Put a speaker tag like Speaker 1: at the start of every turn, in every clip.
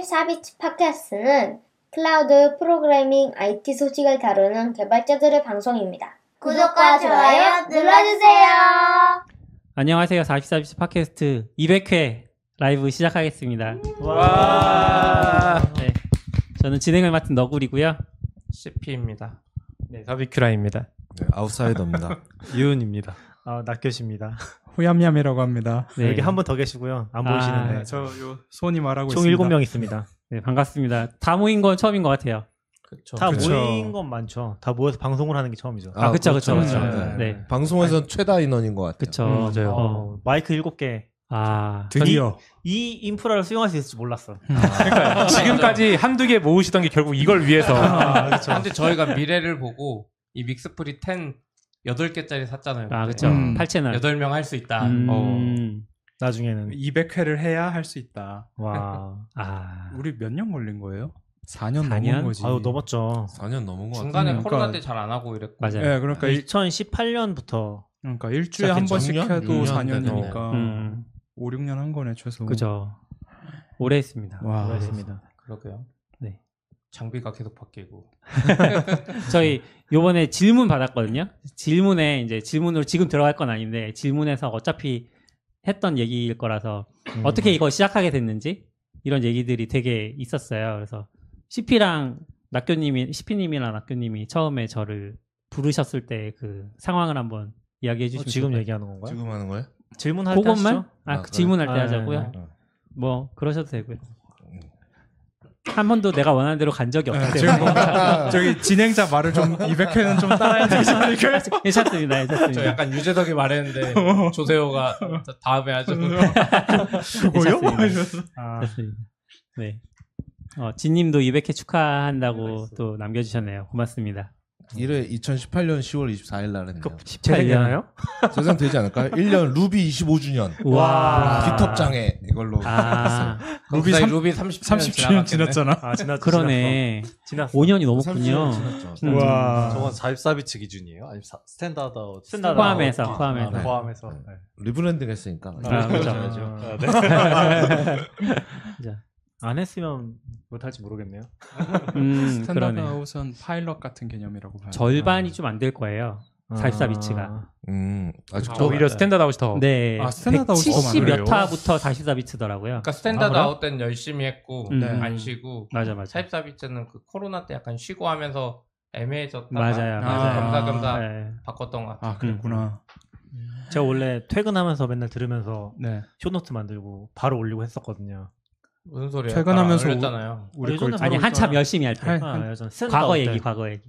Speaker 1: 44비치 팟캐스트는 클라우드 프로그래밍 IT 소식을 다루는 개발자들의 방송입니다.
Speaker 2: 구독과 좋아요 눌러주세요.
Speaker 3: 안녕하세요. 44비치 팟캐스트 200회 라이브 시작하겠습니다.
Speaker 4: 와.
Speaker 3: 네. 저는 진행을 맡은 너구리고요.
Speaker 4: CP입니다. 네, 서비큐라입니다.
Speaker 5: 네, 아웃사이더입니다.
Speaker 6: 이은입니다.
Speaker 7: 아, 낙교십니다.
Speaker 8: 후얌얌이라고 합니다.
Speaker 3: 네.
Speaker 7: 여기 한 분 더 계시고요. 안
Speaker 3: 아,
Speaker 7: 보이시는데.
Speaker 3: 네.
Speaker 7: 총
Speaker 8: 저 요 손이 말하고 있습니다.
Speaker 7: 7명 있습니다.
Speaker 3: 네, 반갑습니다. 다 모인 건 처음인 것 같아요.
Speaker 5: 그쵸.
Speaker 7: 다
Speaker 8: 그쵸.
Speaker 7: 모인 건 많죠. 다 모여서 방송을 하는 게 처음이죠.
Speaker 3: 아, 그쵸, 그쵸,
Speaker 5: 그렇죠. 그쵸.
Speaker 3: 그쵸.
Speaker 5: 네.
Speaker 3: 네.
Speaker 5: 방송에서 최다 인원인 것 같아요.
Speaker 3: 그쵸.
Speaker 4: 음, 맞아요.
Speaker 3: 어.
Speaker 7: 어, 마이크 7개.
Speaker 3: 아.
Speaker 8: 드디어
Speaker 7: 이 인프라를 수용할 수 있을지 몰랐어.
Speaker 4: 그러니까 지금까지 한두 개 모으시던 게 결국 이걸 위해서.
Speaker 7: 아, 그렇죠.
Speaker 4: 사실 저희가 미래를 보고 이 믹스프리 10 8개짜리 샀잖아요.
Speaker 3: 아,
Speaker 4: 그때.
Speaker 3: 그쵸.
Speaker 8: 음.
Speaker 3: 8채널.
Speaker 4: 8명 할 수 있다. 어.
Speaker 3: 음.
Speaker 7: 나중에는
Speaker 8: 200회를 해야 할 수 있다.
Speaker 7: 어. 와.
Speaker 3: 아.
Speaker 8: 우리 몇 년 걸린 거예요? 4년
Speaker 3: 4년?
Speaker 8: 넘은 거지.
Speaker 7: 아유 넘었죠.
Speaker 5: 4년 넘은 것 같아요.
Speaker 4: 중간에
Speaker 8: 음,
Speaker 4: 코로나
Speaker 8: 그러니까-
Speaker 4: 때 잘 안 하고 이랬고.
Speaker 3: 맞아요.
Speaker 8: 예, 그러니까 일,
Speaker 7: 2018년부터
Speaker 8: 그러니까 일주일에 한 번씩
Speaker 5: 시작했죠.
Speaker 8: 해도
Speaker 5: 음,
Speaker 8: 4년이니까
Speaker 3: 음.
Speaker 8: 5, 6년 한 거네 최소.
Speaker 3: 그죠. 오래 했습니다.
Speaker 8: 와.
Speaker 3: 오래 했습니다.
Speaker 7: 그렇습니다.
Speaker 4: 그러게요.
Speaker 3: 네.
Speaker 4: 장비가 계속 바뀌고.
Speaker 3: 저희 요번에 질문 받았거든요. 질문에 이제 질문으로 지금 들어갈 건 아닌데 질문에서 어차피 했던 얘기일 거라서
Speaker 7: 음.
Speaker 3: 어떻게 이거 시작하게 됐는지 이런 얘기들이 되게 있었어요. 그래서 CP랑 낙교님이 CP님이랑 낙교님이 처음에 저를 부르셨을 때 그 상황을 한번 이야기해
Speaker 7: 어,
Speaker 3: 주시면
Speaker 7: 지금
Speaker 3: 좋을 것
Speaker 7: 얘기하는 건가요?
Speaker 5: 지금 하는 거예요?
Speaker 7: 질문할
Speaker 3: 같아요.
Speaker 7: 때
Speaker 3: 그것만
Speaker 7: 하시죠.
Speaker 3: 아,
Speaker 5: 아,
Speaker 3: 그 질문할 때
Speaker 7: 그래요?
Speaker 3: 하자고요.
Speaker 7: 아,
Speaker 3: 뭐 그러셔도 되고요.
Speaker 5: 음.
Speaker 3: 한 번도 내가 원하는 대로 간 적이
Speaker 7: 아,
Speaker 8: 예,
Speaker 3: 없기
Speaker 8: 지금
Speaker 3: 때문에
Speaker 7: 뭐?
Speaker 5: 아,
Speaker 8: 뭔가 저기 진행자 말을 좀 200회는 좀 따라야 되지 않을까?
Speaker 3: 네. 괜찮습니다.
Speaker 4: 저
Speaker 3: 괜찮습니다.
Speaker 4: 약간 유재덕이 말했는데 조세호가 다음에 하죠.
Speaker 8: 뭐요?
Speaker 7: 아,
Speaker 3: 좋습니다. 네. 어, 진님도 200회 축하한다고 또 남겨주셨네요. 고맙습니다.
Speaker 5: 1회 2018년 10월 24일 날 했네요.
Speaker 7: 제가 얘기하나요?
Speaker 5: 재생 되지 않을까요? 1년 루비 25주년.
Speaker 3: 와.
Speaker 5: 기톱장애 이걸로.
Speaker 3: 아,
Speaker 5: 루비
Speaker 4: 루비,
Speaker 5: 삼-
Speaker 4: 루비 30,
Speaker 8: 37년 지났잖아.
Speaker 7: 아, 지났죠.
Speaker 3: 그러네.
Speaker 7: 지났어. 지났어.
Speaker 3: 5년이
Speaker 5: 30년
Speaker 3: 넘었군요.
Speaker 5: 지났죠.
Speaker 3: 음.
Speaker 7: 와.
Speaker 6: 저건 44비치 기준이에요? 아니면 사- 스탠다드아웃?
Speaker 7: 스탠다드아웃.
Speaker 3: 포함해서,
Speaker 6: 아,
Speaker 3: 포함해서.
Speaker 6: 네. 포함해서. 네.
Speaker 5: 네. 리브랜딩 했으니까.
Speaker 3: 아, 그렇죠.
Speaker 6: 아,
Speaker 3: 자,
Speaker 7: 안 했으면 못할지 모르겠네요.
Speaker 3: 음,
Speaker 8: 스탠다드
Speaker 3: 그러네.
Speaker 8: 아웃은 파일럿 같은 개념이라고 봐요.
Speaker 3: 절반이 좀 안 될 거예요.
Speaker 7: 아.
Speaker 3: 44 비치가.
Speaker 5: 음, 아직
Speaker 4: 아, 오히려 스탠다드 아웃이 더.
Speaker 3: 네.
Speaker 8: 아, 스탠다드 아웃이 더
Speaker 3: 70
Speaker 8: 많아요.
Speaker 3: 몇 화부터 44비트더라고요.
Speaker 4: 그러니까 스탠다드
Speaker 7: 아,
Speaker 4: 아웃 때는 열심히 했고 네,
Speaker 3: 음.
Speaker 4: 안 쉬고
Speaker 3: 맞아, 맞아.
Speaker 4: 사입사비트는 그 코로나 때 약간 쉬고 하면서 애매해졌다가
Speaker 3: 맞아요,
Speaker 8: 맞아요.
Speaker 4: 겸사겸사
Speaker 3: 네.
Speaker 4: 바꿨던 것 같아요.
Speaker 8: 아 그랬구나.
Speaker 7: 제가 원래 퇴근하면서 맨날 들으면서
Speaker 8: 네.
Speaker 7: 쇼노트 만들고 바로 올리고 했었거든요.
Speaker 4: 무슨 소리예요?
Speaker 8: 퇴근하면서
Speaker 4: 바로 안 올렸잖아요.
Speaker 8: 우리
Speaker 7: 아니,
Speaker 8: 걸
Speaker 7: 저는
Speaker 3: 아니,
Speaker 8: 들어볼까요?
Speaker 3: 한참 열심히 할 때.
Speaker 8: 할-
Speaker 7: 아, 예전 스탠다드
Speaker 3: 네, 과거
Speaker 7: 때.
Speaker 3: 얘기, 과거 얘기.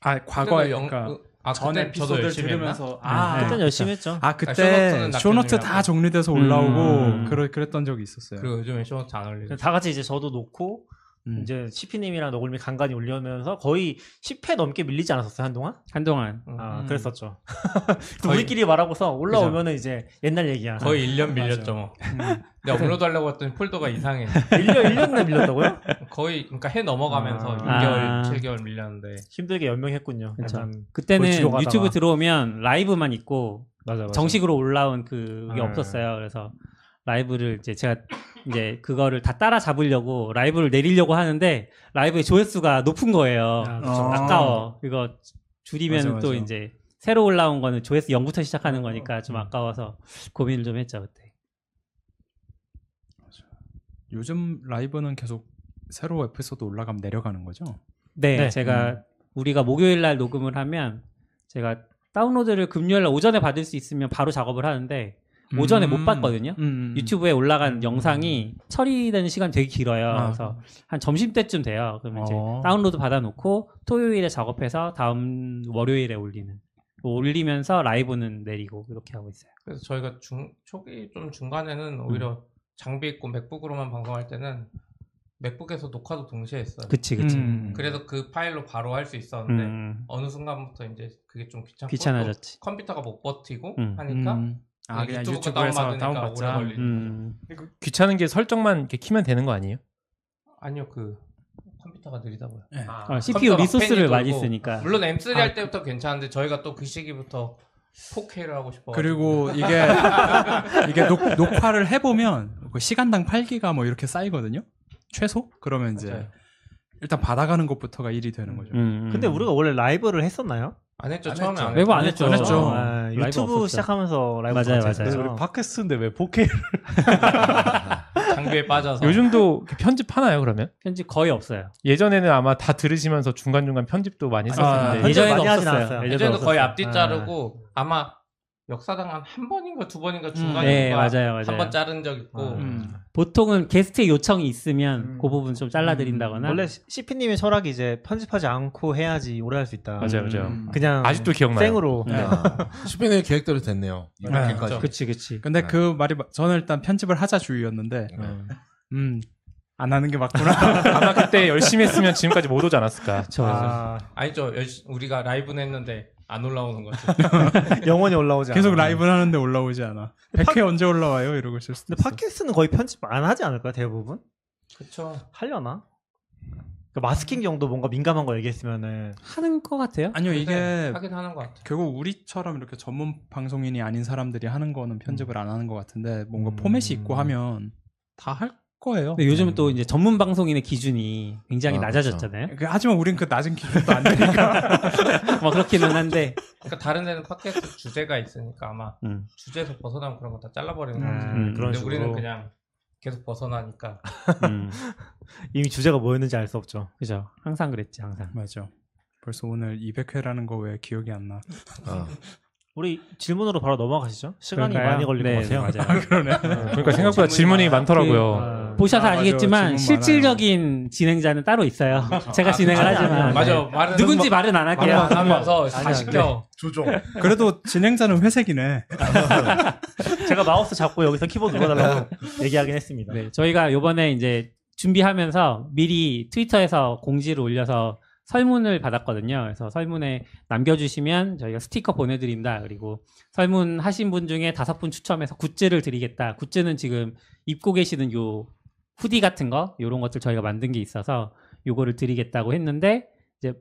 Speaker 8: 아 과거에
Speaker 4: 영-
Speaker 8: 그러니까
Speaker 4: 으- 아,
Speaker 8: 전
Speaker 4: 그때 저도
Speaker 8: 에피소드를
Speaker 4: 열심히 했나? 네.
Speaker 8: 들으면서 아
Speaker 7: 그땐 열심히 했죠.
Speaker 8: 아
Speaker 4: 쇼노트는
Speaker 8: 그때
Speaker 4: 낙엽이라고.
Speaker 8: 쇼노트 다 정리돼서 올라오고
Speaker 3: 음.
Speaker 8: 그러, 그랬던 적이 있었어요.
Speaker 4: 그리고 요즘에 쇼츠 안 올리고
Speaker 7: 다 같이 이제 저도 놓고
Speaker 8: 음.
Speaker 7: 이제 시피님이랑 너굴님이 간간히 올려면서 거의 10회 넘게 밀리지 않았었어요 한동안?
Speaker 3: 한동안.
Speaker 7: 아
Speaker 8: 음.
Speaker 7: 그랬었죠. 그래서 우리끼리 말하고서 올라오면은 이제 옛날 얘기야.
Speaker 4: 거의 1년 밀렸죠 뭐. 근데 업로드 하려고 했더니 폴더가 이상해.
Speaker 7: 1년 1년이나 밀렸다고요?
Speaker 4: 거의 그러니까 해
Speaker 7: 아.
Speaker 4: 넘어가면서 6개월,
Speaker 3: 아.
Speaker 4: 7개월 밀렸는데
Speaker 7: 힘들게 연명했군요.
Speaker 3: 그쵸.
Speaker 7: 약간
Speaker 3: 그때는
Speaker 7: 골치로 가다가.
Speaker 3: 유튜브 들어오면 라이브만 있고
Speaker 7: 맞아 맞아.
Speaker 3: 정식으로 올라온 그게
Speaker 7: 아.
Speaker 3: 없었어요. 그래서 라이브를 이제 제가 이제 그거를 다 따라 잡으려고 라이브를 내리려고 하는데 라이브의 조회수가 높은 거예요.
Speaker 7: 아,
Speaker 8: 그쵸.
Speaker 3: 아, 까워 이거
Speaker 8: 맞아,
Speaker 3: 줄이면
Speaker 8: 맞아. 어,
Speaker 3: 또 이제 새로 올라온 거는 조회수 0부터 시작하는 거니까
Speaker 8: 음.
Speaker 3: 좀 아까워서 고민을 좀 했죠 그때.
Speaker 8: 요즘 라이브는 계속 새로 에피소드 올라가면 내려가는 거죠.
Speaker 3: 네,
Speaker 7: 네.
Speaker 3: 제가
Speaker 8: 음.
Speaker 3: 우리가 목요일 날 녹음을 하면 제가 다운로드를 금요일 날 오전에 받을 수 있으면 바로 작업을 하는데 오전에 못 봤거든요.
Speaker 8: 음, 음.
Speaker 3: 유튜브에 올라간 영상이 처리되는 시간 되게 길어요.
Speaker 8: 아.
Speaker 3: 그래서 한 점심 때쯤 돼요. 그러면 이제
Speaker 8: 어.
Speaker 3: 다운로드 받아놓고 토요일에 작업해서 다음 월요일에 올리는 올리면서 라이브는 내리고 이렇게 하고 있어요.
Speaker 4: 그래서 저희가 중 초기 좀 중간에는 오히려 장비 있고 맥북으로만 방송할 때는 맥북에서 녹화도 동시에 했어요. 그...
Speaker 3: 그치 그치.
Speaker 8: 음.
Speaker 4: 래서그 파일로 바로 할 수 있었는데
Speaker 3: 음.
Speaker 4: 어느 순간부터 이제 그게 좀 귀찮고 또
Speaker 3: 귀찮아졌지.
Speaker 4: 컴퓨터가 못 버티고
Speaker 3: 음.
Speaker 4: 하니까
Speaker 8: 음. 아 그냥
Speaker 4: 유튜브가
Speaker 8: 유튜브에서
Speaker 4: 다운받으니까 오래
Speaker 8: 다운받자.
Speaker 4: 걸리죠.
Speaker 3: 음.
Speaker 4: 귀찮은 게 설정만 이렇게 키면 되는 거 아니에요? 아니요 그 컴퓨터가 느리다고요.
Speaker 8: 네.
Speaker 3: 아, CPU
Speaker 4: 컴퓨터가
Speaker 3: 리소스를
Speaker 4: 팬이
Speaker 3: 많이
Speaker 4: 돌고.
Speaker 3: 쓰니까.
Speaker 4: 물론 M3
Speaker 8: 아.
Speaker 4: 할 때부터 괜찮은데 저희가 또 그 시기부터 4K를 하고 싶어.
Speaker 8: 그리고 이게 이게 녹, 화를 해보면 그 시간당 8기가 뭐 이렇게 쌓이거든요. 최소? 그러면 이제
Speaker 4: 맞아요.
Speaker 8: 일단 받아가는 것부터가 일이 되는 거죠.
Speaker 3: 음, 음.
Speaker 7: 근데 우리가 원래 라이브를 했었나요?
Speaker 4: 안 했죠.
Speaker 5: 안
Speaker 4: 처음에
Speaker 5: 했죠.
Speaker 4: 안
Speaker 3: 외부
Speaker 4: 했죠.
Speaker 3: 안 했죠.
Speaker 8: 안 했죠.
Speaker 3: 아, 라이브 없었죠.
Speaker 7: 유튜브 시작하면서 라이브
Speaker 3: 맞아요,
Speaker 7: 같이
Speaker 3: 맞아요.
Speaker 7: 했어요.
Speaker 6: 네. 우리 팟캐스트인데 왜 4K?
Speaker 4: 장비에 빠져서.
Speaker 9: 요즘도 이렇게 편집하나요 그러면?
Speaker 3: 편집 거의 없어요.
Speaker 9: 예전에는 아마 다 들으시면서 중간중간 편집도 많이
Speaker 7: 아,
Speaker 9: 했었는데
Speaker 7: 편집
Speaker 3: 예전에도
Speaker 7: 많이 하진
Speaker 3: 없었어요.
Speaker 7: 않았어요. 네.
Speaker 3: 예전에도
Speaker 4: 예전에도 거의
Speaker 3: 없었어요.
Speaker 4: 앞뒤 자르고 아마 역사당 한 한 번인가 두 번인가 중간인가
Speaker 3: 네, 맞아요, 맞아요.
Speaker 4: 한 번 자른 적 있고
Speaker 8: 음.
Speaker 3: 보통은 게스트의 요청이 있으면
Speaker 7: 음.
Speaker 3: 그 부분 좀 잘라드린다거나
Speaker 7: 원래 CP님의 철학이 이제 편집하지 않고 해야지 오래 할 수 있다.
Speaker 9: 맞아요 맞아요
Speaker 8: 음.
Speaker 7: 그냥
Speaker 9: 아직도 기억나요
Speaker 7: 생으로.
Speaker 5: 네.
Speaker 7: 네.
Speaker 5: 슈페의 계획대로 됐네요.
Speaker 7: 아,
Speaker 5: 이렇게까지.
Speaker 7: 그렇죠.
Speaker 3: 그치 그치
Speaker 8: 근데
Speaker 5: 네.
Speaker 8: 그 말이 마- 저는 일단 편집을 하자 주의였는데 어,
Speaker 5: 네.
Speaker 8: 음안 하는 게 맞구나.
Speaker 9: 아마 그때 열심히 했으면 지금까지 못 오지 않았을까
Speaker 8: 아,
Speaker 4: 아니죠. 열시- 우리가 라이브는 했는데 안 올라오는 거죠.
Speaker 7: 영원히 올라오지
Speaker 8: 계속
Speaker 7: 않아.
Speaker 8: 라이브를 하는데 올라오지 않아. 100회 언제 올라와요? 이러고 있을 수도
Speaker 7: 근데 팟캐스트는 거의 편집 안 하지 않을까요 대부분?
Speaker 4: 그렇죠.
Speaker 7: 하려나? 그 마스킹 정도 뭔가 민감한 거 얘기했으면은
Speaker 3: 하는 것 같아요.
Speaker 8: 있어. 아니요
Speaker 7: 네.
Speaker 8: 이게
Speaker 4: 네, 하긴 하는 것 같아요.
Speaker 8: 결국 우리처럼 이렇게 전문 방송인이 아닌 사람들이 하는 거는
Speaker 3: 음.
Speaker 8: 편집을 안 하는 것 같은데 뭔가
Speaker 7: 음.
Speaker 8: 포맷이 있고 하면 다 할 거예요.
Speaker 3: 근데 요즘은 또 이제 전문 방송인의 기준이 굉장히
Speaker 5: 아,
Speaker 3: 낮아졌잖아요.
Speaker 8: 그- 하지만 우린 그 낮은 기준도 안 되니까
Speaker 3: 뭐 그렇기는 한데
Speaker 4: 그러니까 다른 데는 팟캐스트 주제가 있으니까 아마
Speaker 3: 음.
Speaker 4: 주제에서 벗어나면 그런 거 다 잘라버리는
Speaker 7: 음,
Speaker 4: 거죠.
Speaker 3: 음,
Speaker 7: 그런
Speaker 4: 근데
Speaker 7: 식으로 아,
Speaker 4: 우리는 그냥 계속 벗어나니까
Speaker 3: 음.
Speaker 7: 이미 주제가 뭐였는지 알 수 없죠.
Speaker 3: 그죠. 항상 그랬지 항상.
Speaker 8: 맞아. 벌써 오늘 200회라는 거 왜 기억이 안 나?
Speaker 5: 어.
Speaker 7: 우리 질문으로 바로 넘어가시죠. 시간이
Speaker 3: 그런가요?
Speaker 7: 많이 걸릴
Speaker 3: 네,
Speaker 7: 것 같아요. 어.
Speaker 3: 네, 맞아요.
Speaker 9: 그러니까 생각보다 질문이,
Speaker 4: 질문이
Speaker 9: 많더라고요
Speaker 7: 아,
Speaker 3: 보셔서
Speaker 8: 아,
Speaker 3: 아,
Speaker 8: 맞아요.
Speaker 3: 시겠지만
Speaker 8: 질문
Speaker 3: 실질적인 진행자는 따로 있어요. 제가 진행을
Speaker 7: 아니,
Speaker 3: 하지만
Speaker 7: 아니, 아니.
Speaker 4: 맞아 말은
Speaker 3: 누군지 말은 안 할게요.
Speaker 4: 말만 하면서
Speaker 7: 아니,
Speaker 4: 다 시켜.
Speaker 5: 조종.
Speaker 8: 그래도 진행자는 회색이네.
Speaker 7: 제가 마우스 잡고 여기서 키보드 눌러달라고 얘기하긴 했습니다.
Speaker 3: 네, 저희가 요번에 이제 준비하면서 미리 트위터에서 공지를 올려서 설문을 받았거든요. 그래서 설문에 남겨주시면 저희가 스티커 보내드린다. 그리고 설문 하신 분 중에 다섯 분 추첨해서 굿즈를 드리겠다. 굿즈는 지금 입고 계시는 요 후디 같은 거, 요런 것들 저희가 만든 게 있어서 요거를 드리겠다고 했는데 이제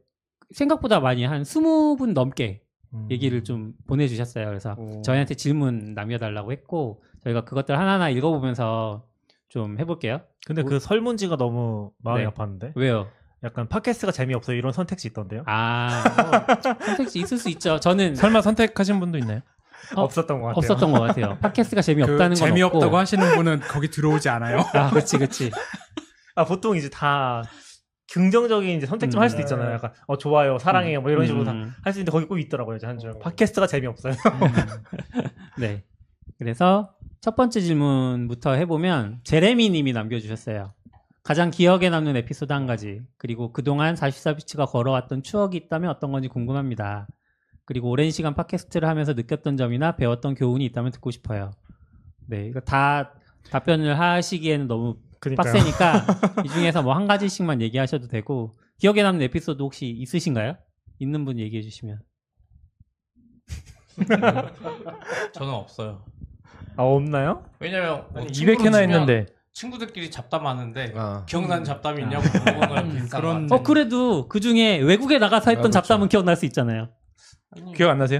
Speaker 3: 생각보다 많이 한 스무 분 넘게
Speaker 7: 음.
Speaker 3: 얘기를 좀 보내주셨어요. 그래서
Speaker 8: 오.
Speaker 3: 저희한테 질문 남겨달라고 했고 저희가 그것들 하나하나 읽어보면서 좀 해볼게요.
Speaker 7: 근데 그 설문지가 너무 마음이
Speaker 3: 네.
Speaker 7: 아팠는데
Speaker 3: 왜요?
Speaker 7: 약간 팟캐스트가 재미없어 이런 선택지 있던데요?
Speaker 3: 아 뭐, 선택지 있을 수 있죠. 저는
Speaker 9: 설마 선택하신 분도 있나요?
Speaker 3: 어,
Speaker 7: 없었던 것 같아요.
Speaker 3: 없었던 것 같아요. 팟캐스트가 재미없다는
Speaker 8: 그
Speaker 3: 건
Speaker 8: 재미없다고
Speaker 3: 없고.
Speaker 8: 하시는 분은 거기 들어오지 않아요.
Speaker 3: 아 그렇지 그렇지.
Speaker 7: 아 보통 이제 다 긍정적인 이제 선택 좀
Speaker 3: 음.
Speaker 7: 할 수도 있잖아요. 약간 어 좋아요, 사랑해요, 뭐 이런 식으로 다
Speaker 3: 음,
Speaker 7: 할 수 있는데 거기 꼭 있더라고요. 이제 한 줄. 팟캐스트가 재미없어요.
Speaker 3: 네. 그래서 첫 번째 질문부터 해보면 제레미님이 남겨주셨어요. 가장 기억에 남는 에피소드 한 가지 그리고 그동안 44비치가 걸어왔던 추억이 있다면 어떤 건지 궁금합니다. 그리고 오랜 시간 팟캐스트를 하면서 느꼈던 점이나 배웠던 교훈이 있다면 듣고 싶어요. 네, 이거 다 답변을 하시기에는 너무
Speaker 7: 그러니까
Speaker 3: 빡세니까 이 중에서 뭐 한 가지씩만 얘기하셔도 되고 기억에 남는 에피소드 혹시 있으신가요? 있는 분 얘기해 주시면.
Speaker 4: 저는 없어요.
Speaker 7: 아 없나요?
Speaker 4: 왜냐면 뭐 친구로
Speaker 9: 200회나
Speaker 4: 치면
Speaker 9: 했는데
Speaker 4: 친구들끼리 잡담 하는데
Speaker 5: 아.
Speaker 4: 기억나는
Speaker 7: 음.
Speaker 4: 잡담이 있냐고 물어보는 거랑 비슷한
Speaker 8: 그런-
Speaker 4: 것 같아요.
Speaker 3: 어 그래도 그 중에 외국에 나가서 했던
Speaker 5: 아, 그렇죠.
Speaker 3: 잡담은 기억날 수 있잖아요.
Speaker 4: 아니,
Speaker 9: 기억 안 나세요?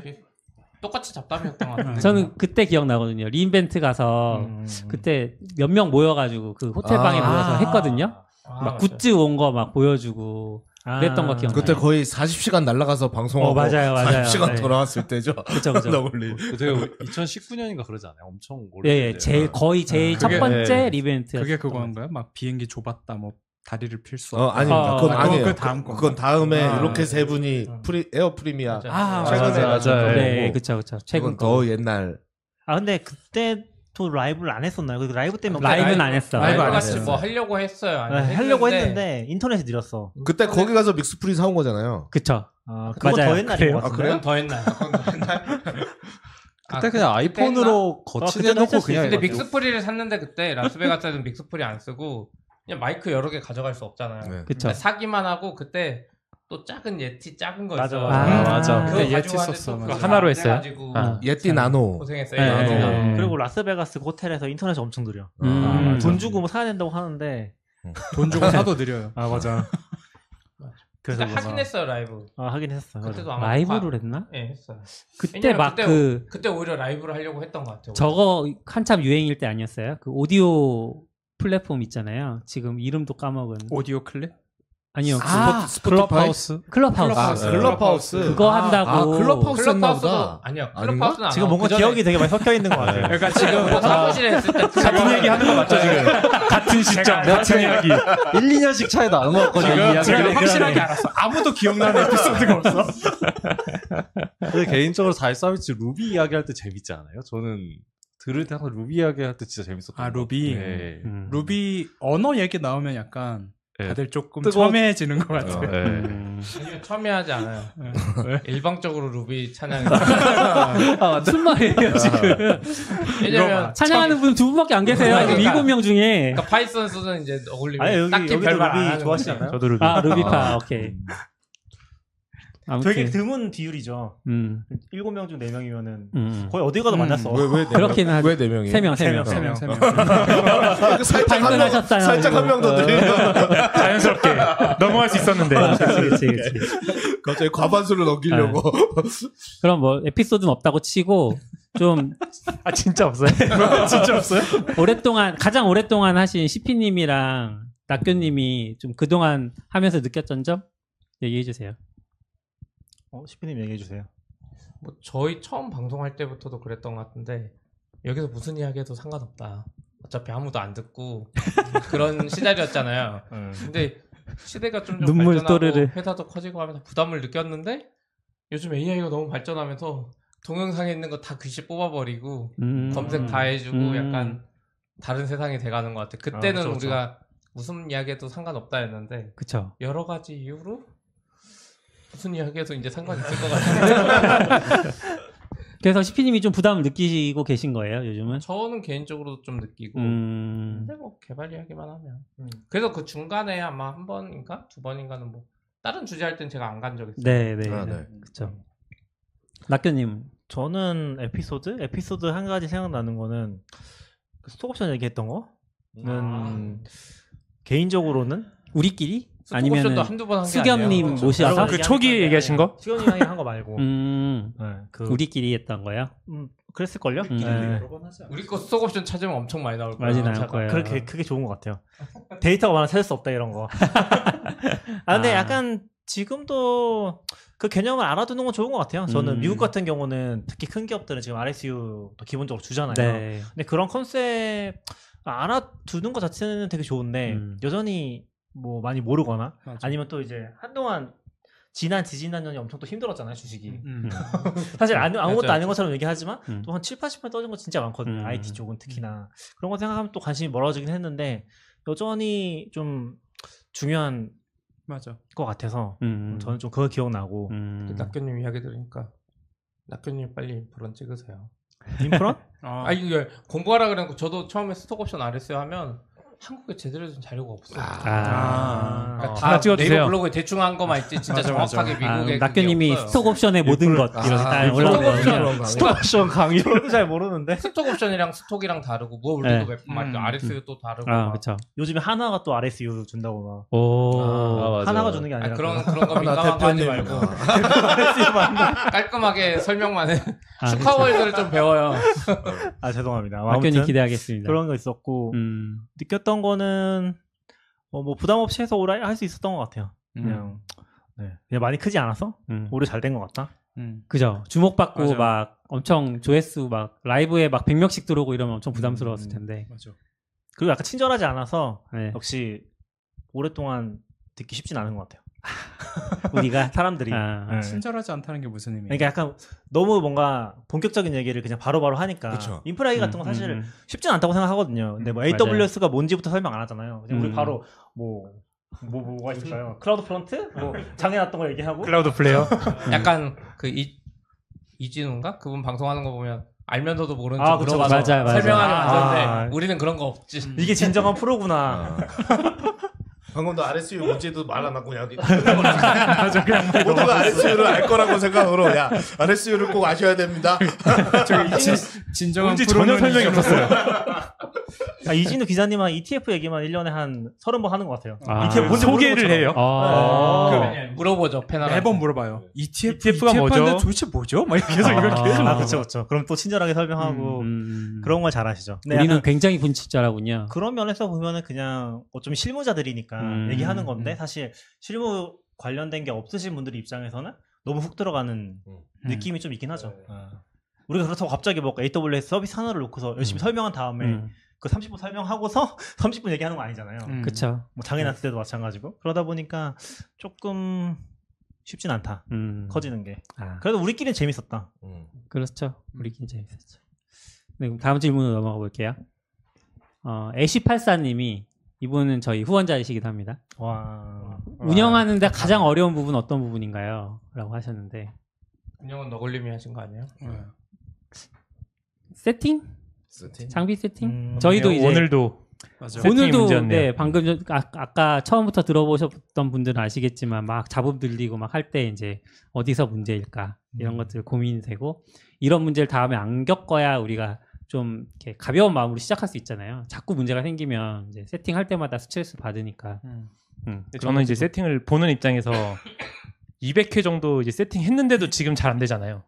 Speaker 4: 똑같이 잡담이었던
Speaker 7: 음.
Speaker 4: 것 같은데.
Speaker 3: 저는 그때 기억나거든요. 리인벤트 가서
Speaker 9: 음.
Speaker 3: 그때 몇 명 모여가지고 그 호텔 방에
Speaker 5: 아.
Speaker 3: 모여서 했거든요.
Speaker 4: 아,
Speaker 3: 막
Speaker 4: 맞아요.
Speaker 3: 굿즈 온 거 막 보여주고 그랬던 거 기억나요.
Speaker 5: 그때 거의 40시간 날아가서 방송하고
Speaker 3: 네. 어, 맞아요, 맞아요.
Speaker 5: 40시간
Speaker 3: 네.
Speaker 5: 돌아왔을 때죠.
Speaker 3: 그쵸 그쵸.
Speaker 5: 너블리.
Speaker 6: 되게 2019년인가 그러지 않아요? 엄청 오래.
Speaker 3: 예, 예, 제 거의 제
Speaker 8: 아,
Speaker 3: 첫
Speaker 8: 그게-
Speaker 3: 번째
Speaker 9: 예.
Speaker 3: 리벤트였어요.
Speaker 8: 그게 그거인가요? 막 비행기 좁았다, 뭐 다리를 필 수.
Speaker 5: 어,
Speaker 8: 없다.
Speaker 5: 아닙니다.
Speaker 3: 아,
Speaker 5: 그건
Speaker 3: 아,
Speaker 5: 아니에요.
Speaker 8: 그건 그 다음 거.
Speaker 5: 그건 다음에
Speaker 8: 아,
Speaker 5: 이렇게
Speaker 8: 네.
Speaker 5: 세 분이 프리, 에어 프리미아
Speaker 4: 맞아요.
Speaker 8: 아,
Speaker 5: 최근에
Speaker 9: 맞아요,
Speaker 5: 나왔던
Speaker 9: 맞아요.
Speaker 5: 거고.
Speaker 3: 음. 네, 그쵸 그쵸. 최근
Speaker 5: 그건
Speaker 3: 거.
Speaker 5: 더 옛날.
Speaker 7: 아 근데 그때도 라이브를 안 했었나요? 그 라이브 때문에
Speaker 3: 라이브는 안 했어.
Speaker 5: 라이브
Speaker 4: 라이브
Speaker 5: 안
Speaker 4: 같이
Speaker 5: 했어요.
Speaker 4: 뭐 하려고 했어요. 아니,
Speaker 7: 네, 하려고 했는데 인터넷이 느렸어.
Speaker 3: 네.
Speaker 5: 그때 거기 가서 믹스 프리 사온 거잖아요.
Speaker 3: 그쵸.
Speaker 7: 아, 그거
Speaker 3: 맞아요.
Speaker 7: 더 옛날인 것 같은데.
Speaker 4: 그건 더 아, 했나요?
Speaker 6: 그때 그냥 아이폰으로 거치대
Speaker 7: 그때도
Speaker 6: 놓고
Speaker 7: 했을 수
Speaker 6: 그냥
Speaker 4: 근데 믹스프리를 샀는데 그때 라스베가스에서는 믹스프리 안 쓰고 그냥 마이크 여러 개 가져갈 수 없잖아요.
Speaker 5: 네.
Speaker 3: 그쵸.
Speaker 4: 그러니까 사기만 하고 그때 또 작은 예티 작은 거
Speaker 7: 맞아,
Speaker 4: 있어요.
Speaker 7: 맞아.
Speaker 3: 아,
Speaker 9: 맞아.
Speaker 8: 그때
Speaker 4: 그거 가지고
Speaker 8: 예티
Speaker 4: 왔는데 또
Speaker 8: 썼어,
Speaker 4: 그거
Speaker 8: 맞아.
Speaker 9: 하나로
Speaker 4: 안
Speaker 9: 했어요?
Speaker 4: 돼가지고
Speaker 9: 아.
Speaker 5: 예띠 나노.
Speaker 4: 고생했어요.
Speaker 3: 네,
Speaker 4: 예티
Speaker 5: 네.
Speaker 4: 나노.
Speaker 7: 그리고 라스베가스 호텔에서 인터넷이 엄청 느려.
Speaker 3: 음.
Speaker 5: 아,
Speaker 7: 돈 주고 뭐 사야 된다고 하는데
Speaker 8: 돈 주고 사도 느려요.
Speaker 7: 아 맞아. 그래서
Speaker 4: 진짜 하긴
Speaker 7: 뭔가-
Speaker 4: 했어요 라이브.
Speaker 7: 아 하긴 했어. 맞아.
Speaker 4: 그때도 아마 화-
Speaker 3: 라이브를 했나?
Speaker 4: 예 했어요.
Speaker 3: 그때
Speaker 4: 왜냐면
Speaker 3: 막
Speaker 4: 그때
Speaker 3: 그
Speaker 4: 그때 오히려 라이브를 하려고 했던 것 같아요.
Speaker 3: 저거 한참 유행일 때 아니었어요? 그 오디오 플랫폼 있잖아요. 지금 이름도 까먹은.
Speaker 8: 오디오 클립?
Speaker 3: 아니요.
Speaker 5: 아, 스포티파이?
Speaker 8: 클럽하우스?
Speaker 3: 그 클럽하우스.
Speaker 5: 아, 클럽하우스.
Speaker 3: 그거 한다고.
Speaker 5: 아, 클럽하우스 했나
Speaker 4: 클럽하우스도
Speaker 5: 보다.
Speaker 4: 아니요.
Speaker 5: 아닌가?
Speaker 4: 클럽하우스는 안
Speaker 7: 지금
Speaker 4: 하고
Speaker 7: 뭔가
Speaker 4: 그 전에
Speaker 7: 기억이 되게 많이 섞여 있는 것 같아요.
Speaker 6: 그러니까 지금
Speaker 4: 사무실에 있을 때
Speaker 9: 같은 얘기 하는 거
Speaker 3: 네.
Speaker 9: 맞죠 지금? 같은 시점, 같은 이야기.
Speaker 6: 1, 2년씩 차이 나는 것 같거든요.
Speaker 8: 제가 확실하게 알았어. 아무도 기억나는 에피소드가 없어.
Speaker 6: 근데 개인적으로 다이 서비스 루비 이야기할 때 재밌지 않아요? 저는 들을 때 항상 루비 이야기할 때 진짜 재밌었던
Speaker 8: 아,
Speaker 6: 것
Speaker 8: 루비.
Speaker 6: 같아요.
Speaker 9: 네.
Speaker 6: 예.
Speaker 7: 음.
Speaker 8: 루비 언어 얘기 나오면 약간
Speaker 6: 예.
Speaker 8: 다들 조금
Speaker 6: 뜨거워-
Speaker 8: 첨예해지는 것 같아요.
Speaker 3: 네.
Speaker 6: 어, 예.
Speaker 4: 아니요, 첨예하지 않아요.
Speaker 7: 네.
Speaker 4: 네. 일방적으로 루비 찬양.
Speaker 3: 아, 무슨 말이에요, 지금.
Speaker 4: 왜냐면
Speaker 3: 찬양하는 분 두 분밖에 안 계세요.
Speaker 4: 아, 아니,
Speaker 3: 지금
Speaker 4: 그러니까.
Speaker 3: 일곱 명 중에.
Speaker 4: 그러니까 파이썬 쓰는 이제 어울리면
Speaker 7: 아니, 여기-
Speaker 4: 딱히
Speaker 7: 여기도
Speaker 4: 별말 안
Speaker 7: 루비
Speaker 4: 하는
Speaker 7: 좋아하시지
Speaker 4: 거지.
Speaker 7: 않아요?
Speaker 9: 저도 루비.
Speaker 3: 아, 루비파, 오케이. 아무튼.
Speaker 7: 되게 드문 비율이죠.
Speaker 3: 음,
Speaker 7: 7명 중 4명이면은
Speaker 3: 음.
Speaker 7: 거의 어디 가도 만났어.
Speaker 5: 왜왜
Speaker 3: 그렇긴 하죠.
Speaker 5: 왜네 명이?
Speaker 3: 세 명, 세 명.
Speaker 8: 세 명, 세 명.
Speaker 5: 살짝 한 명,
Speaker 3: 발끈하셨어요, 네.
Speaker 5: 살짝
Speaker 3: 지금.
Speaker 5: 한 명 더 늘리면
Speaker 9: 자연스럽게 넘어갈 수 있었는데.
Speaker 3: 그렇지, 그렇지.
Speaker 5: 갑자기 과반수를 넘기려고.
Speaker 3: 아, 그럼 뭐 에피소드는 없다고 치고 좀
Speaker 9: 아 진짜 없어요? 진짜 없어요?
Speaker 3: 오랫동안 가장 오랫동안 하신 시피님이랑 낙교님이 좀 그동안 하면서 느꼈던 점 얘기해 주세요.
Speaker 7: 어, 시피님 얘기해 주세요.
Speaker 4: 뭐 저희 처음 방송할 때부터도 그랬던 것 같은데 여기서 무슨 이야기해도 상관없다. 어차피 아무도 안 듣고 그런 시절이었잖아요.
Speaker 7: 네.
Speaker 4: 근데 시대가 좀더
Speaker 3: 눈물
Speaker 4: 발전하고
Speaker 3: 또르르.
Speaker 4: 회사도 커지고 하면서 부담을 느꼈는데 요즘 AI가 너무 발전하면서 동영상에 있는 거 다 글씨 뽑아버리고
Speaker 3: 음.
Speaker 4: 검색 다 해주고
Speaker 3: 음.
Speaker 4: 약간 다른 세상이 돼가는 것 같아. 그때는
Speaker 7: 그쵸, 그쵸.
Speaker 4: 우리가 무슨 이야기해도 상관없다 했는데
Speaker 3: 그쵸.
Speaker 4: 여러 가지 이유로 무슨 이야기해도 이제 상관 있을 것 같아요.
Speaker 3: 그래서 시피님이 좀 부담을 느끼고 계신 거예요 요즘은.
Speaker 4: 저는 개인적으로도 좀 느끼고
Speaker 3: 음.
Speaker 4: 근데 뭐 개발 이야기만 하면 그래서 그 중간에 아마 한 번인가 두 번인가는 뭐 다른 주제 할 땐 제가 안 간 적 있어요.
Speaker 3: 네, 네.
Speaker 5: 아,
Speaker 3: 네.
Speaker 5: 네.
Speaker 3: 그쵸. 낙교님.
Speaker 7: 저는 에피소드? 에피소드 한 가지 생각나는 거는 그 스톡옵션 얘기했던 거는
Speaker 4: 아.
Speaker 7: 개인적으로는
Speaker 3: 우리끼리?
Speaker 4: 아니면
Speaker 3: 아니면
Speaker 4: 한두 번 한 게 아니에요. 그렇죠.
Speaker 3: 수겸님 뭐 모셔서?
Speaker 9: 그 초기 얘기하신 거?
Speaker 7: 시간이랑 한거 말고
Speaker 3: 음.
Speaker 7: 네, 그
Speaker 3: 우리끼리 했던 거요?
Speaker 7: 음, 그랬을걸요?
Speaker 3: 음.
Speaker 7: 네.
Speaker 4: 우리 거 수속 옵션 찾으면 엄청 많이 나올 거예요.
Speaker 3: 많이 나올 거예요.
Speaker 7: 아, 그렇게 그게 좋은 것 같아요. 데이터가 많아 찾을 수 없다 이런 거. 아 근데
Speaker 3: 아.
Speaker 7: 약간 지금도 그 개념을 알아두는 건 좋은 것 같아요. 저는
Speaker 3: 음.
Speaker 7: 미국 같은 경우는 특히 큰 기업들은 지금 RSU 도 기본적으로 주잖아요.
Speaker 3: 네.
Speaker 7: 근데 그런 컨셉 알아두는 것 자체는 되게 좋은데
Speaker 3: 음.
Speaker 7: 여전히 뭐 많이 모르거나
Speaker 8: 맞아.
Speaker 7: 아니면또 이제 한동안 지난 지지난 년이 엄청 또 힘들었잖아요 주식이
Speaker 8: 음.
Speaker 7: 사실 아무, 아무것도
Speaker 4: 맞아요.
Speaker 7: 아닌 것처럼 얘기하지만
Speaker 3: 음.
Speaker 7: 또 한 7, 80% 떨어진 거 진짜 많거든요.
Speaker 3: 음.
Speaker 7: IT 쪽은 특히나. 그런 거 생각하면 또 관심이 멀어지긴 했는데 여전히 좀 중요한
Speaker 8: 맞아.
Speaker 7: 것 같아서
Speaker 3: 음.
Speaker 7: 저는 좀 그거 기억나고
Speaker 3: 음.
Speaker 4: 낙교님 이야기 들으니까 낙교님 빨리 불런 찍으세요.
Speaker 7: 인프런?
Speaker 8: 아,
Speaker 4: 아 이게 공부하라 그래놓고 저도 처음에 스톡 옵션 RSU 하면 한국에 제대로 된 자료가 없어요.
Speaker 3: 아.
Speaker 4: 그러니까
Speaker 7: 어.
Speaker 4: 다
Speaker 9: 하나 찍어주세요.
Speaker 4: 네이버 블로그에 대충 한 거만 있지 진짜
Speaker 8: 맞아, 맞아.
Speaker 4: 정확하게 미국에
Speaker 3: 아, 낙교님이 스톡 옵션의 모든 것 이런 딱 올라오거든요.
Speaker 9: 스톡션 강요.
Speaker 7: 저도 잘 모르는데
Speaker 4: 스톡 옵션이랑 스톡이랑 다르고 뭐
Speaker 3: 네.
Speaker 4: 올리고 몇번 말고
Speaker 8: 음.
Speaker 4: RSU 또 다르고
Speaker 3: 아,
Speaker 4: 막.
Speaker 3: 그렇죠.
Speaker 7: 요즘에 하나가 또 RSU 준다고
Speaker 3: 오.
Speaker 4: 아,
Speaker 7: 막 하나가 주는 게
Speaker 4: 아,
Speaker 7: 아니라
Speaker 4: 그런 그런 거
Speaker 5: 하나
Speaker 4: 민감한 거 하지
Speaker 5: 대표님.
Speaker 4: 말고
Speaker 7: RSU만
Speaker 4: 깔끔하게 설명만 해.
Speaker 3: 아,
Speaker 4: 축하
Speaker 3: 그렇죠.
Speaker 4: 월드를 좀 배워요.
Speaker 7: 아 죄송합니다.
Speaker 3: 낙교님
Speaker 7: 아무튼
Speaker 3: 기대하겠습니다.
Speaker 7: 그런 거 있었고
Speaker 3: 음.
Speaker 7: 느꼈던 거는 어, 뭐 부담 없이 해서 오라 할 수 있었던 것 같아요.
Speaker 8: 음.
Speaker 7: 그냥 네. 그냥 많이 크지 않아서
Speaker 3: 음.
Speaker 7: 오히려 잘 된 것 같다.
Speaker 8: 음.
Speaker 3: 그죠. 주목받고
Speaker 8: 맞아요.
Speaker 3: 막 엄청 조회수 막 라이브에 막 100명씩 들어오고 이러면 엄청 부담스러웠을
Speaker 8: 음.
Speaker 3: 텐데.
Speaker 8: 맞아.
Speaker 7: 그리고 약간 친절하지 않아서
Speaker 3: 네.
Speaker 7: 역시 오랫동안 듣기 쉽진 않은 것 같아요.
Speaker 3: 우리가
Speaker 7: 사람들이.
Speaker 3: 아,
Speaker 7: 네.
Speaker 8: 친절하지 않다는 게 무슨 의미예요?
Speaker 7: 그러니까 약간 너무 뭔가 본격적인 얘기를 그냥 바로바로 하니까
Speaker 5: 그쵸.
Speaker 7: 인프라 얘기 같은
Speaker 3: 음,
Speaker 7: 건 사실
Speaker 3: 음, 음.
Speaker 7: 쉽진 않다고 생각하거든요. 근데 뭐 AWS가 뭔지부터 설명 안 하잖아요. 그냥 우리
Speaker 3: 음.
Speaker 7: 바로 뭐, 뭐 뭐가 있을까요? 클라우드 프론트? 뭐 장애 났던 거 얘기하고
Speaker 3: 그
Speaker 9: 클라우드 플레이어.
Speaker 4: 약간 그 이, 이진우인가 그분 방송하는 거 보면 알면서도 모르는
Speaker 7: 아,
Speaker 4: 척
Speaker 7: 그쵸,
Speaker 4: 물어봐서
Speaker 3: 맞아요, 맞아요.
Speaker 4: 설명하는
Speaker 7: 아. 음.
Speaker 4: 완전데 우리는 그런 거 없지.
Speaker 7: 이게 진정한
Speaker 3: 어.
Speaker 7: 프로구나.
Speaker 9: 아.
Speaker 5: 방금도 RSU 문제도 말 안 하고 그냥 모두가 RSU를 알 거라고 생각으로 야 RSU를 꼭 어, 아셔야 됩니다.
Speaker 8: 진, 정한
Speaker 9: 뭔지 전혀 설명이 없었어요.
Speaker 7: 아, 이진우 기자님은 ETF 얘기만 1년에 한 30번 하는 것 같아요.
Speaker 9: 아,
Speaker 7: ETF 뭔지
Speaker 9: 소개를 해요.
Speaker 3: 아.
Speaker 7: 네.
Speaker 4: 아니, 아니, 어. 물어보죠 패널.
Speaker 8: 매번 물어봐요. E ETF,
Speaker 9: ETF가 뭐죠?
Speaker 8: 하는데 도대체 뭐죠? 막 이렇게 계속 이걸
Speaker 3: 아.
Speaker 8: 계속
Speaker 7: 아,
Speaker 8: 물어봐요.
Speaker 7: 그렇죠, 그렇죠. 그럼 또 친절하게 설명하고
Speaker 3: 음.
Speaker 7: 그런 걸 잘하시죠. 네,
Speaker 3: 우리는
Speaker 7: 약간
Speaker 3: 굉장히 분칠자라군요.
Speaker 7: 그런 면에서 보면은 그냥 어쩌면 실무자들이니까
Speaker 3: 음,
Speaker 7: 얘기하는 건데
Speaker 8: 음.
Speaker 7: 사실 실무 관련된 게 없으신 분들 입장에서는 너무 훅 들어가는 느낌이 좀 있긴 하죠. 아. 우리가 그렇다고 갑자기 뭐 AWS 서비스 하나를 놓고서
Speaker 3: 음.
Speaker 7: 열심히 설명한 다음에
Speaker 3: 음.
Speaker 7: 그 30분 설명하고서 30분 얘기하는 거 아니잖아요.
Speaker 8: 음.
Speaker 3: 그쵸.
Speaker 7: 뭐 장애 났을 때도 마찬가지고 그러다 보니까 조금 쉽진 않다
Speaker 3: 음.
Speaker 7: 커지는 게
Speaker 3: 아,
Speaker 7: 그래도 우리끼리는 재밌었다
Speaker 3: 그렇죠.
Speaker 7: 음.
Speaker 3: 우리 굉장히 재밌었죠. 네, 그럼 다음 질문으로 넘어가 볼게요. 어, 애쉬84님이 이분은 저희 후원자이시기도 합니다.
Speaker 7: 와
Speaker 3: 운영하는데 가장 어려운 부분 어떤 부분인가요? 라고 하셨는데
Speaker 4: 운영은 너굴님이 하신 거 아니에요?
Speaker 3: 세팅?
Speaker 5: 세팅?
Speaker 3: 장비 세팅?
Speaker 7: 음,
Speaker 3: 저희도 이제
Speaker 9: 네, 오늘도 세팅이
Speaker 3: 오늘도
Speaker 9: 그 문제였네요.
Speaker 3: 네 방금 전, 아, 아까 처음부터 들어보셨던 분들은 아시겠지만 막 잡음 들리고 막 할 때 이제 어디서 문제일까 이런 것들 고민이 되고 이런 문제를 다음에 안 겪어야 우리가 좀 이렇게 가벼운 마음으로 시작할 수 있잖아요. 자꾸 문제가 생기면 이제 세팅할 때마다 스트레스 받으니까. 음,
Speaker 9: 근데
Speaker 3: 그런
Speaker 9: 저는 이제
Speaker 3: 것들도-
Speaker 9: 세팅을 보는 입장에서 200회 정도 이제 세팅했는데도 지금 잘 안 되잖아요.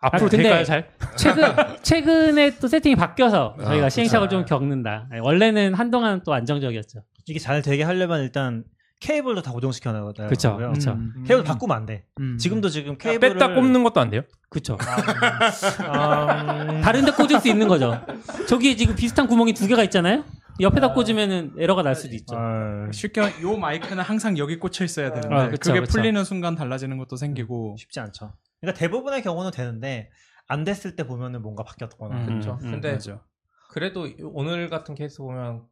Speaker 9: 앞으로
Speaker 3: 아, 근데-
Speaker 9: 될까요, 잘?
Speaker 3: 최근 최근에 또 세팅이 바뀌어서
Speaker 5: 아,
Speaker 3: 저희가
Speaker 5: 그쵸.
Speaker 3: 시행착오를 좀 겪는다. 아니, 원래는 한동안 또 안정적이었죠.
Speaker 7: 이게 잘 되게 하려면 일단 케이블도 다 고정시켜 놔야 돼요 음.
Speaker 3: 그쵸, 그쵸.
Speaker 7: 케이블 바꾸면 안돼 지금도 지금 케이블을
Speaker 9: 아, 뺐다 꼽는 것도 안 돼요?
Speaker 3: 그렇죠.
Speaker 7: 음,
Speaker 3: 다른 데 꽂을 수 있는 거죠. 저기 지금 비슷한 구멍이 두 개가 있잖아요. 옆에다 꽂으면은 에러가 날 수도 있죠.
Speaker 7: 아,
Speaker 8: 쉽게 말하면 요 마이크는 항상 여기 꽂혀 있어야 되는데
Speaker 3: 아, 그쵸,
Speaker 8: 그게
Speaker 3: 그쵸.
Speaker 8: 풀리는 순간 달라지는 것도 생기고
Speaker 7: 쉽지 않죠 그러니까 대부분의 경우는 되는데 안 됐을 때 보면은 뭔가 바뀌었거나
Speaker 8: 음.
Speaker 4: 그렇죠. 근데
Speaker 8: 맞아.
Speaker 4: 그래도 이- 오늘 같은 케이스 보면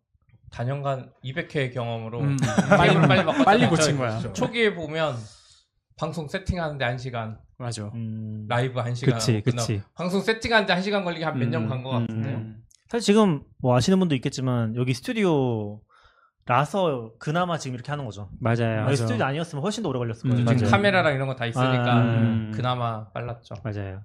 Speaker 4: 단연간 200회 경험으로
Speaker 8: 음.
Speaker 4: 빨리 빨리 바꿨잖아요.
Speaker 8: 빨리 고친 거야.
Speaker 4: 저희 초기에 보면 방송 세팅하는데 1시간,
Speaker 8: 맞아.
Speaker 7: 음,
Speaker 4: 라이브 1시간
Speaker 3: 그치, 그치.
Speaker 4: 방송 세팅하는데 1시간 걸리게 한 몇 년 간 것 같은데요.
Speaker 7: 사실 지금 뭐 아시는 분도 있겠지만 여기 스튜디오 라서 그나마 지금 이렇게 하는 거죠
Speaker 3: 네, 맞아요.
Speaker 7: 여기 스튜디오 아니었으면 훨씬 더 오래 걸렸을 거죠
Speaker 3: 음,
Speaker 4: 지금
Speaker 3: 맞아요.
Speaker 4: 카메라랑 이런 거 다 있으니까
Speaker 3: 아, 음.
Speaker 4: 그나마 빨랐죠.
Speaker 3: 맞아요.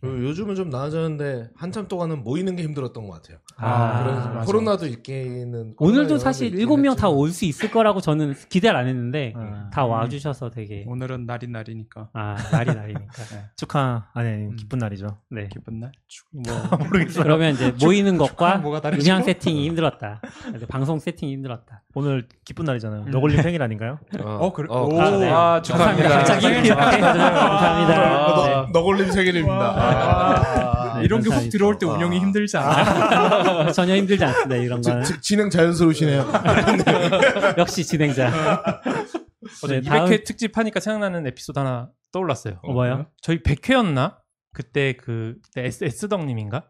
Speaker 5: 요즘은 좀 나아졌는데 한참 동안은 모이는 게 힘들었던 것 같아요.
Speaker 3: 아,
Speaker 5: 그런
Speaker 7: 맞아.
Speaker 5: 코로나도 있기는
Speaker 3: 오늘도
Speaker 5: 코로나
Speaker 3: 사실
Speaker 5: 영향도
Speaker 3: 일곱 명
Speaker 5: 있긴
Speaker 3: 다
Speaker 5: 했지만
Speaker 3: 올 수 있을 거라고 저는 기대를 안 했는데
Speaker 7: 아,
Speaker 3: 다 와주셔서 되게
Speaker 8: 오늘은 날이 날이니까
Speaker 3: 아 날이 날이니까.
Speaker 7: 축하 아니, 아니
Speaker 8: 음.
Speaker 7: 기쁜 날이죠
Speaker 3: 네.
Speaker 8: 기쁜 날. 축- 뭐.
Speaker 3: 그러면 이제 모이는 것과
Speaker 8: 뭐가 다르죠?
Speaker 3: 음향 세팅이 힘들었다. 이제 방송 세팅이 힘들었다.
Speaker 7: 오늘 기쁜 날이잖아요 너걸림 생일 아닌가요?
Speaker 8: 어 그래. 오.
Speaker 3: 아, 네.
Speaker 9: 아, 축하합니다.
Speaker 3: 갑자기 이렇게 감사합니다.
Speaker 5: 아, 너-
Speaker 3: 네.
Speaker 5: 너걸림 생일입니다. 아.
Speaker 3: 네,
Speaker 8: 이런 게 훅
Speaker 3: 감사합니다.
Speaker 8: 들어올 때 운영이 힘들지 않아?
Speaker 3: 전혀 힘들지 않습니다. 이런
Speaker 5: 지-
Speaker 3: 건
Speaker 5: 지- 진행 자연스러우시네요.
Speaker 3: 역시 진행자. 네,
Speaker 9: 200회
Speaker 3: 다음
Speaker 9: 특집 하니까 생각나는 에피소드 하나 떠올랐어요.
Speaker 3: 어, 뭐요?
Speaker 9: 저희 100회였나? 그때 그 그때 S S덕님인가?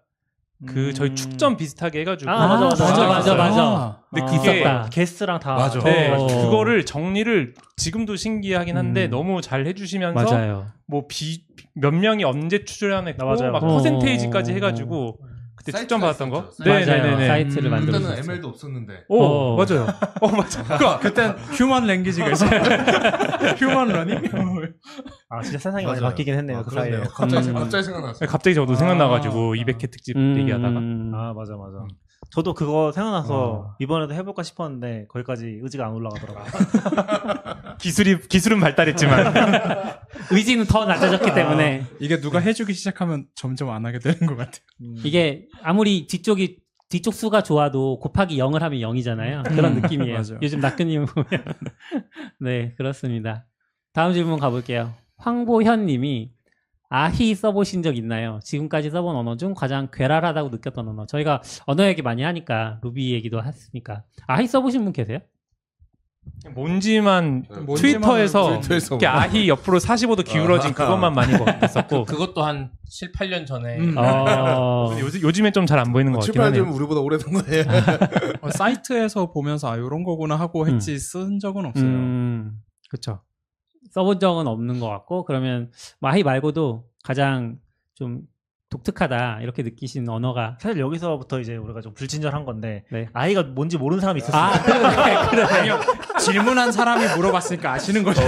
Speaker 9: 그
Speaker 3: 음.
Speaker 9: 저희 축전 비슷하게 해가지고
Speaker 7: 아, 맞아, 맞아, 맞아,
Speaker 3: 맞아, 맞아.
Speaker 9: 근데
Speaker 7: 아,
Speaker 9: 그게
Speaker 3: 있었다.
Speaker 7: 게스트랑 다
Speaker 5: 맞아.
Speaker 9: 네,
Speaker 3: 어.
Speaker 9: 그거를 정리를 지금도 신기하긴 한데
Speaker 3: 음.
Speaker 9: 너무 잘 해주시면서
Speaker 3: 맞아요.
Speaker 9: 뭐 비 몇 명이 언제 출연했고
Speaker 7: 아, 맞아요.
Speaker 9: 막
Speaker 3: 어.
Speaker 9: 퍼센테이지까지 해가지고 그때
Speaker 5: 사이트가
Speaker 9: 추천 받았던 거.
Speaker 5: 있었죠.
Speaker 9: 네, 네,
Speaker 3: 맞아요.
Speaker 9: 네, 네.
Speaker 5: 음,
Speaker 3: 사이트를 만들어.
Speaker 5: 그때는 ML도 없었는데.
Speaker 9: 오,
Speaker 3: 어.
Speaker 9: 맞아요. 어, 맞아. 그거
Speaker 8: 그땐 휴먼 랭귀지가 있어. 휴먼 러닝.
Speaker 7: 아 진짜 세상이 많이
Speaker 5: 맞아요.
Speaker 7: 바뀌긴 했네요
Speaker 5: 아,
Speaker 7: 그
Speaker 5: 그렇네요.
Speaker 7: 사이에
Speaker 5: 갑자기,
Speaker 3: 음.
Speaker 5: 갑자기 생각났어요.
Speaker 9: 네, 갑자기 저도
Speaker 7: 아.
Speaker 9: 생각나가지고 200회 특집 얘기하다가
Speaker 3: 음.
Speaker 7: 아 맞아 맞아 저도 그거 생각나서 이번에도 해볼까 싶었는데 거기까지 의지가 안 올라가더라고요
Speaker 9: 기술이 기술은 발달했지만
Speaker 3: 의지는 더 낮아졌기 때문에
Speaker 8: 이게 누가 해주기 시작하면 점점 안 하게 되는 것 같아.
Speaker 3: 음. 이게 아무리 뒤쪽이 뒤쪽 수가 좋아도 곱하기 0을 하면 0이잖아요. 그런
Speaker 8: 음,
Speaker 3: 느낌이에요.
Speaker 8: 맞아요.
Speaker 3: 요즘 낙근님 보면 네 그렇습니다. 다음 질문 가볼게요. 황보현님이 아히 써보신 적 있나요? 지금까지 써본 언어 중 가장 괴랄하다고 느꼈던 언어. 저희가 언어 얘기 많이 하니까 루비 얘기도 했으니까 아히 써보신 분 계세요?
Speaker 9: 뭔지만
Speaker 8: 뭔지만
Speaker 9: 트위터에서
Speaker 5: 트위터에서
Speaker 9: 이렇게 아히 옆으로 45도 기울어진
Speaker 5: 아하.
Speaker 9: 그것만 많이 봤었고
Speaker 4: 그것도 한 7, 8년 전에
Speaker 8: 음.
Speaker 3: 어...
Speaker 9: 요즘 요즘에 좀 잘 안 보이는 것 같긴 하네요.
Speaker 5: 출판되면 우리보다 오래된 거예요.
Speaker 8: 어, 사이트에서 보면서 아 이런 거구나 하고 했지 쓴 적은 없어요.
Speaker 3: 음, 그렇죠. 써본 적은 없는 것 같고 그러면 마히 말고도 가장 좀 독특하다 이렇게 느끼신 언어가
Speaker 7: 사실 여기서부터 이제 우리가 좀 불친절한 건데
Speaker 3: 네.
Speaker 7: 아이가 뭔지 모르는 사람이 있었어요
Speaker 3: 아,
Speaker 8: 아니요. 질문한 사람이 물어봤으니까 아시는 거죠.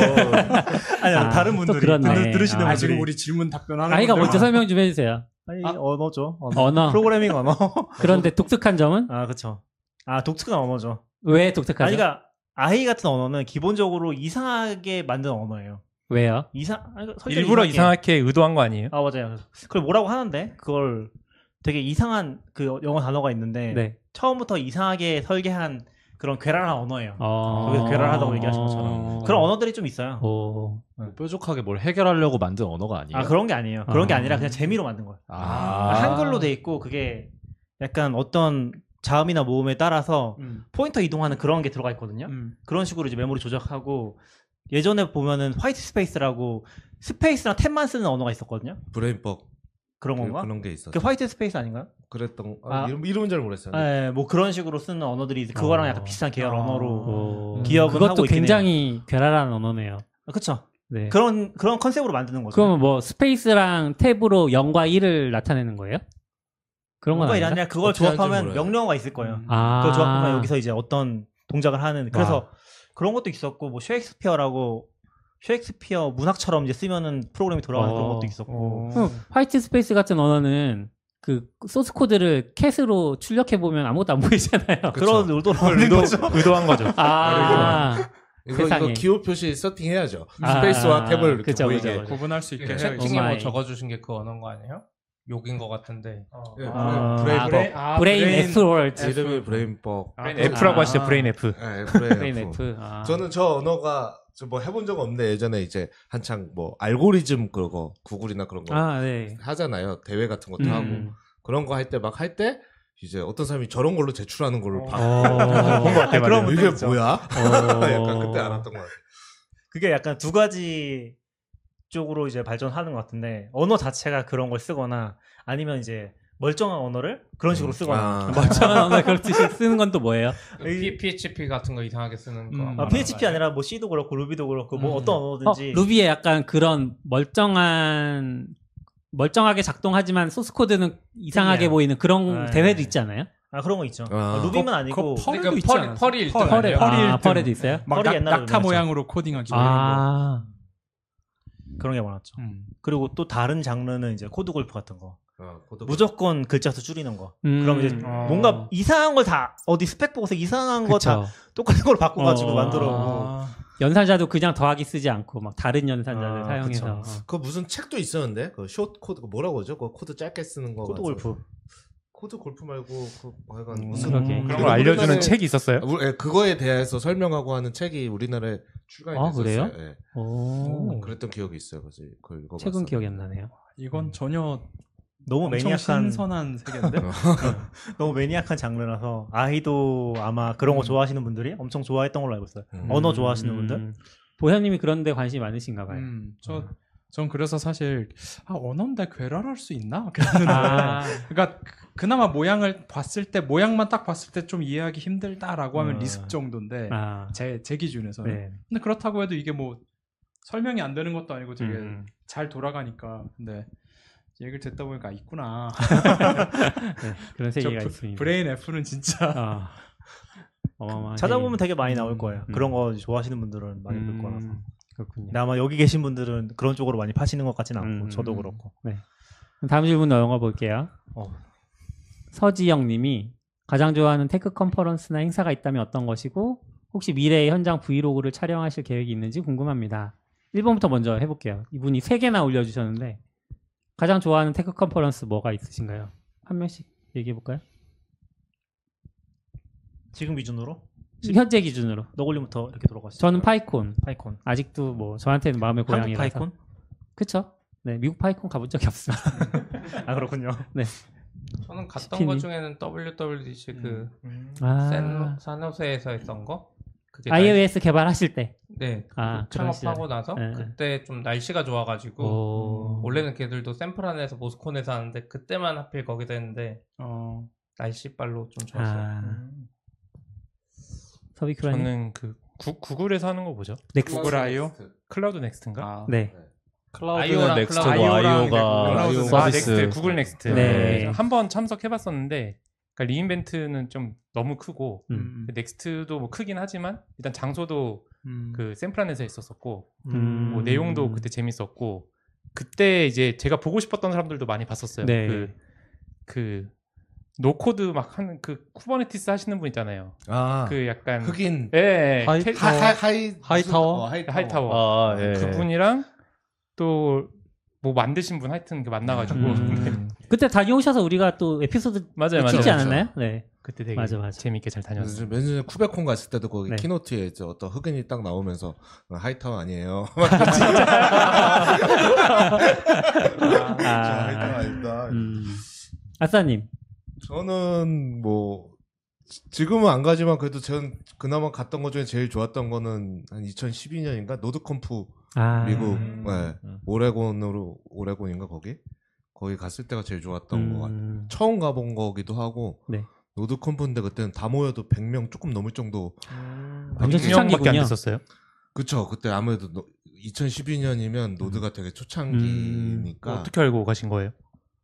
Speaker 7: 아니,
Speaker 3: 아,
Speaker 7: 다른
Speaker 3: 또
Speaker 7: 분들이
Speaker 3: 그렇네.
Speaker 7: 들으, 시는
Speaker 3: 아,
Speaker 8: 아,
Speaker 7: 분들이
Speaker 8: 지금 우리 질문 답변하는
Speaker 3: 아이가
Speaker 8: 건데.
Speaker 3: 먼저 설명 좀 해주세요.
Speaker 7: 아니
Speaker 3: 아.
Speaker 7: 언어죠. 언어.
Speaker 3: 언어.
Speaker 7: 프로그래밍 언어.
Speaker 3: 그런데 독특한 점은
Speaker 7: 아 그쵸. 아 독특한 언어죠.
Speaker 3: 왜
Speaker 7: 아니
Speaker 3: 독특하죠?
Speaker 7: 그러니까 아이 같은 언어는 기본적으로 이상하게 만든 언어예요.
Speaker 3: 왜요?
Speaker 7: 이상 아니, 설정이
Speaker 9: 일부러
Speaker 7: 이상해.
Speaker 9: 이상하게 의도한 거 아니에요?
Speaker 7: 아 맞아요. 그걸 뭐라고 하는데 그걸 되게 이상한 그 영어 단어가 있는데
Speaker 3: 네.
Speaker 7: 처음부터 이상하게 설계한 그런 괴랄한 언어예요.
Speaker 3: 어...
Speaker 7: 거기서 괴랄하다고 얘기하신 것처럼. 그런 언어들이 좀 있어요.
Speaker 3: 오.
Speaker 6: 뭐 뾰족하게 뭘 해결하려고 만든 언어가 아니에요.
Speaker 7: 아 그런 게 아니에요. 그런 게
Speaker 3: 아.
Speaker 7: 아니라 그냥 재미로 만든 거예요.
Speaker 6: 아.
Speaker 7: 한글로 돼 있고 그게 약간 어떤 자음이나 모음에 따라서 포인터 이동하는 그런 게 들어가 있거든요. 그런 식으로 이제 메모리 조작하고 예전에 보면은 화이트 스페이스라고 스페이스랑 탭만 쓰는 언어가 있었거든요.
Speaker 5: 브레인뻑
Speaker 7: 그런 건가?
Speaker 5: 그런 게 있었어.
Speaker 7: 그게 화이트 스페이스 아닌가?
Speaker 5: 그랬던 아,
Speaker 7: 아.
Speaker 5: 이름 이름은 잘 모르겠어요.
Speaker 7: 네, 뭐 그런 식으로 쓰는 언어들이 이제 그거랑
Speaker 3: 어.
Speaker 7: 약간 비슷한 계열 언어로.
Speaker 3: 오.
Speaker 7: 기억은
Speaker 3: 음. 그것도
Speaker 7: 하고 있긴
Speaker 3: 굉장히 괴랄한 언어네요.
Speaker 7: 아, 그쵸.
Speaker 3: 네.
Speaker 7: 그런 그런 컨셉으로 만드는 거죠.
Speaker 3: 그러면 뭐 스페이스랑 탭으로 0과 1을 나타내는 거예요? 그런 건
Speaker 7: 뭔가
Speaker 3: 아닌가?
Speaker 7: 이란 아니라 그걸
Speaker 5: 어떻게 하는지
Speaker 7: 조합하면
Speaker 5: 몰라요.
Speaker 7: 명령어가 있을
Speaker 8: 음.
Speaker 7: 거예요.
Speaker 3: 아.
Speaker 7: 그걸 조합하면 여기서 이제 어떤 동작을 하는 그래서 그런 것도 있었고 뭐 셰익스피어라고 셰익스피어 문학처럼 이제 쓰면은 프로그램이 돌아가는 그런
Speaker 3: 어.
Speaker 7: 것도 있었고
Speaker 3: 그럼 화이트 스페이스 같은 언어는 그 소스 코드를 캣으로 출력해 보면 아무것도 안 보이잖아요.
Speaker 7: 그런 의도로
Speaker 9: 그걸 의도, 의도한 거죠.
Speaker 3: 아,
Speaker 5: 이거, 이거
Speaker 3: 세상에.
Speaker 5: 기호 표시 세팅해야죠.
Speaker 3: 아,
Speaker 5: 스페이스와 탭을 이렇게
Speaker 3: 그쵸,
Speaker 5: 보이게.
Speaker 3: 그쵸, 그쵸.
Speaker 8: 구분할 수 있게 해야겠다.
Speaker 3: 오
Speaker 4: 채팅에 뭐
Speaker 3: 마이.
Speaker 4: 적어주신 게 그 언어인 거 아니에요? 욕인 거 같은데. 그
Speaker 5: 예,
Speaker 3: 아,
Speaker 5: 브레인-
Speaker 3: 아,
Speaker 5: 브레인뻑.
Speaker 9: 아,
Speaker 3: 브레인
Speaker 7: 네.
Speaker 5: 제
Speaker 3: F월드.
Speaker 5: 이름이 브레인뻑.
Speaker 9: 아, F라고
Speaker 3: 아.
Speaker 9: 하시죠. 브레인 F.
Speaker 5: 예,
Speaker 3: 브레인
Speaker 5: 브레인 F.
Speaker 3: F. 아.
Speaker 5: 저는 저 언어가 저뭐 해본 적 없는데 예전에 이제 한창 뭐 알고리즘 그거 구글이나 그런 거
Speaker 3: 아, 네.
Speaker 5: 하잖아요. 대회 같은 것도
Speaker 3: 음.
Speaker 5: 하고 그런 거 할 때 막 할 때 이제 어떤 사람이 저런 걸로 제출하는 걸로 봐.
Speaker 3: 어.
Speaker 9: 본것 같아요.
Speaker 5: 그럼
Speaker 9: 그럼
Speaker 5: 이게 뭐야? 약간
Speaker 3: 어.
Speaker 5: 그때 알았던 것 같아요.
Speaker 7: 그게 약간 두 가지 쪽으로 이제 발전하는 것 같은데 언어 자체가 그런 걸 쓰거나 아니면 이제 멀쩡한 언어를 그런 식으로 쓰거나
Speaker 5: 아.
Speaker 3: 멀쩡한 언어 그럴 듯이 쓰는 건 또 뭐예요? 어,
Speaker 4: P- PHP 같은 거 이상하게 쓰는 거.
Speaker 9: 음.
Speaker 4: 말하는
Speaker 7: 아, PHP
Speaker 4: 거
Speaker 7: 아니라 뭐 C도 그렇고 루비도 그렇고 뭐
Speaker 4: 음.
Speaker 7: 어떤
Speaker 3: 어,
Speaker 7: 언어든지
Speaker 3: 루비에 약간 그런 멀쩡한 멀쩡하게 작동하지만 소스 코드는 이상하게
Speaker 7: 특이한.
Speaker 3: 보이는 그런
Speaker 7: 네.
Speaker 3: 대회도 있잖아요.
Speaker 7: 아 그런 거 있죠.
Speaker 5: 아.
Speaker 7: 아, 루비만 아니고
Speaker 8: 그거
Speaker 4: 아니에요?
Speaker 8: 펄도 있지
Speaker 4: 그러니까
Speaker 8: 않았어요?
Speaker 4: 펄이 일등
Speaker 8: 펄.
Speaker 4: 아니에요?
Speaker 8: 펄이
Speaker 3: 아,
Speaker 8: 일등.
Speaker 3: 펄에도 있어요?
Speaker 8: 막
Speaker 7: 펄이
Speaker 8: 낙,
Speaker 7: 옛날에
Speaker 8: 낙타
Speaker 7: 유명했죠.
Speaker 8: 모양으로 코딩하기 뭐
Speaker 3: 아,
Speaker 7: 그런 게 많았죠.
Speaker 8: 이런 거. 음.
Speaker 7: 그리고 또 다른 장르는 이제 코드 골프 같은 거.
Speaker 5: 어, 그것도
Speaker 7: 무조건 글자 수 줄이는 거.
Speaker 3: 음.
Speaker 7: 그럼 이제
Speaker 9: 어.
Speaker 7: 뭔가 이상한 걸 다 어디 스펙 보고서 이상한 거 다
Speaker 3: 그쵸.
Speaker 7: 똑같은 걸 바꿔가지고
Speaker 3: 어.
Speaker 7: 만들어. 아,
Speaker 3: 연산자도 그냥 더하기 쓰지 않고 막 다른 연산자를
Speaker 7: 아,
Speaker 3: 사용해서
Speaker 5: 그 무슨 책도 있었는데 그 숏 코드 뭐라고 그러죠? 그 코드 짧게 쓰는 거.
Speaker 7: 코드
Speaker 5: 가지고.
Speaker 7: 골프.
Speaker 5: 코드 골프 말고 그 뭐가
Speaker 3: 무슨 어, 그러게.
Speaker 9: 그런 걸 알려주는 음. 책이 있었어요.
Speaker 5: 예, 그거에 대해서 설명하고 하는 책이 우리나라에 출간이
Speaker 3: 아,
Speaker 5: 됐었어요.
Speaker 3: 그래요?
Speaker 5: 예.
Speaker 3: 오,
Speaker 5: 그랬던 기억이 있어요. 그래서 그걸 읽어봤어요.
Speaker 3: 최근 기억이 안 나네요.
Speaker 8: 이건 전혀
Speaker 7: 너무
Speaker 8: 엄청
Speaker 7: 매니악한 네.
Speaker 8: 신선한 세계인데.
Speaker 7: 너무 매니악한 장르라서 아이도 아마 그런 거 좋아하시는 분들이 엄청 좋아했던 걸로 알고 있어요.
Speaker 5: 음.
Speaker 7: 언어 좋아하시는 분들.
Speaker 3: 음. 보현님이 그런데 관심이 많으신가 봐요.
Speaker 8: 음, 저, 전 그래서 사실 아, 언어인데 괴랄할 수 있나? 그랬는데
Speaker 3: 아,
Speaker 8: 그러니까 그- 그나마 모양을 봤을 때 모양만 딱 봤을 때 좀 이해하기 힘들다라고 하면
Speaker 7: 음.
Speaker 8: 리스크 정도인데
Speaker 3: 아,
Speaker 8: 제, 제 기준에서는
Speaker 3: 네.
Speaker 8: 근데 그렇다고 해도 이게 뭐 설명이 안 되는 것도 아니고 되게
Speaker 3: 음.
Speaker 8: 잘 돌아가니까 근데 얘기를 듣다 보니까 아, 있구나
Speaker 3: 네, 그런
Speaker 8: 저
Speaker 3: 세계가
Speaker 8: 브-
Speaker 3: 있습니다.
Speaker 8: 브레인 F는 진짜
Speaker 3: 아, 어마어마한
Speaker 7: 찾아보면
Speaker 3: 세계.
Speaker 7: 되게 많이 나올 거예요.
Speaker 3: 음.
Speaker 7: 그런 거 좋아하시는 분들은 많이 볼
Speaker 3: 음,
Speaker 7: 거라서.
Speaker 3: 그렇군요.
Speaker 7: 근데 아마 여기 계신 분들은 그런 쪽으로 많이 파시는 것 같진 않고
Speaker 3: 음.
Speaker 7: 저도 그렇고.
Speaker 3: 그럼 다음 질문 넘어가 볼게요.
Speaker 7: 어.
Speaker 3: 서지영님이 가장 좋아하는 테크 컨퍼런스나 행사가 있다면 어떤 것이고 혹시 미래의 현장 브이로그를 촬영하실 계획이 있는지 궁금합니다. 1번부터 먼저 해볼게요. 이분이 3개나 올려주셨는데 가장 좋아하는 테크 컨퍼런스 뭐가 있으신가요? 한 명씩 얘기해볼까요?
Speaker 7: 지금 기준으로
Speaker 3: 지금 현재 기준으로
Speaker 7: 너굴림부터 이렇게 돌아가시죠.
Speaker 3: 저는 파이콘
Speaker 7: 파이콘.
Speaker 3: 아직도 뭐 저한테는 마음의
Speaker 7: 한국
Speaker 3: 고향이라서
Speaker 7: 파이콘?
Speaker 3: 그쵸? 네 미국 파이콘 가본 적이 없습니다.
Speaker 7: 아 그렇군요.
Speaker 4: 저는 갔던
Speaker 3: 치킨이.
Speaker 4: 것 중에는 WWDC 그
Speaker 3: 아,
Speaker 4: 샌, 산호세에서 했던 거. 그게 날씨-
Speaker 3: iOS 개발하실 때
Speaker 4: 네.
Speaker 3: 아,
Speaker 4: 그
Speaker 3: 그런 시절.
Speaker 4: 창업하고 나서
Speaker 3: 예, 예.
Speaker 4: 그때 좀 날씨가 좋아가지고
Speaker 3: 오.
Speaker 4: 원래는 걔들도 샘플 안에서 모스콘에서 하는데 그때만 하필 거기서 했는데
Speaker 8: 어,
Speaker 4: 날씨빨로 좀 좋았어요. 음.
Speaker 3: 아. 서비크라님
Speaker 9: 저는 그 구, 구글에서 하는 거 보죠.
Speaker 3: 넥슨
Speaker 9: 구글 아이오? 클라우드 넥스트인가?
Speaker 8: 아,
Speaker 3: 네.
Speaker 4: 아이오랑
Speaker 6: 클라우드는 넥스트고
Speaker 4: 클라우드.
Speaker 6: 아이오가
Speaker 8: 아이오랑
Speaker 6: 아이오
Speaker 8: 넥스트.
Speaker 9: 아,
Speaker 6: 서비스.
Speaker 9: 넥스트, 구글 넥스트.
Speaker 3: 네.
Speaker 9: 한번 참석해봤었는데, 그러니까 리인벤트는 좀 너무 크고,
Speaker 3: 음.
Speaker 9: 넥스트도 뭐 크긴 하지만, 일단 장소도
Speaker 8: 음.
Speaker 9: 그 샌프란에서 있었었고,
Speaker 3: 음.
Speaker 9: 뭐 내용도 그때 재밌었고, 그때 이제 제가 보고 싶었던 사람들도 많이 봤었어요.
Speaker 3: 네.
Speaker 9: 그, 그 노코드 막 하는 그 쿠버네티스 하시는 분 있잖아요.
Speaker 6: 아,
Speaker 9: 그 약간
Speaker 5: 흑인
Speaker 9: 예, 예.
Speaker 6: 하이-
Speaker 9: 캐-
Speaker 5: 하, 하, 하이
Speaker 6: 하이타워?
Speaker 5: 어, 하이타워.
Speaker 9: 하이타워
Speaker 6: 아, 예.
Speaker 9: 그분이랑 또 뭐 만드신 분 하여튼 그 만나가지고
Speaker 3: 음. 그때 다녀오셔서 우리가 또 에피소드
Speaker 9: 맞아요 맞아요 그렇죠.
Speaker 3: 찍지 않았나요? 네.
Speaker 9: 그때 되게
Speaker 3: 맞아, 맞아.
Speaker 9: 재밌게 잘
Speaker 5: 그래서
Speaker 7: 음.
Speaker 9: 다녔어요.
Speaker 5: 좀 며칠 전에 쿠베콘 갔을 때도 거기
Speaker 3: 네.
Speaker 5: 키노트에 이제 어떤 흑인이 딱 나오면서 어, 하이타워 아니에요. 아, 하이타워
Speaker 3: 아,
Speaker 5: 아니다.
Speaker 3: 음. 아싸님.
Speaker 5: 저는 뭐 지- 지금은 안 가지만 그래도 전 그나마 갔던 것 중에 제일 좋았던 거는 한 2012년인가 노드컴프
Speaker 3: 아,
Speaker 5: 미국
Speaker 9: 음.
Speaker 5: 예, 오레곤으로 오레곤인가 거기 거기 갔을 때가 제일 좋았던
Speaker 3: 음.
Speaker 5: 것 같아요. 처음 가본 거기도 하고
Speaker 3: 네.
Speaker 5: 노드컴프인데 그때는 다 모여도 100명 조금 넘을 정도
Speaker 3: 음. 완전
Speaker 9: 명밖에 안
Speaker 3: 초창기군요.
Speaker 9: 됐었어요.
Speaker 5: 그쵸 그때 아무래도 2012년이면 노드가 되게 초창기니까
Speaker 9: 음. 어떻게 알고 가신 거예요?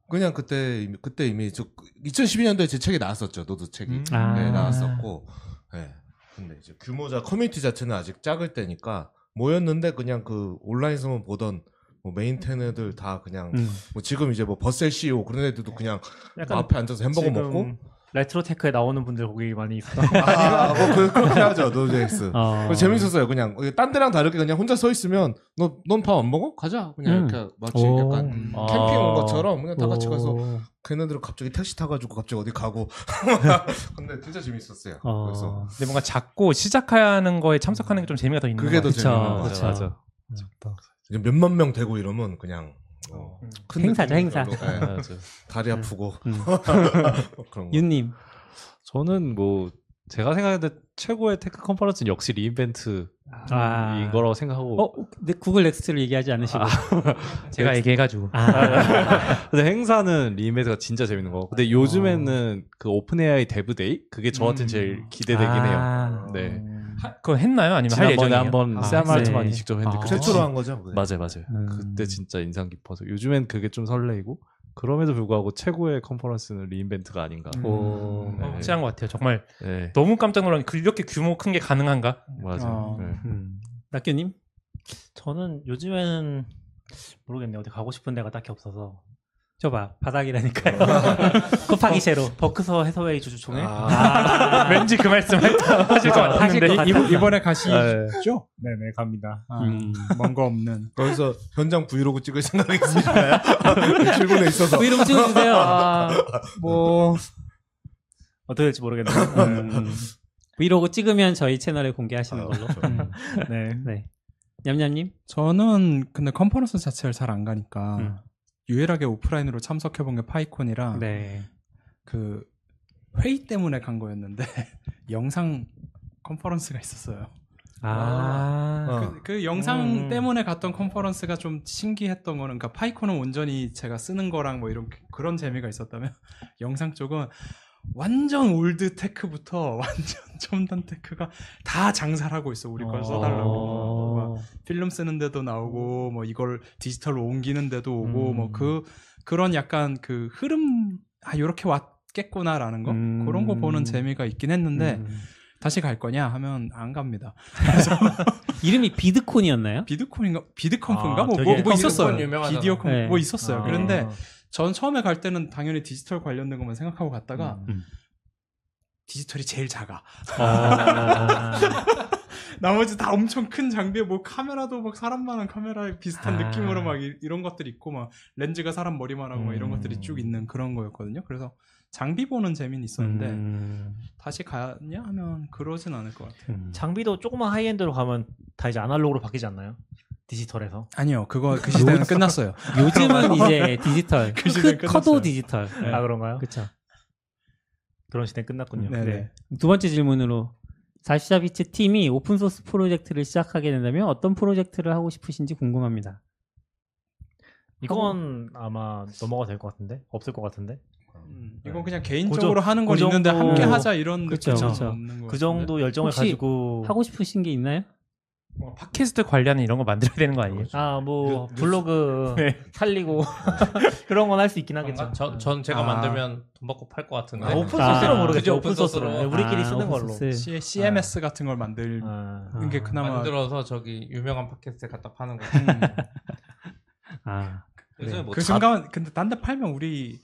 Speaker 5: 그냥 그때 이미- 그때 이미 저 2012년도에 제 책이 나왔었죠 노드 책이
Speaker 9: 음.
Speaker 3: 아.
Speaker 5: 네, 나왔었고 예. 근데 이제 규모자 커뮤니티 자체는 아직 작을 때니까 모였는데 그냥 그 온라인에서만 보던 뭐 메인텐 애들 다 그냥
Speaker 3: 음.
Speaker 5: 뭐 지금 이제 뭐 버셀 CEO 그런 애들도 그냥
Speaker 7: 약간
Speaker 5: 뭐 앞에 앉아서 햄버거 먹고
Speaker 7: 레트로 테크에 나오는 분들 거기 많이 있어.
Speaker 5: 아, 뭐 그, 그렇게 하죠 노드엑스
Speaker 3: 어.
Speaker 5: 그거 재밌었어요 그냥 어, 딴 데랑 다르게 그냥 혼자 서 있으면 너넌밥안 먹어? 가자 그냥
Speaker 3: 음. 아. 어.
Speaker 5: 이렇게 마치
Speaker 3: 오.
Speaker 5: 약간 캠핑 온 것처럼 그냥 다 같이 가서
Speaker 3: 오.
Speaker 5: 걔네들은 갑자기 택시 타가지고 갑자기 어디 가고 근데 진짜 재밌었어요
Speaker 3: 어.
Speaker 5: 그래서
Speaker 9: 근데 뭔가 작고 시작하는 거에 참석하는 게 좀 재미가 더 있는
Speaker 5: 그게
Speaker 9: 것
Speaker 5: 더
Speaker 9: 같아요.
Speaker 5: 재밌는 거
Speaker 3: 그쵸,
Speaker 5: 같아요
Speaker 3: 그쵸.
Speaker 5: 이제 몇만 명 되고 이러면 그냥 어,
Speaker 9: 음.
Speaker 5: 큰
Speaker 3: 행사죠,
Speaker 5: 느낌으로,
Speaker 3: 행사.
Speaker 5: 예,
Speaker 6: 맞아.
Speaker 5: 다리 아프고 뭐
Speaker 3: 음.
Speaker 5: 그런 거
Speaker 3: 윤님.
Speaker 6: 저는 뭐 제가 생각했는데 최고의 테크 컨퍼런스는 역시 리인벤트인
Speaker 3: 아.
Speaker 6: 거라고 생각하고
Speaker 3: 어, 근데 구글 넥스트를 얘기하지 않으시고.
Speaker 9: 제가 얘기해가지고
Speaker 7: 아.
Speaker 6: 근데 행사는 리인벤트가 진짜 재밌는 거 같고 근데 요즘에는 그 오픈 AI 데브데이 그게 저한테
Speaker 9: 음.
Speaker 6: 는 제일 기대되긴 해요
Speaker 3: 아.
Speaker 6: 네
Speaker 9: 하- 그거 했나요? 아니면 할
Speaker 6: 지난번에
Speaker 9: 예정이에요?
Speaker 6: 한번
Speaker 3: 아,
Speaker 6: 샘 알트만이
Speaker 3: 네.
Speaker 6: 직접 했는데
Speaker 3: 아.
Speaker 6: 그때
Speaker 5: 최초로 한 거죠 그게?
Speaker 6: 맞아요, 맞아요.
Speaker 3: 음.
Speaker 6: 그때 진짜 인상 깊어서 요즘엔 그게 좀 설레이고 그럼에도 불구하고 최고의 컨퍼런스는 리인벤트가 아닌가.
Speaker 3: 음.
Speaker 8: 음.
Speaker 3: 오.
Speaker 6: 네.
Speaker 9: 어, 확실한 것 같아요. 정말
Speaker 6: 네,
Speaker 9: 너무 깜짝 놀란 게 이렇게 규모 큰 게 가능한가?
Speaker 6: 맞아요.
Speaker 7: 어.
Speaker 6: 네.
Speaker 3: 음. 낙규님.
Speaker 7: 저는 요즘에는 모르겠네요. 어디 가고 싶은 데가 딱히 없어서
Speaker 3: 줘봐. 바닥이라니까요. 곱하기 제로.
Speaker 7: 버크서 해서웨이 주주 총회.
Speaker 3: 네? 아.
Speaker 9: 왠지 그 말씀 하실 것
Speaker 3: 하실 것
Speaker 9: 같은데
Speaker 3: 같아요.
Speaker 8: 이, 번에 가시죠?
Speaker 6: 네.
Speaker 8: 네네 갑니다. 아,
Speaker 3: 음.
Speaker 8: 먼 거 없는.
Speaker 5: 거기서 현장 브이로그 찍을 생각 있으신가요? 출근에 있어서
Speaker 3: 브이로그 찍어주세요. 아.
Speaker 8: 뭐
Speaker 7: 어떻게 될지 모르겠네요.
Speaker 3: 음. 브이로그 찍으면 저희 채널에 공개하시는
Speaker 5: 아.
Speaker 3: 걸로.
Speaker 5: 그렇죠.
Speaker 3: 음.
Speaker 8: 네.
Speaker 3: 네. 냠냠님.
Speaker 8: 저는 근데 컨퍼런스 자체를 잘 안 가니까
Speaker 3: 음.
Speaker 8: 유일하게 오프라인으로 참석해 본 게 파이콘이라
Speaker 3: 네.
Speaker 8: 그 회의 때문에 간 거였는데 영상 컨퍼런스가 있었어요.
Speaker 3: 아.
Speaker 5: 어.
Speaker 8: 그, 그 영상
Speaker 9: 음.
Speaker 8: 때문에 갔던 컨퍼런스가 좀 신기했던 거는 그러니까 파이콘은 온전히 제가 쓰는 거랑 뭐 이런 그런 재미가 있었다면 영상 쪽은 완전 올드 테크부터 완전 첨단 테크가 다 장사를 하고 있어 우리 걸
Speaker 3: 어.
Speaker 8: 써달라고 막 필름 쓰는데도 나오고 뭐 이걸 디지털로 옮기는데도 오고
Speaker 3: 음.
Speaker 8: 뭐 그 그런 약간 그 흐름 아 이렇게 왔겠구나라는 거
Speaker 3: 음.
Speaker 8: 그런 거 보는 재미가 있긴 했는데
Speaker 3: 음.
Speaker 8: 다시 갈 거냐 하면 안 갑니다.
Speaker 3: 이름이 비드콘이었나요?
Speaker 8: 비드콘인가 비드컴프인가
Speaker 9: 아,
Speaker 8: 뭐,
Speaker 9: 되게
Speaker 8: 뭐, 뭐 있었어요.
Speaker 4: 비드콘 유명하잖아.
Speaker 8: 비디오 컴프
Speaker 3: 네.
Speaker 8: 뭐 있었어요.
Speaker 9: 아.
Speaker 8: 그런데 전 처음에 갈 때는 당연히 디지털 관련된 것만 생각하고 갔다가
Speaker 3: 음.
Speaker 8: 디지털이 제일 작아.
Speaker 3: 아.
Speaker 8: 나머지 다 엄청 큰 장비에 뭐 카메라도 막 사람만한 카메라 비슷한
Speaker 3: 아.
Speaker 8: 느낌으로 막 이, 런 것들이 있고 막 렌즈가 사람 머리만하고 막 이런
Speaker 3: 음.
Speaker 8: 것들이 쭉 있는 그런 거였거든요. 그래서 장비 보는 재미는 있었는데
Speaker 3: 음.
Speaker 8: 다시 가냐 하면 그러진 않을 것 같아요.
Speaker 7: 장비도 조그만 하이엔드로 가면 다 이제 아날로그로 바뀌지 않나요? 디지털에서.
Speaker 8: 아니요, 그거 그 시대는 끝났어요.
Speaker 3: 요즘은 이제 디지털.
Speaker 8: 그 시대는
Speaker 3: 크- 커도
Speaker 8: 끝났어요.
Speaker 3: 디지털. 네.
Speaker 7: 아 그런가요?
Speaker 3: 그쵸.
Speaker 7: 그런 시대 끝났군요.
Speaker 8: 네네.
Speaker 7: 네.
Speaker 3: 두 번째 질문으로 44비치 팀이 오픈소스 프로젝트를 시작하게 된다면 어떤 프로젝트를 하고 싶으신지 궁금합니다.
Speaker 7: 이건 아마 넘어가 될 것 같은데 없을 것 같은데
Speaker 8: 음,
Speaker 7: 네.
Speaker 8: 이건 그냥 개인적으로 하는
Speaker 7: 그
Speaker 8: 건
Speaker 7: 정도-
Speaker 8: 있는데 함께 하자 이런
Speaker 3: 그쵸,
Speaker 8: 느낌은
Speaker 3: 그쵸.
Speaker 8: 없는 거
Speaker 7: 그 정도 열정을
Speaker 3: 혹시
Speaker 7: 가지고
Speaker 3: 하고 싶으신 게 있나요?
Speaker 9: 뭐 팟캐스트 관련 이런 거 만들어야 되는 거 아니에요?
Speaker 3: 음.
Speaker 7: 아 뭐 블로그
Speaker 3: 네.
Speaker 7: 살리고 그런 건 할 수 있긴 하겠죠.
Speaker 4: 뭔가 전, 전 제가
Speaker 8: 아.
Speaker 4: 만들면 돈 받고 팔 것 같은데.
Speaker 7: 아,
Speaker 3: 아,
Speaker 7: 오픈소스로 모르겠죠.
Speaker 4: 그죠,
Speaker 7: 오픈소스로
Speaker 4: 오픈소스로.
Speaker 7: 네, 우리끼리
Speaker 3: 아,
Speaker 7: 쓰는 걸로.
Speaker 3: 오픈소스.
Speaker 8: C, CMS 같은 걸 만들
Speaker 7: 아,
Speaker 8: 이게 그나마 음.
Speaker 4: 만들어서 저기 유명한 팟캐스트에 갖다 파는 거.
Speaker 3: 아.
Speaker 6: 요즘에 뭐
Speaker 8: 그
Speaker 6: 다-
Speaker 8: 순간 근데 딴 데 팔면 우리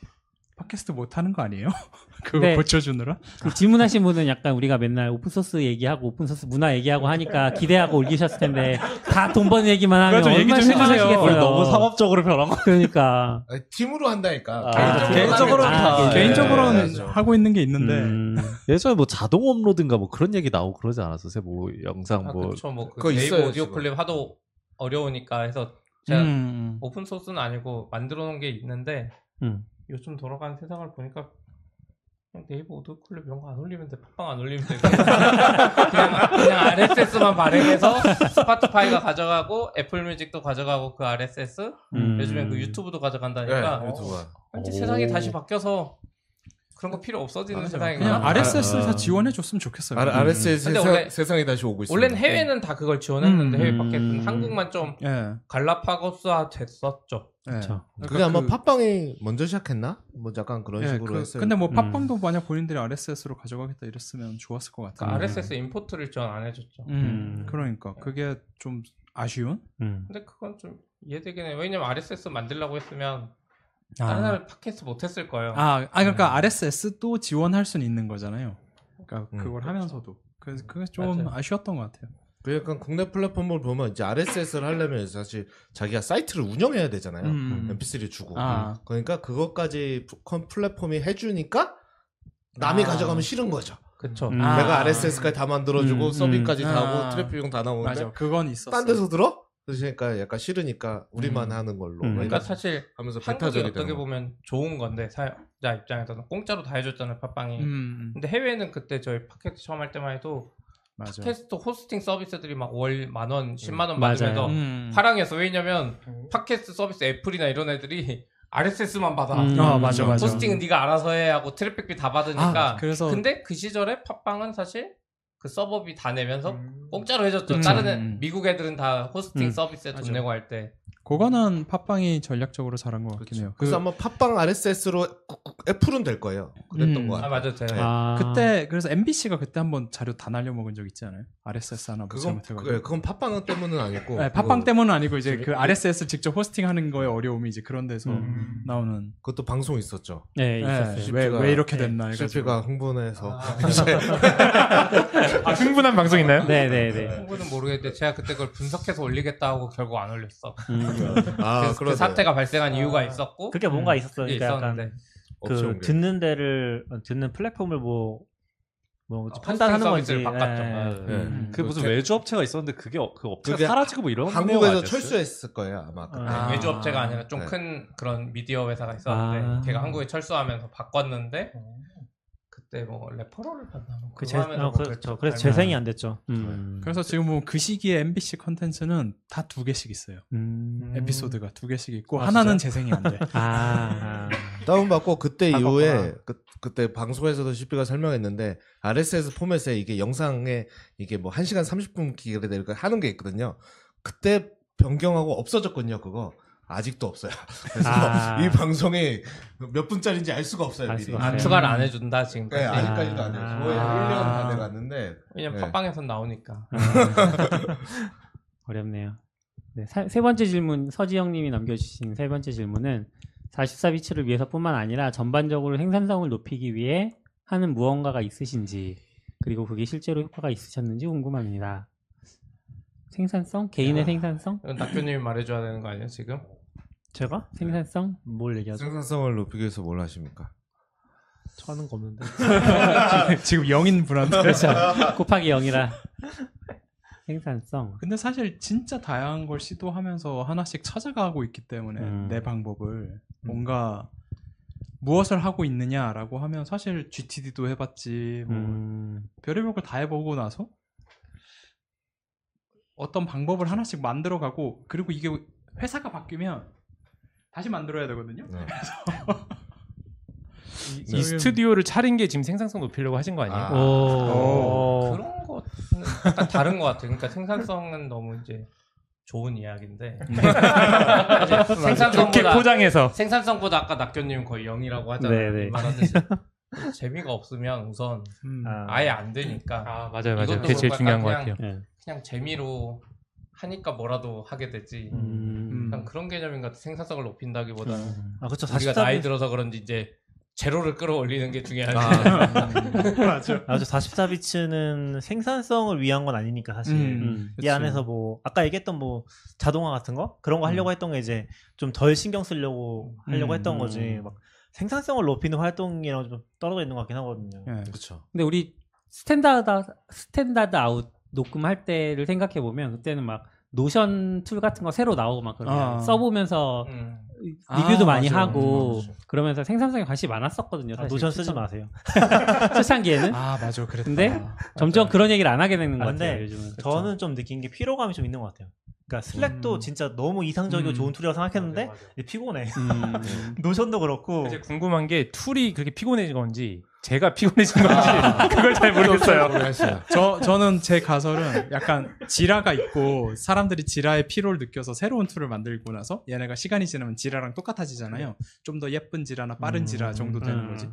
Speaker 8: 팟캐스트 못 하는 거 아니에요? 그거
Speaker 3: 네.
Speaker 8: 고쳐주느라?
Speaker 3: 그 질문하신 분은 약간 우리가 맨날 오픈소스 얘기하고 오픈소스 문화 얘기하고 하니까 기대하고 올리셨을 텐데 다 돈 버는 얘기만 하면
Speaker 9: 그거 좀 얘기 좀
Speaker 3: 얼마나
Speaker 9: 해주세요.
Speaker 3: 실망하시겠어요.
Speaker 6: 우리 너무 상업적으로 변한 거.
Speaker 3: 그러니까.
Speaker 5: 아니, 팀으로 한다니까.
Speaker 6: 아, 예, 개인적으로는
Speaker 3: 아,
Speaker 6: 다.
Speaker 8: 예.
Speaker 3: 네.
Speaker 8: 개인적으로는
Speaker 5: 네.
Speaker 8: 하고 있는 게 있는데
Speaker 3: 음.
Speaker 6: 예전에 뭐 자동 업로드인가 뭐 그런 얘기 나오고 그러지 않았었어요? 뭐 영상
Speaker 4: 아,
Speaker 6: 뭐
Speaker 4: 그쵸 뭐그
Speaker 5: 그거
Speaker 4: 네이버
Speaker 5: 있어요,
Speaker 4: 오디오
Speaker 5: 지금.
Speaker 4: 클립 하도 어려우니까 해서
Speaker 8: 음,
Speaker 4: 제가
Speaker 8: 음.
Speaker 4: 오픈 소스는 아니고 만들어 놓은 게 있는데
Speaker 3: 음.
Speaker 4: 요즘 돌아가는 세상을 보니까 그냥 네이버 오디오 클립 이런 거 안 올리면 돼 팟빵 안 올리면 돼 그냥, 그냥 RSS만 발행해서 스파티파이가 가져가고 애플뮤직도 가져가고 그 RSS
Speaker 3: 음.
Speaker 4: 요즘엔 그 유튜브도 가져간다니까 어?
Speaker 5: 네, 유튜브가.
Speaker 4: 현재
Speaker 6: 오.
Speaker 4: 세상이 다시 바뀌어서 그런 거 필요 없어지는 세상이구나
Speaker 8: 그냥 RSS를 다 지원해 줬으면 좋겠어요.
Speaker 5: 아, RSS
Speaker 4: 음. 근데
Speaker 5: 세상,
Speaker 4: 원래-
Speaker 5: 세상이 다시 오고 있습니다. 네.
Speaker 4: 원래는 해외는 다 그걸 지원했는데
Speaker 8: 음.
Speaker 4: 해외 밖에는 한국만 좀
Speaker 8: 예. 예.
Speaker 4: 갈라파고스화 됐었죠.
Speaker 8: 그러니까
Speaker 5: 그게 아마
Speaker 8: 그-
Speaker 5: 팟빵이 먼저 시작했나? 뭐 약간 그런
Speaker 8: 예,
Speaker 5: 식으로
Speaker 8: 그-
Speaker 5: 했어요.
Speaker 8: 근데 뭐
Speaker 3: 음.
Speaker 8: 팟빵도 만약 본인들이 RSS로 가져가겠다 이랬으면 좋았을 것
Speaker 4: 그
Speaker 8: 같아요.
Speaker 4: RSS 임포트를 지원 안 해줬죠.
Speaker 8: 음,
Speaker 3: 음.
Speaker 8: 그러니까 그게 좀 아쉬운.
Speaker 3: 음.
Speaker 4: 근데 그건 좀 이해되긴 해요. 왜냐면 RSS 만들려고 했으면 다른 사람이 팟캐스트 못했을 거예요.
Speaker 8: 아, 아 그러니까 RSS도 지원할 수는 있는 거잖아요. 그러니까
Speaker 5: 음,
Speaker 8: 그걸 하면서도 그래서 그게 좀
Speaker 4: 맞아요.
Speaker 8: 아쉬웠던것 같아요.
Speaker 5: 그 약간 국내 플랫폼을 보면 이제 RSS를 하려면 사실 자기가 사이트를 운영해야 되잖아요.
Speaker 8: 음.
Speaker 5: MP3 주고.
Speaker 8: 아.
Speaker 5: 그러니까 그것까지 프- 컴- 플랫폼이 해주니까 남이
Speaker 8: 아.
Speaker 5: 가져가면 싫은 거죠.
Speaker 4: 그쵸.
Speaker 3: 음.
Speaker 8: 아.
Speaker 5: 내가 RSS까지 다 만들어주고
Speaker 3: 음, 음.
Speaker 5: 서비까지 다
Speaker 8: 아.
Speaker 5: 하고 트래픽 비용 다 나오는데
Speaker 8: 맞아, 그건 있었어.
Speaker 5: 딴 데서 들어? 그러니까 약간 싫으니까 우리만 하는 걸로
Speaker 3: 음.
Speaker 4: 그러니까 사실
Speaker 5: 하면서
Speaker 4: 한국이
Speaker 5: 배타적이
Speaker 4: 어떻게
Speaker 5: 되는 거.
Speaker 4: 보면 좋은 건데 사자 입장에서는 공짜로 다 해줬잖아요 팟빵이.
Speaker 8: 음,
Speaker 4: 근데 해외는 그때 저희 팟캐스트 처음 할 때만 해도
Speaker 8: 맞아.
Speaker 4: 팟캐스트 호스팅 서비스들이 막 월 만 원, 십만 원
Speaker 3: 맞아요.
Speaker 4: 받으면서
Speaker 8: 음.
Speaker 4: 화랑해서 왜냐면 팟캐스트 서비스 애플이나 이런 애들이 RSS만 받아.
Speaker 3: 음.
Speaker 8: 아 맞아 맞아.
Speaker 4: 호스팅은 네가 알아서 해 하고 트래픽비 다 받으니까.
Speaker 8: 아, 그래서
Speaker 4: 근데 그 시절에 팟빵은 사실 그 서버비 다 내면서 공짜로 해줬죠.
Speaker 8: 그쵸.
Speaker 4: 다른
Speaker 8: 음.
Speaker 4: 애- 미국 애들은 다 호스팅
Speaker 3: 음.
Speaker 4: 서비스에 돈
Speaker 8: 맞아.
Speaker 4: 내고 할 때.
Speaker 8: 그거는 팟빵이 전략적으로 잘한 것 같긴 해요.
Speaker 5: 그렇죠. 그래서
Speaker 8: 그-
Speaker 5: 아마 팟빵 RSS로 애플은 될 거예요. 그랬던
Speaker 8: 음.
Speaker 5: 거
Speaker 4: 아
Speaker 5: 같아요.
Speaker 4: 맞아, 제가
Speaker 3: 아.
Speaker 8: 그때 그래서 MBC가 그때 한번 자료 다 날려 먹은 적 있지 않아요? RSS 하나 뭐
Speaker 5: 그건
Speaker 8: 잘못해가지고.
Speaker 5: 그, 그건 팟빵 때문은 아니고
Speaker 8: 네, 팟빵
Speaker 5: 그거-
Speaker 8: 때문은 아니고 이제 그 RSS 를 직접 호스팅하는 거에 어려움이 이제 그런 데서
Speaker 3: 음.
Speaker 8: 나오는.
Speaker 5: 그것도 방송 있었죠.
Speaker 3: 네,
Speaker 8: 네,
Speaker 3: 있었어요.
Speaker 8: 왜,
Speaker 5: CP가 네,
Speaker 8: 왜 이렇게 됐나 해가지고.
Speaker 5: 실피가 흥분해서
Speaker 9: 아, 흥분한 방송 있나요?
Speaker 3: 네, 네, 네.
Speaker 4: 홍보는 모르겠는데 제가 그때 그걸 분석해서 올리겠다 하고 결국 안 올렸어.
Speaker 3: 음.
Speaker 5: 아
Speaker 4: 그래서 그 사태가 발생한 이유가 있었고
Speaker 10: 그게 뭔가 있었어.
Speaker 4: 그게
Speaker 10: 그러니까 약간
Speaker 4: 네, 있었는데
Speaker 5: 업체
Speaker 10: 그
Speaker 5: 옮겨.
Speaker 10: 듣는 데를 듣는 플랫폼을 뭐, 뭐
Speaker 4: 아,
Speaker 10: 판단하는
Speaker 4: 호스팅 서비스를
Speaker 10: 건지
Speaker 4: 바꿨죠. 아.
Speaker 10: 예.
Speaker 5: 네.
Speaker 6: 그 무슨
Speaker 5: 대-
Speaker 6: 외주 업체가 있었는데 그게 어- 그 업체가
Speaker 5: 그게
Speaker 6: 사라지고 뭐 이런 내용
Speaker 5: 한국에서
Speaker 6: 아니었어요?
Speaker 5: 철수했을 거예요 아마. 그때.
Speaker 10: 아.
Speaker 4: 네, 외주 업체가 아니라 좀
Speaker 5: 네.
Speaker 4: 큰 그런 미디어 회사가 있었는데
Speaker 3: 아.
Speaker 4: 걔가 한국에 철수하면서 바꿨는데 그때 뭐 레퍼럴을 받나 뭐
Speaker 10: 어. 그
Speaker 4: 그거
Speaker 10: 재,
Speaker 4: 하면서
Speaker 10: 어,
Speaker 4: 뭐
Speaker 10: 그렇죠. 그래서
Speaker 4: 그랬죠. 네.
Speaker 10: 재생이 안 됐죠.
Speaker 3: 음.
Speaker 8: 그래서 지금 뭐 그 시기에 MBC 컨텐츠는 다 두 개씩 있어요.
Speaker 3: 음.
Speaker 8: 에피소드가 두 개씩 있고 하나는 재생이 안 돼.
Speaker 3: 아.
Speaker 5: 다운받고 그때
Speaker 3: 다
Speaker 5: 이후에
Speaker 3: 걷구나.
Speaker 5: 그, 그때 방송에서도 CP가 설명했는데 RSS 포맷에 이게 영상에 이게 뭐 1시간 30분 기계를 내리고 하는 게 있거든요. 그때 변경하고 없어졌거든요 그거. 아직도 없어요. 그래서
Speaker 3: 아.
Speaker 5: 이 방송이 몇 분짜리인지 알 수가 없어요.
Speaker 3: 알
Speaker 5: 미리.
Speaker 3: 수가
Speaker 4: 아,
Speaker 3: 네.
Speaker 4: 추가를 안 해준다 지금까지
Speaker 5: 네, 아직까지도 안 해요.
Speaker 3: 아.
Speaker 5: 거의 1년 다 돼갔는데
Speaker 4: 왜냐면
Speaker 5: 네.
Speaker 4: 팟빵에선 나오니까
Speaker 3: 아. 어렵네요. 네, 사- 세 번째 질문 서지영님이 남겨주신 세 번째 질문은 44비치를 위해서뿐만 아니라 전반적으로 생산성을 높이기 위해 하는 무언가가 있으신지 그리고 그게 실제로 효과가 있으셨는지 궁금합니다. 생산성? 개인의
Speaker 4: 야.
Speaker 3: 생산성?
Speaker 4: 이건 낙교님이 말해줘야 되는 거 아니에요 지금?
Speaker 10: 제가
Speaker 3: 생산성?
Speaker 10: 뭘 얘기하죠?
Speaker 5: 생산성을 높이기 위해서 뭘 하십니까?
Speaker 10: 하는 거 없는데.
Speaker 8: 지금 영인 분한테.
Speaker 3: 그렇죠. 곱하기 0이라 생산성.
Speaker 8: 근데 사실 진짜 다양한 걸 시도하면서 하나씩 찾아가고 있기 때문에
Speaker 3: 음.
Speaker 8: 내 방법을 뭔가 무엇을 하고 있느냐라고 하면 사실 GTD도 해봤지 뭐
Speaker 3: 음,
Speaker 8: 별의별 걸 다 해보고 나서 어떤 방법을 하나씩 만들어가고 그리고 이게 회사가 바뀌면 다시 만들어야 되거든요.
Speaker 5: 네.
Speaker 9: 이,
Speaker 4: 음.
Speaker 5: 네.
Speaker 9: 이 스튜디오를 차린 게 지금 생산성 높이려고 하신 거 아니에요?
Speaker 5: 아.
Speaker 10: 어.
Speaker 3: 오.
Speaker 4: 그런 거는 약간 다른 것 같아요. 그러니까 생산성은 너무 이제 좋은 이야기인데
Speaker 10: 음.
Speaker 4: 이제
Speaker 9: 좋게
Speaker 4: 생산성보다
Speaker 9: 포장해서
Speaker 4: 생산성보다 아까 낙교님 거의 0이라고 하잖아요.
Speaker 3: 네네.
Speaker 4: 말하듯이 재미가 없으면 우선
Speaker 8: 음.
Speaker 4: 아예 안 되니까
Speaker 9: 아 맞아요 맞아요
Speaker 4: 이것도 뭐
Speaker 9: 그게 제일
Speaker 4: 그렇고
Speaker 9: 중요한 예. 것
Speaker 4: 약간
Speaker 9: 같아요
Speaker 3: 네.
Speaker 4: 그냥 재미로 하니까 뭐라도 하게 되지.
Speaker 9: 음.
Speaker 4: 약간 그런 개념인 것 같아. 생산성을 높인다기보다는
Speaker 7: 음. 아, 그쵸.
Speaker 4: 음.
Speaker 9: 그렇죠.
Speaker 4: 우리가
Speaker 7: 44
Speaker 4: 나이 들어서 그런지 이제 제로를 끌어올리는 게 중요하죠.
Speaker 9: 아,
Speaker 7: 맞아. 그렇죠. 44비츠는 생산성을 위한 건 아니니까 사실
Speaker 3: 음,
Speaker 7: 이
Speaker 3: 그치.
Speaker 7: 안에서 뭐 아까 얘기했던 뭐 자동화 같은 거 그런
Speaker 4: 음.
Speaker 7: 거 하려고 했던 게 이제 좀 덜 신경 쓰려고 하려고
Speaker 3: 음.
Speaker 7: 했던 거지 막 생산성을 높이는 활동이랑 좀 떨어져 있는 것 같긴
Speaker 4: 예,
Speaker 7: 하거든요. 그러니까
Speaker 5: 그렇죠.
Speaker 3: 근데 우리 스탠다드 스탠다드 아웃 녹음할 때를 생각해 보면 그때는 막 노션 툴 같은 거 새로 나오고 막 그러면
Speaker 9: 아.
Speaker 3: 써보면서
Speaker 4: 음.
Speaker 3: 리뷰도
Speaker 9: 아,
Speaker 3: 많이
Speaker 9: 맞아.
Speaker 3: 하고
Speaker 9: 맞아.
Speaker 3: 그러면서 생산성에 관심이 많았었거든요.
Speaker 7: 아,
Speaker 3: 사실.
Speaker 7: 노션 쓰지
Speaker 3: 초창-
Speaker 7: 마세요.
Speaker 3: 초창기에는.
Speaker 9: 아 맞아 그랬다.
Speaker 3: 근데 점점 그런 얘기를 안 하게 되는 것
Speaker 7: 아,
Speaker 3: 같아요.
Speaker 7: 근데
Speaker 3: 요즘은.
Speaker 7: 저는 좀 느낀 게 피로감이 좀 있는 것 같아요. 그러니까 슬랙도
Speaker 9: 음.
Speaker 7: 진짜 너무 이상적이고
Speaker 9: 음.
Speaker 7: 좋은 툴이라고 생각했는데
Speaker 4: 맞아, 맞아.
Speaker 7: 이제 피곤해.
Speaker 3: 음.
Speaker 7: 노션도 그렇고
Speaker 4: 어.
Speaker 9: 이제 궁금한 게 툴이 그렇게 피곤해진 건지 제가 피곤해진 건지
Speaker 4: 아.
Speaker 9: 그걸 잘
Speaker 5: 그렇죠.
Speaker 9: 모르겠어요.
Speaker 5: 모르겠어요.
Speaker 8: 저 저는 제 가설은 약간 지라가 있고 사람들이 지라의 피로를 느껴서 새로운 툴을 만들고 나서 얘네가 시간이 지나면 지라랑 똑같아지잖아요. 좀 더 예쁜 지라나 빠른 지라 정도 되는 거지.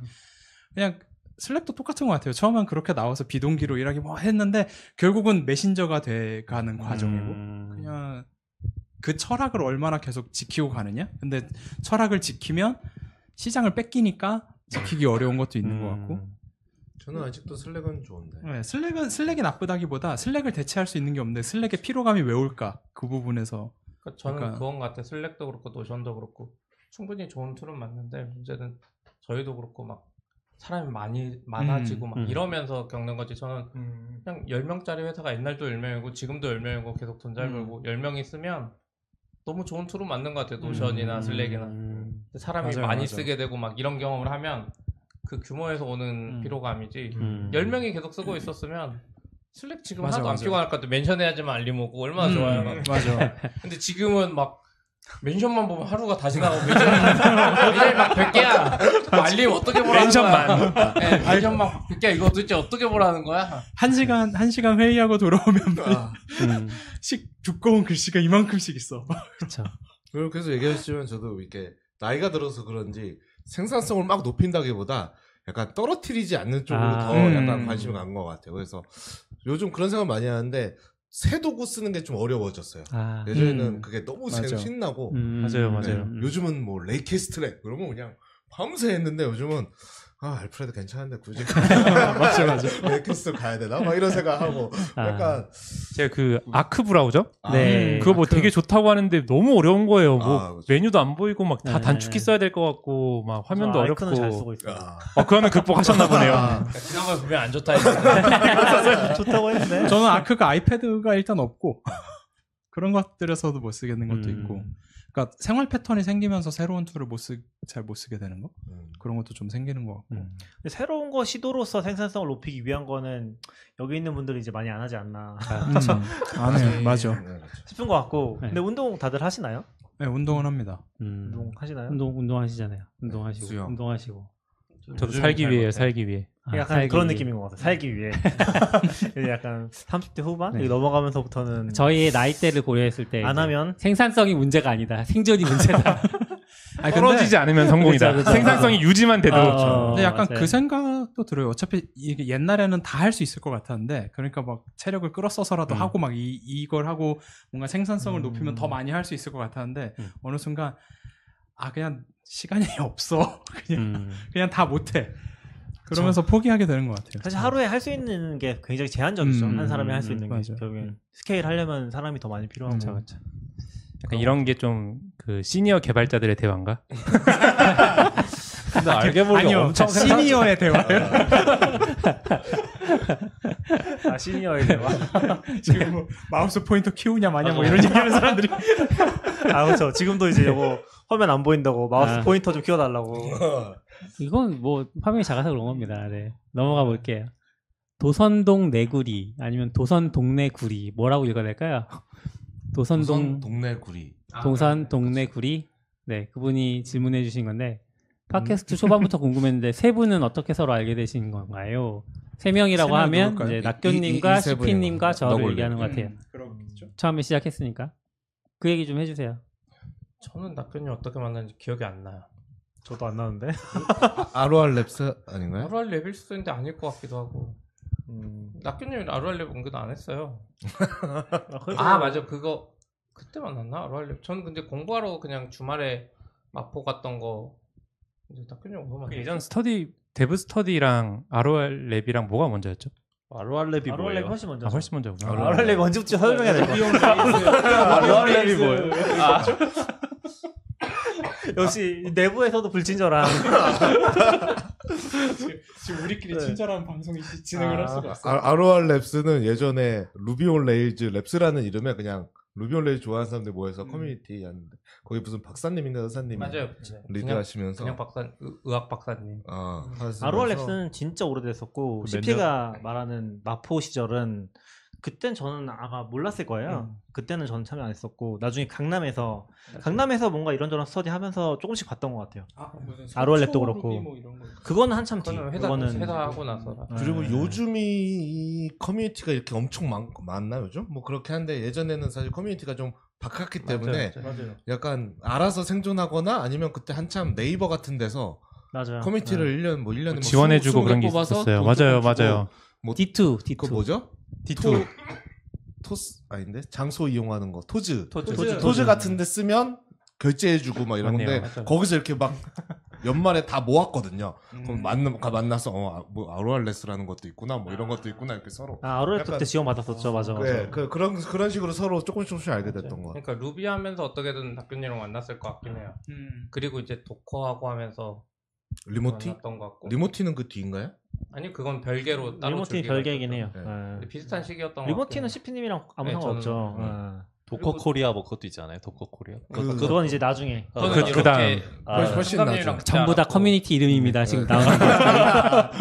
Speaker 8: 그냥 슬랙도 똑같은 것 같아요. 처음엔 그렇게 나와서 비동기로 일하기 뭐 했는데 결국은 메신저가 돼가는 과정이고
Speaker 4: 음.
Speaker 8: 그냥 그 철학을 얼마나 계속 지키고 가느냐. 근데 철학을 지키면 시장을 뺏기니까 지키기 어려운 것도 있는 것 같고.
Speaker 5: 저는 아직도 슬랙은 좋은데.
Speaker 8: 네, 슬랙은 슬랙이 나쁘다기보다 슬랙을 대체할 수 있는 게 없는데 슬랙의 피로감이 왜 올까 그 부분에서
Speaker 4: 그러니까 저는
Speaker 8: 그러니까-
Speaker 4: 그건 것 같아. 슬랙도 그렇고 노션도 그렇고 충분히 좋은 툴은 맞는데 문제는 저희도 그렇고 막 사람이 많이 많아지고 막
Speaker 3: 음.
Speaker 4: 이러면서 겪는 거지. 저는 그냥 10명짜리 회사가 옛날도 10명이고 지금도 10명이고 계속 돈 잘
Speaker 8: 음. 음,
Speaker 4: 벌고 10명이 쓰면 너무 좋은 툴은 맞는 것 같아요. 노션이나 슬랙이나.
Speaker 3: 음.
Speaker 4: 근데 사람이
Speaker 8: 맞아요,
Speaker 4: 많이
Speaker 8: 맞아요.
Speaker 4: 쓰게 되고 막 이런 경험을 하면 그 규모에서 오는
Speaker 7: 음.
Speaker 4: 피로감이지.
Speaker 3: 음.
Speaker 4: 10명이 계속 쓰고 있었으면 슬랙 지금
Speaker 8: 맞아,
Speaker 4: 하나도 안
Speaker 8: 맞아.
Speaker 4: 피곤할 것 같아. 멘션해야지만 알림 오고 얼마나
Speaker 8: 음,
Speaker 4: 좋아요.
Speaker 8: 맞아.
Speaker 4: 근데 지금은 막 멘션만 보면 하루가 다 지나가고 멘션이 막 100개야. 알림 어떻게 보라는
Speaker 9: 멘션만.
Speaker 4: 거야. 네, 멘션만 100개야. 이거 도대체 어떻게 보라는 거야?
Speaker 8: 한 시간 한 시간 회의하고 돌아오면
Speaker 9: 음.
Speaker 8: 씩 두꺼운 글씨가 이만큼씩 있어.
Speaker 5: 그리고 계속 얘기하시면 저도 이렇게 나이가 들어서 그런지 생산성을 막 높인다기보다 약간 떨어뜨리지 않는 쪽으로
Speaker 3: 아,
Speaker 5: 더
Speaker 8: 음.
Speaker 5: 약간 관심이 간 것 같아요. 그래서 요즘 그런 생각 많이 하는데 새 도구 쓰는 게 좀 어려워졌어요.
Speaker 3: 아.
Speaker 5: 예전에는
Speaker 8: 음.
Speaker 5: 그게 너무
Speaker 8: 맞아.
Speaker 5: 새- 신나고
Speaker 3: 음.
Speaker 9: 맞아요, 맞아요.
Speaker 3: 음.
Speaker 5: 요즘은 뭐 레이키스 트랙 그러면 그냥 밤새 했는데 요즘은 아 알프레드 괜찮은데 굳이
Speaker 8: 맞아 맞아.
Speaker 5: 레이키스 가야 되나 막 이런 생각하고
Speaker 3: 아.
Speaker 5: 약간
Speaker 9: 제가 그 아크 브라우저
Speaker 5: 아,
Speaker 3: 네.
Speaker 9: 그거 뭐
Speaker 5: 아크.
Speaker 9: 되게 좋다고 하는데 너무 어려운 거예요. 뭐
Speaker 5: 아, 그렇죠.
Speaker 9: 메뉴도 안 보이고 막 다
Speaker 3: 네.
Speaker 9: 단축키 써야 될 것 같고 막 화면도
Speaker 7: 아이콘은 잘
Speaker 9: 어렵고.
Speaker 7: 쓰고 있어요.
Speaker 5: 아,
Speaker 9: 아, 그거는 극복하셨나 보네요.
Speaker 5: 아,
Speaker 4: 그러니까 지난 건 분명 안 좋다 했는데.
Speaker 7: 아, 좋다고 했는데
Speaker 8: 저는 아크가 아이패드가 일단 없고 그런 것들에서도 못 쓰겠는 것도
Speaker 3: 음.
Speaker 8: 있고. 그러니까 생활 패턴이 생기면서 새로운 툴을 못쓰잘 못 쓰게 되는 거
Speaker 5: 음.
Speaker 8: 그런 것도 좀 생기는 것 같고.
Speaker 3: 음.
Speaker 7: 근데 새로운 거 시도로서 생산성을 높이기 위한 거는 여기 있는 분들이 이제 많이 안 하지 않나
Speaker 9: 음.
Speaker 8: 안해 맞아.
Speaker 5: 네, 그렇죠.
Speaker 7: 싶은 것 같고
Speaker 3: 네.
Speaker 7: 근데 운동 다들 하시나요?
Speaker 8: 네 운동은 합니다.
Speaker 3: 음.
Speaker 7: 운동 하시나요?
Speaker 3: 운동 운동하시잖아요. 운동하시고
Speaker 5: 수영.
Speaker 3: 운동하시고.
Speaker 9: 저도 살기 위해요, 살기 위해.
Speaker 3: 아,
Speaker 7: 약간
Speaker 3: 살기
Speaker 7: 그런
Speaker 3: 위해.
Speaker 7: 느낌인 것 같아요 살기 위해 이제 약간 30대 후반
Speaker 3: 네.
Speaker 7: 여기 넘어가면서부터는
Speaker 3: 저희의 나이대를 고려했을 때
Speaker 7: 안
Speaker 3: 이제
Speaker 7: 하면
Speaker 3: 생산성이 문제가 아니다. 생존이 문제다.
Speaker 8: 아니, 근데-
Speaker 9: 떨어지지 않으면 성공이다.
Speaker 3: 그렇죠, 그렇죠.
Speaker 9: 생산성이 유지만
Speaker 8: 네,
Speaker 9: 돼도.
Speaker 3: 어,
Speaker 8: 근데 약간
Speaker 7: 네.
Speaker 3: 맞아요.
Speaker 8: 그 생각도 들어요. 어차피 이게 옛날에는 다 할 수 있을 것 같았는데, 그러니까 막 체력을 끌어써서라도 하고 막 이, 이걸 하고 뭔가 생산성을 높이면 더 많이 할 수 있을 것 같았는데,
Speaker 3: 음.
Speaker 8: 어느 순간, 아, 그냥 시간이 없어. 그냥,
Speaker 3: 음.
Speaker 8: 그냥 다 못해. 그러면서 포기하게 되는 것 같아요.
Speaker 7: 사실 하루에 할 수 있는 게 굉장히 제한적이죠
Speaker 8: 음,
Speaker 7: 한 사람이 할 수
Speaker 3: 음,
Speaker 7: 있는 게
Speaker 8: 맞아요.
Speaker 7: 결국엔
Speaker 3: 음.
Speaker 7: 스케일 하려면 사람이 더 많이 필요하고
Speaker 8: 그쵸,
Speaker 9: 약간 이런 게 좀 그 시니어 개발자들의 대화인가?
Speaker 6: 근데 알게 모르게
Speaker 8: 아니요, 그
Speaker 6: 엄청 생산
Speaker 8: 시니어의 대화예요. 네.
Speaker 7: 아 시니어의 대화
Speaker 8: 지금 뭐 마우스 포인터 키우냐 마냐 뭐
Speaker 4: 맞아.
Speaker 8: 이런 얘기하는 사람들이.
Speaker 7: 아 그렇죠 지금도 이제 이거 화면 안 보인다고 마우스
Speaker 3: 아.
Speaker 7: 포인터 좀 키워달라고
Speaker 5: 그렇죠.
Speaker 3: 이건 뭐 화면이 작아서 그런 겁니다. 네. 넘어가 볼게요. 도선동 내구리 아니면 도선 동네 구리 뭐라고 읽어야 될까요?
Speaker 5: 우선
Speaker 3: 도선동
Speaker 5: 동네 구리
Speaker 4: 아,
Speaker 3: 동산 동네 구리 네 그분이 질문해 주신 건데 팟캐스트 초반부터 궁금했는데 세 분은 어떻게 서로 알게 되신 건가요? 세 명이라고
Speaker 8: 세 명이
Speaker 3: 하면
Speaker 8: 누굴까요?
Speaker 3: 이제
Speaker 5: 이- 이-
Speaker 3: 낙교님과
Speaker 5: 이세 분이요.
Speaker 3: 시피님과 저를
Speaker 5: 너굴님.
Speaker 3: 얘기하는
Speaker 4: 음,
Speaker 3: 것 같아요.
Speaker 8: 그렇겠죠.
Speaker 3: 처음에 시작했으니까 그 얘기 좀 해주세요.
Speaker 4: 저는 낙변이 어떻게 만났는지 기억이 안 나요.
Speaker 7: 저도 안 나는데
Speaker 5: 아로알 랩스 아닌가요? 네?
Speaker 4: 하루할 레빌스인데 아닐 것 같기도 하고.
Speaker 5: 음.
Speaker 4: 낙규님이 아루알랩 옮겨도 안 했어요. 아 맞아 그거 그때 만났나 아루알랩? 전 근데 공부하러 그냥 주말에 마포 갔던 거 이제 낙규님 오고
Speaker 7: 그
Speaker 4: 만났.
Speaker 9: 예전 스터디 데브 스터디랑 ROR 랩이랑 뭐가 먼저였죠?
Speaker 6: ROR 랩이
Speaker 9: ROR
Speaker 6: 뭐예요?
Speaker 9: 랩 훨씬 먼저. 아, 훨씬 먼저구나.
Speaker 7: ROR 랩 언제부터 설명해야 될까?
Speaker 6: ROR 랩이 뭐예요? 아,
Speaker 7: 역시 내부에서도 불친절한.
Speaker 8: 지금 우리끼리
Speaker 7: 네.
Speaker 8: 친절한 방송이 시- 진행을 할 수가 없어.
Speaker 5: 아, ROR 랩스는 예전에 루비 온 레일즈 랩스라는 이름에 그냥 루비 온 레일즈 좋아하는 사람들 모여서 커뮤니티였는데 거기 무슨 박사님인가 의사님
Speaker 4: 맞아요.
Speaker 5: 리드하시면서
Speaker 4: 그냥 박사 의- 의학 박사님.
Speaker 5: 어,
Speaker 7: ROR 랩스는 진짜 오래됐었고
Speaker 6: 그몇
Speaker 7: CP가 말하는 마포 시절은 그땐 저는 아마 몰랐을
Speaker 8: 음.
Speaker 7: 거예요. 그때는 저는 참여 안 했었고 나중에 강남에서 강남에서 뭔가 이런저런 스터디 하면서 조금씩 봤던 것 같아요.
Speaker 8: 아, 무슨
Speaker 7: 아로알랩도
Speaker 8: 서초
Speaker 7: 그렇고.
Speaker 8: 루비 뭐 이런 거.
Speaker 7: 그거는 한참 뒤.
Speaker 4: 그거는 회사
Speaker 7: 그거는 뭐
Speaker 4: 회사하고 나서.
Speaker 5: 그리고
Speaker 7: 네.
Speaker 5: 요즘이 이 커뮤니티가 이렇게 엄청 많, 많나 요즘? 뭐 그렇게 한데 예전에는 사실 커뮤니티가 좀 바깥기 때문에
Speaker 7: 맞아요.
Speaker 5: 약간 알아서 생존하거나 아니면 그때 한참 네이버 같은 데서
Speaker 7: 맞아요. 네.
Speaker 5: 커뮤니티를 일 1년 뭐 1년에 뭐
Speaker 9: 지원해주고
Speaker 5: 스무-
Speaker 9: 그런 게
Speaker 5: 스무 개 뽑아서
Speaker 9: 있었어요.
Speaker 5: 돈 조금
Speaker 9: 맞아요,
Speaker 5: 주고
Speaker 9: 맞아요.
Speaker 3: D2
Speaker 5: 그거
Speaker 3: D2
Speaker 5: 뭐죠?
Speaker 9: D2
Speaker 5: 토, 스 아닌데 장소 이용하는 거 토즈
Speaker 4: 토즈.
Speaker 5: 토즈, 같은데 쓰면 결제해주고 막 이런
Speaker 9: 맞네요,
Speaker 5: 건데
Speaker 9: 맞아요.
Speaker 5: 거기서 이렇게 막 연말에 다 모았거든요.
Speaker 8: 음.
Speaker 5: 그럼 만나 가 만나서 어뭐 아로알레스라는 것도 있구나 뭐 이런 것도 있구나 이렇게 서로
Speaker 7: 아, ROR
Speaker 5: 약간-
Speaker 7: 랩때 지원 받았었죠. 맞아 맞아.
Speaker 5: 네, 그, 그런 그런 식으로 서로 조금씩 조금씩 알게 됐던 거.
Speaker 4: 그러니까 루비 하면서 어떻게든 낙규님이랑 만났을 것 같긴 해요.
Speaker 8: 음.
Speaker 4: 그리고 이제 도커하고 하면서
Speaker 5: 리모티
Speaker 4: 만났던 것 같고.
Speaker 5: 리모티는 그 뒤인가요?
Speaker 4: 아니 그건 별개로 따로
Speaker 7: 리모티
Speaker 4: 즐기고
Speaker 7: 별개이긴
Speaker 4: 있었죠.
Speaker 7: 해요.
Speaker 5: 네.
Speaker 7: 네.
Speaker 4: 근데 비슷한 시기였던 것
Speaker 7: 리모티는
Speaker 4: 같아요.
Speaker 7: CP님이랑 아무
Speaker 4: 네,
Speaker 7: 상관없죠.
Speaker 4: 저는-
Speaker 7: 네.
Speaker 6: 도커 코리아 뭐 그것도 있지 않아요? 도커 코리아?
Speaker 5: 그-
Speaker 7: 그건 이제 나중에.
Speaker 4: 저는
Speaker 9: 그-
Speaker 4: 이렇게
Speaker 9: 그 다음.
Speaker 6: 아,
Speaker 5: 훨씬- 훨씬
Speaker 4: 상담이랑 뭐
Speaker 5: 나죠.
Speaker 3: 전부 다
Speaker 4: 알았고.
Speaker 3: 커뮤니티 이름입니다. 지금 나온 거.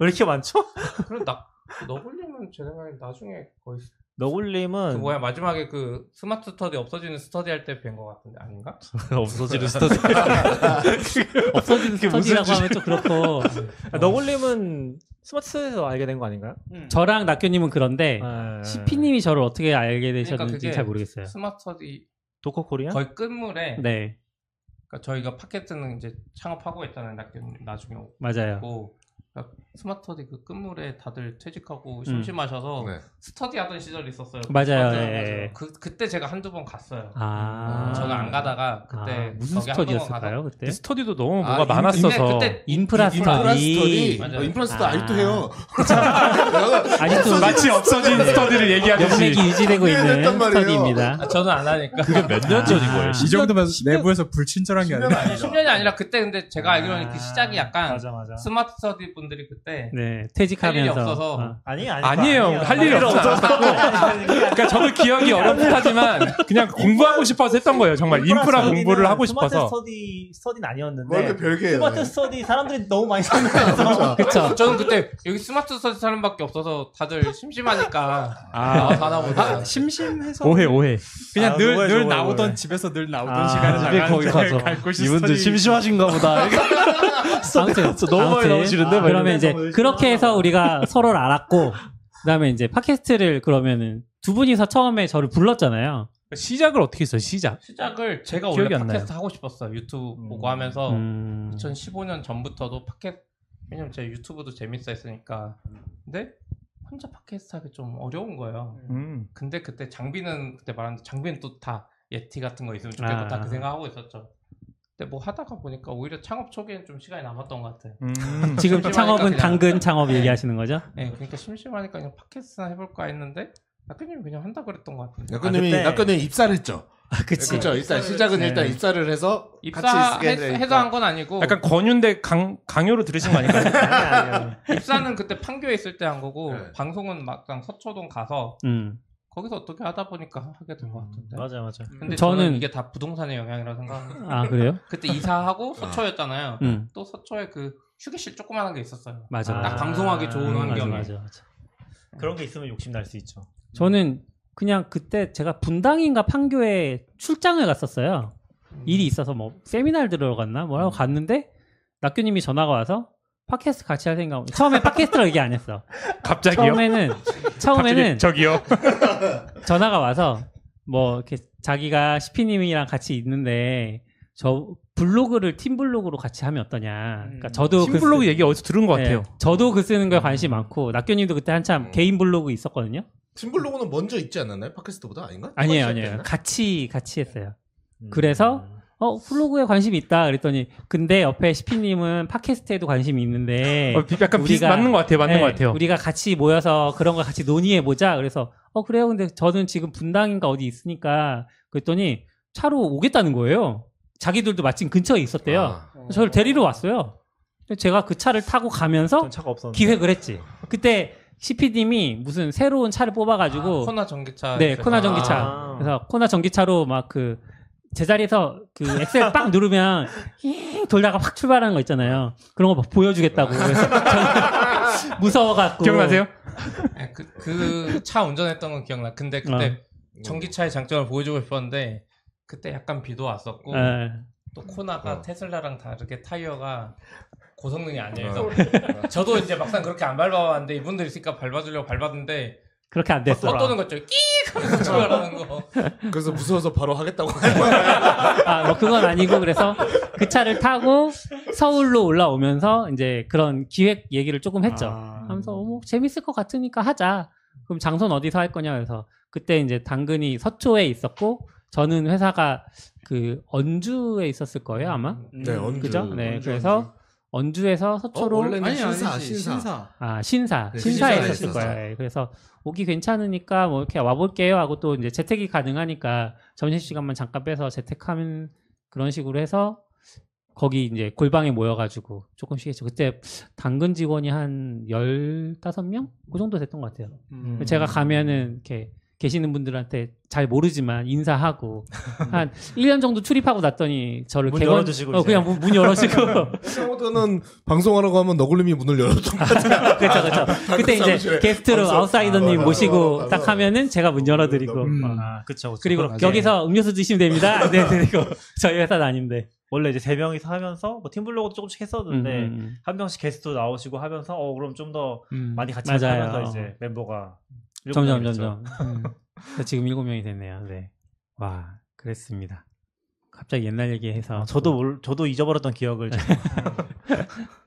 Speaker 7: 왜 이렇게 많죠?
Speaker 4: 그럼 나 너블님은 제 생각에 나중에 거의 스- 그
Speaker 3: 음.
Speaker 7: 너굴님은
Speaker 4: 뭐야 마지막에 그 스마트 스터디 없어지는 스터디 할 때 뵌 것 같은데 아닌가?
Speaker 6: 없어지는 스타트.
Speaker 3: 없어지는 스터디라고 하면 좀 그렇고
Speaker 7: 아, 너굴님은 스마트에서 알게 된 거 아닌가요?
Speaker 4: 음.
Speaker 3: 저랑 낙교님은 그런데
Speaker 7: 아,
Speaker 3: CP님이 저를 어떻게 알게
Speaker 4: 그러니까
Speaker 3: 되셨는지
Speaker 4: 그게
Speaker 3: 잘 모르겠어요.
Speaker 4: 스마트 스터디
Speaker 7: 도커 코리아?
Speaker 4: 거의 끝물에
Speaker 3: 네
Speaker 4: 그러니까 저희가 팟캐스트는 이제 창업하고 있잖아요. 낙- 나중에
Speaker 3: 맞아요.
Speaker 4: 오고 그러니까 스마트 스터디 그 끝물에 다들 퇴직하고 심심하셔서
Speaker 5: 네.
Speaker 4: 스터디 하던 시절이 있었어요.
Speaker 3: 음. 맞아요.
Speaker 4: 맞아요,
Speaker 3: 예,
Speaker 4: 맞아요.
Speaker 3: 예.
Speaker 4: 그 그때 제가 한두 번 갔어요.
Speaker 3: 아
Speaker 4: 음, 저는 안 가다가 그때
Speaker 3: 아, 무슨
Speaker 4: 거기 한두 번 가서
Speaker 3: 스터디였을까요 그때?
Speaker 9: 근데 스터디도 너무
Speaker 5: 아,
Speaker 9: 뭐가
Speaker 5: 인-
Speaker 9: 많았어서
Speaker 4: 근데 그때
Speaker 3: 인프라 스터디.
Speaker 4: 맞아요.
Speaker 5: 어, 인프라 스터디
Speaker 3: 아.
Speaker 5: 아직도 해요.
Speaker 3: 아직도
Speaker 9: 마치 없어진 스터디를 얘기하듯이
Speaker 3: 연맥이 유지되고
Speaker 5: 연맥이
Speaker 3: 있는
Speaker 5: 됐단 말이에요.
Speaker 3: 스터디입니다.
Speaker 4: 아, 저는 안 하니까.
Speaker 6: 그게 몇 년 전인 거예요?
Speaker 8: 이 정도면 내부에서 불친절한 게 아니라
Speaker 4: 10년이 아니라 그때 근데 제가 알기로는
Speaker 7: 아,
Speaker 4: 그 시작이 약간
Speaker 7: 맞아 맞아.
Speaker 4: 스마트 스터디 분들이
Speaker 3: 네
Speaker 4: 그때 할 일이
Speaker 3: 퇴직하면서
Speaker 4: 없어서
Speaker 3: 아,
Speaker 7: 아니 아니
Speaker 9: 아니에요. 할 일이
Speaker 7: 없잖아.
Speaker 9: 그러니까 저도 기억이 어렵긴 하지만 그냥 공부하고 싶어서 했던 거예요. 정말 인프라 공부를 하고
Speaker 7: 스마트
Speaker 9: 싶어서.
Speaker 7: 스터디 스터디는
Speaker 5: 뭐 이렇게
Speaker 7: 아니었는데
Speaker 3: 네.
Speaker 5: 별개예요. 그렇죠.
Speaker 7: 스마트 스터디 사람들이 너무 많이 생겨서
Speaker 4: 그쵸. 아, 저는 그때 여기 스마트 스터디 사람밖에 없어서 다들 심심하니까 나와서 하나 보다.
Speaker 8: 심심해서
Speaker 9: 오해 오해.
Speaker 8: 그냥
Speaker 7: 아,
Speaker 8: 늘,
Speaker 7: 오해죠,
Speaker 8: 늘
Speaker 7: 오해,
Speaker 8: 나오던
Speaker 7: 오해.
Speaker 8: 집에서 늘 나오던
Speaker 7: 아,
Speaker 8: 시간에
Speaker 7: 집에
Speaker 8: 나가는
Speaker 7: 거기 가서
Speaker 8: 갈 곳이
Speaker 6: 이분들
Speaker 8: 스터디.
Speaker 6: 심심하신가 보다. 스터디가 진짜 너무 많이
Speaker 3: 아무튼,
Speaker 6: 나오시는데
Speaker 3: 아,
Speaker 6: 막
Speaker 3: 그러면
Speaker 6: 이러면서
Speaker 3: 이제
Speaker 7: 뭐
Speaker 3: 그렇게 해서 우리가 서로를 알았고 그다음에 이제 팟캐스트를 그러면은 두 분이서 처음에 저를 불렀잖아요.
Speaker 9: 시작을 어떻게 했어요? 시작.
Speaker 4: 시작을 제가
Speaker 9: 기억이
Speaker 4: 원래
Speaker 9: 안 나요.
Speaker 4: 팟캐스트 하고 싶었어요. 유튜브 보고 하면서
Speaker 3: 음.
Speaker 4: 2015년 전부터도 팟캐스트 왜냐면 제 유튜브도 재밌어 했으니까. 근데 혼자 팟캐스트 하기 좀 어려운 거예요.
Speaker 9: 음.
Speaker 4: 근데 그때 장비는 그때 말하는데 장비는 또 다 예티 같은 거 있으면 좋겠다
Speaker 3: 아.
Speaker 4: 그 생각하고 있었죠. 근데 뭐 하다가 보니까 오히려 창업 초기에는 좀 시간이 남았던 것 같아요.
Speaker 9: 음.
Speaker 3: 지금
Speaker 4: 심심하니까
Speaker 3: 창업은
Speaker 4: 그러니까 그냥-
Speaker 3: 당근 창업
Speaker 4: 네.
Speaker 3: 얘기하시는 거죠?
Speaker 5: 음.
Speaker 4: 네, 그러니까 심심하니까 그냥 팟캐스트나 해볼까 했는데 낙근님이 그냥 한다 그랬던 것 같은데
Speaker 5: 약간님이
Speaker 7: 아, 그때-
Speaker 5: 약간님 입사를 했죠.
Speaker 3: 아, 그치. 네.
Speaker 5: 그렇죠. 일단 시작은 일단 입사를 해서 같이 쓰게 되니까.
Speaker 4: 입사해서 한 건 아니고
Speaker 9: 약간 권유인데 강 강요로 들으신 거 아닌가요?
Speaker 4: 입사는 그때 판교에 있을 때 한 거고
Speaker 5: 네.
Speaker 4: 방송은 막상 서초동 가서
Speaker 3: 음.
Speaker 4: 거기서 어떻게 하다 보니까 하게 된
Speaker 5: 음,
Speaker 4: 것 같은데
Speaker 7: 맞아 맞아.
Speaker 3: 저는-
Speaker 4: 근데 저는... 이게 다 부동산의 영향이라 생각합니다
Speaker 3: 아 그래요?
Speaker 4: 그때 이사하고 서초였잖아요
Speaker 3: 음.
Speaker 4: 또 서초에 그 휴게실 조그만한 게 있었어요
Speaker 3: 맞아.
Speaker 4: 딱
Speaker 3: 맞아.
Speaker 4: 방송하기 좋은
Speaker 3: 음,
Speaker 4: 환경이
Speaker 3: 맞아, 맞아, 맞아.
Speaker 7: 그런 게 있으면 욕심 날 수 있죠.
Speaker 3: 저는 그냥 그때 제가 분당인가 판교에 출장을 갔었어요. 일이 있어서 뭐 세미나를 들어갔나
Speaker 9: 음.
Speaker 3: 뭐라고 갔는데 낙규님이 전화가 와서 팟캐스트 같이 할 생각 처음에 팟캐스트를 얘기 안 했어.
Speaker 9: 갑자기요?
Speaker 3: 처음에는
Speaker 9: 갑자기
Speaker 3: 처음에는
Speaker 9: 저기요.
Speaker 3: 전화가 와서 뭐 이렇게 자기가 시피님이랑 같이 있는데 저 블로그를 팀 블로그로 같이 하면 어떠냐. 그러니까 저도
Speaker 9: 음. 팀 블로그 얘기
Speaker 3: 어디서 들은
Speaker 9: 것 같아요. 음.
Speaker 3: 저도 글 쓰는 거에 관심 많고 낙교님도 그때 한참 개인 블로그 있었거든요.
Speaker 5: 팀블로그는 먼저 있지 않았나요? 팟캐스트보다 아닌가?
Speaker 3: 아니에요,
Speaker 9: 뭐
Speaker 5: 똑같이
Speaker 3: 아니에요.
Speaker 5: 시작됐나?
Speaker 3: 같이 같이 했어요.
Speaker 7: 음.
Speaker 3: 그래서 어 블로그에 관심이 있다 그랬더니 근데 옆에 시피님은 팟캐스트에도 관심이 있는데 네,
Speaker 9: 어, 비- 약간 비슷- 맞는 것 같아요, 맞는
Speaker 8: 네.
Speaker 9: 것 같아요.
Speaker 3: 우리가 같이 모여서 그런 거 같이 논의해 보자. 그래서 어 그래요. 근데 저는 지금 분당인가 어디 있으니까 그랬더니 차로 오겠다는 거예요. 자기들도 마침 근처에 있었대요.
Speaker 9: 아.
Speaker 5: 아,
Speaker 3: 저를 데리러 왔어요. 근데 제가 그 차를 타고 가면서 기획을 했지. 그때 CP님이 무슨 새로운 차를 뽑아가지고
Speaker 4: 아, 코나 전기차
Speaker 3: 네
Speaker 4: 있어요.
Speaker 3: 코나 전기차
Speaker 4: 아.
Speaker 3: 그래서 코나 전기차로 막 그 제자리에서 그 엑셀 빡 누르면 힝 돌다가 확 출발하는 거 있잖아요 그런 거 막 보여주겠다고 그래서 저는 무서워갖고
Speaker 4: 그 차 운전했던 건 기억나. 근데 그때
Speaker 3: 어.
Speaker 5: 음.
Speaker 4: 전기차의 장점을 보여주고 싶었는데 그때 약간 비도 왔었고
Speaker 3: 네.
Speaker 4: 또 코나가 테슬라랑 다르게 타이어가 고성능이 아니에요.
Speaker 3: 어.
Speaker 4: 그래서 저도 이제 막상 그렇게 안 밟아봤는데 이분들 있으니까 밟아주려고 밟았는데
Speaker 3: 그렇게 안 됐어.
Speaker 4: 떠는 거죠. 끼익 하면서 출발하는 거.
Speaker 5: 그래서 무서워서 바로 하겠다고.
Speaker 3: 아, 뭐 그건 아니고 그래서 그 차를 타고 서울로 올라오면서 이제 그런 기획 얘기를 조금 했죠. 하면서 어머 뭐 재밌을 것 같으니까 하자. 그럼 장소는 어디서 할 거냐 해서 그때 이제 당근이 서초에 있었고 저는 회사가 그 언주에 있었을 거예요 아마.
Speaker 5: 네, 언주.
Speaker 3: 그죠? 네,
Speaker 5: 언주,
Speaker 3: 그래서 언주에서 서초로
Speaker 5: 어, 원래는 아니, 신사, 아니지. 신사. 신사.
Speaker 3: 아 신사
Speaker 5: 네,
Speaker 3: 신사에
Speaker 5: 신사에
Speaker 3: 있었을
Speaker 5: 있었어.
Speaker 3: 거예요. 예, 그래서 오기 괜찮으니까 뭐 이렇게 와볼게요 하고 또 이제 재택이 가능하니까 점심시간만 잠깐 빼서 재택하면 그런 식으로 해서 거기 이제 골방에 모여가지고 조금씩 했죠. 그때 당근 직원이 한 15명? 그 정도 됐던 것 같아요.
Speaker 10: 음.
Speaker 3: 제가 가면은 이렇게 계시는 분들한테 잘 모르지만 인사하고 한 1년 정도 출입하고 났더니 저를
Speaker 5: 문
Speaker 3: 개건-
Speaker 5: 열어주시고
Speaker 3: 어,
Speaker 5: 이제.
Speaker 3: 그냥 문, 문 열어주고
Speaker 5: 저는 방송하라고 하면 너굴님이 문을 열어줬던 것 같아요.
Speaker 3: 그렇죠, 그렇죠. 그때 이제 게스트로 아웃사이더님 음. 모시고 딱 하면은 제가 문 열어드리고.
Speaker 7: 아, 그쵸, 그쵸.
Speaker 3: 리고
Speaker 7: 맞아요.
Speaker 3: 여기서 음료수 드시면 됩니다. 네, 드리고. 저희 회사는 아닌데.
Speaker 7: 원래 이제 세 명이서 하면서 뭐 팀블로그도 조금씩 했었는데
Speaker 3: 음, 음, 음.
Speaker 7: 한 명씩 게스트 나오시고 하면서 어 그럼 좀 더
Speaker 3: 음,
Speaker 7: 많이 같이
Speaker 3: 맞아요.
Speaker 7: 하면서 이제 멤버가 일곱
Speaker 3: 점점,
Speaker 7: 명이 됐죠.
Speaker 3: 점점. 음. 그래서 지금 일곱 명이 됐네요. 네. 와, 그랬습니다. 갑자기 옛날 얘기해서.
Speaker 7: 어, 아, 저도 몰- 저도 잊어버렸던 기억을 지금.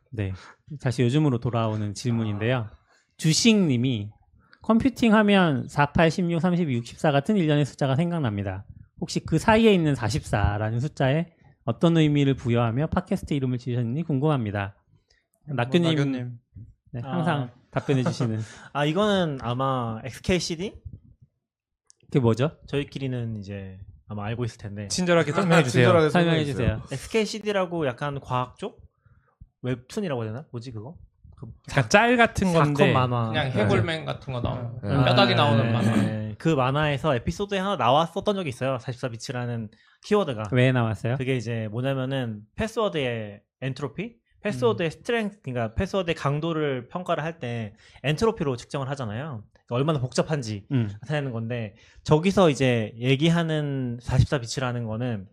Speaker 3: 네. 다시 요즘으로 돌아오는 질문인데요. 주식님이 컴퓨팅 하면 48, 16, 32, 64 같은 일련의 숫자가 생각납니다. 혹시 그 사이에 있는 44라는 숫자에 어떤 의미를 부여하며 팟캐스트 이름을 지으셨는지 궁금합니다.
Speaker 8: 어,
Speaker 3: 낙교님,
Speaker 7: 낙교님.
Speaker 3: 네, 항상
Speaker 7: 아.
Speaker 3: 답변해 주시는
Speaker 7: 아 이거는 아마 XKCD
Speaker 3: 그게 뭐죠?
Speaker 7: 저희끼리는 이제 아마 알고 있을 텐데
Speaker 9: 친절하게 설명해 주세요.
Speaker 5: 그
Speaker 9: 친절하게 설명해 주세요.
Speaker 7: SKCD라고 약간 과학 쪽 웹툰이라고 해야 되나? 뭐지 그거? 그
Speaker 9: 약간 짤 같은
Speaker 7: 사건
Speaker 9: 건데
Speaker 7: 만화.
Speaker 4: 그냥 해골맨 같은 거 나오는 거.
Speaker 7: 네. 아,
Speaker 4: 뼈다귀 나오는
Speaker 7: 네.
Speaker 4: 만화.
Speaker 7: 네. 그 만화에서 에피소드에 하나 나왔었던 적이 있어요. 44비치라는 키워드가.
Speaker 3: 왜 나왔어요?
Speaker 7: 그게 이제 뭐냐면은 패스워드의 엔트로피,
Speaker 3: 음.
Speaker 7: 패스워드의 스트렝스, 그러니까 패스워드의 강도를 평가를 할 때 엔트로피로 측정을 하잖아요. 그러니까 얼마나 복잡한지
Speaker 3: 음.
Speaker 7: 나타내는 건데 저기서 이제 얘기하는 44비치라는 거는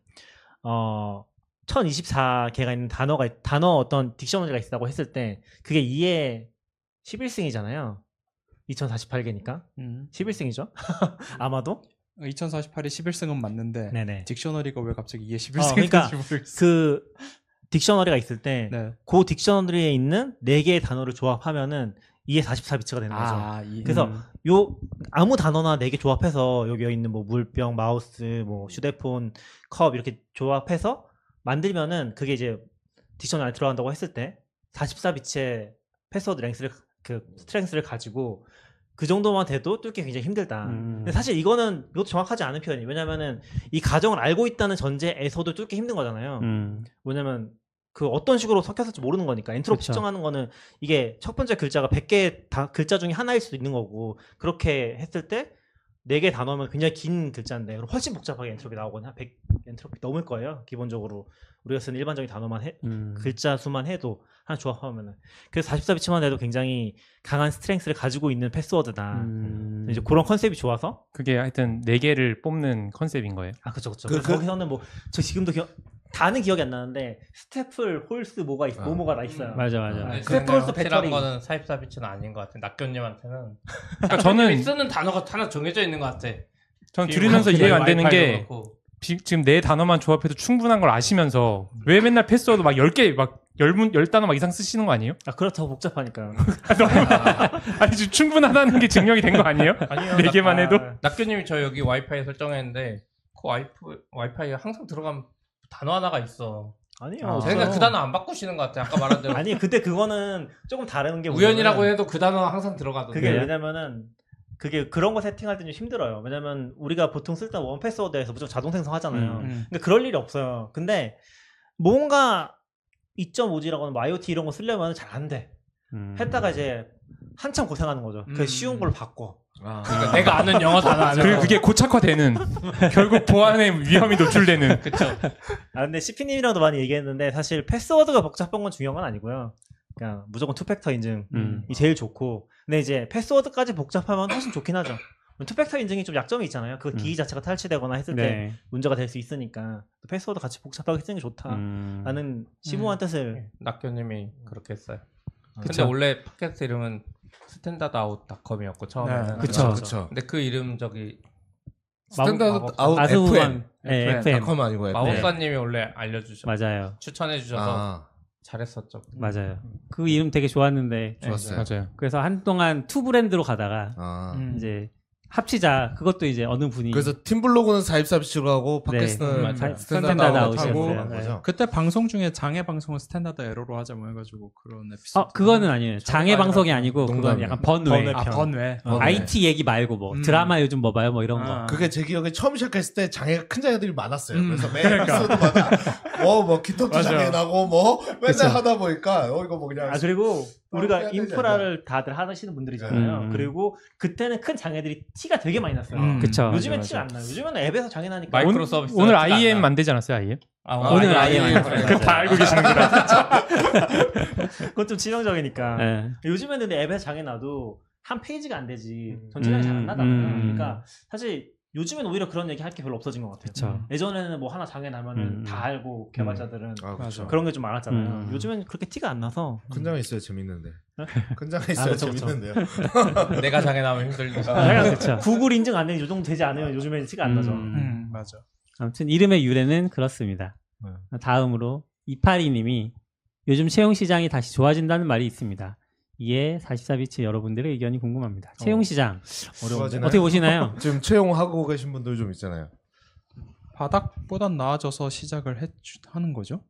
Speaker 7: 어 1024개가 있는 단어가 단어 어떤 딕셔너리가 있다고 했을 때 그게 2의 11승이잖아요. 2048개니까 11승이죠. 아마도
Speaker 8: 음. 2048이 11승은
Speaker 3: 네.
Speaker 8: 맞는데 딕셔너리가 왜 갑자기 이게 11승이
Speaker 7: 네. 어, 그러니까
Speaker 8: 된지 모르겠어.
Speaker 7: 그 딕셔너리가 있을 때 그
Speaker 8: 네.
Speaker 7: 딕셔너리에 있는 네 개의 단어를 조합하면은 이게 44비치가 되는 거죠.
Speaker 8: 아, 이-
Speaker 7: 네, 그래서
Speaker 8: 음.
Speaker 7: 요 아무 단어나 네 개 조합해서 여기 있는 뭐 물병, 마우스, 뭐 휴대폰, 컵 이렇게 조합해서 만들면은 그게 이제 딕셔너리 안에 들어간다고 했을 때 44비치의 패스워드 랭스를 그 스트렝스를 가지고 그 정도만 돼도 뚫기 굉장히 힘들다. 근데 사실 이거는 이것도 정확하지 않은 표현이에요. 왜냐면은 이 가정을 알고 있다는 전제에서도 뚫기 힘든 거잖아요.
Speaker 3: 음.
Speaker 7: 뭐냐면 그 어떤 식으로 섞였을지 모르는 거니까 엔트로피
Speaker 3: 그쵸.
Speaker 7: 측정하는 거는 이게 첫 번째 글자가 100개 다 글자 중에 하나일 수도 있는 거고 그렇게 했을 때 네 개 단어면 굉장히 긴 글자인데 그럼 훨씬 복잡하게 엔트로피 나오거나 100 엔트로피 넘을 거예요 기본적으로 우리가 쓰는 일반적인 단어만 해,
Speaker 3: 음.
Speaker 7: 글자 수만 해도 하나 조합하면은 그래서 44비치만 해도 굉장히 강한 스트렝스를 가지고 있는 패스워드다
Speaker 3: 음.
Speaker 7: 이제 그런 컨셉이 좋아서
Speaker 9: 그게 하여튼 네 개를 뽑는 컨셉인 거예요.
Speaker 7: 아 그쵸 그쵸. 그, 거기서는 뭐 저 지금도 기억 다는 기억이 안 나는데 스태플 홀스 뭐가
Speaker 3: 아.
Speaker 7: 있, 뭐뭐가 나 있어요.
Speaker 4: 네,
Speaker 7: 스태플
Speaker 4: 근데
Speaker 7: 홀스
Speaker 4: 확실한
Speaker 7: 그 배터리.
Speaker 4: 거는 44비치는 아닌 것 같아. 낙교님한테는.
Speaker 9: 저는-
Speaker 4: 낙교님이 쓰는 단어가 하나 정해져 있는 것 같아. 그
Speaker 9: 전 들으면서 이해가 안 되는 게 비- 지금 네 단어만 조합해도 충분한 걸 아시면서 왜 맨날 패스워드 막 10개 막 10문 10단어 막 이상 쓰시는 거 아니에요?
Speaker 7: 아 그렇다고 복잡하니까요.
Speaker 9: 아니 지금 충분하다는 게 증명이 된 거 아니에요?
Speaker 4: 아니요.
Speaker 9: 네 개만
Speaker 4: 나-
Speaker 9: 해도
Speaker 4: 낙교님이 저 여기 와이파이 설정했는데 그 와이프, 와이파이에 항상 들어가면 단어 하나가 있어.
Speaker 7: 아니요, 없어요.
Speaker 4: 제가 그 단어 안 바꾸시는 것 같아요. 아까 말한 대로.
Speaker 7: 아니 근데 그거는 조금 다른 게
Speaker 4: 우연이라고
Speaker 7: 뭐냐면
Speaker 4: 해도 그 단어 항상 들어가던데. 네.
Speaker 7: 그게 왜냐면은 그게 그런 거 세팅할 때는 힘들어요. 왜냐면 우리가 보통 쓸 때 원 패스워드에서 무조건 자동 생성하잖아요.
Speaker 9: 음, 음.
Speaker 7: 근데 그럴 일이 없어요. 근데 뭔가 2.5G라고는 IoT 이런 거 쓰려면 잘 안 돼.
Speaker 3: 음.
Speaker 4: 음.
Speaker 7: 했다가 이제 한참 고생하는 거죠. 그 쉬운 걸로 바꿔.
Speaker 4: 그러니까 내가 아는 영어 단어 안
Speaker 9: 그리고 그게 고착화되는 결국 보안의 위험이 노출되는
Speaker 7: 아 근데 CP님이랑도 많이 얘기했는데 사실 패스워드가 복잡한 건 중요한 건 아니고요. 그냥 무조건 투팩터 인증이
Speaker 3: 음.
Speaker 7: 제일 좋고. 근데 이제 패스워드까지 복잡하면 훨씬 좋긴 하죠. 투팩터 인증이 좀 약점이 있잖아요. 그 기기 자체가 탈취되거나 했을 때
Speaker 3: 음. 네.
Speaker 7: 문제가 될 수 있으니까 패스워드 같이 복잡하게 쓰는 게
Speaker 3: 음.
Speaker 7: 좋다라는 심오한
Speaker 5: 네.
Speaker 7: 뜻을
Speaker 4: 낙교님이 그렇게 했어요. 근데
Speaker 7: 그쵸.
Speaker 4: 원래 팟캐스트 이름은 스탠다드아웃닷컴이었고 처음에는.
Speaker 5: 네, 그쵸. 그쵸.
Speaker 4: 근데 그 이름 저기
Speaker 5: 스탠다드 아웃
Speaker 3: 아스우만,
Speaker 5: FM.
Speaker 3: 네, FM.
Speaker 5: 닷컴 아니고 FM.
Speaker 4: 마법사님이 원래 알려주셔.
Speaker 3: 맞아요.
Speaker 4: 추천해 주셔서
Speaker 5: 아.
Speaker 4: 잘했었죠.
Speaker 7: 음.
Speaker 3: 맞아요. 그 이름 되게 좋았는데
Speaker 5: 좋았어요.
Speaker 9: 맞아요.
Speaker 3: 그래서 한동안 투 브랜드로 가다가
Speaker 5: 아.
Speaker 8: 음.
Speaker 3: 이제 합치자 그것도 이제 어느 분이
Speaker 5: 그래서 팀블로그는 4447로 하고
Speaker 3: 네.
Speaker 5: 팟캐스트는 뭐
Speaker 3: 음,
Speaker 5: 스탠다드
Speaker 3: 스탠다드
Speaker 5: 아웃하고
Speaker 8: 네.
Speaker 3: 아웃이었어요.
Speaker 5: 하는 거죠.
Speaker 8: 그때 방송 중에 장애 방송은 스탠다드 에러로 하자 뭐 해가지고 그런 에피소드.
Speaker 3: 어 그거는 아니에요. 장애
Speaker 4: 아니라
Speaker 3: 방송이 아니고 그건
Speaker 5: 농담이에요.
Speaker 3: 약간 번외.
Speaker 8: 아
Speaker 3: 아,
Speaker 8: 번외.
Speaker 5: 번외.
Speaker 3: IT 얘기 말고 뭐
Speaker 8: 음.
Speaker 3: 드라마 요즘 뭐 봐요 뭐 이런 거.
Speaker 8: 아.
Speaker 5: 그게 제 기억에 처음 시작했을 때 장애가 큰 장애들이 많았어요.
Speaker 8: 음.
Speaker 5: 그래서 매일 에피소드마다 뭐뭐 기토트
Speaker 7: 맞아.
Speaker 5: 장애 나고 뭐 맨날 하다 보니까 어 이거 뭐 그냥
Speaker 7: 아 그리고
Speaker 5: 어, 해야
Speaker 7: 우리가
Speaker 5: 되지
Speaker 7: 인프라를 다들 하시는 분들이잖아요.
Speaker 3: 음.
Speaker 7: 그리고 그때는 큰 장애들이 티가 되게 많이 났어요.
Speaker 8: 음.
Speaker 3: 그쵸.
Speaker 7: 요즘엔
Speaker 3: 맞아,
Speaker 7: 티가 안 나요. 요즘에는 앱에서 장애 나니까
Speaker 4: 마이크로 서비스
Speaker 9: 오늘
Speaker 4: 티가 안
Speaker 9: IM
Speaker 4: 나.
Speaker 9: 만들지 않았어요 IM?
Speaker 4: 아,
Speaker 3: 아, 오늘 아예
Speaker 4: IM.
Speaker 3: 만들어요.
Speaker 4: 그래.
Speaker 9: 다 알고 계시는구나
Speaker 7: 네, 그건 좀 치명적이니까.
Speaker 3: 예.
Speaker 7: 요즘에는 근데 앱에서 장애 나도 한 페이지가 안 되지 전체량이 잘 안
Speaker 3: 음,
Speaker 7: 나잖아요.
Speaker 3: 음.
Speaker 7: 그러니까 사실 요즘엔 오히려 그런 얘기 할 게 별로 없어진 것 같아요.
Speaker 3: 그쵸.
Speaker 7: 예전에는 뭐 하나 장애 나면은
Speaker 3: 음.
Speaker 7: 다 알고 개발자들은
Speaker 5: 아, 음. 그렇죠.
Speaker 7: 그런 게 좀 많았잖아요.
Speaker 3: 음.
Speaker 7: 요즘엔 그렇게 티가 안 나서
Speaker 5: 큰 장애 있어야 재밌는데. 큰 장애 있어야
Speaker 7: 음. 그쵸, 그쵸.
Speaker 5: 재밌는데요.
Speaker 4: 내가 장애 나면 힘들죠.
Speaker 7: 약간 구글 인증 안 되는 요 정도 되지 않으면 요즘에는 티가 안 나죠.
Speaker 3: 음.
Speaker 8: 음 맞아.
Speaker 3: 아무튼 이름의 유래는 그렇습니다. 다음으로 이파리님이 요즘 채용 시장이 다시 좋아진다는 말이 있습니다. 이에 44비치 여러분들의 의견이 궁금합니다. 채용 시장
Speaker 5: 어려워지나요?
Speaker 3: 어떻게 보시나요?
Speaker 5: 지금 채용하고 계신 분들 좀 있잖아요.
Speaker 8: 바닥보단 나아져서 시작을 해 하는 거죠?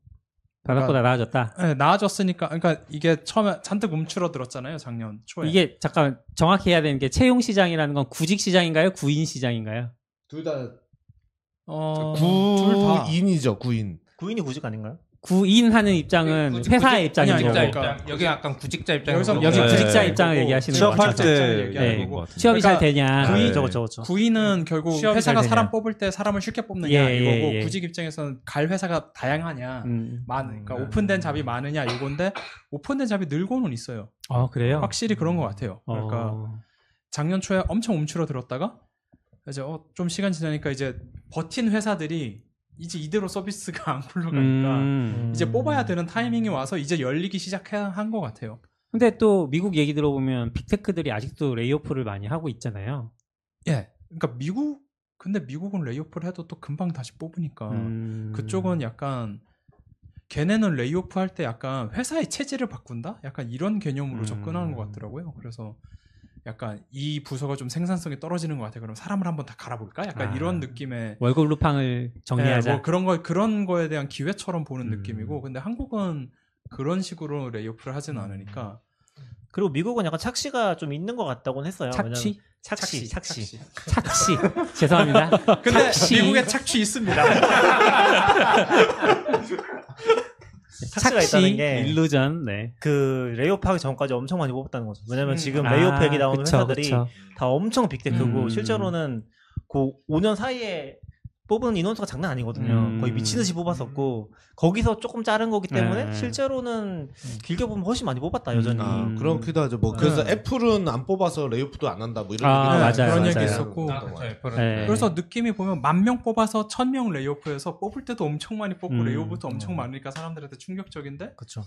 Speaker 3: 바닥보다 나아졌다.
Speaker 8: 네, 나아졌으니까 그러니까 이게 처음에 잔뜩 움츠러들었잖아요 작년
Speaker 7: 네.
Speaker 8: 초에.
Speaker 3: 이게 잠깐 정확히 해야 되는 게 채용 시장이라는 건 구직 시장인가요? 구인 시장인가요?
Speaker 5: 둘다
Speaker 8: 어, 둘 다.
Speaker 5: 구인이죠, 구인.
Speaker 7: 구인이 구직 아닌가요?
Speaker 3: 구인 하는 입장은
Speaker 4: 네, 구직-
Speaker 3: 회사의
Speaker 4: 구직-
Speaker 3: 입장인
Speaker 8: 아니,
Speaker 3: 거고
Speaker 4: 구직자
Speaker 8: 아니, 그러니까.
Speaker 4: 입장. 여기 약간 구직자 입장.
Speaker 8: 여기서-
Speaker 3: 여기
Speaker 8: 네.
Speaker 3: 구직자 입장을 얘기하시는 거죠.
Speaker 6: 취업할
Speaker 8: 직장을
Speaker 6: 때
Speaker 8: 얘기하는
Speaker 6: 네.
Speaker 8: 거고.
Speaker 3: 취업이 잘
Speaker 8: 그러니까
Speaker 3: 되냐?
Speaker 5: 구인-
Speaker 7: 구인이
Speaker 5: 네.
Speaker 7: 저거 저거 저거.
Speaker 8: 구인은 결국
Speaker 3: 취업이 잘
Speaker 8: 회사가
Speaker 3: 되냐.
Speaker 8: 사람 뽑을 때 사람을 쉽게 뽑느냐
Speaker 3: 예, 예,
Speaker 8: 이거고
Speaker 3: 예.
Speaker 8: 구직 입장에서는 갈 회사가 다양하냐
Speaker 3: 음.
Speaker 8: 많은 그러니까 오픈된 잡이 많으냐 이건데 오픈된 잡이 늘고는 있어요.
Speaker 3: 아 그래요?
Speaker 8: 확실히 그런 것 같아요. 그러니까
Speaker 3: 어.
Speaker 8: 작년 초에 엄청 움츠러들었다가 이제 어, 좀 시간 지나니까 이제 버틴 회사들이 이제 이대로 서비스가 안 굴러가니까
Speaker 3: 음.
Speaker 8: 이제 뽑아야 되는 타이밍이 와서 이제 열리기 시작한 것 같아요.
Speaker 3: 근데 또 미국 얘기 들어보면 빅테크들이 아직도 레이오프를 많이 하고 있잖아요.
Speaker 8: 예, 그러니까 미국 근데 미국은 레이오프를 해도 또 금방 다시
Speaker 7: 어.
Speaker 8: 뽑으니까
Speaker 3: 음.
Speaker 8: 그쪽은 약간 걔네는 레이오프 할 때 약간 회사의 체질을 바꾼다? 약간 이런 개념으로
Speaker 3: 음.
Speaker 8: 접근하는 것 같더라고요. 그래서 약간 이 부서가 좀 생산성이 떨어지는 것 같아. 그럼 사람을 한번 다 갈아볼까? 약간
Speaker 3: 아.
Speaker 8: 이런 느낌의
Speaker 3: 월급 루팡을 정리하자.
Speaker 7: 네,
Speaker 8: 예, 뭐 그런 거 그런 거에 대한 기회처럼 보는
Speaker 3: 음.
Speaker 8: 느낌이고, 근데 한국은 그런 식으로 레이오프를 하지는 않으니까
Speaker 7: 그리고 미국은 약간 착시가 좀 있는 것 같다고는 했어요. 왜냐면-
Speaker 3: 착취?
Speaker 7: 착시, 착시.
Speaker 3: 착시. 죄송합니다.
Speaker 5: 네,
Speaker 8: 근데
Speaker 3: 착시.
Speaker 8: 미국에 착취 있습니다.
Speaker 7: 네, 착시가 있다는 게
Speaker 3: 일루전. 네.
Speaker 7: 그 레이오프 하기 전까지 엄청 많이 뽑았다는 거죠. 왜냐면
Speaker 8: 음.
Speaker 7: 지금
Speaker 3: 아,
Speaker 7: 레이오프 얘기 나오는
Speaker 3: 그쵸,
Speaker 7: 회사들이
Speaker 3: 그쵸.
Speaker 7: 다 엄청 빅테크고
Speaker 3: 음.
Speaker 7: 실제로는 그 5년 사이에 뽑은 인원수가 장난 아니거든요.
Speaker 3: 음.
Speaker 7: 거의 미친 듯이 뽑았었고 거기서 조금 자른 거기 때문에
Speaker 3: 네.
Speaker 7: 실제로는 길게 보면 훨씬 많이 뽑았다 여전히.
Speaker 5: 아,
Speaker 3: 음.
Speaker 5: 그렇기도 하죠. 뭐 그래서
Speaker 8: 네.
Speaker 5: 애플은 안 뽑아서 레이오프도 안 한다. 뭐 이런
Speaker 3: 아,
Speaker 5: 얘기도
Speaker 3: 맞아요,
Speaker 5: 하고
Speaker 3: 그런
Speaker 5: 있어요.
Speaker 3: 얘기
Speaker 8: 있었고.
Speaker 4: 아, 그쵸, 애플은.
Speaker 3: 네.
Speaker 8: 그래서 느낌이 보면 만 명 뽑아서 천 명 레이오프에서 뽑을 때도 엄청 많이 뽑고
Speaker 3: 음.
Speaker 8: 레이오프도 엄청 많으니까 사람들한테 충격적인데
Speaker 7: 그렇죠.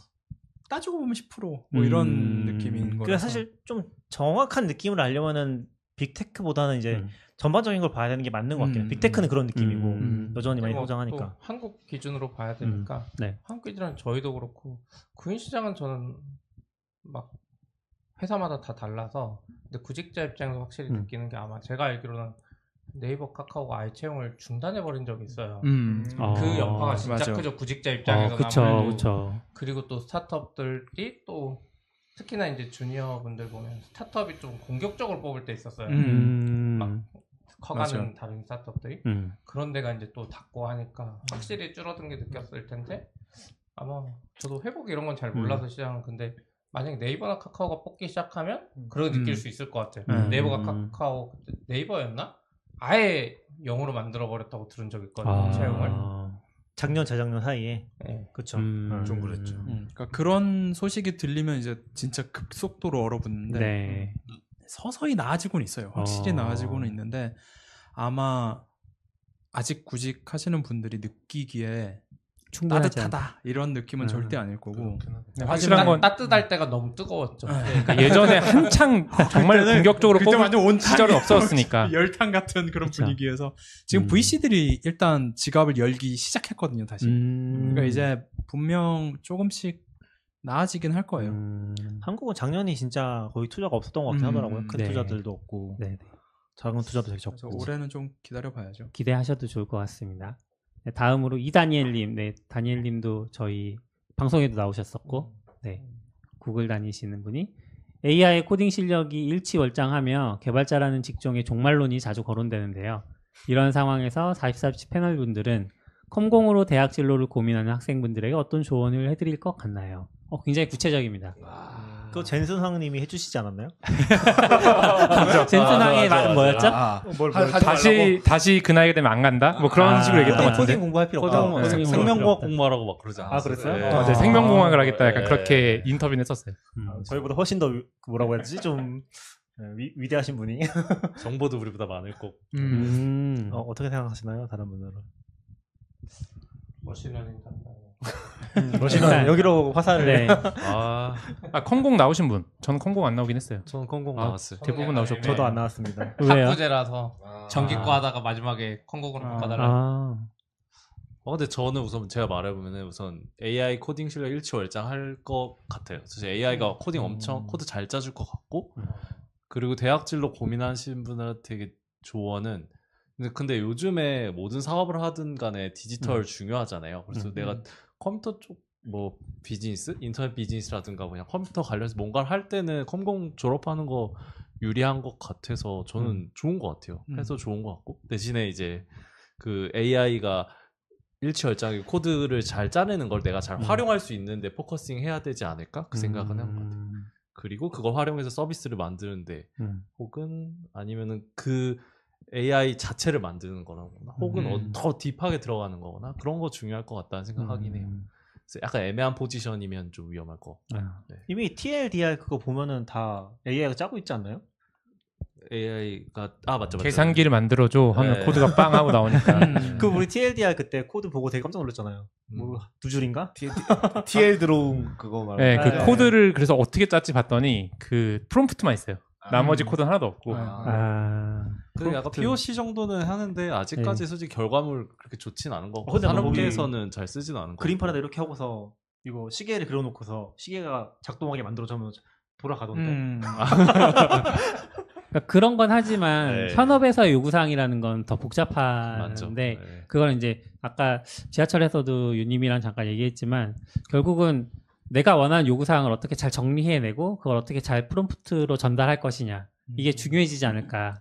Speaker 8: 따지고 보면 10%뭐 이런
Speaker 3: 음.
Speaker 8: 느낌인 거라서
Speaker 7: 그러니까 사실 좀 정확한 느낌을 알려면은 빅테크보다는 이제
Speaker 3: 음.
Speaker 10: 전반적인 걸 봐야 되는 게 맞는 것 같긴 해요.
Speaker 4: 음.
Speaker 10: 빅테크는 그런 느낌이고
Speaker 4: 음.
Speaker 10: 여전히 많이
Speaker 4: 뭐
Speaker 10: 성장하니까.
Speaker 4: 또 한국 기준으로 봐야 되니까
Speaker 3: 네.
Speaker 4: 한국이랑 저희도 그렇고 구인 시장은 저는 막 회사마다 다 달라서 근데 구직자 입장에서 확실히
Speaker 3: 음.
Speaker 4: 느끼는 게 아마 제가 알기로는 네이버 카카오가 아예 채용을 중단해 버린 적이 있어요.
Speaker 8: 음.
Speaker 4: 그
Speaker 3: 어.
Speaker 4: 여파가 진짜
Speaker 8: 맞아.
Speaker 4: 크죠 구직자 입장에서
Speaker 3: 어, 그쵸, 그쵸.
Speaker 4: 그리고 또 스타트업들이 또 특히나 이제 주니어 분들 보면 스타트업이 좀 공격적으로 뽑을 때 있었어요.
Speaker 3: 음.
Speaker 4: 커가는
Speaker 3: 맞아요.
Speaker 4: 다른 스타트업들이
Speaker 3: 음.
Speaker 4: 그런 데가 이제 또 닫고 하니까 확실히 줄어든 게 느꼈을 텐데 아마 저도 회복 이런 건 잘 몰라서 시장은 근데 만약에 네이버나 카카오가 뽑기 시작하면 그렇게 느낄
Speaker 8: 음.
Speaker 4: 수 있을 것 같아요
Speaker 8: 음.
Speaker 4: 네이버가
Speaker 3: 음.
Speaker 4: 카카오 그때 네이버였나 아예 영어로 만들어 버렸다고 들은 적 있거든요
Speaker 3: 아.
Speaker 4: 채용을
Speaker 10: 작년 재작년 사이에
Speaker 4: 네.
Speaker 10: 그렇죠.
Speaker 3: 음.
Speaker 5: 좀 그랬죠.
Speaker 8: 그러니까 그런 소식이 들리면 이제 진짜 급속도로 얼어붙는데
Speaker 3: 네.
Speaker 8: 서서히 나아지고는 있어요. 확실히
Speaker 3: 어.
Speaker 8: 나아지고는 있는데 아마 아직 구직하시는 분들이 느끼기에
Speaker 3: 충분하지 않-
Speaker 8: 따뜻하다 이런 느낌은
Speaker 3: 음.
Speaker 8: 절대 아닐 거고
Speaker 4: 확실한
Speaker 9: 네, 확실한 건
Speaker 4: 따뜻할 때가 너무 뜨거웠죠
Speaker 8: 음.
Speaker 9: 그러니까 예전에 한창 정말 공격적으로
Speaker 8: 그때
Speaker 9: 뽑은
Speaker 8: 완전 온탕
Speaker 9: 시절은 없었으니까.
Speaker 8: 열탕 같은 그런
Speaker 3: 그쵸.
Speaker 8: 분위기에서 지금
Speaker 3: 음.
Speaker 8: VC들이 일단 지갑을 열기 시작했거든요 다시
Speaker 3: 음.
Speaker 8: 그러니까 이제 분명 조금씩 나아지긴 할 거예요
Speaker 3: 음.
Speaker 10: 한국은 작년이 진짜 거의 투자가 없었던 것 같긴
Speaker 8: 음,
Speaker 10: 하더라고요. 큰
Speaker 3: 네.
Speaker 10: 투자들도 없고
Speaker 3: 네. 네.
Speaker 10: 작은 투자도 되게
Speaker 8: 그래서
Speaker 10: 적고.
Speaker 8: 올해는 좀 기다려봐야죠
Speaker 3: 기대하셔도 좋을 것 같습니다. 네, 다음으로 이다니엘님, 네, 다니엘님도 저희 방송에도 나오셨었고, 네, 구글 다니시는 분이 AI의 코딩 실력이 일치월장하며 개발자라는 직종의 종말론이 자주 거론되는데요. 이런 상황에서 44시 패널 분들은 컴공으로 대학 진로를 고민하는 학생분들에게 어떤 조언을 해드릴 것 같나요? 어, 굉장히 구체적입니다.
Speaker 10: 그거 젠슨 황님이 해주시지 않았나요?
Speaker 6: 맞아,
Speaker 3: 젠슨왕의 말은
Speaker 6: 맞아.
Speaker 3: 뭐였죠?
Speaker 5: 아,
Speaker 10: 어, 뭘
Speaker 5: 하- 하지 말라고?
Speaker 9: 다시 다시 그 나이가 되면 안 간다? 뭐 그런
Speaker 3: 아,
Speaker 9: 식으로 얘기했던
Speaker 10: 코딩,
Speaker 9: 것 같은데.
Speaker 10: 코딩 공부할 필요
Speaker 7: 아,
Speaker 10: 없다.
Speaker 3: 코딩
Speaker 10: 어,
Speaker 3: 공부.
Speaker 10: 생명공학 공부.
Speaker 6: 네. 공부하라고 막 그러지 않았어요.
Speaker 10: 그랬어요? 아, 네.
Speaker 6: 예.
Speaker 9: 어, 이제 생명공학을 하겠다 약간 그렇게 인터뷰는 했었어요.
Speaker 3: 음.
Speaker 10: 저희보다 훨씬 더 위- 그 뭐라고 해야 되지? 좀 어, 위, 위대하신 분이
Speaker 6: 예. 정보도 우리보다 많을 거고.
Speaker 3: 음.
Speaker 10: 어, 어떻게 생각하시나요? 다른 분들은
Speaker 4: 멋있는 인간다
Speaker 10: 러시아 여기로
Speaker 6: 어,
Speaker 10: 화살을
Speaker 3: 네.
Speaker 6: 아,
Speaker 9: 아 컴공 나오신 분. 저는 컴공 안 나오긴 했어요.
Speaker 6: 저는 컴공
Speaker 9: 아,
Speaker 6: 나왔어요.
Speaker 9: 대부분 나오셨고.
Speaker 10: 저도 안 나왔습니다.
Speaker 6: 아,
Speaker 3: 왜요?
Speaker 4: 학부제라서 네. 전기과
Speaker 3: 아.
Speaker 4: 하다가 마지막에 콩국으로
Speaker 8: 아.
Speaker 4: 바꿔달라
Speaker 3: 아,
Speaker 6: 어, 근데 저는 우선 제가 말해보면 우선 AI 코딩 실력 일치월장할 것 같아요. 사실 AI가 코딩 엄청 코드 잘 짜줄 것 같고 그리고 대학 진로 고민하시는 분한테 되게 조언은 근데, 근데 요즘에 모든 사업을 하든 간에 디지털 중요하잖아요. 그래서 내가 컴퓨터 쪽 뭐 비즈니스, 인터넷 비즈니스라든가 뭐 그냥 컴퓨터 관련해서 뭔가를 할 때는 컴공 졸업하는 거 유리한 것 같아서 저는 좋은 것 같아요. 해서 좋은 것 같고 대신에 이제 그 AI가 일치월장의 코드를 잘 짜내는 걸 내가 잘 활용할 수 있는데 포커싱 해야 되지 않을까 그 생각은 한 것 같아요. 그리고 그걸 활용해서 서비스를 만드는데
Speaker 3: 음.
Speaker 6: 혹은 아니면은 그 AI 자체를 만드는 거라거나 혹은
Speaker 8: 음.
Speaker 6: 어, 더 딥하게 들어가는 거거나 그런 거 중요할 것
Speaker 10: 음.
Speaker 6: 같다는
Speaker 7: 음.
Speaker 6: 생각하긴 해요. 그래서 약간 애매한 포지션이면 좀 위험할 것 같고
Speaker 3: 아.
Speaker 10: 이미 TLDR 그거 보면은 다 AI가 짜고 있지 않나요?
Speaker 6: AI가 아 맞죠 맞죠
Speaker 9: 계산기를 만들어줘 하면
Speaker 6: 네.
Speaker 9: 코드가 빵 하고 나오니까.
Speaker 10: 그 우리 TLDR 그때 코드 보고 되게 깜짝 놀랐잖아요.
Speaker 6: 음.
Speaker 10: 뭐 두 줄인가?
Speaker 5: TL 들어온 그거 말고. 아,
Speaker 9: 네, 그
Speaker 10: 네.
Speaker 9: 코드를 그래서 어떻게 짰지 봤더니 그 프롬프트만 있어요. 나머지 코드는 하나도 없고.
Speaker 3: 아.
Speaker 6: 그 약간 POC 정도는 하는데 아직까지 솔직히 결과물 그렇게 좋진 않은 것
Speaker 10: 어,
Speaker 6: 같고
Speaker 10: 근데 뭐
Speaker 6: 산업계에서는 잘 쓰진 않은 것
Speaker 10: 그림판에다 이렇게 하고서 이거 시계를 그려놓고서 시계가 작동하게 만들어주면 돌아가던데.
Speaker 8: 음.
Speaker 3: 그러니까 그런 건 하지만
Speaker 6: 네.
Speaker 3: 산업에서의 요구사항이라는 건 더
Speaker 6: 같고. 맞죠
Speaker 3: 복잡한데
Speaker 6: 네.
Speaker 3: 그걸 이제 아까 지하철에서도 유님이랑 잠깐 얘기했지만 결국은 내가 원하는 요구사항을 어떻게 잘 정리해내고 그걸 어떻게 잘 프롬프트로 전달할 것이냐
Speaker 6: 음.
Speaker 3: 이게 중요해지지 않을까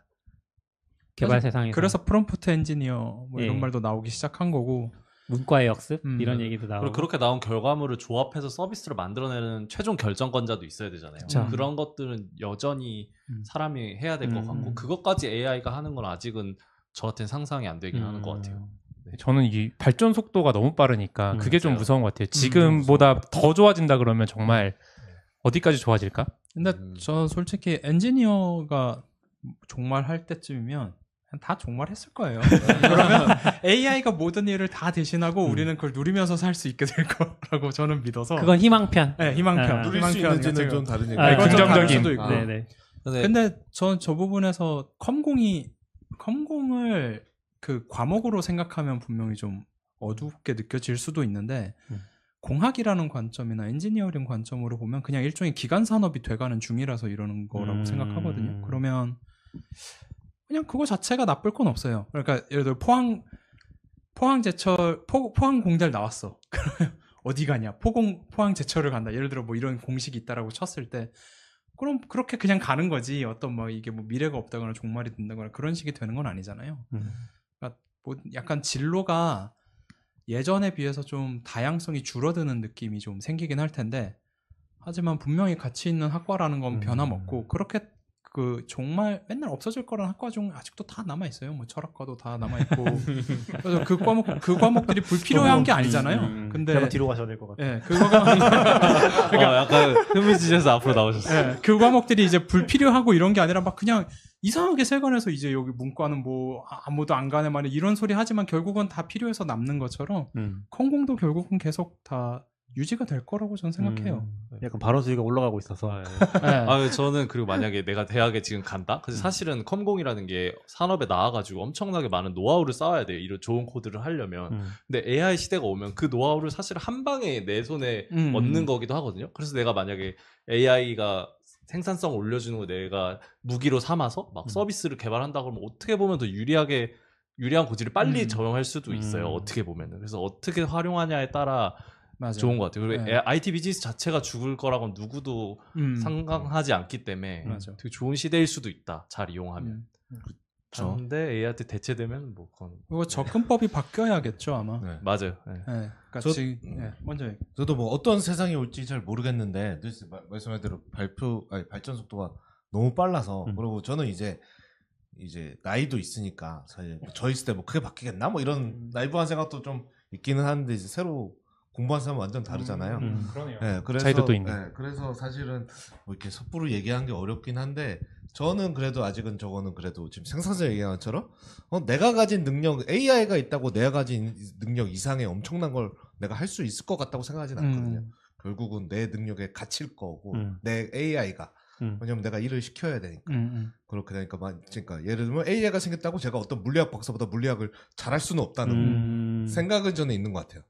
Speaker 3: 개발 세상에서
Speaker 8: 그래서 프롬프트 엔지니어 뭐 이런
Speaker 3: 예.
Speaker 8: 말도 나오기 시작한 거고
Speaker 3: 문과의 역습
Speaker 8: 음.
Speaker 3: 이런 얘기도 나오고
Speaker 6: 그리고 그렇게 나온 결과물을 조합해서 서비스를 만들어내는 최종 결정권자도 있어야 되잖아요.
Speaker 3: 그쵸.
Speaker 6: 그런 것들은 여전히
Speaker 3: 음.
Speaker 6: 사람이 해야 될 것
Speaker 3: 음.
Speaker 6: 같고 그것까지 AI가 하는 건 아직은 저한테는 상상이 안 되긴 하는 것 같아요.
Speaker 9: 네, 저는 이 발전 속도가 너무 빠르니까
Speaker 3: 음,
Speaker 9: 그게 좀
Speaker 6: 맞아요.
Speaker 9: 무서운 것 같아요. 지금보다 더 좋아진다 그러면 정말 어디까지 좋아질까?
Speaker 8: 근데
Speaker 6: 음.
Speaker 8: 저 솔직히 엔지니어가 종말 할 때쯤이면 다 종말했을 거예요. 그러면 AI가 모든 일을 다 대신하고 우리는 그걸 누리면서 살 수 있게 될 거라고 저는 믿어서.
Speaker 3: 음. 그건 희망편
Speaker 8: 네, 희망편.
Speaker 3: 아,
Speaker 5: 누릴 수
Speaker 8: 희망편
Speaker 5: 있는지는
Speaker 8: 같은
Speaker 5: 좀
Speaker 6: 네,
Speaker 5: 다른 얘기.
Speaker 3: 아,
Speaker 5: 아,
Speaker 3: 긍정적인.
Speaker 8: 수도 있고.
Speaker 3: 네네
Speaker 6: 근데
Speaker 8: 근데 전 저 부분에서 컴공이 컴공을 그 과목으로 생각하면 분명히 좀 어둡게 느껴질 수도 있는데 공학이라는 관점이나 엔지니어링 관점으로 보면 그냥 일종의 기간 산업이 돼가는 중이라서 이러는 거라고
Speaker 9: 음.
Speaker 8: 생각하거든요. 그러면 그냥 그거 자체가 나쁠 건 없어요. 그러니까 예를 들어 포항 포항제철 포, 포항 공대를 나왔어. 그러면 어디 가냐? 포공 포항 제철을 간다. 예를 들어 뭐 이런 공식이 있다라고 쳤을 때 그럼 그렇게 그냥 가는 거지. 어떤 막 이게 뭐 미래가 없다거나 종말이 된다거나 그런 식이 되는 건 아니잖아요.
Speaker 9: 음.
Speaker 8: 그러니까 뭐 약간 진로가 예전에 비해서 좀 다양성이 줄어드는 느낌이 좀 생기긴 할 텐데 하지만 분명히 가치 있는 학과라는 건 변함없고 그렇게 그 정말 맨날 없어질 거란 학과 중 아직도 다 남아 있어요. 뭐 철학과도 다 남아 있고 그래서 그 과목 그 과목들이 불필요한 게
Speaker 6: 음,
Speaker 8: 아니잖아요. 근데
Speaker 10: 약간 뒤로 가셔야 될 것 같아요.
Speaker 8: 예, 그거가
Speaker 6: 어, 약간 흐미지셔서 앞으로 나오셨어요.
Speaker 8: 예, 그 과목들이 이제 불필요하고 이런 게 아니라 막 그냥 이상하게 세관해서 이제 여기 문과는 뭐 아- 아무도 안 가네 말이 이런 소리 하지만 결국은 다 필요해서 남는 것처럼
Speaker 3: 음.
Speaker 8: 컴공도 결국은 계속 다 유지가 될 거라고 저는 생각해요.
Speaker 7: 약간 발언 수위가 올라가고 있어서
Speaker 6: 아, 저는 그리고 만약에 내가 대학에 지금 간다?
Speaker 8: 음.
Speaker 6: 그래서 사실은 컴공이라는 게 산업에 나와가지고 엄청나게 많은 노하우를 쌓아야 돼요. 이런 좋은 코드를 하려면.
Speaker 3: 음.
Speaker 6: 근데 AI 시대가 오면 그 노하우를 사실 한 방에 내 손에
Speaker 8: 음.
Speaker 6: 얻는 거기도 하거든요. 그래서 내가 만약에 AI가 생산성 올려주는 거 내가 무기로 삼아서
Speaker 8: 음.
Speaker 6: 막 서비스를 개발한다 그러면 어떻게 보면 더 유리하게 유리한 고지를 빨리
Speaker 8: 음.
Speaker 6: 적용할 수도 있어요.
Speaker 3: 음.
Speaker 6: 어떻게 보면은. 그래서 어떻게 활용하냐에 따라
Speaker 8: 맞아요.
Speaker 6: 좋은 것 같아요. 그리고
Speaker 8: 네.
Speaker 6: AI IT 비즈니스 자체가 죽을 거라고는 누구도
Speaker 8: 음.
Speaker 6: 상관하지 않기 때문에
Speaker 8: 맞아.
Speaker 6: 되게 좋은 시대일 수도 있다. 잘 이용하면.
Speaker 8: 음.
Speaker 6: 그런데 AI한테 대체되면 뭐 그건
Speaker 8: 그거 접근법이 바뀌어야겠죠 아마.
Speaker 5: 네.
Speaker 6: 맞아요. 네.
Speaker 8: 예, 그러니까
Speaker 5: 저-
Speaker 8: 지금 예, 먼저 얘기.
Speaker 5: 저도 뭐 어떤 세상이 올지 잘 모르겠는데 뉴스 마- 말씀한 대로 발표 아니 발전 속도가 너무 빨라서
Speaker 3: 음.
Speaker 5: 그리고 저는 이제 이제 나이도 있으니까 사실 뭐 저 있을 때 뭐 그게 바뀌겠나 뭐 이런 나이브한 생각도 좀 있기는 하는데 이제 새로 공부한 사람은 완전 다르잖아요.
Speaker 9: 음.
Speaker 10: 그러네요.
Speaker 5: 네, 그래서
Speaker 9: 차이도 있네.
Speaker 5: 네, 그래서 사실은 뭐 이렇게 섣부로 얘기하는 게 어렵긴 한데 저는 그래도 아직은 저거는 그래도 지금 생산자 얘기한 것처럼 어, 내가 가진 능력 AI가 있다고 내가 가진 능력 이상의 엄청난 걸 내가 할 수 있을 것 같다고 생각하진 않거든요.
Speaker 8: 음.
Speaker 5: 결국은 내 능력에 갇힐 거고
Speaker 3: 음.
Speaker 5: 내 AI가
Speaker 3: 음.
Speaker 5: 왜냐면 내가 일을 시켜야 되니까
Speaker 8: 음, 음.
Speaker 5: 그렇게 되니까 막 그러니까 예를 들면 AI가 생겼다고 제가 어떤 물리학 박사보다 물리학을 잘할 수는 없다는
Speaker 3: 음.
Speaker 5: 생각은 저는 있는 것 같아요.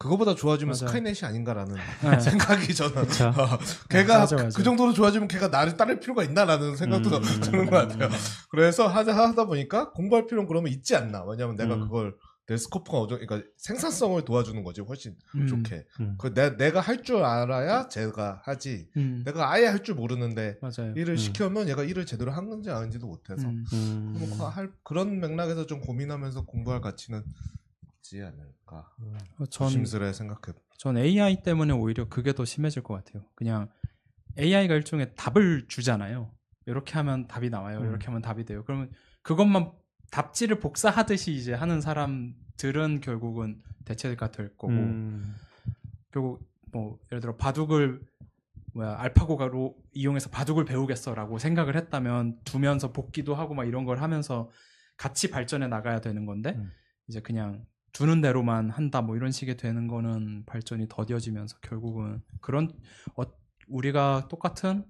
Speaker 5: 그거보다 좋아지면
Speaker 8: 맞아요.
Speaker 5: 스카이넷이 아닌가라는
Speaker 8: 네.
Speaker 5: 생각이 저는
Speaker 8: 그쵸.
Speaker 5: 어, 걔가
Speaker 8: 맞아, 맞아.
Speaker 5: 그 정도로 좋아지면 걔가 나를 따를 필요가 있나라는 생각도
Speaker 3: 음.
Speaker 5: 드는 것 같아요. 그래서 하다 하다 보니까 공부할 필요는 그러면 있지 않나. 왜냐하면 내가
Speaker 3: 음.
Speaker 5: 그걸 내 스코프가 어정 그러니까 생산성을 도와주는 거지 훨씬
Speaker 8: 음.
Speaker 5: 좋게.
Speaker 3: 음.
Speaker 5: 그 내, 내가 할 줄 알아야 제가 하지.
Speaker 8: 음.
Speaker 5: 내가 아예 할 줄 모르는데
Speaker 8: 맞아요.
Speaker 5: 일을
Speaker 3: 음.
Speaker 5: 시켜면 얘가 일을 제대로 한 건지 아닌지도 못해서
Speaker 8: 음.
Speaker 3: 음.
Speaker 5: 그럼 그할 그런 맥락에서 좀 고민하면서 공부할 가치는 있지 않을까.
Speaker 8: 어, 전
Speaker 5: 조심스레 생각해.
Speaker 8: 전 AI 때문에 오히려 그게 더 심해질 것 같아요. 그냥 AI가 일종의 답을 주잖아요. 이렇게 하면 답이 나와요. 이렇게 하면 답이 돼요. 그러면 그것만 답지를 복사하듯이 이제 하는 사람들은 결국은 대체가 될 거고
Speaker 3: 음.
Speaker 8: 결국 뭐 예를 들어 바둑을 뭐야 알파고가로 이용해서 바둑을 배우겠어라고 생각을 했다면 두면서 복기도 하고 막 이런 걸 하면서 같이 발전해 나가야 되는 건데
Speaker 3: 음.
Speaker 8: 이제 그냥 두는 대로만 한다 뭐 이런 식이 되는 거는 발전이 더뎌지면서 결국은 그런 어, 우리가 똑같은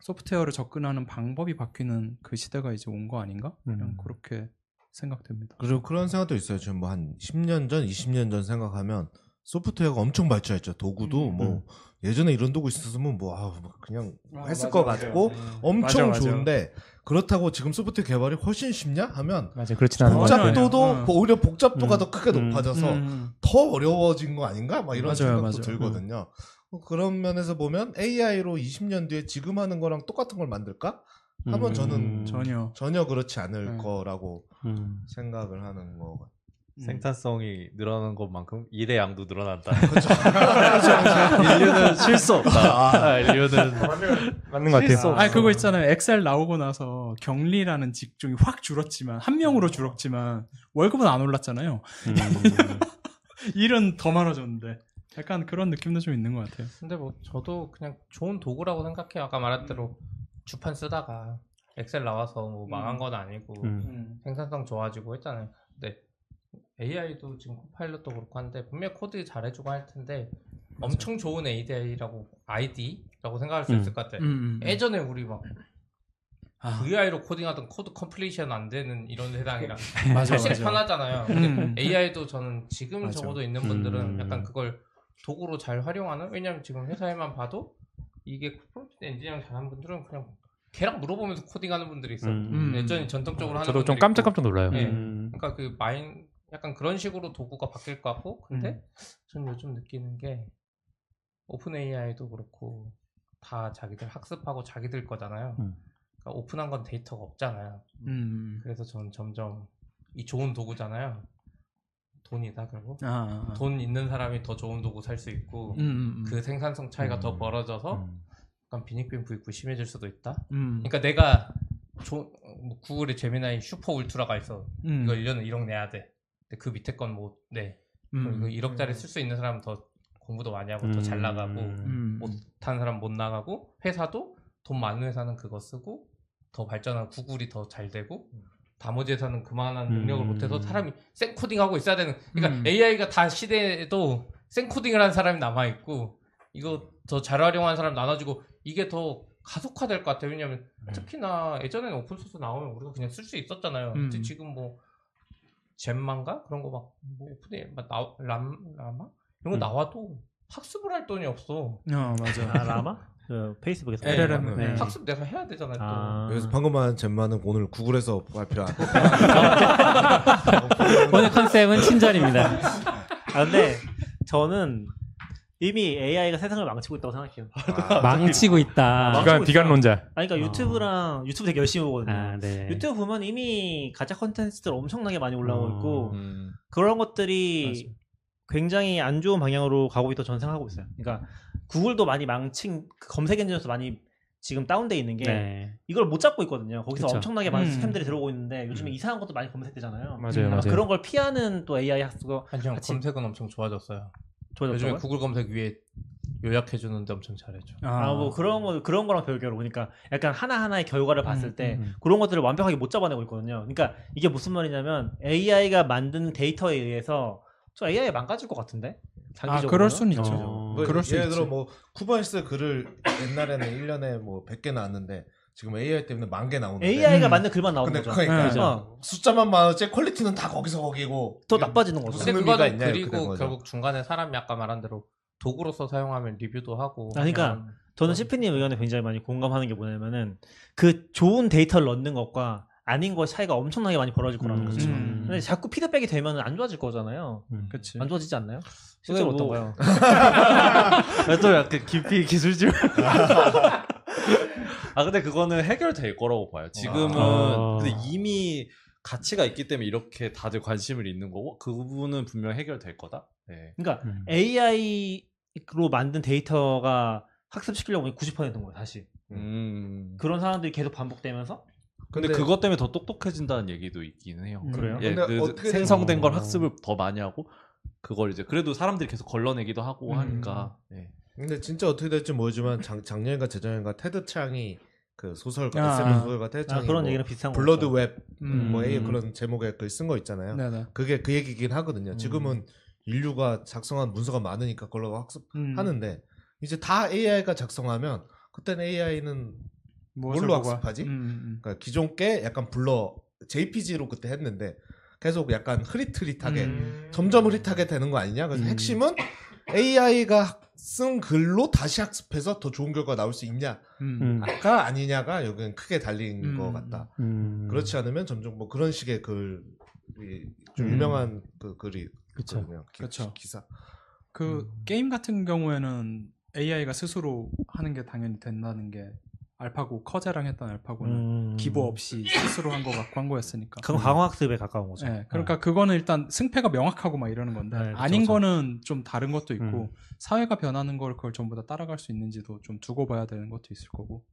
Speaker 8: 소프트웨어를 접근하는 방법이 바뀌는 그 시대가 이제 온 거 아닌가? 그냥
Speaker 3: 음.
Speaker 8: 그렇게 생각됩니다.
Speaker 5: 그리고 그런 생각도 있어요. 지금 뭐 한 10년 전, 20년 전 생각하면 소프트웨어가 엄청 발전했죠. 도구도
Speaker 8: 음.
Speaker 5: 뭐 예전에 이런 도구 있었으면 뭐 아우, 막 그냥 했을 것 같고
Speaker 9: 음. 맞아,
Speaker 5: 엄청
Speaker 9: 맞아.
Speaker 5: 좋은데 그렇다고 지금 소프트 개발이 훨씬 쉽냐 하면
Speaker 9: 맞아 그렇진 않은 것 같아요.
Speaker 5: 복잡도도
Speaker 8: 아니에요. 어.
Speaker 5: 오히려 복잡도가
Speaker 9: 음.
Speaker 5: 더 크게
Speaker 9: 음.
Speaker 5: 높아져서
Speaker 8: 음.
Speaker 5: 더 어려워진 거 아닌가? 막 이런
Speaker 8: 맞아요,
Speaker 5: 생각도
Speaker 8: 맞아요.
Speaker 5: 들거든요. 어, 그런 면에서 보면 AI로 20년 뒤에 지금 하는 거랑 똑같은 걸 만들까? 하면
Speaker 3: 음.
Speaker 5: 저는
Speaker 8: 전혀
Speaker 5: 전혀 그렇지 않을
Speaker 8: 음. 거라고
Speaker 5: 거라고
Speaker 3: 음.
Speaker 5: 생각을 하는 거 같아요.
Speaker 6: 음. 생산성이 늘어난 것만큼 일의 양도 늘어난다.
Speaker 5: 인류는
Speaker 6: 쉴 수
Speaker 5: 그렇죠. 아,
Speaker 6: 없다. 인류는
Speaker 9: 맞는 것 같아요.
Speaker 8: 아 그거 있잖아요. 엑셀 나오고 나서 격리라는 직종이 확 줄었지만 한 명으로 줄었지만 월급은 안 올랐잖아요. 일은 더 많아졌는데 약간 그런 느낌도 좀 있는 것 같아요.
Speaker 4: 근데 뭐 저도 그냥 좋은 도구라고 생각해요. 아까 말한 대로 주판 쓰다가 엑셀 나와서 뭐 망한 건 아니고
Speaker 3: 음.
Speaker 4: 생산성 좋아지고 했잖아요. 근데 AI도 지금 코파일럿도 그렇고 한데 분명히 코드 잘해주고 할 텐데 엄청 좋은 AI라고 아이디라고 생각할 수
Speaker 3: 음.
Speaker 4: 있을 것 같아요.
Speaker 8: 음, 음, 음.
Speaker 4: 예전에 우리 막
Speaker 8: 아,
Speaker 4: VI로 코딩하던 코드 컴플리션 안 되는 이런 회당이라
Speaker 8: 네.
Speaker 9: 맞아,
Speaker 4: 훨씬
Speaker 9: 맞아.
Speaker 4: 편하잖아요.
Speaker 9: 음.
Speaker 4: 근데 AI도 저는 지금
Speaker 9: 맞아.
Speaker 4: 적어도 있는 분들은
Speaker 9: 음.
Speaker 4: 약간 그걸 도구로 잘 활용하는 왜냐면 지금 회사에만 봐도 이게 프롬프트 엔지니어링 잘하는 분들은 그냥 걔랑 물어보면서 코딩하는 분들이 있어.
Speaker 9: 음.
Speaker 4: 요 예전에 전통적으로 하는
Speaker 9: 저도 좀
Speaker 4: 분들이
Speaker 9: 깜짝깜짝 놀라요.
Speaker 4: 예.
Speaker 9: 음.
Speaker 4: 그러니까 그 마인 약간 그런 식으로 도구가 바뀔 것 같고
Speaker 9: 음.
Speaker 4: 근데 저는 요즘 느끼는 게 오픈 AI도 그렇고 다 자기들 학습하고 자기들 거잖아요.
Speaker 9: 음.
Speaker 4: 그러니까 오픈한 건 데이터가 없잖아요.
Speaker 8: 음.
Speaker 4: 그래서 저는 점점 이 좋은 도구잖아요. 돈이다 결국.
Speaker 8: 아, 아, 아.
Speaker 4: 돈 있는 사람이 더 좋은 도구 살 수 있고
Speaker 8: 음, 음, 음.
Speaker 4: 그 생산성 차이가 더
Speaker 6: 음,
Speaker 4: 벌어져서 약간 빈익빈 부익부 심해질 수도 있다.
Speaker 8: 음.
Speaker 4: 그러니까 내가 조- 뭐 구글의 제미나이 슈퍼 울트라가 있어.
Speaker 8: 음.
Speaker 4: 이거 1년에 1억 내야 돼. 근데 그 밑에 건 못 내.
Speaker 8: 음.
Speaker 4: 그럼 이거 1억짜리 쓸 수 있는 사람은 더 공부도 많이 하고 더 잘
Speaker 6: 음.
Speaker 4: 나가고
Speaker 8: 음.
Speaker 4: 못한 사람 못 나가고 회사도 돈 많은 회사는 그거 쓰고 더 발전한 구글이 더 잘 되고
Speaker 8: 음.
Speaker 4: 나머지 회사는 그만한 능력을
Speaker 6: 음.
Speaker 4: 못해서 사람이 생코딩하고 있어야 되는 그러니까
Speaker 8: 음.
Speaker 4: AI가 다 시대에도 생코딩을 한 사람이 남아 있고 이거 더 잘 활용한 사람 나눠주고 이게 더 가속화될 것 같아요 왜냐면
Speaker 8: 네.
Speaker 4: 특히나 예전에는 오픈소스 나오면 우리가 그냥 쓸 수 있었잖아요 근데
Speaker 8: 음.
Speaker 4: 지금 뭐 젠만가 그런 거 막 뭐 오픈에 막 나, 람 라마
Speaker 8: 음.
Speaker 4: 이런 거 나와도 학습을 할 돈이 없어
Speaker 8: 어, 맞아.
Speaker 7: 아 라마? 그 페이스북에서
Speaker 4: 네,
Speaker 8: LLM.
Speaker 5: 네.
Speaker 4: 학습 내가 해야 되잖아요 또.
Speaker 7: 아.
Speaker 5: 그래서 방금 한 젠마는 오늘 구글에서 발표 안
Speaker 3: 오늘 컨셉은 친절입니다.
Speaker 7: 아 근데 저는 이미 AI가 세상을 망치고 있다고 생각해요.
Speaker 5: 아,
Speaker 3: 망치고 있다.
Speaker 7: 망치고
Speaker 9: 비관
Speaker 7: 있어.
Speaker 9: 비관론자.
Speaker 7: 아니 그러니까
Speaker 3: 어.
Speaker 7: 유튜브랑 유튜브 되게 열심히 보거든요.
Speaker 3: 아, 네.
Speaker 7: 유튜브 보면 이미 가짜 컨텐츠들 엄청나게 많이 올라오고
Speaker 3: 어.
Speaker 7: 있고
Speaker 6: 음.
Speaker 7: 그런 것들이 굉장히 안 좋은 방향으로 가고 있다고 저는 생각하고 있어요. 그러니까 구글도 많이 망친 그 검색 엔진에서 많이 지금 다운돼 있는 게
Speaker 3: 네.
Speaker 7: 이걸 못 잡고 있거든요. 거기서
Speaker 3: 그쵸.
Speaker 7: 엄청나게 많은
Speaker 8: 음.
Speaker 7: 스팸들이 들어오고 있는데 요즘에 이상한 것도 많이 검색되잖아요.
Speaker 9: 맞아요,
Speaker 7: 아마
Speaker 9: 맞아요.
Speaker 7: 그런 걸 피하는 또 AI 학습가
Speaker 4: 아니요
Speaker 7: 같이-
Speaker 4: 검색은 엄청 좋아졌어요. 요즘에
Speaker 7: 좋아졌어요.
Speaker 4: 구글 검색 위에 요약해 주는데 엄청 잘해줘.
Speaker 7: 아, 뭐 그런 거 그런 거랑 별개로 보니까 약간 하나 하나의 결과를 봤을
Speaker 8: 음,
Speaker 7: 때
Speaker 8: 음,
Speaker 7: 그런 것들을 완벽하게 못 잡아내고 있거든요. 그러니까 이게 무슨 말이냐면 AI가 만든 데이터에 의해서 저 AI 가 망가질 것 같은데.
Speaker 8: 아,
Speaker 7: 장기적으로.
Speaker 8: 그럴 수는 있죠.
Speaker 3: 어.
Speaker 5: 뭐
Speaker 8: 그럴 수
Speaker 5: 예를
Speaker 8: 있지.
Speaker 5: 들어 뭐 쿠버니스 글을 옛날에는 1년에 뭐 100개 나왔는데 지금 AI 때문에 만 개 나오는데
Speaker 7: AI가
Speaker 8: 음.
Speaker 7: 만든 글만 나오는
Speaker 5: 근데
Speaker 7: 거죠.
Speaker 5: 그러니까
Speaker 8: 네.
Speaker 7: 어.
Speaker 5: 숫자만 많았지 퀄리티는 다 거기서 거기고
Speaker 7: 더
Speaker 5: 이게
Speaker 7: 나빠지는 거죠.
Speaker 5: 무슨
Speaker 4: 근데
Speaker 5: 의미가
Speaker 4: 그거는
Speaker 5: 있냐 이렇게 된
Speaker 4: 그리고
Speaker 5: 거죠.
Speaker 4: 결국 중간에 사람이 아까 말한 대로 도구로서 사용하면 리뷰도 하고.
Speaker 7: 아, 그러니까
Speaker 4: 그냥
Speaker 7: 저는 시피님 의견에 굉장히 많이 공감하는 게 뭐냐면은 그 좋은 데이터를 넣는 것과 아닌 것 차이가 엄청나게 많이 벌어질 거라는 거죠.
Speaker 8: 음.
Speaker 7: 근데 자꾸 피드백이 되면 안 좋아질 거잖아요.
Speaker 9: 네.
Speaker 8: 그치.
Speaker 7: 안 좋아지지 않나요? 실제로
Speaker 6: 뭐-
Speaker 7: 어떤가요?
Speaker 6: 또 약간 깊이 기술주. 아 근데 그거는 해결될 거라고 봐요. 지금은
Speaker 3: 아.
Speaker 6: 근데 이미 가치가 있기 때문에 이렇게 다들 관심을 있는 거고 그 부분은 분명 해결될 거다. 네.
Speaker 7: 그러니까
Speaker 3: 음.
Speaker 7: AI로 만든 데이터가 학습시키려고 보니 90%인 거예요, 다시.
Speaker 6: 음.
Speaker 7: 그런 상황들이 계속 반복되면서 아,
Speaker 6: 근데,
Speaker 5: 근데-
Speaker 6: 그것 때문에 더 똑똑해진다는 얘기도 있기는 해요.
Speaker 7: 음. 그래요?
Speaker 6: 예,
Speaker 5: 근데
Speaker 6: 그
Speaker 5: 어떻게
Speaker 6: 생성된 걸
Speaker 3: 어.
Speaker 6: 학습을 더 많이 하고 그걸 이제 그래도 사람들이 계속 걸러내기도 하고
Speaker 8: 음.
Speaker 6: 하니까. 네.
Speaker 5: 근데 진짜 어떻게 될지 모르지만 작, 작년인가 재작년인가 테드 창이 그 소설가
Speaker 8: 아,
Speaker 5: SF 소설가 테드
Speaker 7: 아,
Speaker 5: 창이
Speaker 7: 그런
Speaker 5: 뭐
Speaker 7: 얘기랑 비슷한 거죠.
Speaker 5: 블러드 웹
Speaker 8: 음.
Speaker 5: 뭐에 그런 제목의 글 쓴 거 있잖아요.
Speaker 8: 네네. 음.
Speaker 5: 그게 그 얘기긴 하거든요. 지금은 인류가 작성한 문서가 많으니까 그걸로
Speaker 8: 음.
Speaker 5: 학습하는데 이제 다 AI가 작성하면 그때는 AI는
Speaker 8: 무엇을
Speaker 5: 뭘로
Speaker 8: 보고 하-
Speaker 5: 학습하지?
Speaker 8: 음, 음,
Speaker 5: 그러니까 기존 게 약간 불러 JPG로 그때 했는데 계속 약간 흐릿흐릿하게
Speaker 8: 음.
Speaker 5: 점점 흐릿하게 되는 거 아니냐? 그래서 핵심은 AI가 쓴 글로 다시 학습해서 더 좋은 결과 나올 수 있냐가
Speaker 8: 음.
Speaker 3: 음.
Speaker 5: 아니냐가 여기는 크게 달린
Speaker 8: 음.
Speaker 5: 것 같다.
Speaker 3: 음.
Speaker 5: 그렇지 않으면 점점 뭐 그런 식의 글이 좀
Speaker 3: 음.
Speaker 5: 유명한 그 글이
Speaker 3: 그쵸.
Speaker 5: 있거든요. 기,
Speaker 8: 그쵸.
Speaker 5: 기사.
Speaker 8: 그
Speaker 7: 음.
Speaker 8: 게임 같은 경우에는 AI가 스스로 하는 게 당연히 된다는 게 알파고 커제랑 했던 알파고는
Speaker 7: 음.
Speaker 8: 기보 없이 스스로 한 거 같고 한 거였으니까.
Speaker 7: 그건 강화학습에 가까운 거죠.
Speaker 8: 네, 그러니까 그거는 일단 승패가 명확하고 막 이러는 건데
Speaker 7: 네, 그쵸,
Speaker 8: 아닌
Speaker 7: 그쵸.
Speaker 8: 거는 좀 다른 것도 있고
Speaker 3: 음.
Speaker 8: 사회가 변하는 걸 그걸 전부 다 따라갈 수 있는지도 좀 두고 봐야 되는 것도 있을 거고.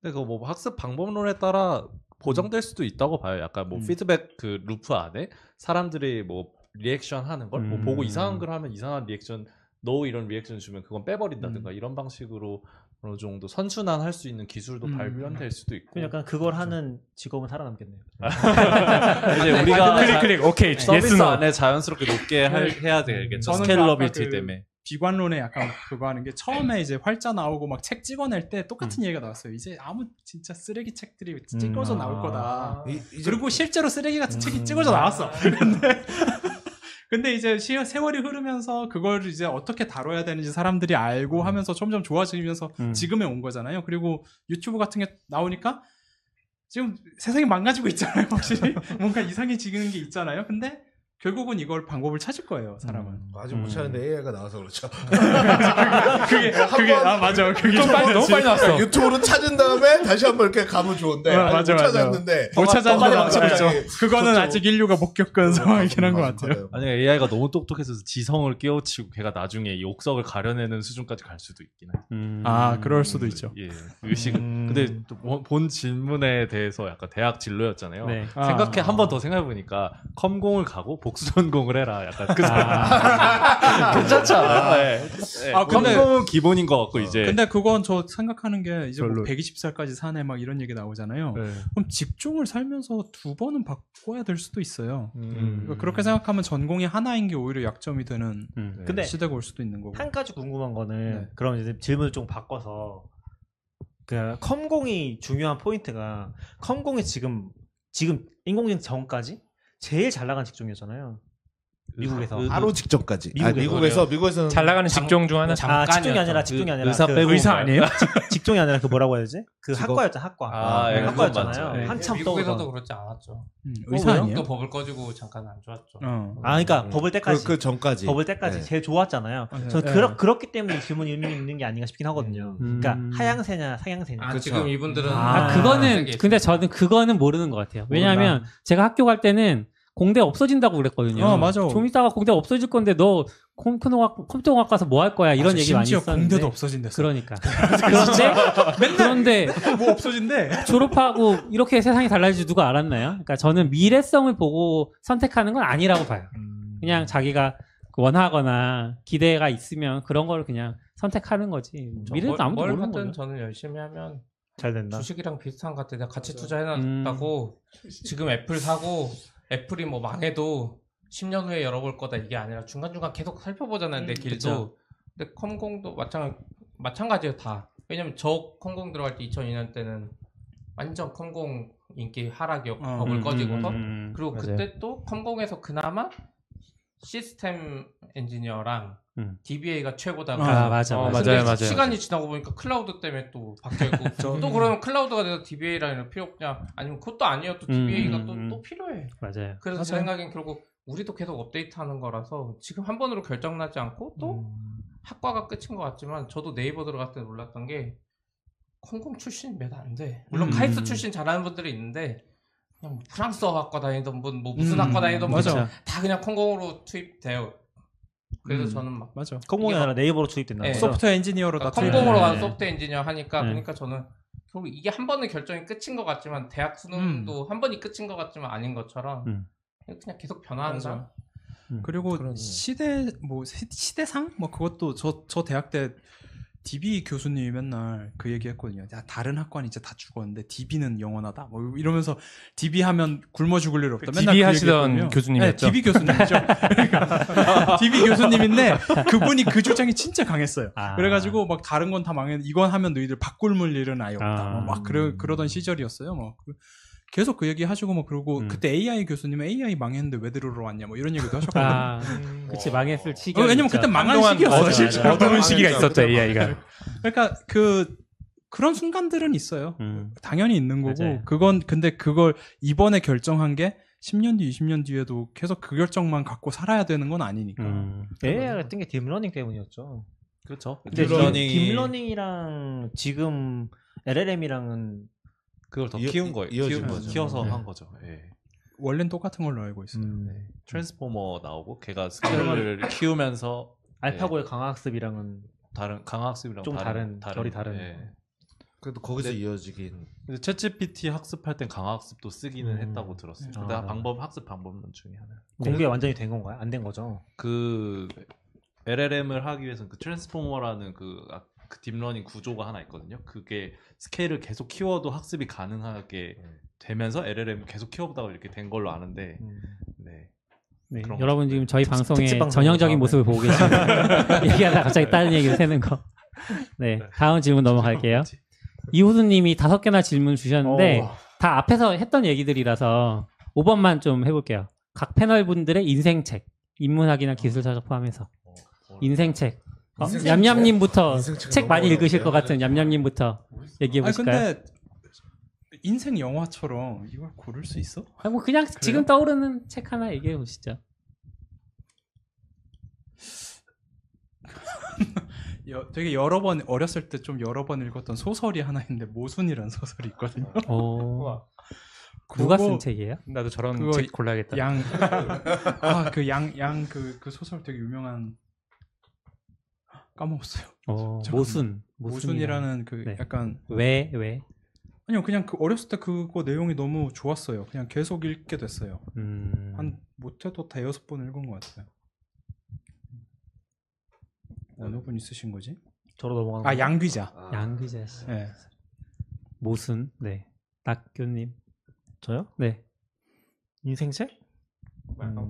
Speaker 6: 근데 그 뭐 학습 방법론에 따라 보정될 수도 있다고 봐요. 약간 뭐
Speaker 8: 음.
Speaker 6: 피드백 그 루프 안에 사람들이 뭐 리액션 하는 걸 뭐
Speaker 3: 음.
Speaker 6: 보고 이상한 걸 하면 이상한 리액션 no 이런 리액션 주면 그건
Speaker 7: 음.
Speaker 6: 빼버린다든가 이런 방식으로 어느 정도 선순환 할 수 있는 기술도
Speaker 8: 음.
Speaker 6: 발견될 수도 있고
Speaker 7: 그럼 약간 그걸 하는 직업은 살아남겠네요.
Speaker 6: 이제 우리가
Speaker 9: 클릭 클릭 오케이
Speaker 6: 네. 서비스
Speaker 9: 네. 예스 노.
Speaker 6: 안에 자연스럽게 높게 할- 해야 되겠죠
Speaker 8: 저는
Speaker 6: 스케일러빌티
Speaker 8: 그 아까 그
Speaker 6: 때문에
Speaker 8: 비관론에 약간 그거 하는 게 처음에 이제 활자 나오고 막 책 찍어낼 때 똑같은 얘기가 나왔어요. 이제 아무 진짜 쓰레기 책들이 찍어져
Speaker 9: 음,
Speaker 8: 나올
Speaker 9: 아.
Speaker 8: 거다.
Speaker 5: 이- 이제
Speaker 8: 그리고 실제로 쓰레기 같은 책이 찍어져 나왔어. 근데 근데 이제 시- 세월이 흐르면서 그걸 이제 어떻게 다뤄야 되는지 사람들이 알고 하면서 점점 좋아지면서
Speaker 9: 음.
Speaker 8: 지금에 온 거잖아요. 그리고 유튜브 같은 게 나오니까 지금 세상이 망가지고 있잖아요. 확실히 뭔가 이상해지는 게 있잖아요. 근데 결국은 이걸 방법을 찾을 거예요. 사람은.
Speaker 5: 뭐 아직
Speaker 3: 음.
Speaker 5: 못 찾는데 AI가 나와서 그렇죠.
Speaker 8: 그게
Speaker 5: 한
Speaker 8: 그게
Speaker 5: 번-
Speaker 8: 아 맞아. 그게
Speaker 5: 좀
Speaker 8: 빨리 너무 빨리 나왔어.
Speaker 5: 유튜브로 찾은 다음에 다시 한번 이렇게 가면 좋은데
Speaker 8: 어,
Speaker 5: 아직
Speaker 8: 맞아,
Speaker 5: 못
Speaker 8: 맞아.
Speaker 5: 찾았는데
Speaker 8: 못
Speaker 5: 빨리
Speaker 8: 찾았는데
Speaker 5: 맞춰,
Speaker 8: 맞죠. 음.
Speaker 5: 빨리.
Speaker 8: 그거는
Speaker 5: 그렇죠.
Speaker 8: 아직 인류가 못 겪은 상황이긴 한 것 같아요.
Speaker 5: 맞아요.
Speaker 6: 아니 AI가 너무 똑똑해져서 지성을 깨우치고 걔가 나중에 이 옥석을 가려내는 수준까지 갈 수도 있긴 해.
Speaker 3: 음.
Speaker 8: 아 그럴 수도 있죠.
Speaker 6: 예. 의식. 근데 또본 뭐, 질문에 대해서 약간 대학 진로였잖아요.
Speaker 3: 네.
Speaker 8: 아.
Speaker 6: 생각해 한 번 더 생각해 보니까 컴공을 가고 복수 전공을 해라. 약간 그
Speaker 7: 아.
Speaker 6: 괜찮지 않아? 네. 네.
Speaker 8: 아, 근데-
Speaker 6: 컴공은 기본인 것 같고 이제.
Speaker 8: 근데 그건 저 생각하는 게 이제
Speaker 6: 별로.
Speaker 8: 120살까지 사네 막 이런 얘기 나오잖아요.
Speaker 6: 네.
Speaker 8: 그럼 집중을 살면서 두 번은 바꿔야 될 수도 있어요.
Speaker 6: 음.
Speaker 8: 그러니까 그렇게 생각하면 전공이 하나인 게 오히려 약점이 되는
Speaker 7: 네.
Speaker 8: 네.
Speaker 3: 음.
Speaker 6: 근데
Speaker 10: 근데
Speaker 8: 시대가 올 수도 있는 거고.
Speaker 10: 한 가지 궁금한 거는
Speaker 8: 네.
Speaker 10: 그럼 이제 질문을 좀 바꿔서 그 컴공이 중요한 포인트가 컴공이 지금 지금 인공지능 전까지 제일 잘 나간 직종이었잖아요. 미국에서
Speaker 6: 의-
Speaker 5: 바로 직전까지. 아,
Speaker 10: 미국에서
Speaker 5: 그, 미국에서 미국에서는
Speaker 9: 잘 나가는 직종 중 하나.
Speaker 10: 아 직종이 아니라 직종이 아니라
Speaker 6: 의사
Speaker 10: 그
Speaker 6: 빼고
Speaker 9: 의사 아니에요?
Speaker 10: 직종이 아니라 그 뭐라고 해야 되지? 그
Speaker 5: 직업?
Speaker 10: 학과였잖아 학과. 네,
Speaker 6: 아, 예, 그건
Speaker 10: 학과였잖아요.
Speaker 6: 맞죠. 예.
Speaker 10: 한참
Speaker 4: 미국에서도
Speaker 10: 떠오르던.
Speaker 4: 그렇지 않았죠.
Speaker 8: 음, 의사 아니에요?
Speaker 4: 또 법을 꺼지고 잠깐 안 좋았죠.
Speaker 8: 어.
Speaker 10: 아 그러니까 법을 때까지
Speaker 5: 그, 그 예, 전까지.
Speaker 10: 법을 때까지
Speaker 5: 네.
Speaker 10: 제일 좋았잖아요.
Speaker 8: 맞아요.
Speaker 10: 저는
Speaker 8: 네.
Speaker 10: 그러, 그렇기 때문에 질문이 의미 있는 게 아닌가 싶긴 하거든요.
Speaker 5: 예. 음.
Speaker 10: 그러니까 하향세냐 상향세냐.
Speaker 4: 아, 지금 이분들은 음.
Speaker 10: 아,
Speaker 3: 아, 그거는
Speaker 4: 되게-
Speaker 3: 근데 저는 그거는 모르는 것 같아요. 왜냐하면 제가 학교 갈 때는 공대 없어진다고 그랬거든요.
Speaker 8: 어, 맞아.
Speaker 3: 좀 있다가 공대 없어질 건데 너 컴퓨터공학 컴퓨터공학 가서 뭐 할 거야 이런
Speaker 8: 맞아,
Speaker 3: 얘기 많이
Speaker 8: 심지어
Speaker 3: 했었는데.
Speaker 8: 공대도 없어진댔어.
Speaker 3: 그러니까. 그런데 그런데
Speaker 8: 뭐 없어진대.
Speaker 3: 졸업하고 이렇게 세상이 달라질 줄 누가 알았나요? 그러니까 저는 미래성을 보고 선택하는 건 아니라고 봐요. 그냥 자기가 원하거나 기대가 있으면 그런 걸 그냥 선택하는 거지.
Speaker 4: 음, 저
Speaker 3: 미래는
Speaker 4: 뭘-
Speaker 3: 아무도
Speaker 4: 뭘
Speaker 3: 모르는
Speaker 4: 하든
Speaker 3: 거죠.
Speaker 4: 저는 열심히 하면
Speaker 10: 잘 된다.
Speaker 4: 주식이랑 비슷한 것 같아. 내가 같이 투자해놨다고
Speaker 3: 음.
Speaker 4: 지금 애플 사고 애플이 뭐 망해도 10년 후에 열어볼 거다 이게 아니라 중간중간 계속 살펴보잖아요.
Speaker 3: 음,
Speaker 4: 내 길도.
Speaker 3: 그쵸.
Speaker 4: 근데 컴공도 마찬 마찬가지예요 다. 왜냐면 저 컴공 들어갈 때 2002년 때는 완전 컴공 인기 하락이었고
Speaker 8: 어,
Speaker 4: 버블 그 꺼지고서
Speaker 3: 음,
Speaker 4: 그리고
Speaker 9: 맞아요.
Speaker 4: 그때 또 컴공에서 그나마 시스템 엔지니어랑
Speaker 3: 음.
Speaker 4: DBA가 최고다.
Speaker 3: 아, 맞아,
Speaker 4: 어,
Speaker 3: 맞아.
Speaker 4: 근데
Speaker 9: 맞아요, 맞아요.
Speaker 4: 시간이 지나고 보니까 클라우드 때문에 또 바뀌었고 또 그러면 클라우드가 돼서 DBA랑 필요 없냐? 아니면 그것도 아니어도
Speaker 3: 음,
Speaker 4: DBA가
Speaker 3: 음,
Speaker 4: 또,
Speaker 3: 음.
Speaker 4: 또 필요해.
Speaker 3: 맞아요.
Speaker 4: 그래서 제
Speaker 8: 맞아요.
Speaker 4: 생각엔 결국 우리도 계속 업데이트하는 거라서 지금 한 번으로 결정나지 않고
Speaker 3: 음.
Speaker 4: 또 학과가 끝인 것 같지만 저도 네이버 들어갈 때 놀랐던 게 콩콩 출신 몇 안 돼. 물론
Speaker 3: 음.
Speaker 4: 카이스트 출신 잘하는 분들이 있는데 그냥 뭐 프랑스어 학과 다니던 분, 뭐 무슨
Speaker 8: 음,
Speaker 4: 학과 다니던 분
Speaker 8: 맞아.
Speaker 4: 다 그냥 콩콩으로 투입돼요. 그래서
Speaker 8: 음.
Speaker 4: 저는 막
Speaker 8: 맞아.
Speaker 10: 컴공이
Speaker 4: 이게
Speaker 10: 아니라 네이버로 투입된다.
Speaker 4: 예.
Speaker 10: 그죠?
Speaker 8: 소프트웨어 엔지니어로 다
Speaker 4: 컴공으로
Speaker 8: 들어가요.
Speaker 4: 가는 소프트 엔지니어 하니까
Speaker 3: 네.
Speaker 4: 그러니까 저는 결국 이게 한 번의 결정이 끝인 것 같지만 대학 수능도 한 번이 끝인 것 같지만 아닌 것처럼
Speaker 3: 음.
Speaker 4: 그냥 계속 변화한다.
Speaker 8: 맞아요. 그리고 시대 뭐 시- 시대상 뭐 그것도 저 저 대학 때 DB 교수님이 맨날 그 얘기했거든요. 야 다른 학과는 이제 다 죽었는데 DB는 영원하다. 뭐 이러면서 DB 하면 굶어 죽을 일 없다.
Speaker 9: 그
Speaker 8: 맨날
Speaker 9: DB
Speaker 8: 그
Speaker 9: 하시던
Speaker 8: 얘기했거든요.
Speaker 9: 교수님이었죠?
Speaker 8: 네, DB 교수님이죠. 그러니까 DB 교수님인데 그분이 그 주장이 진짜 강했어요.
Speaker 3: 아.
Speaker 8: 그래가지고 막 다른 건 다 망했는데 이건 하면 너희들 밥 굶을 일은 아예 없다.
Speaker 3: 아.
Speaker 8: 뭐 막 그러, 그러던 시절이었어요. 뭐 그- 계속 그 얘기 하시고 뭐 그러고
Speaker 3: 음.
Speaker 8: 그때 AI 교수님은 AI 망했는데 왜 들으러 왔냐 뭐 이런 얘기도 하셨거든요.
Speaker 3: 아, 그치
Speaker 5: 음.
Speaker 3: 망했을 시기.
Speaker 8: 어, 왜냐면 그때 망한 시기였어요.
Speaker 9: 어두운-
Speaker 8: 실제로.
Speaker 9: 어두운 시기가
Speaker 5: 진짜.
Speaker 9: 있었죠 AI가.
Speaker 8: 그러니까 그 그런 순간들은 있어요.
Speaker 3: 음.
Speaker 8: 당연히 있는 거고
Speaker 3: 맞아요.
Speaker 8: 그건 근데 그걸 이번에 결정한 게 10년 뒤, 20년 뒤에도 계속 그 결정만 갖고 살아야 되는 건 아니니까.
Speaker 3: 음.
Speaker 10: AI가 뜬게 딥러닝 때문이었죠.
Speaker 6: 그렇죠.
Speaker 10: 근데
Speaker 5: 딥러닝이-
Speaker 10: 딥- 딥러닝이랑 지금 LLM이랑은
Speaker 6: 그걸 더
Speaker 5: 이어-
Speaker 6: 키운 거예요. 키우-
Speaker 5: 이어진 거죠.
Speaker 6: 키워서
Speaker 3: 네.
Speaker 6: 한 거죠. 예.
Speaker 8: 원래는 똑같은 걸로 알고
Speaker 3: 음.
Speaker 8: 있어요.
Speaker 6: 트랜스포머
Speaker 10: 음.
Speaker 6: 나오고 걔가 스킬을 키우면서
Speaker 10: 알파고의 강화학습이랑은
Speaker 6: 다른 강학습이랑 예.
Speaker 10: 좀 다른, 결이 다른.
Speaker 5: 그래도 거기서 이어지긴.
Speaker 6: 근데 챗GPT 학습할 땐 강학습도 쓰기는
Speaker 10: 음.
Speaker 6: 했다고 들었어요.
Speaker 10: 아.
Speaker 6: 근데 방법 학습 방법론 중에 하나.
Speaker 10: 공개 완전히 된 건가요? 안 된 거죠.
Speaker 6: 그 LLM을 하기 위해서는 그 트랜스포머라는 그, 아- 그 딥러닝 구조가 하나 있거든요. 그게 스케일을 계속 키워도 학습이
Speaker 5: 음.
Speaker 6: 가능하게 되면서 LLM 계속 키워보다가 이렇게 된 걸로 아는데, 네.
Speaker 3: 네,
Speaker 6: 그런
Speaker 3: 여러분 지금 저희 방송의
Speaker 7: 특집 방송
Speaker 3: 전형적인
Speaker 7: 다음에.
Speaker 3: 모습을 보고 계십니다. 얘기하다 갑자기 다른 얘기를 새는 거. 네, 다음 질문 넘어갈게요. 이호수님이 다섯 개나 질문 주셨는데 다 앞에서 했던 얘기들이라서 5번만 좀 해볼게요. 각 패널 분들의 인생책, 인문학이나 기술 서적 포함해서
Speaker 6: 네.
Speaker 3: 인생책. 어?
Speaker 5: 인생책.
Speaker 3: 얌얌님부터
Speaker 5: 인생책
Speaker 3: 책
Speaker 5: 너무
Speaker 3: 많이 읽으실 것
Speaker 5: 어려운데요?
Speaker 3: 같은 얌얌님부터 얘기해
Speaker 8: 아
Speaker 3: 보실까요?
Speaker 8: 근데 인생 영화처럼 이걸 고를 수 있어?
Speaker 3: 아, 뭐 그냥 지금 떠오르는 책 하나 얘기해 보시죠.
Speaker 8: 여- 되게 여러 번 어렸을 때 좀 여러 번 읽었던 소설이 하나 있는데 모순이라는 소설이 있거든요.
Speaker 3: 누가
Speaker 8: 그거
Speaker 3: 쓴 책이에요?
Speaker 9: 나도 저런
Speaker 8: 그거
Speaker 9: 책 골라야겠다.
Speaker 8: 양, 아, 그 양, 양, 그, 그 소설 되게 유명한, 까먹었어요.
Speaker 3: 어,
Speaker 8: 잠깐만.
Speaker 3: 모순.
Speaker 8: 모순이라는 그
Speaker 3: 네.
Speaker 8: 약간,
Speaker 3: 왜 왜?
Speaker 8: 아니요, 그냥 그 어렸을 때 그거 내용이 너무 좋았어요. 그냥 계속 읽게 됐어요.
Speaker 3: 음.
Speaker 8: 한, 못해도 대여섯 번 읽은 것 같아요. 어느 분 있으신 거지?
Speaker 7: 저로 넘어가는
Speaker 8: 아, 양귀자.
Speaker 3: 양귀자 씨.
Speaker 8: 예.
Speaker 3: 모순. 네. 낙교님.
Speaker 7: 저요?
Speaker 3: 네.
Speaker 7: 인생책?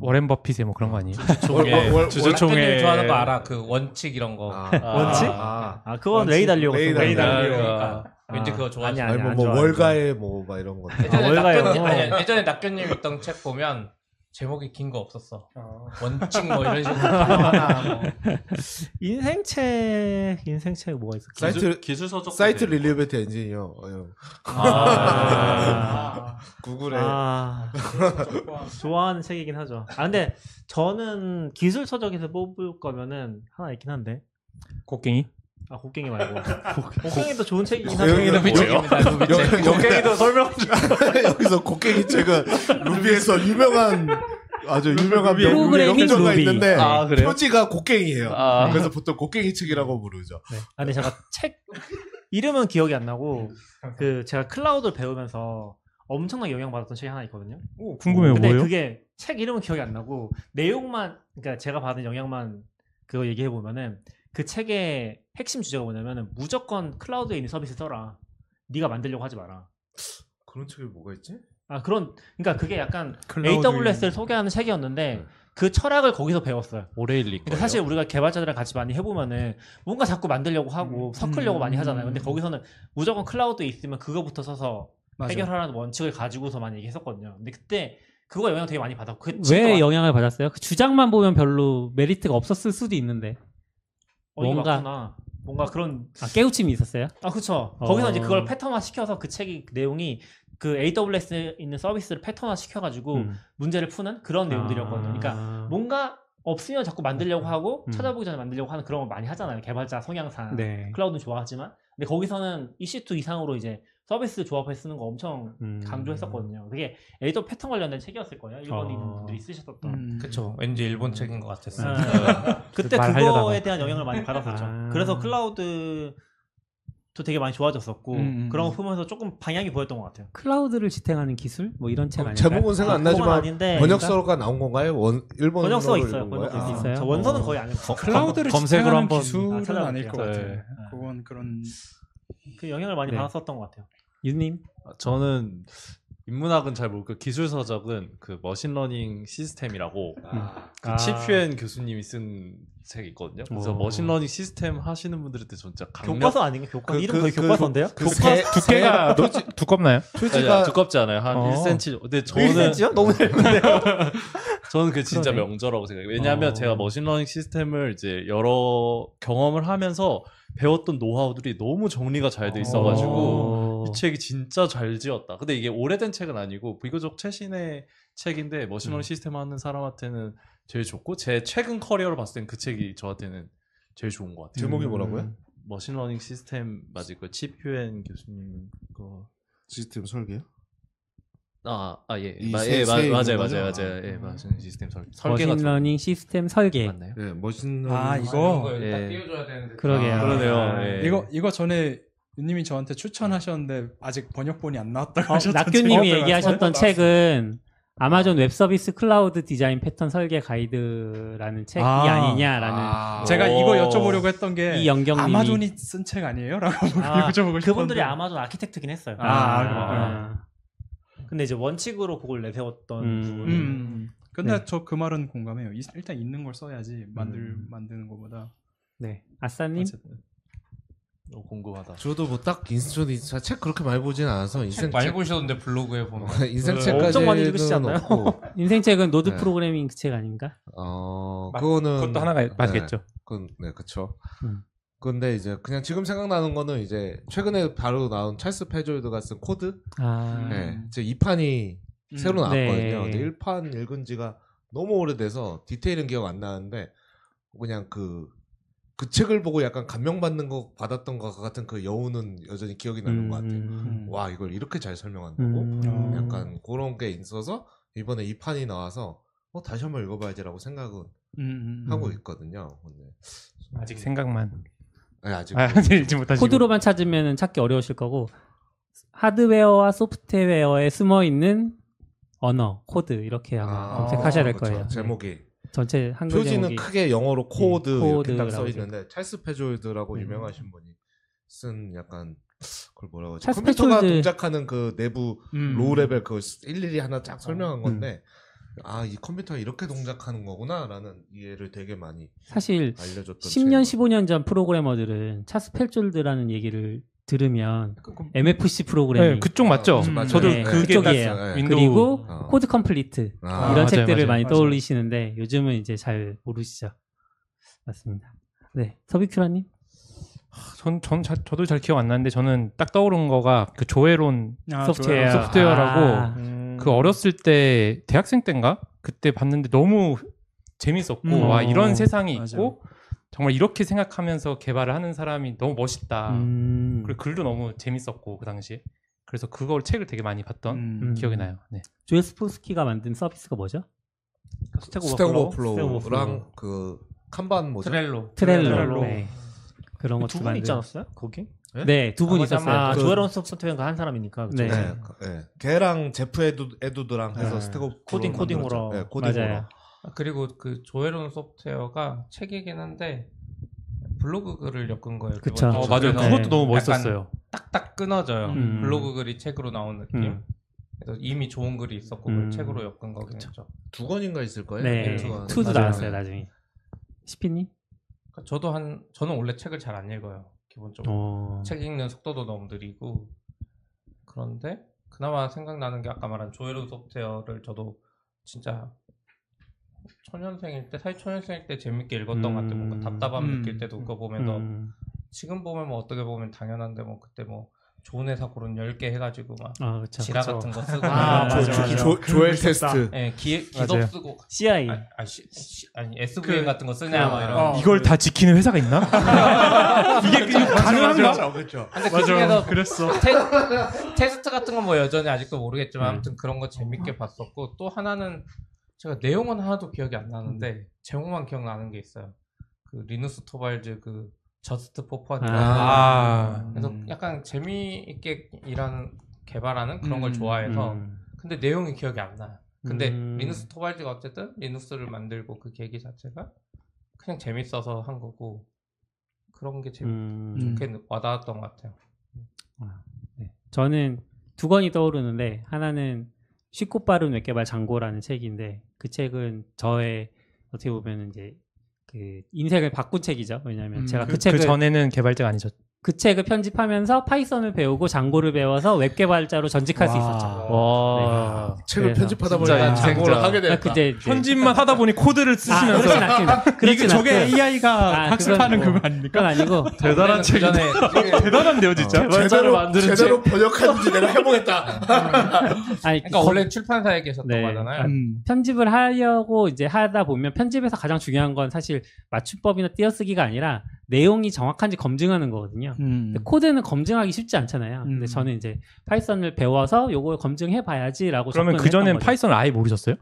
Speaker 9: 워렌 버핏의 뭐 그런 거 아니에요?
Speaker 5: 월- 월-
Speaker 4: 주저총회
Speaker 6: 주저총회
Speaker 4: 좋아하는 거 알아? 그 원칙 이런 거.
Speaker 5: 아.
Speaker 7: 원칙?
Speaker 5: 아.
Speaker 7: 아 그건
Speaker 5: 원칙,
Speaker 7: 레이 달리오.
Speaker 5: 레이
Speaker 7: 같은 거.
Speaker 5: 달리오.
Speaker 4: 달리오.
Speaker 6: 그러니까.
Speaker 4: 아, 왠지 그거 좋아하지.
Speaker 7: 아니야.
Speaker 5: 아니, 뭐,
Speaker 7: 안
Speaker 5: 뭐
Speaker 7: 좋아하는
Speaker 5: 월가의 뭐 막 이런 거.
Speaker 4: 예전에
Speaker 7: 아, 월가요?
Speaker 4: 낙교님, 아니, 예전에 낙교님 있던 책 보면 제목이 긴 거 없었어. 원칙 뭐 이런 식으로 하나 뭐.
Speaker 7: 인생책 인생책 뭐가 있을까?
Speaker 5: 사이트-
Speaker 6: 기술, 기술 서적
Speaker 5: 사이트 릴리베트 엔지니어 어, 형.
Speaker 7: 아,
Speaker 5: 구글에
Speaker 7: 아 좋아하는 책이긴 하죠. 아 근데 저는 기술 서적에서 뽑을 거면은 하나 있긴 한데
Speaker 9: 곡괭이?
Speaker 7: 아 곡괭이 말고 곡괭이도 좋은 네. 책이긴
Speaker 5: 고양이는
Speaker 7: 한데
Speaker 5: 뭐예요? 네.
Speaker 4: 루비책입니다. 루비책.
Speaker 5: 곡괭이도 설명 여기서 곡괭이 책은 루비에서 유명한 아주 유명한
Speaker 3: 루비의
Speaker 5: 명문의
Speaker 3: 프로그래밍
Speaker 5: 역정가
Speaker 3: 루비.
Speaker 5: 있는데
Speaker 6: 아, 그래요?
Speaker 5: 표지가 곡괭이에요.
Speaker 6: 아.
Speaker 5: 그래서 보통 곡괭이 책이라고 부르죠.
Speaker 7: 네. 아 근데 제가 책 이름은 기억이 안 나고 그 제가 클라우드를 배우면서 엄청나게 영향받았던 책이 하나 있거든요.
Speaker 9: 궁금해요.
Speaker 7: 근데
Speaker 9: 뭐예요?
Speaker 7: 그게 책 이름은 기억이 안 나고 내용만 그러니까 제가 받은 영향만 그거 얘기해 보면은 그 책의 핵심 주제가 뭐냐면은 무조건 클라우드에 있는 서비스 써라. 네가 만들려고 하지 마라.
Speaker 5: 그런 책이 뭐가 있지?
Speaker 7: 아 그런 그러니까 그게 약간
Speaker 8: 클라우드
Speaker 7: AWS를 소개하는 책이었는데 그 철학을 거기서 배웠어요.
Speaker 6: 오레일리 거.
Speaker 7: 근데 사실 우리가 개발자들이랑 같이 많이 해보면은 뭔가 자꾸 만들려고 하고 섞으려고 많이 하잖아요.
Speaker 3: 음.
Speaker 7: 근데 거기서는 무조건 클라우드에 있으면 그거부터 써서
Speaker 8: 맞아.
Speaker 7: 해결하라는 원칙을 가지고서 많이 얘기했었거든요. 근데 그때 그거 영향 되게 많이 받았고 그 친구가
Speaker 3: 왜 영향을 받았어요? 그 주장만 보면 별로 메리트가 없었을 수도 있는데.
Speaker 7: 어, 이게
Speaker 3: 뭔가-
Speaker 7: 맞구나. 뭔가 그런
Speaker 3: 아, 깨우침이 있었어요?
Speaker 7: 아 그쵸
Speaker 3: 어.
Speaker 7: 거기서 이제 그걸 패턴화 시켜서 그 책이 그 내용이 그 AWS에 있는 서비스를 패턴화 시켜가지고
Speaker 3: 음. 아.
Speaker 7: 문제를 푸는 그런 내용들이었거든요. 그러니까 뭔가 없으면 자꾸 만들려고 하고
Speaker 3: 음.
Speaker 7: 찾아보기 전에 만들려고 하는 그런 걸 많이 하잖아요. 개발자 성향상
Speaker 3: 네.
Speaker 7: 클라우드는 좋아하지만 근데 거기서는 EC2 이상으로 이제 서비스 조합해 쓰는 거 엄청
Speaker 3: 음.
Speaker 7: 강조했었거든요. 그게 에이더 패턴 관련된 책이었을 거예요. 일본인
Speaker 3: 어.
Speaker 7: 분들이 쓰셨던.
Speaker 8: 음.
Speaker 4: 그쵸. 왠지 일본 책인 것 같았어.
Speaker 7: 그때
Speaker 9: 말하려다가.
Speaker 7: 그거에 대한 영향을 많이 받았었죠.
Speaker 3: 아.
Speaker 7: 그래서 클라우드도 되게 많이 좋아졌었고
Speaker 8: 음, 음,
Speaker 7: 그런
Speaker 8: 음.
Speaker 7: 거 보면서 조금 방향이 보였던 것 같아요.
Speaker 3: 클라우드를 지탱하는 기술? 뭐 이런 책
Speaker 5: 어,
Speaker 3: 아닌가요?
Speaker 5: 제목은 생각 안 나지만
Speaker 7: 그건 아닌데
Speaker 5: 번역서가 나온 건가요? 원 일본어로
Speaker 7: 그러니까. 번역서
Speaker 5: 읽은
Speaker 7: 있어요.
Speaker 5: 거예요?
Speaker 7: 번역서
Speaker 5: 아.
Speaker 3: 있어요.
Speaker 7: 저 원서는 거의 안 했어요.
Speaker 8: 클라우드를
Speaker 9: 검- 검색으로
Speaker 8: 검색으로 한
Speaker 9: 한번-
Speaker 7: 아,
Speaker 8: 기술은
Speaker 7: 찾아볼게요.
Speaker 8: 아, 닐것
Speaker 9: 네.
Speaker 8: 같아요. 그건 그런
Speaker 7: 그 영향을 많이
Speaker 3: 네.
Speaker 7: 받았었던 것 같아요.
Speaker 3: 유님?
Speaker 6: 저는 인문학은 잘 모르고 기술 서적은 그 머신러닝 시스템이라고 그
Speaker 5: 음.
Speaker 3: 아.
Speaker 6: 칩휴엔 교수님이 쓴 책이 있거든요. 그래서
Speaker 3: 오.
Speaker 6: 머신러닝 시스템 하시는 분들한테 진짜 강력
Speaker 7: 교과서 아닌가? 교과
Speaker 5: 그-
Speaker 7: 이름
Speaker 5: 그-
Speaker 7: 거의
Speaker 5: 그-
Speaker 7: 교과서인데요?
Speaker 5: 그
Speaker 9: 교과
Speaker 5: 세-
Speaker 9: 두께가 노지- 두껍나요?
Speaker 5: 음.
Speaker 6: 아니,
Speaker 7: 네,
Speaker 6: 아니,
Speaker 5: 표지가
Speaker 6: 예, 두껍지 않아요. 한
Speaker 9: 어.
Speaker 6: 1cm. 근데 저는
Speaker 7: 1cm요? 너무 넓은데요?
Speaker 6: 저는 그 진짜
Speaker 3: 그러네.
Speaker 6: 명저라고 생각해요. 왜냐하면
Speaker 3: 어.
Speaker 6: 제가 머신러닝 시스템을 이제 여러 경험을 하면서 배웠던 노하우들이 너무 정리가 잘 돼 있어가지고
Speaker 3: 어.
Speaker 6: 이 책이 진짜 잘 지었다. 근데 이게 오래된 책은 아니고 비교적 최신의 책인데 머신러닝 시스템 하는 사람한테는 제일 좋고 제 최근 커리어를 봤을 땐 그 책이 저한테는 제일 좋은 것 같아요.
Speaker 7: 네.
Speaker 5: 제목이 뭐라고요?
Speaker 6: 머신러닝 시스템 맞을 거예요. 칩 휴엔 교수님 거.
Speaker 5: 시스템 설계요?
Speaker 6: 아, 아 예.
Speaker 5: 이
Speaker 6: 마,
Speaker 5: 세-
Speaker 6: 예 마,
Speaker 5: 세
Speaker 6: 맞아요, 맞아요,
Speaker 5: 있는
Speaker 6: 맞아요,
Speaker 5: 거죠? 아.
Speaker 6: 예, 맞아요. 시스템 설, 설계가 예. 아, 좀-
Speaker 3: 머신러닝 시스템 설계.
Speaker 6: 맞나요?
Speaker 5: 네, 멋있는
Speaker 8: 아
Speaker 4: 이런
Speaker 8: 이거
Speaker 4: 거 여기다
Speaker 6: 예.
Speaker 4: 띄워줘야 되는데. 그러니까.
Speaker 3: 그러게요.
Speaker 5: 아,
Speaker 6: 그러네요. 예.
Speaker 8: 이거 이거 전에 윤님이 저한테 추천하셨는데 아직 번역본이 안 나왔다고
Speaker 3: 어,
Speaker 8: 하셨던
Speaker 3: 낙교님이
Speaker 8: 책이
Speaker 3: 얘기하셨던
Speaker 8: 나왔어요.
Speaker 3: 책은 아마존 웹서비스 클라우드 디자인 패턴 설계 가이드라는 책이
Speaker 8: 아.
Speaker 3: 아, 니냐라는
Speaker 8: 제가 이거
Speaker 6: 오.
Speaker 8: 여쭤보려고 했던 게
Speaker 3: 이 영경님이-
Speaker 8: 아마존이 쓴 책 아니에요? 라고
Speaker 7: 아,
Speaker 8: 여쭤보고 싶었는데
Speaker 7: 그분들이 아마존 아키텍트긴 했어요. 네.
Speaker 8: 아, 아, 그렇구나.
Speaker 7: 근데 이제 원칙으로 그걸 내세웠던
Speaker 3: 음.
Speaker 7: 부분.
Speaker 8: 음, 근데
Speaker 3: 네.
Speaker 8: 저 그 말은 공감해요. 이- 일단 있는 걸 써야지 만들 만드는 것보다.
Speaker 3: 네. 아싸님.
Speaker 8: 어쨌든.
Speaker 6: 너무 궁금하다.
Speaker 5: 저도 뭐 딱 인스턴 인스턴 책 그렇게 많이 보진 않아서 인생
Speaker 4: 책 많이 보셨는데 블로그에 보면
Speaker 5: 인생
Speaker 4: 어,
Speaker 5: 책까지는
Speaker 7: 네, 엄청 많이 읽으시지 않나요?
Speaker 5: 없고,
Speaker 3: 인생책은 노드
Speaker 5: 네.
Speaker 3: 프로그래밍 그 책 아닌가?
Speaker 5: 어
Speaker 9: 맞-
Speaker 5: 그거는
Speaker 9: 그것도 하나가 맞겠죠.
Speaker 5: 그건 네 그쵸.
Speaker 3: 음.
Speaker 5: 근데 이제 그냥 지금 생각나는 거는 이제 최근에 바로 나온 찰스 페조이드가 쓴 코드.
Speaker 8: 음.
Speaker 3: 아.
Speaker 9: 음.
Speaker 5: 네. 이제 2판이 새로 나왔거든요.
Speaker 3: 네.
Speaker 5: 근데 1판 읽은 지가 너무 오래돼서 디테일은 기억 안 나는데 그냥 그, 그 책을 보고 약간 감명받는 거 받았던 것 같은 그 여운은 여전히 기억이 나는 것 같아요.
Speaker 3: 음.
Speaker 5: 와 이걸 이렇게 잘 설명한다고?
Speaker 3: 음.
Speaker 5: 약간 그런 게 있어서 이번에 2판이 나와서 어, 다시 한번 읽어봐야지라고 생각은
Speaker 8: 음, 음.
Speaker 5: 하고 있거든요. 근데
Speaker 9: 아직 생각만
Speaker 5: 아니, 아직 뭐
Speaker 9: 아, 아직 읽지 못하시고
Speaker 3: 코드로만 찾으면 찾기 어려우실 거고 하드웨어와 소프트웨어에 숨어 있는 언어, 코드 이렇게 아마
Speaker 5: 아,
Speaker 3: 검색하셔야 될
Speaker 5: 그쵸.
Speaker 3: 거예요. 네.
Speaker 5: 제목이
Speaker 3: 전체 한글
Speaker 5: 표지는
Speaker 3: 제목이
Speaker 5: 크게 영어로 코드 이렇게
Speaker 3: 코드라고
Speaker 5: 딱 써
Speaker 3: 돼
Speaker 5: 있는데 찰스 페조이드라고
Speaker 3: 음.
Speaker 5: 유명하신 분이 쓴 약간 그걸 뭐라고 하지?
Speaker 3: 찰스
Speaker 5: 컴퓨터가
Speaker 3: 페조이드.
Speaker 5: 동작하는 그 내부
Speaker 8: 음.
Speaker 5: 로우 레벨 그걸 일일이 하나 쫙 설명한
Speaker 3: 음.
Speaker 5: 건데 아 이 컴퓨터가 이렇게 동작하는 거구나라는 이해를 되게 많이
Speaker 3: 사실
Speaker 5: 알려줬던
Speaker 9: 그렇죠.
Speaker 3: 10년,
Speaker 5: 책이거든요.
Speaker 3: 15년 전 프로그래머들은 차스펠졸드라는 얘기를 들으면
Speaker 8: 약간 그-
Speaker 3: MFC 프로그래밍
Speaker 9: 네, 그쪽 맞죠?
Speaker 8: 음.
Speaker 5: 맞아요.
Speaker 9: 저도
Speaker 3: 네,
Speaker 9: 그게
Speaker 3: 그쪽이에요.
Speaker 5: 땄어요. 네.
Speaker 9: 윈도우
Speaker 3: 그리고
Speaker 5: 어.
Speaker 3: 코드 컴플리트
Speaker 5: 아,
Speaker 3: 이런
Speaker 9: 맞아요,
Speaker 3: 책들을
Speaker 9: 맞아요,
Speaker 3: 많이
Speaker 9: 맞아요.
Speaker 3: 떠올리시는데 요즘은 이제 잘 모르시죠. 맞습니다. 네, 서비큐라님.
Speaker 9: 전, 전 자- 저도 잘 기억 안 나는데 저는 딱 떠오른 거가 그 조회론
Speaker 8: 아,
Speaker 3: 소프트웨어.
Speaker 8: 좋아요.
Speaker 9: 소프트웨어라고
Speaker 3: 아.
Speaker 9: 그 어렸을 때 대학생 때인가 그때 봤는데 너무 재밌었고
Speaker 8: 음.
Speaker 9: 와
Speaker 3: 어.
Speaker 9: 이런 세상이
Speaker 8: 맞아요.
Speaker 9: 있고 정말 이렇게 생각하면서 개발을 하는 사람이 너무 멋있다.
Speaker 3: 음.
Speaker 9: 그리고 글도 너무 재밌었고 그 당시에 그래서 그걸 책을 되게 많이 봤던
Speaker 8: 음.
Speaker 9: 기억이 나요. 네.
Speaker 3: 조엘 스폰스키가 만든 서비스가 뭐죠?
Speaker 5: 스택
Speaker 3: 스택
Speaker 5: 오버플로우랑
Speaker 3: 오버플로우.
Speaker 5: 그 칸반 뭐죠?
Speaker 4: 트렐로
Speaker 3: 트렐로.
Speaker 8: 트렐로.
Speaker 3: 네. 그런 것도
Speaker 10: 두 분
Speaker 3: 만든-
Speaker 10: 있지 않았어요? 거기?
Speaker 3: 네, 두 분
Speaker 10: 아마
Speaker 3: 있었어요.
Speaker 10: 아마
Speaker 5: 그-
Speaker 10: 조엘런 소프트웨어가 한 사람이니까. 그쵸?
Speaker 7: 예.
Speaker 3: 네.
Speaker 5: 네. 그- 네. 걔랑 제프 에두, 에두드랑 해서
Speaker 10: 네.
Speaker 5: 스택 오버플로우
Speaker 10: 코딩, 코딩으로.
Speaker 5: 네, 코딩으로.
Speaker 3: 맞아요.
Speaker 4: 아, 그리고 그 조회론 소프트웨어가 책이긴 한데 블로그 글을 엮은 거예요.
Speaker 3: 그쵸.
Speaker 4: 기본적으로.
Speaker 9: 어, 맞아요.
Speaker 4: 그래서
Speaker 3: 네.
Speaker 9: 그것도 너무
Speaker 4: 약간
Speaker 9: 멋있었어요.
Speaker 4: 딱딱 끊어져요.
Speaker 3: 음.
Speaker 4: 블로그 글이 책으로 나온 느낌.
Speaker 3: 음.
Speaker 4: 그래서 이미 좋은 글이 있었고
Speaker 3: 음.
Speaker 4: 그걸 책으로 엮은 거긴 죠
Speaker 5: 두 권인가 있을 거예요.
Speaker 3: 네,
Speaker 5: 권.
Speaker 3: 투도
Speaker 5: 맞아요.
Speaker 3: 나왔어요 나중에. 시피님?
Speaker 4: 그러니까 저도 한 저는 원래 책을 잘 안 읽어요. 기본적으로
Speaker 3: 어.
Speaker 4: 책 읽는 속도도 너무 느리고 그런데 그나마 생각나는 게 아까 말한 조회론 소프트웨어를 저도 진짜 초년생일 때 사실 초년생일 때 재밌게 읽었던 것 같아요.
Speaker 3: 음.
Speaker 4: 뭔가 답답함
Speaker 8: 음.
Speaker 4: 느낄 때도 그거 보면서
Speaker 3: 음.
Speaker 4: 지금 보면 뭐 어떻게 보면 당연한데 뭐 그때 뭐 좋은 회사 고른 10개 해가지고 막
Speaker 3: 아, 그쵸.
Speaker 4: 지라 같은 거 쓰고
Speaker 10: 아,
Speaker 4: 막 그렇죠.
Speaker 10: 맞아, 맞아.
Speaker 5: 네. 조, 조엘 테스트.
Speaker 4: 예, 기, 기업
Speaker 9: 맞아요.
Speaker 4: 쓰고
Speaker 3: CI.
Speaker 4: 아, 아, 시, 시, 아니 SVN 같은 거 쓰냐 막 이런
Speaker 8: 어.
Speaker 9: 이걸 다 지키는 회사가 있나? 이게 가능한가?
Speaker 8: 아, 그렇죠.
Speaker 4: 근데 그 중에서
Speaker 8: 그랬어.
Speaker 4: 테, 테스트 같은 건 뭐 여전히 아직도 모르겠지만 아무튼 그런 거 재밌게 봤었고 또 하나는 제가 내용은 하나도 기억이 안 나는데 제목만 기억나는 게 있어요. 그 리누스 토발즈 그 저스트 포펀
Speaker 9: 아,
Speaker 4: 그래서 약간 재미있게 일하는 개발하는 그런 걸
Speaker 8: 음,
Speaker 4: 좋아해서
Speaker 3: 음.
Speaker 4: 근데 내용이 기억이 안 나요. 근데
Speaker 3: 음.
Speaker 4: 리눅스 토발즈가 어쨌든 리눅스를 만들고 그 계기 자체가 그냥 재밌어서 한 거고 그런 게 재밌게
Speaker 3: 음.
Speaker 4: 와닿았던 것 같아요.
Speaker 3: 네. 저는 두 권이 떠오르는데 하나는 쉽고 빠른 웹개발 장고라는 책인데 그 책은 저의 어떻게 보면 이제 그 인생을 바꾼 책이죠. 왜냐하면
Speaker 8: 음,
Speaker 3: 제가 그,
Speaker 9: 그,
Speaker 3: 책을
Speaker 9: 그 전에는 개발자가 아니죠.
Speaker 3: 그 책을 편집하면서 파이썬을 배우고 장고를 배워서 웹개발자로 전직할 수 있었죠.
Speaker 9: 와.
Speaker 5: 아, 책을
Speaker 3: 그래서
Speaker 5: 편집하다
Speaker 9: 진짜
Speaker 5: 보니까
Speaker 9: 인생자.
Speaker 5: 장고를 하게
Speaker 4: 그러니까
Speaker 3: 아,
Speaker 5: 됐다.
Speaker 3: 근데 이제-
Speaker 9: 편집만 하다 보니 코드를
Speaker 3: 아,
Speaker 9: 쓰시면서
Speaker 3: 그렇진 않습니다.
Speaker 8: 이게
Speaker 3: 그렇진
Speaker 8: 저게
Speaker 3: 않고요.
Speaker 8: AI가
Speaker 3: 아, 그건
Speaker 8: 학습하는 그거
Speaker 3: 뭐-
Speaker 8: 아닙니까?
Speaker 3: 그건 아니고
Speaker 9: 대단한
Speaker 4: 그
Speaker 9: 책이다.
Speaker 4: 전에
Speaker 9: 대단한데요,
Speaker 3: 아,
Speaker 9: 진짜.
Speaker 5: 제대로 제대로 번역하는지 내가 해보겠다.
Speaker 3: 아니
Speaker 4: 그러니까 원래 출판사에 계셨던
Speaker 3: 네.
Speaker 4: 거잖아요.
Speaker 8: 음.
Speaker 3: 편집을 하려고 이제 하다 보면 편집에서 가장 중요한 건 사실 맞춤법이나 띄어쓰기가 아니라 내용이 정확한지 검증하는 거거든요.
Speaker 8: 음.
Speaker 3: 근데 코드는 검증하기 쉽지 않잖아요. 근데
Speaker 8: 음.
Speaker 3: 저는 이제 파이썬을 배워서 요걸 검증해 봐야지라고
Speaker 9: 그러면 그 전엔 파이썬을 아예 모르셨어요?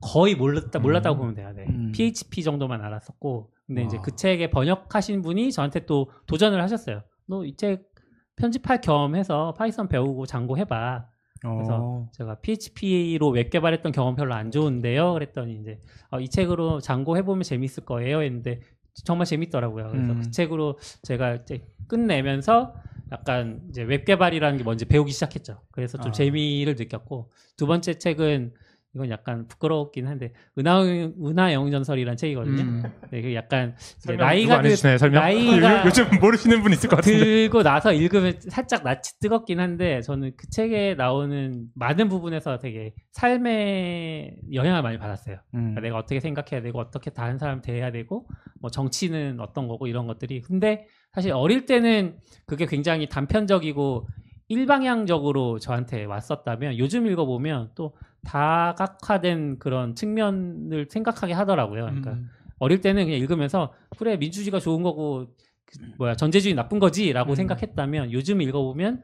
Speaker 3: 거의 몰랐다
Speaker 9: 음.
Speaker 3: 몰랐다고 보면 돼요. 네.
Speaker 8: 음.
Speaker 3: PHP 정도만 알았었고 근데 이제
Speaker 9: 와.
Speaker 3: 그 책에 번역하신 분이 저한테 또 도전을 하셨어요. 너 이 책 편집할 겸 해서 파이썬 배우고 장고 해봐.
Speaker 8: 어.
Speaker 3: 그래서 제가 PHP로 웹 개발했던 경험 별로 안 좋은데요. 그랬더니 이제 어, 이 책으로 장고 해보면 재밌을 거예요. 했는데 정말 재밌더라고요. 그래서
Speaker 8: 음.
Speaker 3: 그 책으로 제가 이제 끝내면서 약간 이제 웹 개발이라는 게 뭔지 배우기 시작했죠. 그래서 좀
Speaker 8: 아.
Speaker 3: 재미를 느꼈고 두 번째 책은 이건 약간 부끄럽긴 한데 은하 은하 영웅전설이란 책이거든요.
Speaker 9: 음.
Speaker 3: 네, 그 약간 이제
Speaker 9: 설명 누구
Speaker 3: 나이가
Speaker 9: 안
Speaker 3: 들-
Speaker 9: 해주시나요, 설명?
Speaker 3: 나이가 그
Speaker 9: 요즘 모르시는 분 있을 것 같은데.
Speaker 3: 들고 나서 읽으면 살짝 낯이 뜨겁긴 한데 저는 그 책에 나오는 많은 부분에서 되게 삶에 영향을 많이 받았어요.
Speaker 8: 음.
Speaker 3: 그러니까 내가 어떻게 생각해야 되고 어떻게 다른 사람 대해야 되고 뭐 정치는 어떤 거고 이런 것들이 근데 사실 어릴 때는 그게 굉장히 단편적이고 일방향적으로 저한테 왔었다면 요즘 읽어보면 또 다각화된 그런 측면을 생각하게 하더라고요. 그러니까
Speaker 8: 음.
Speaker 3: 어릴 때는 그냥 읽으면서 그래 민주주의가 좋은 거고 그 뭐야 전제주의 나쁜 거지라고
Speaker 8: 음.
Speaker 3: 생각했다면 요즘 읽어보면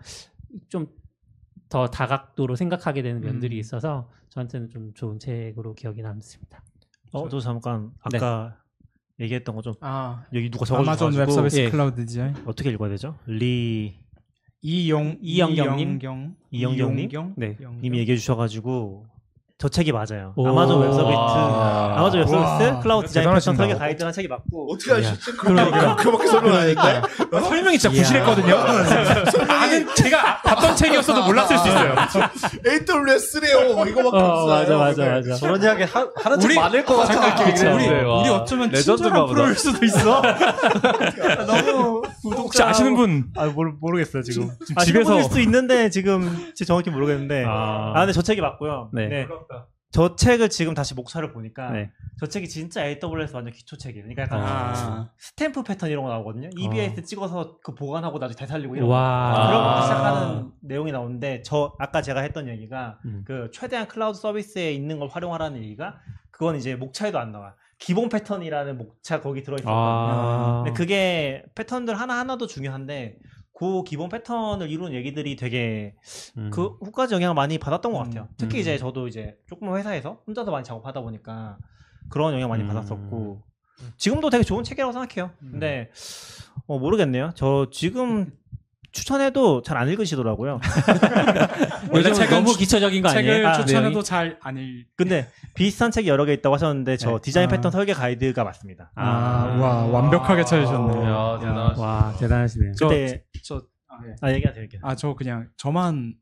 Speaker 3: 좀 더 다각도로 생각하게 되는 면들이
Speaker 8: 음.
Speaker 3: 있어서 저한테는 좀 좋은 책으로 기억이 남습니다.
Speaker 7: 어, 저 잠깐 아까 얘기했던 거 좀
Speaker 8: 아
Speaker 7: 여기 누가
Speaker 8: 아마존
Speaker 7: 적어주셔가지고
Speaker 8: 웹서비스
Speaker 7: 예.
Speaker 8: 클라우드 디자인
Speaker 7: 어떻게 읽어야 되죠? 리
Speaker 8: 이영
Speaker 3: 이영경님?
Speaker 8: 이영경
Speaker 7: 이영경님
Speaker 8: 이영경?
Speaker 7: 네
Speaker 8: 이영경?
Speaker 7: 님이 얘기해 주셔가지고 저 책이 맞아요.
Speaker 3: 오.
Speaker 7: 아마존 웹서비스
Speaker 6: 와.
Speaker 7: 아마존 웹서비스
Speaker 8: 와.
Speaker 7: 클라우드 디자인 패턴
Speaker 9: 대단하신다.
Speaker 7: 설계 가이드라는 책이 맞고
Speaker 5: 어떻게 아셨지? 그러니까 그렇게
Speaker 8: 아,
Speaker 5: 설명하니까
Speaker 9: 설명이 진짜 부실했거든요. 아는 제가 봤던 책이었어도 몰랐을 수 있어요.
Speaker 5: AWS3요 뭐 이거밖에 없어요.
Speaker 6: 저런 이야기 하, 하는 책 많을 것 같은
Speaker 8: 그쵸. 우리
Speaker 6: 와.
Speaker 8: 우리 어쩌면
Speaker 6: 레전드인가
Speaker 8: 친절한
Speaker 6: 보다.
Speaker 8: 프로일 수도 있어.
Speaker 7: 너무
Speaker 9: 혹시 아시는 분?
Speaker 7: 아 모르, 모르겠어요 지금
Speaker 9: 지금
Speaker 7: 아,
Speaker 9: 집에서-
Speaker 7: 집에서 수 있는데 지금 제 정확히 모르겠는데 아, 근데 저 책이 맞고요
Speaker 3: 네.
Speaker 7: 저 책을 지금 다시 목차를 보니까
Speaker 3: 네.
Speaker 7: 저 책이 진짜 AWS 완전 기초책이에요 그러니까 약간
Speaker 8: 아,
Speaker 7: 스탬프 패턴 이런 거 나오거든요 EBS 찍어서 그 보관하고 나중에 되살리고 이런 거
Speaker 3: 와.
Speaker 7: 그런 것부터
Speaker 8: 아.
Speaker 7: 시작하는 내용이 나오는데 저 아까 제가 했던 얘기가
Speaker 3: 음.
Speaker 7: 그 최대한 클라우드 서비스에 있는 걸 활용하라는 얘기가 그건 이제 목차에도 안 나와 기본 패턴이라는 목차 거기 들어있었거든요
Speaker 3: 아.
Speaker 7: 근데 그게 패턴들 하나하나도 중요한데 그 기본 패턴을 이루는 얘기들이 되게
Speaker 3: 음.
Speaker 7: 그 후까지 영향을 많이 받았던 것
Speaker 8: 음.
Speaker 7: 같아요. 특히
Speaker 3: 음.
Speaker 7: 이제 저도 이제 조금 회사에서 혼자서 많이 작업하다 보니까 그런 영향 많이
Speaker 3: 음.
Speaker 7: 받았었고
Speaker 8: 음.
Speaker 7: 지금도 되게 좋은 책이라고 생각해요. 근데 어, 모르겠네요. 저 지금 추천해도 잘 안 읽으시더라고요.
Speaker 3: 요즘
Speaker 8: 책은
Speaker 3: 너무
Speaker 8: 추-
Speaker 3: 기초적인 거 아니에요?
Speaker 8: 책을
Speaker 3: 아,
Speaker 8: 추천해도
Speaker 3: 내용이?
Speaker 8: 잘 안 읽.
Speaker 7: 근데 비슷한 책이 여러 개 있다고 하셨는데 저
Speaker 3: 네.
Speaker 7: 디자인
Speaker 8: 아.
Speaker 7: 패턴 설계 가이드가 맞습니다.
Speaker 8: 아, 와 완벽하게 찾으셨네.
Speaker 6: 야, 대단하시다.
Speaker 3: 와 대단하시네요.
Speaker 7: 음. 그때
Speaker 8: 저 아, 예.
Speaker 7: 아 얘기가 되게
Speaker 8: 아, 저 그냥 저만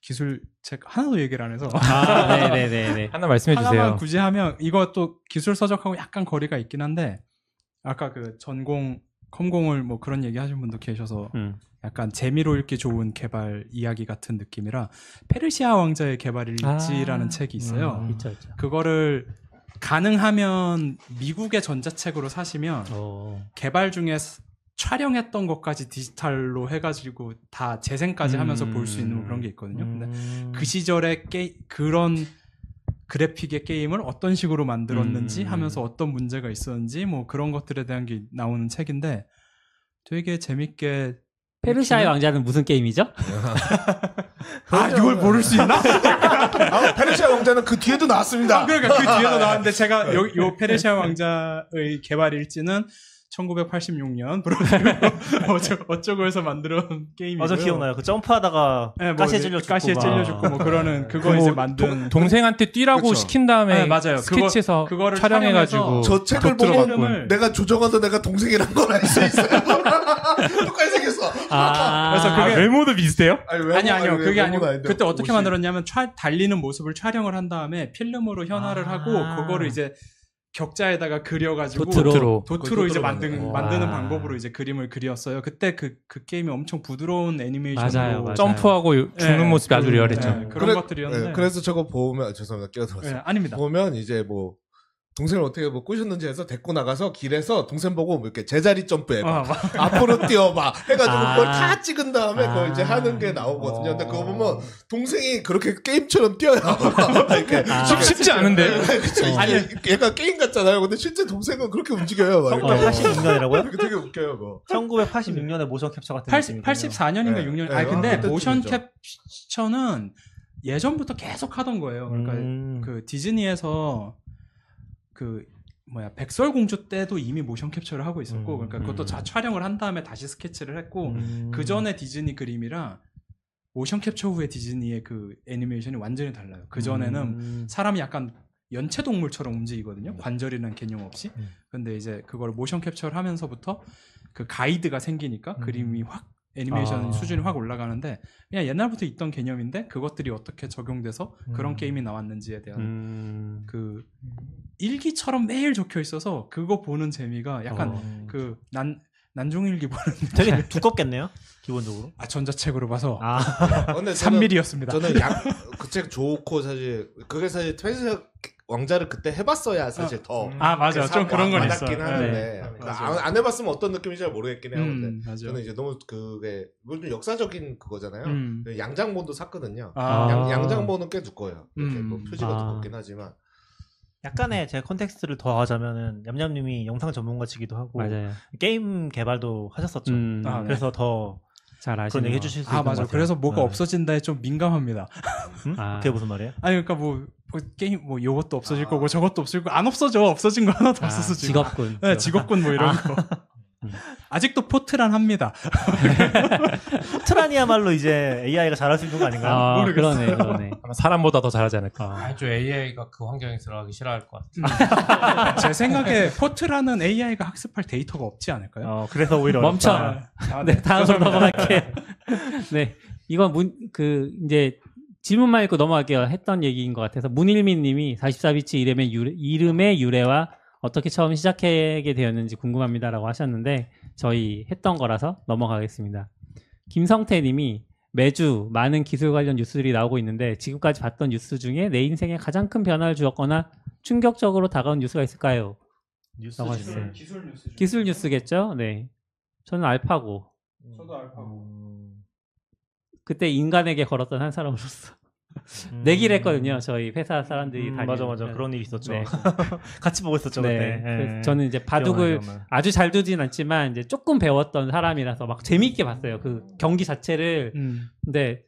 Speaker 8: 기술 책 하나도 얘기를 안 해서
Speaker 3: 아 네네네네.
Speaker 9: 하나 말씀해
Speaker 8: 하나만
Speaker 9: 주세요.
Speaker 8: 굳이 하면 이것도 기술 서적하고 약간 거리가 있긴 한데 아까 그 전공 컴공을 뭐 그런 얘기 하신 분도 계셔서
Speaker 3: 음.
Speaker 8: 약간 재미로 읽기 좋은 개발 이야기 같은 느낌이라 페르시아 왕자의 개발 일지라는
Speaker 3: 아.
Speaker 8: 책이 있어요.
Speaker 3: 음, 있죠 있죠.
Speaker 8: 그거를 가능하면 미국의 전자책으로 사시면
Speaker 3: 오.
Speaker 8: 개발 중에 스- 촬영했던 것까지 디지털로 해가지고 다 재생까지 하면서 볼 수 있는 그런 게 있거든요. 근데 그 시절의 게 그런 그래픽의 게임을 어떤 식으로 만들었는지
Speaker 3: 음.
Speaker 8: 하면서 어떤 문제가 있었는지 뭐 그런 것들에 대한 게 나오는 책인데 되게 재밌게
Speaker 3: 페르시아의 왕자는 무슨 게임이죠?
Speaker 8: 아 이걸 모를 수 있나?
Speaker 5: 아, 페르시아 왕자는 그 뒤에도 나왔습니다.
Speaker 8: 그러니까 그 뒤에도 나왔는데
Speaker 9: 네.
Speaker 8: 제가 요, 요 페르시아 왕자의 개발 일지는 1986년 브로드로 어쩌고 해서 만들어온 게임이고요.
Speaker 7: 맞아 기억나요. 그 점프하다가
Speaker 8: 네, 뭐
Speaker 7: 가시에
Speaker 8: 이제
Speaker 7: 찔려 죽고
Speaker 8: 가시에
Speaker 7: 막. 네.
Speaker 8: 찔려 죽고 뭐 그러는 그거
Speaker 9: 뭐
Speaker 8: 이제
Speaker 9: 도-
Speaker 8: 만든
Speaker 9: 동생한테 뛰라고
Speaker 5: 그쵸.
Speaker 9: 시킨 다음에
Speaker 8: 네, 맞아요.
Speaker 9: 스케치해서
Speaker 8: 그거- 그거를
Speaker 9: 촬영해가지고
Speaker 8: 촬영해서
Speaker 5: 저 책을 보고
Speaker 8: 들어갔군.
Speaker 5: 내가 조정하던 내가 동생이란 걸 알 수 있어요. 똑같이 생겼어.
Speaker 3: 아.
Speaker 8: 그래서
Speaker 9: 아,
Speaker 8: 그게-
Speaker 9: 외모도 비슷해요?
Speaker 5: 아니,
Speaker 8: 아니
Speaker 5: 외모가
Speaker 8: 아니요
Speaker 5: 왜
Speaker 8: 그게 아니고
Speaker 5: 외모가 아닌데
Speaker 8: 그때 어떻게
Speaker 5: 옷이-
Speaker 8: 만들었냐면 촬- 달리는 모습을 촬영을 한 다음에 필름으로 현화를
Speaker 7: 아.
Speaker 8: 하고 그거를 이제 격자에다가 그려가지고
Speaker 3: 도트로.
Speaker 9: 도트로.
Speaker 8: 도트로 이제
Speaker 5: 도트로
Speaker 8: 만든,
Speaker 5: 만드는
Speaker 3: 거.
Speaker 8: 만드는
Speaker 3: 와.
Speaker 8: 방법으로 이제 그림을 그렸어요. 그때 그, 그 게임이 엄청 부드러운 애니메이션으로
Speaker 3: 맞아요, 맞아요.
Speaker 9: 점프하고 죽는
Speaker 8: 네,
Speaker 9: 모습이 아주
Speaker 8: 그런-
Speaker 9: 리얼했죠.
Speaker 8: 네, 그런
Speaker 5: 그래-
Speaker 8: 것들이었는데
Speaker 5: 네, 그래서 저거 보면 아, 죄송합니다. 끼어들었어요.
Speaker 8: 네, 아닙니다.
Speaker 5: 보면 이제 뭐 동생을 어떻게 뭐 꼬셨는지 해서 데리고 나가서 길에서 동생 보고 뭐 이렇게 제자리 점프해봐
Speaker 8: 아, 맞-
Speaker 5: 앞으로 뛰어봐 해가지고
Speaker 3: 아.
Speaker 5: 그걸 다 찍은 다음에
Speaker 3: 아.
Speaker 5: 그걸 이제 하는 게 나오거든요 근데 그거
Speaker 8: 어.
Speaker 5: 보면 동생이 그렇게 게임처럼 뛰어요 이렇게 네,
Speaker 3: 아.
Speaker 9: 쉽- 쉽지 않은데.
Speaker 5: 그쵸 이게
Speaker 8: 아니.
Speaker 5: 얘가 게임 같잖아요 근데 실제 동생은 그렇게 움직여요 막 이렇게.
Speaker 7: 1986년이라고요?
Speaker 5: 그게 되게 웃겨요 그거
Speaker 8: 음.
Speaker 7: 1986년에 모션 캡처 같은
Speaker 8: 80,
Speaker 7: 느낌이군요.
Speaker 8: 84년인가
Speaker 5: 네,
Speaker 8: 6년.
Speaker 5: 네,
Speaker 8: 아 근데
Speaker 5: 그때쯤이죠.
Speaker 8: 모션 캡처는 예전부터 계속 하던 거예요. 그러니까
Speaker 7: 음.
Speaker 8: 그 디즈니에서 그 뭐야 백설공주 때도 이미 모션 캡처를 하고 있었고
Speaker 7: 음,
Speaker 8: 그러니까 그것도
Speaker 3: 음.
Speaker 8: 자 촬영을 한 다음에 다시 스케치를 했고 그 전에 디즈니 그림이랑 모션 캡처 후에 디즈니의 그 애니메이션이 완전히 달라요. 그 전에는
Speaker 3: 음.
Speaker 8: 사람이 약간 연체동물처럼
Speaker 5: 음.
Speaker 8: 움직이거든요. 관절이란 개념 없이.
Speaker 5: 음.
Speaker 8: 근데 이제 그걸 모션 캡처를 하면서부터 그 가이드가 생기니까 그림이 확 애니메이션
Speaker 9: 아.
Speaker 8: 수준이 확 올라가는데 그냥 옛날부터 있던 개념인데 그것들이 어떻게 적용돼서 그런
Speaker 9: 음.
Speaker 8: 게임이 나왔는지에 대한
Speaker 9: 음.
Speaker 8: 그 일기처럼 매일 적혀 있어서 그거 보는 재미가 약간
Speaker 9: 어.
Speaker 8: 그 난 난중일기 보는
Speaker 7: 되게 두껍겠네요. 기본적으로.
Speaker 8: 아 전자책으로 봐서
Speaker 7: 아.
Speaker 5: 어, 근데 저는-
Speaker 8: 3mm였습니다.
Speaker 5: 저는 약그책 좋고 사실 그게 사실 퇴색 왕자를 그때 해봤어야 사실 더.
Speaker 8: 아, 맞아.
Speaker 5: 그
Speaker 8: 좀 그런 건
Speaker 5: 와닿긴
Speaker 8: 있어요.
Speaker 5: 하는데
Speaker 8: 네.
Speaker 5: 그러니까
Speaker 8: 맞아.
Speaker 5: 안, 안 해봤으면 어떤 느낌인지 잘 모르겠긴 해요. 근데
Speaker 8: 음, 맞아.
Speaker 5: 저는 이제 너무 그게 뭐좀 역사적인 그거잖아요. 네.
Speaker 8: 음.
Speaker 5: 양장본도 샀거든요.
Speaker 8: 아.
Speaker 5: 양, 양장본은 꽤 두꺼워요. 이렇게
Speaker 8: 음.
Speaker 5: 뭐 표지가
Speaker 7: 아.
Speaker 5: 두껍긴 하지만
Speaker 7: 약간의 제 컨텍스트를 더하자면은 얌얌님이 영상 전문가시기도 하고
Speaker 3: 맞아요.
Speaker 7: 게임 개발도 하셨었죠.
Speaker 3: 음,
Speaker 8: 아, 네.
Speaker 7: 그래서 더
Speaker 3: 잘 아시네요.
Speaker 7: 그런 얘기 해주실 수 있는
Speaker 8: 아
Speaker 7: 것
Speaker 8: 맞아.
Speaker 7: 같아요.
Speaker 8: 그래서 뭐가
Speaker 7: 네.
Speaker 8: 없어진다에 좀 민감합니다.
Speaker 7: 음?
Speaker 3: 아.
Speaker 7: 그게 무슨 말이에요?
Speaker 8: 아니 그러니까 뭐, 뭐 게임 뭐 요것도 없어질 거고 저것도 없어질 거고 안 없어져 없어진 거 하나도
Speaker 3: 아,
Speaker 8: 없어서 지금.
Speaker 3: 직업군.
Speaker 8: 네, 직업군 뭐 이런 거. 아직도 포트란 합니다.
Speaker 7: 포트라니야말로 이제 AI가 잘할 수 있는 거 아닌가요?
Speaker 3: 아,
Speaker 8: 모르겠어요.
Speaker 3: 그러네, 그러네.
Speaker 9: 아마 사람보다 더 잘하지 않을까.
Speaker 4: 아주 AI가 그 환경에 들어가기 싫어할 것 같아.
Speaker 8: 제 생각에 포트라는 AI가 학습할 데이터가 없지 않을까요?
Speaker 7: 어, 그래서 오히려
Speaker 3: 멈춰.
Speaker 7: 어렵다.
Speaker 8: 아,
Speaker 3: 네, 다음으로 넘어갈게요. 네, 이건 문, 그, 이제, 질문만 읽고 넘어갈게요. 했던 얘기인 것 같아서. 문일민 님이 44비치 이름의, 유래, 이름의 유래와 어떻게 처음 시작하게 되었는지 궁금합니다라고 하셨는데, 저희 했던 거라서 넘어가겠습니다. 김성태 님이 매주 많은 기술 관련 뉴스들이 나오고 있는데, 지금까지 봤던 뉴스 중에 내 인생에 가장 큰 변화를 주었거나 충격적으로 다가온 뉴스가 있을까요?
Speaker 7: 뉴스
Speaker 3: 라고
Speaker 7: 지금.
Speaker 3: 하셨어요.
Speaker 8: 기술 뉴스.
Speaker 3: 기술 뉴스겠죠? 네. 저는 알파고.
Speaker 8: 저도 알파고.
Speaker 7: 음.
Speaker 3: 그때 인간에게 걸었던 한 사람으로서 음. 내기를 했거든요. 저희 회사 사람들이
Speaker 7: 음,
Speaker 3: 다
Speaker 7: 맞아 맞아 음, 그런 일이 있었죠.
Speaker 3: 네.
Speaker 7: 같이 보고 있었죠
Speaker 3: 네.
Speaker 7: 그때.
Speaker 3: 그래서
Speaker 7: 예.
Speaker 3: 저는 이제 바둑을
Speaker 7: 기억나요, 기억나요.
Speaker 3: 아주 잘 두진 않지만 이제 조금 배웠던 사람이라서 막
Speaker 7: 음.
Speaker 3: 재미있게 봤어요. 그 경기 자체를.
Speaker 8: 음.
Speaker 3: 근데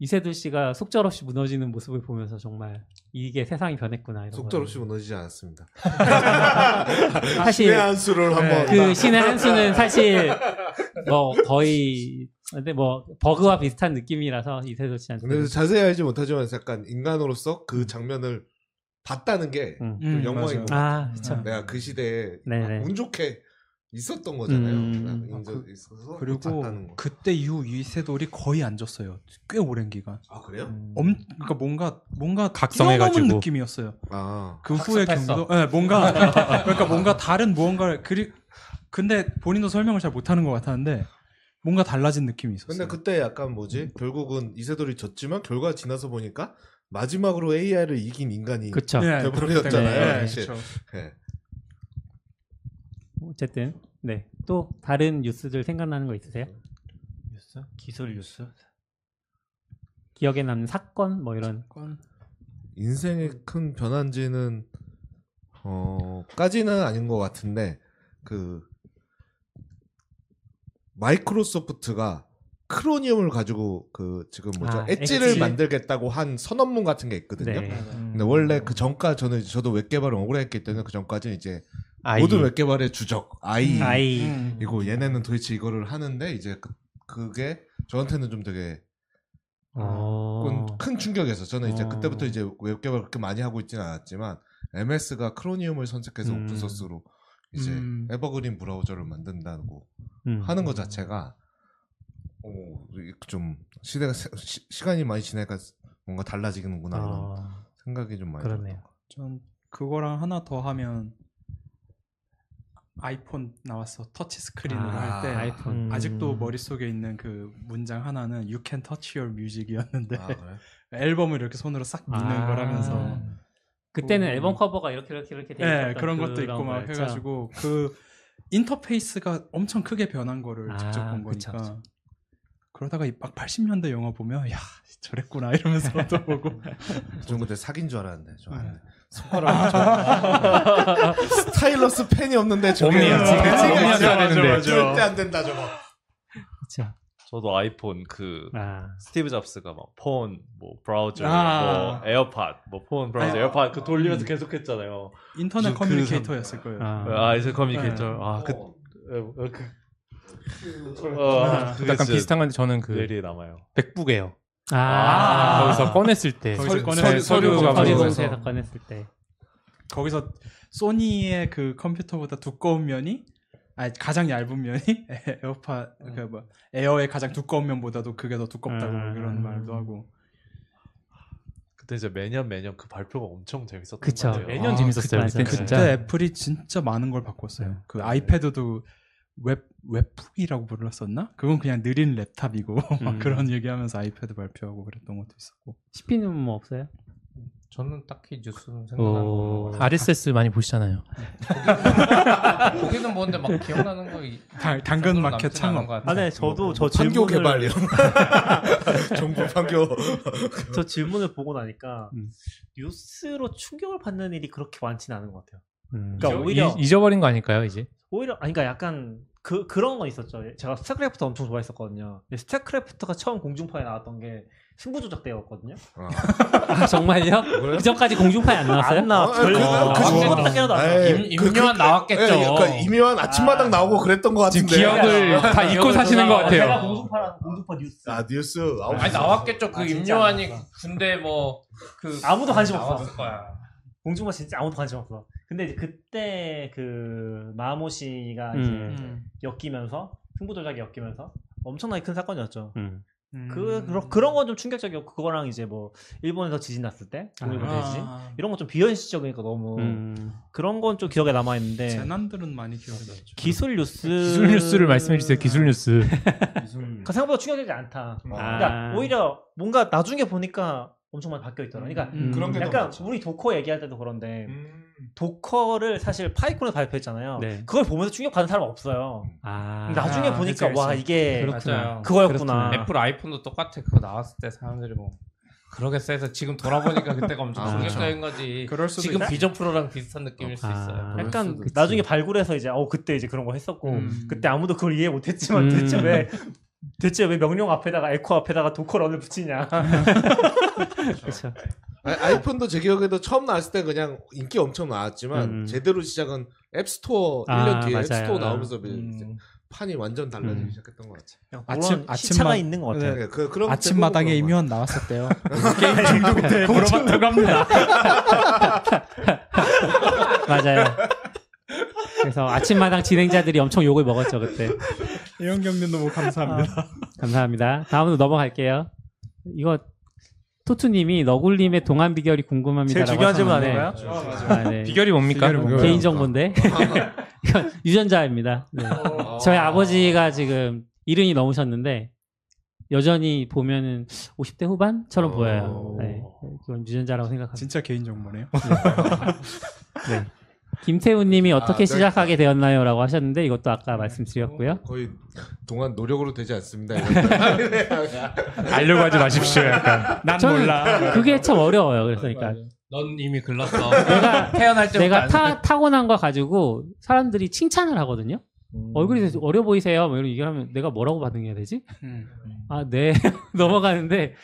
Speaker 3: 이세돌 씨가 속절없이 무너지는 모습을 보면서 정말 이게 세상이 변했구나
Speaker 8: 네,
Speaker 3: 이런
Speaker 5: 속절없이
Speaker 3: 거를.
Speaker 5: 무너지지 않았습니다.
Speaker 3: 사실
Speaker 5: 신의 한
Speaker 8: 네.
Speaker 5: 수를 한번
Speaker 3: 그 신의 한 수는 사실 뭐 거의 근데 뭐 버그와 비슷한 느낌이라서 이세돌 씨한테
Speaker 5: 근데 자세히 알지 못하지만 약간 인간으로서 그 장면을 봤다는 게
Speaker 3: 음.
Speaker 8: 음,
Speaker 5: 영화인
Speaker 8: 맞아요.
Speaker 5: 것
Speaker 3: 아 그쵸
Speaker 8: 음.
Speaker 5: 내가 그 시대에
Speaker 3: 네네.
Speaker 5: 운 좋게 있었던 거잖아요.
Speaker 3: 음.
Speaker 5: 나는
Speaker 8: 아,
Speaker 5: 인제
Speaker 8: 그-
Speaker 5: 있어서
Speaker 8: 그리고
Speaker 5: 봤다는 거.
Speaker 8: 그때 이후 이세돌이 거의 안 졌어요. 꽤 오랜 기간.
Speaker 5: 아 그래요?
Speaker 8: 엄 그러니까 뭔가 뭔가
Speaker 9: 각성해가지고.
Speaker 8: 뛰어넘은 느낌이었어요.
Speaker 5: 아
Speaker 8: 그 후의
Speaker 4: 학습했어.
Speaker 8: 경기도 예, 뭔가 그러니까 뭔가 다른 무언가를 그리 근데 본인도 설명을 잘 못하는 것 같았는데 뭔가 달라진 느낌이 있었어요. 음.
Speaker 5: 근데 그때 약간 뭐지? 결국은 이세돌이 졌지만 결과 지나서 보니까 마지막으로 AI를 이긴 인간이
Speaker 3: 그쵸
Speaker 8: 예,
Speaker 5: 대부분이었잖아요,
Speaker 8: 그때. 예,
Speaker 5: 사실.
Speaker 8: 그쵸.
Speaker 5: 예.
Speaker 3: 어쨌든 네 또 다른 뉴스들 생각나는 거 있으세요?
Speaker 7: 뉴스? 기술 뉴스?
Speaker 3: 기억에 남는 사건 뭐 이런
Speaker 5: 인생의 큰 변환지는 어까지는 아닌 것 같은데 그 마이크로소프트가 크로니움을 가지고 그 지금 뭐죠
Speaker 3: 아,
Speaker 5: 엣지를
Speaker 3: 엣지.
Speaker 5: 만들겠다고 한 선언문 같은 게 있거든요.
Speaker 3: 네.
Speaker 5: 근데 원래 그 전까 저는 저도 웹 개발을 오래 했기 때문에 그 전까지는 이제 모든 웹 개발의 주적 아이
Speaker 3: 음, 아이
Speaker 8: 음,
Speaker 5: 이거 얘네는 도대체 이거를 하는데 이제 그, 그게 저한테는 좀 되게
Speaker 3: 어...
Speaker 5: 그건 큰 충격이었어. 저는 이제
Speaker 3: 어.
Speaker 5: 그때부터 이제 웹 개발 그렇게 많이 하고 있지는 않았지만 MS가 크로니움을 선택해서
Speaker 3: 음.
Speaker 5: 오픈 소스로 이제
Speaker 8: 음.
Speaker 5: 에버그린 브라우저를 만든다고
Speaker 3: 음.
Speaker 5: 하는 것 자체가 오, 이좀 시대가 세- 시, 시간이 많이 지나니까 뭔가 달라지는구나 이런
Speaker 3: 아,
Speaker 5: 생각이 좀 많이
Speaker 3: 그러네요.
Speaker 8: 전 그거랑 하나 더 하면 아이폰 나왔어 터치 스크린으로
Speaker 3: 아,
Speaker 8: 할 때
Speaker 3: 아이폰
Speaker 7: 음.
Speaker 8: 아직도 머릿속에 있는 그 문장 하나는 You can touch your music이었는데
Speaker 5: 들었어요. 아, 그래?
Speaker 8: 앨범을 이렇게 손으로 싹 미는
Speaker 3: 아.
Speaker 8: 거라면서
Speaker 3: 그때는
Speaker 8: 음.
Speaker 3: 앨범 커버가 이렇게 이렇게 이렇게 돼
Speaker 8: 네,
Speaker 3: 있었던
Speaker 8: 그런 것도 있고 막
Speaker 3: 거였죠.
Speaker 8: 해가지고 그 인터페이스가 엄청 크게 변한 거를
Speaker 3: 아,
Speaker 8: 직접 본
Speaker 3: 그쵸,
Speaker 8: 거니까 그러다가막 80년대 영화 보면 야 저랬구나 이러면서 또 보고
Speaker 5: 전 그때 사귄 줄 알았는데 좀 아닌데 손가락 스타일러스 펜이 없는데 저게
Speaker 9: 없네요.
Speaker 5: 배치가
Speaker 9: 없네요. 맞아, 맞아,
Speaker 5: 있어야
Speaker 9: 맞아.
Speaker 5: 절대 안 된다 저거.
Speaker 3: 그쵸.
Speaker 6: 저도 아이폰 그
Speaker 3: 아,
Speaker 6: 스티브 잡스가 막 폰, 뭐 브라우저,
Speaker 8: 아.
Speaker 6: 뭐 에어팟, 뭐 폰, 브라우저,
Speaker 8: 아.
Speaker 6: 에어팟 그 돌리면서
Speaker 8: 음.
Speaker 6: 계속했잖아요.
Speaker 8: 인터넷
Speaker 6: 그
Speaker 8: 커뮤니케이터였을 거예요.
Speaker 3: 아.
Speaker 6: 아 이제 커뮤니케이터.
Speaker 8: 네.
Speaker 6: 아그 어, 그
Speaker 9: 아, 약간 비슷한 건데 저는 그
Speaker 6: 뇌리에 남아요.
Speaker 9: 맥북에요.
Speaker 3: 아,
Speaker 8: 아.
Speaker 9: 거기서 꺼냈을 때.
Speaker 8: 거기서
Speaker 5: 서류-
Speaker 8: 꺼내-
Speaker 5: 서류-
Speaker 9: 서류
Speaker 5: 서류
Speaker 9: 검사.
Speaker 3: 네. 서류 네.
Speaker 5: 검사.
Speaker 3: 검사에서 꺼냈을 때.
Speaker 8: 거기서 소니의 그 컴퓨터보다 두꺼운 면이 아 가장 얇은 면이 에어파 그뭐 에어의 가장 두꺼운 면보다도 그게 더 두껍다고
Speaker 3: 음.
Speaker 8: 그런 말도 하고
Speaker 6: 그때 이제 매년 매년 그 발표가 엄청 재밌었던
Speaker 3: 그쵸.
Speaker 6: 것 같아요.
Speaker 9: 매년
Speaker 3: 아,
Speaker 9: 재밌었어요.
Speaker 3: 그때
Speaker 9: 그때
Speaker 3: 맞아요.
Speaker 9: 진짜.
Speaker 8: 그때 네, 애플이 진짜 많은 걸 바꿨어요. 그 아이패드도 웹 웹북이라고 불렀었나? 그건 그냥 느린 랩탑이고 막
Speaker 3: 음.
Speaker 8: 그런 얘기하면서 아이패드 발표하고 그랬던 것도 있었고.
Speaker 3: CP는 뭐 없어요?
Speaker 4: 저는 딱히 뉴스는
Speaker 3: 오.
Speaker 4: 생각나는 거
Speaker 9: RSS 많이 보시잖아요.
Speaker 4: 거기는 뭔데 막 기억나는 거 이-
Speaker 8: 당, 당근 마켓 창업.
Speaker 7: 아, 네,
Speaker 3: 뭐,
Speaker 7: 저도 저
Speaker 5: 판교
Speaker 7: 질문을
Speaker 5: 개발 이런 정보 판교
Speaker 7: 저 질문을 보고 나니까
Speaker 3: 음.
Speaker 7: 뉴스로 충격을 받는 일이 그렇게 많지는 않은 것 같아요.
Speaker 9: 잊어-
Speaker 7: 그러니까 오히려-
Speaker 9: 잊- 잊어버린 거 아닐까요 이제?
Speaker 7: 오히려 아니 그러니까 약간 그 그런 건 있었죠. 제가 스타크래프트 엄청 좋아했었거든요. 근데 스타크래프트가 처음 공중파에 나왔던 게 승부 조작 때였거든요.
Speaker 3: 아, 정말요? 그 전까지 공중파에 안 나왔어요?
Speaker 7: 안 나왔- 별-
Speaker 5: 그- 그
Speaker 7: 아무것도
Speaker 5: 정도는-
Speaker 7: 한 개라도 안 네. 나왔어요.
Speaker 5: 에이,
Speaker 4: 임-
Speaker 5: 그-
Speaker 4: 임요한
Speaker 5: 그-
Speaker 4: 나왔겠죠.
Speaker 5: 예, 그러니까 임요한 아침마당 나오고 그랬던 것 같은데.
Speaker 9: 기억을 다 잊고
Speaker 4: 기억을
Speaker 9: 사시는 것
Speaker 4: 조사하고
Speaker 7: 아, 제가
Speaker 9: 같아요.
Speaker 7: 공중파라는 공중파 뉴스
Speaker 5: 아 뉴스 아홉 시
Speaker 4: 아니 나왔겠죠. 그
Speaker 7: 아, 진짜
Speaker 4: 임요한이
Speaker 7: 안 나왔어.
Speaker 4: 군대 뭐그
Speaker 7: 아무도 관심
Speaker 4: 나왔을
Speaker 7: 없어.
Speaker 4: 거야.
Speaker 7: 공중파 진짜 아무도 관심 없어. 근데 이제 그때 그 마모 씨가
Speaker 3: 음.
Speaker 7: 이제 엮이면서 승부 조작이 엮이면서 엄청나게 큰
Speaker 6: 아.
Speaker 7: 사건이었죠.
Speaker 3: 음.
Speaker 7: 그 그런 그런 건 좀 충격적이었고 그거랑 이제 뭐 일본에서 지진 났을 때 동일본
Speaker 3: 아.
Speaker 7: 대지 이런 건 좀 비현실적이니까 너무
Speaker 3: 음.
Speaker 7: 그런 건 좀 기억에 남아
Speaker 8: 네.
Speaker 7: 있는데
Speaker 8: 재난들은 많이 기억에 남죠.
Speaker 7: 네. 기술 뉴스
Speaker 9: 네, 기술 뉴스를 말씀해 주세요. 기술 뉴스.
Speaker 7: 그러니까 생각보다 충격적이지 않다.
Speaker 3: 아.
Speaker 7: 그러니까 오히려 뭔가 나중에 보니까 엄청 많이 바뀌어 있더라. 그러니까
Speaker 3: 음.
Speaker 5: 그런 게 너무
Speaker 7: 약간
Speaker 5: 많죠.
Speaker 7: 우리 도커 얘기할 때도 그런데
Speaker 9: 음.
Speaker 7: 도커를 사실 파이콘에서 발표했잖아요.
Speaker 3: 네.
Speaker 7: 그걸 보면서 충격받는 사람 은 없어요.
Speaker 3: 아.
Speaker 7: 나중에
Speaker 8: 아,
Speaker 7: 보니까
Speaker 8: 그치,
Speaker 7: 와
Speaker 8: 그치.
Speaker 7: 이게
Speaker 4: 맞아요.
Speaker 7: 그거였구나
Speaker 4: 애플 아이폰도 똑같아. 그거 나왔을 때 사람들이 뭐 그러게 세서 지금 돌아보니까 그때가 엄청
Speaker 5: 아,
Speaker 4: 충격적인 거지.
Speaker 8: 그럴 수도
Speaker 4: 지금
Speaker 8: 있다.
Speaker 4: 비전 프로랑 비슷한 느낌일 수
Speaker 3: 아.
Speaker 4: 있어요.
Speaker 3: 그럴
Speaker 7: 약간
Speaker 3: 수도 있지.
Speaker 7: 나중에 발굴해서 이제 어 그때 이제 그런 거 했었고
Speaker 8: 음.
Speaker 7: 그때 아무도 그걸 이해
Speaker 3: 음.
Speaker 7: 못했지만 대체 왜 대체 왜 명령 앞에다가 에코 앞에다가 도커런을 붙이냐.
Speaker 3: 그렇죠.
Speaker 5: 아, 아이폰도 제 기억에도 처음 나왔을 때 그냥 인기 엄청 나왔지만
Speaker 3: 음.
Speaker 5: 제대로 시작은 앱스토어
Speaker 3: 아,
Speaker 5: 1년 뒤에
Speaker 3: 맞아요.
Speaker 5: 앱스토어 나오면서 이제
Speaker 8: 음.
Speaker 5: 판이 완전 달라지기
Speaker 3: 음.
Speaker 5: 시작했던 것 같아요.
Speaker 8: 아침-
Speaker 7: 그런 시차가
Speaker 8: 아침만-
Speaker 7: 있는 것 같아요.
Speaker 8: 네.
Speaker 5: 네, 그, 그런
Speaker 8: 아침마당에
Speaker 5: 대부분 그런
Speaker 8: 임요한 나왔을 때요.
Speaker 7: 물어봤다고 합니다.
Speaker 3: 맞아요. 그래서 아침마당 진행자들이 엄청 욕을 먹었죠 그때.
Speaker 8: 이런 경님 너무 감사합니다.
Speaker 3: 감사합니다. 다음으로 넘어갈게요. 이거 토투님이 너굴님의 동안 비결이 궁금합니다.
Speaker 7: 네. 제일 중요한 질문 아닌가요?
Speaker 3: 아, 네.
Speaker 9: 비결이 뭡니까?
Speaker 5: 비결이
Speaker 3: 개인 정보인데 이건 유전자입니다. 네.
Speaker 4: 어,
Speaker 5: 거.
Speaker 3: 저희 아버지가 지금 이른이 넘으셨는데 여전히 보면은 50대 후반처럼
Speaker 5: 어.
Speaker 3: 보여요. 네. 그건 유전자라고 생각합니다.
Speaker 8: 진짜 개인 정보네요.
Speaker 3: 네. 김태우님이
Speaker 5: 아,
Speaker 3: 어떻게
Speaker 5: 네.
Speaker 3: 시작하게 되었나요?라고 하셨는데 이것도 아까 말씀드렸고요.
Speaker 5: 거의 동안 노력으로 되지 않습니다.
Speaker 9: 알려고 하지 마십시오. 약간.
Speaker 8: 난
Speaker 3: 저는
Speaker 8: 몰라. 아, 네.
Speaker 3: 그게 참 어려워요. 그래서 그러니까
Speaker 4: 넌 이미 글렀어.
Speaker 3: 내가-
Speaker 4: 태어날 때부터
Speaker 3: 내가
Speaker 4: 안
Speaker 3: 타, 타고난 거 가지고 사람들이 칭찬을 하거든요.
Speaker 8: 음.
Speaker 7: 음.
Speaker 3: 얼굴이 되게 어려 보이세요. 뭐 이런 얘기를 하면 내가 뭐라고 반응해야 되지? 아, 네. 넘어가는데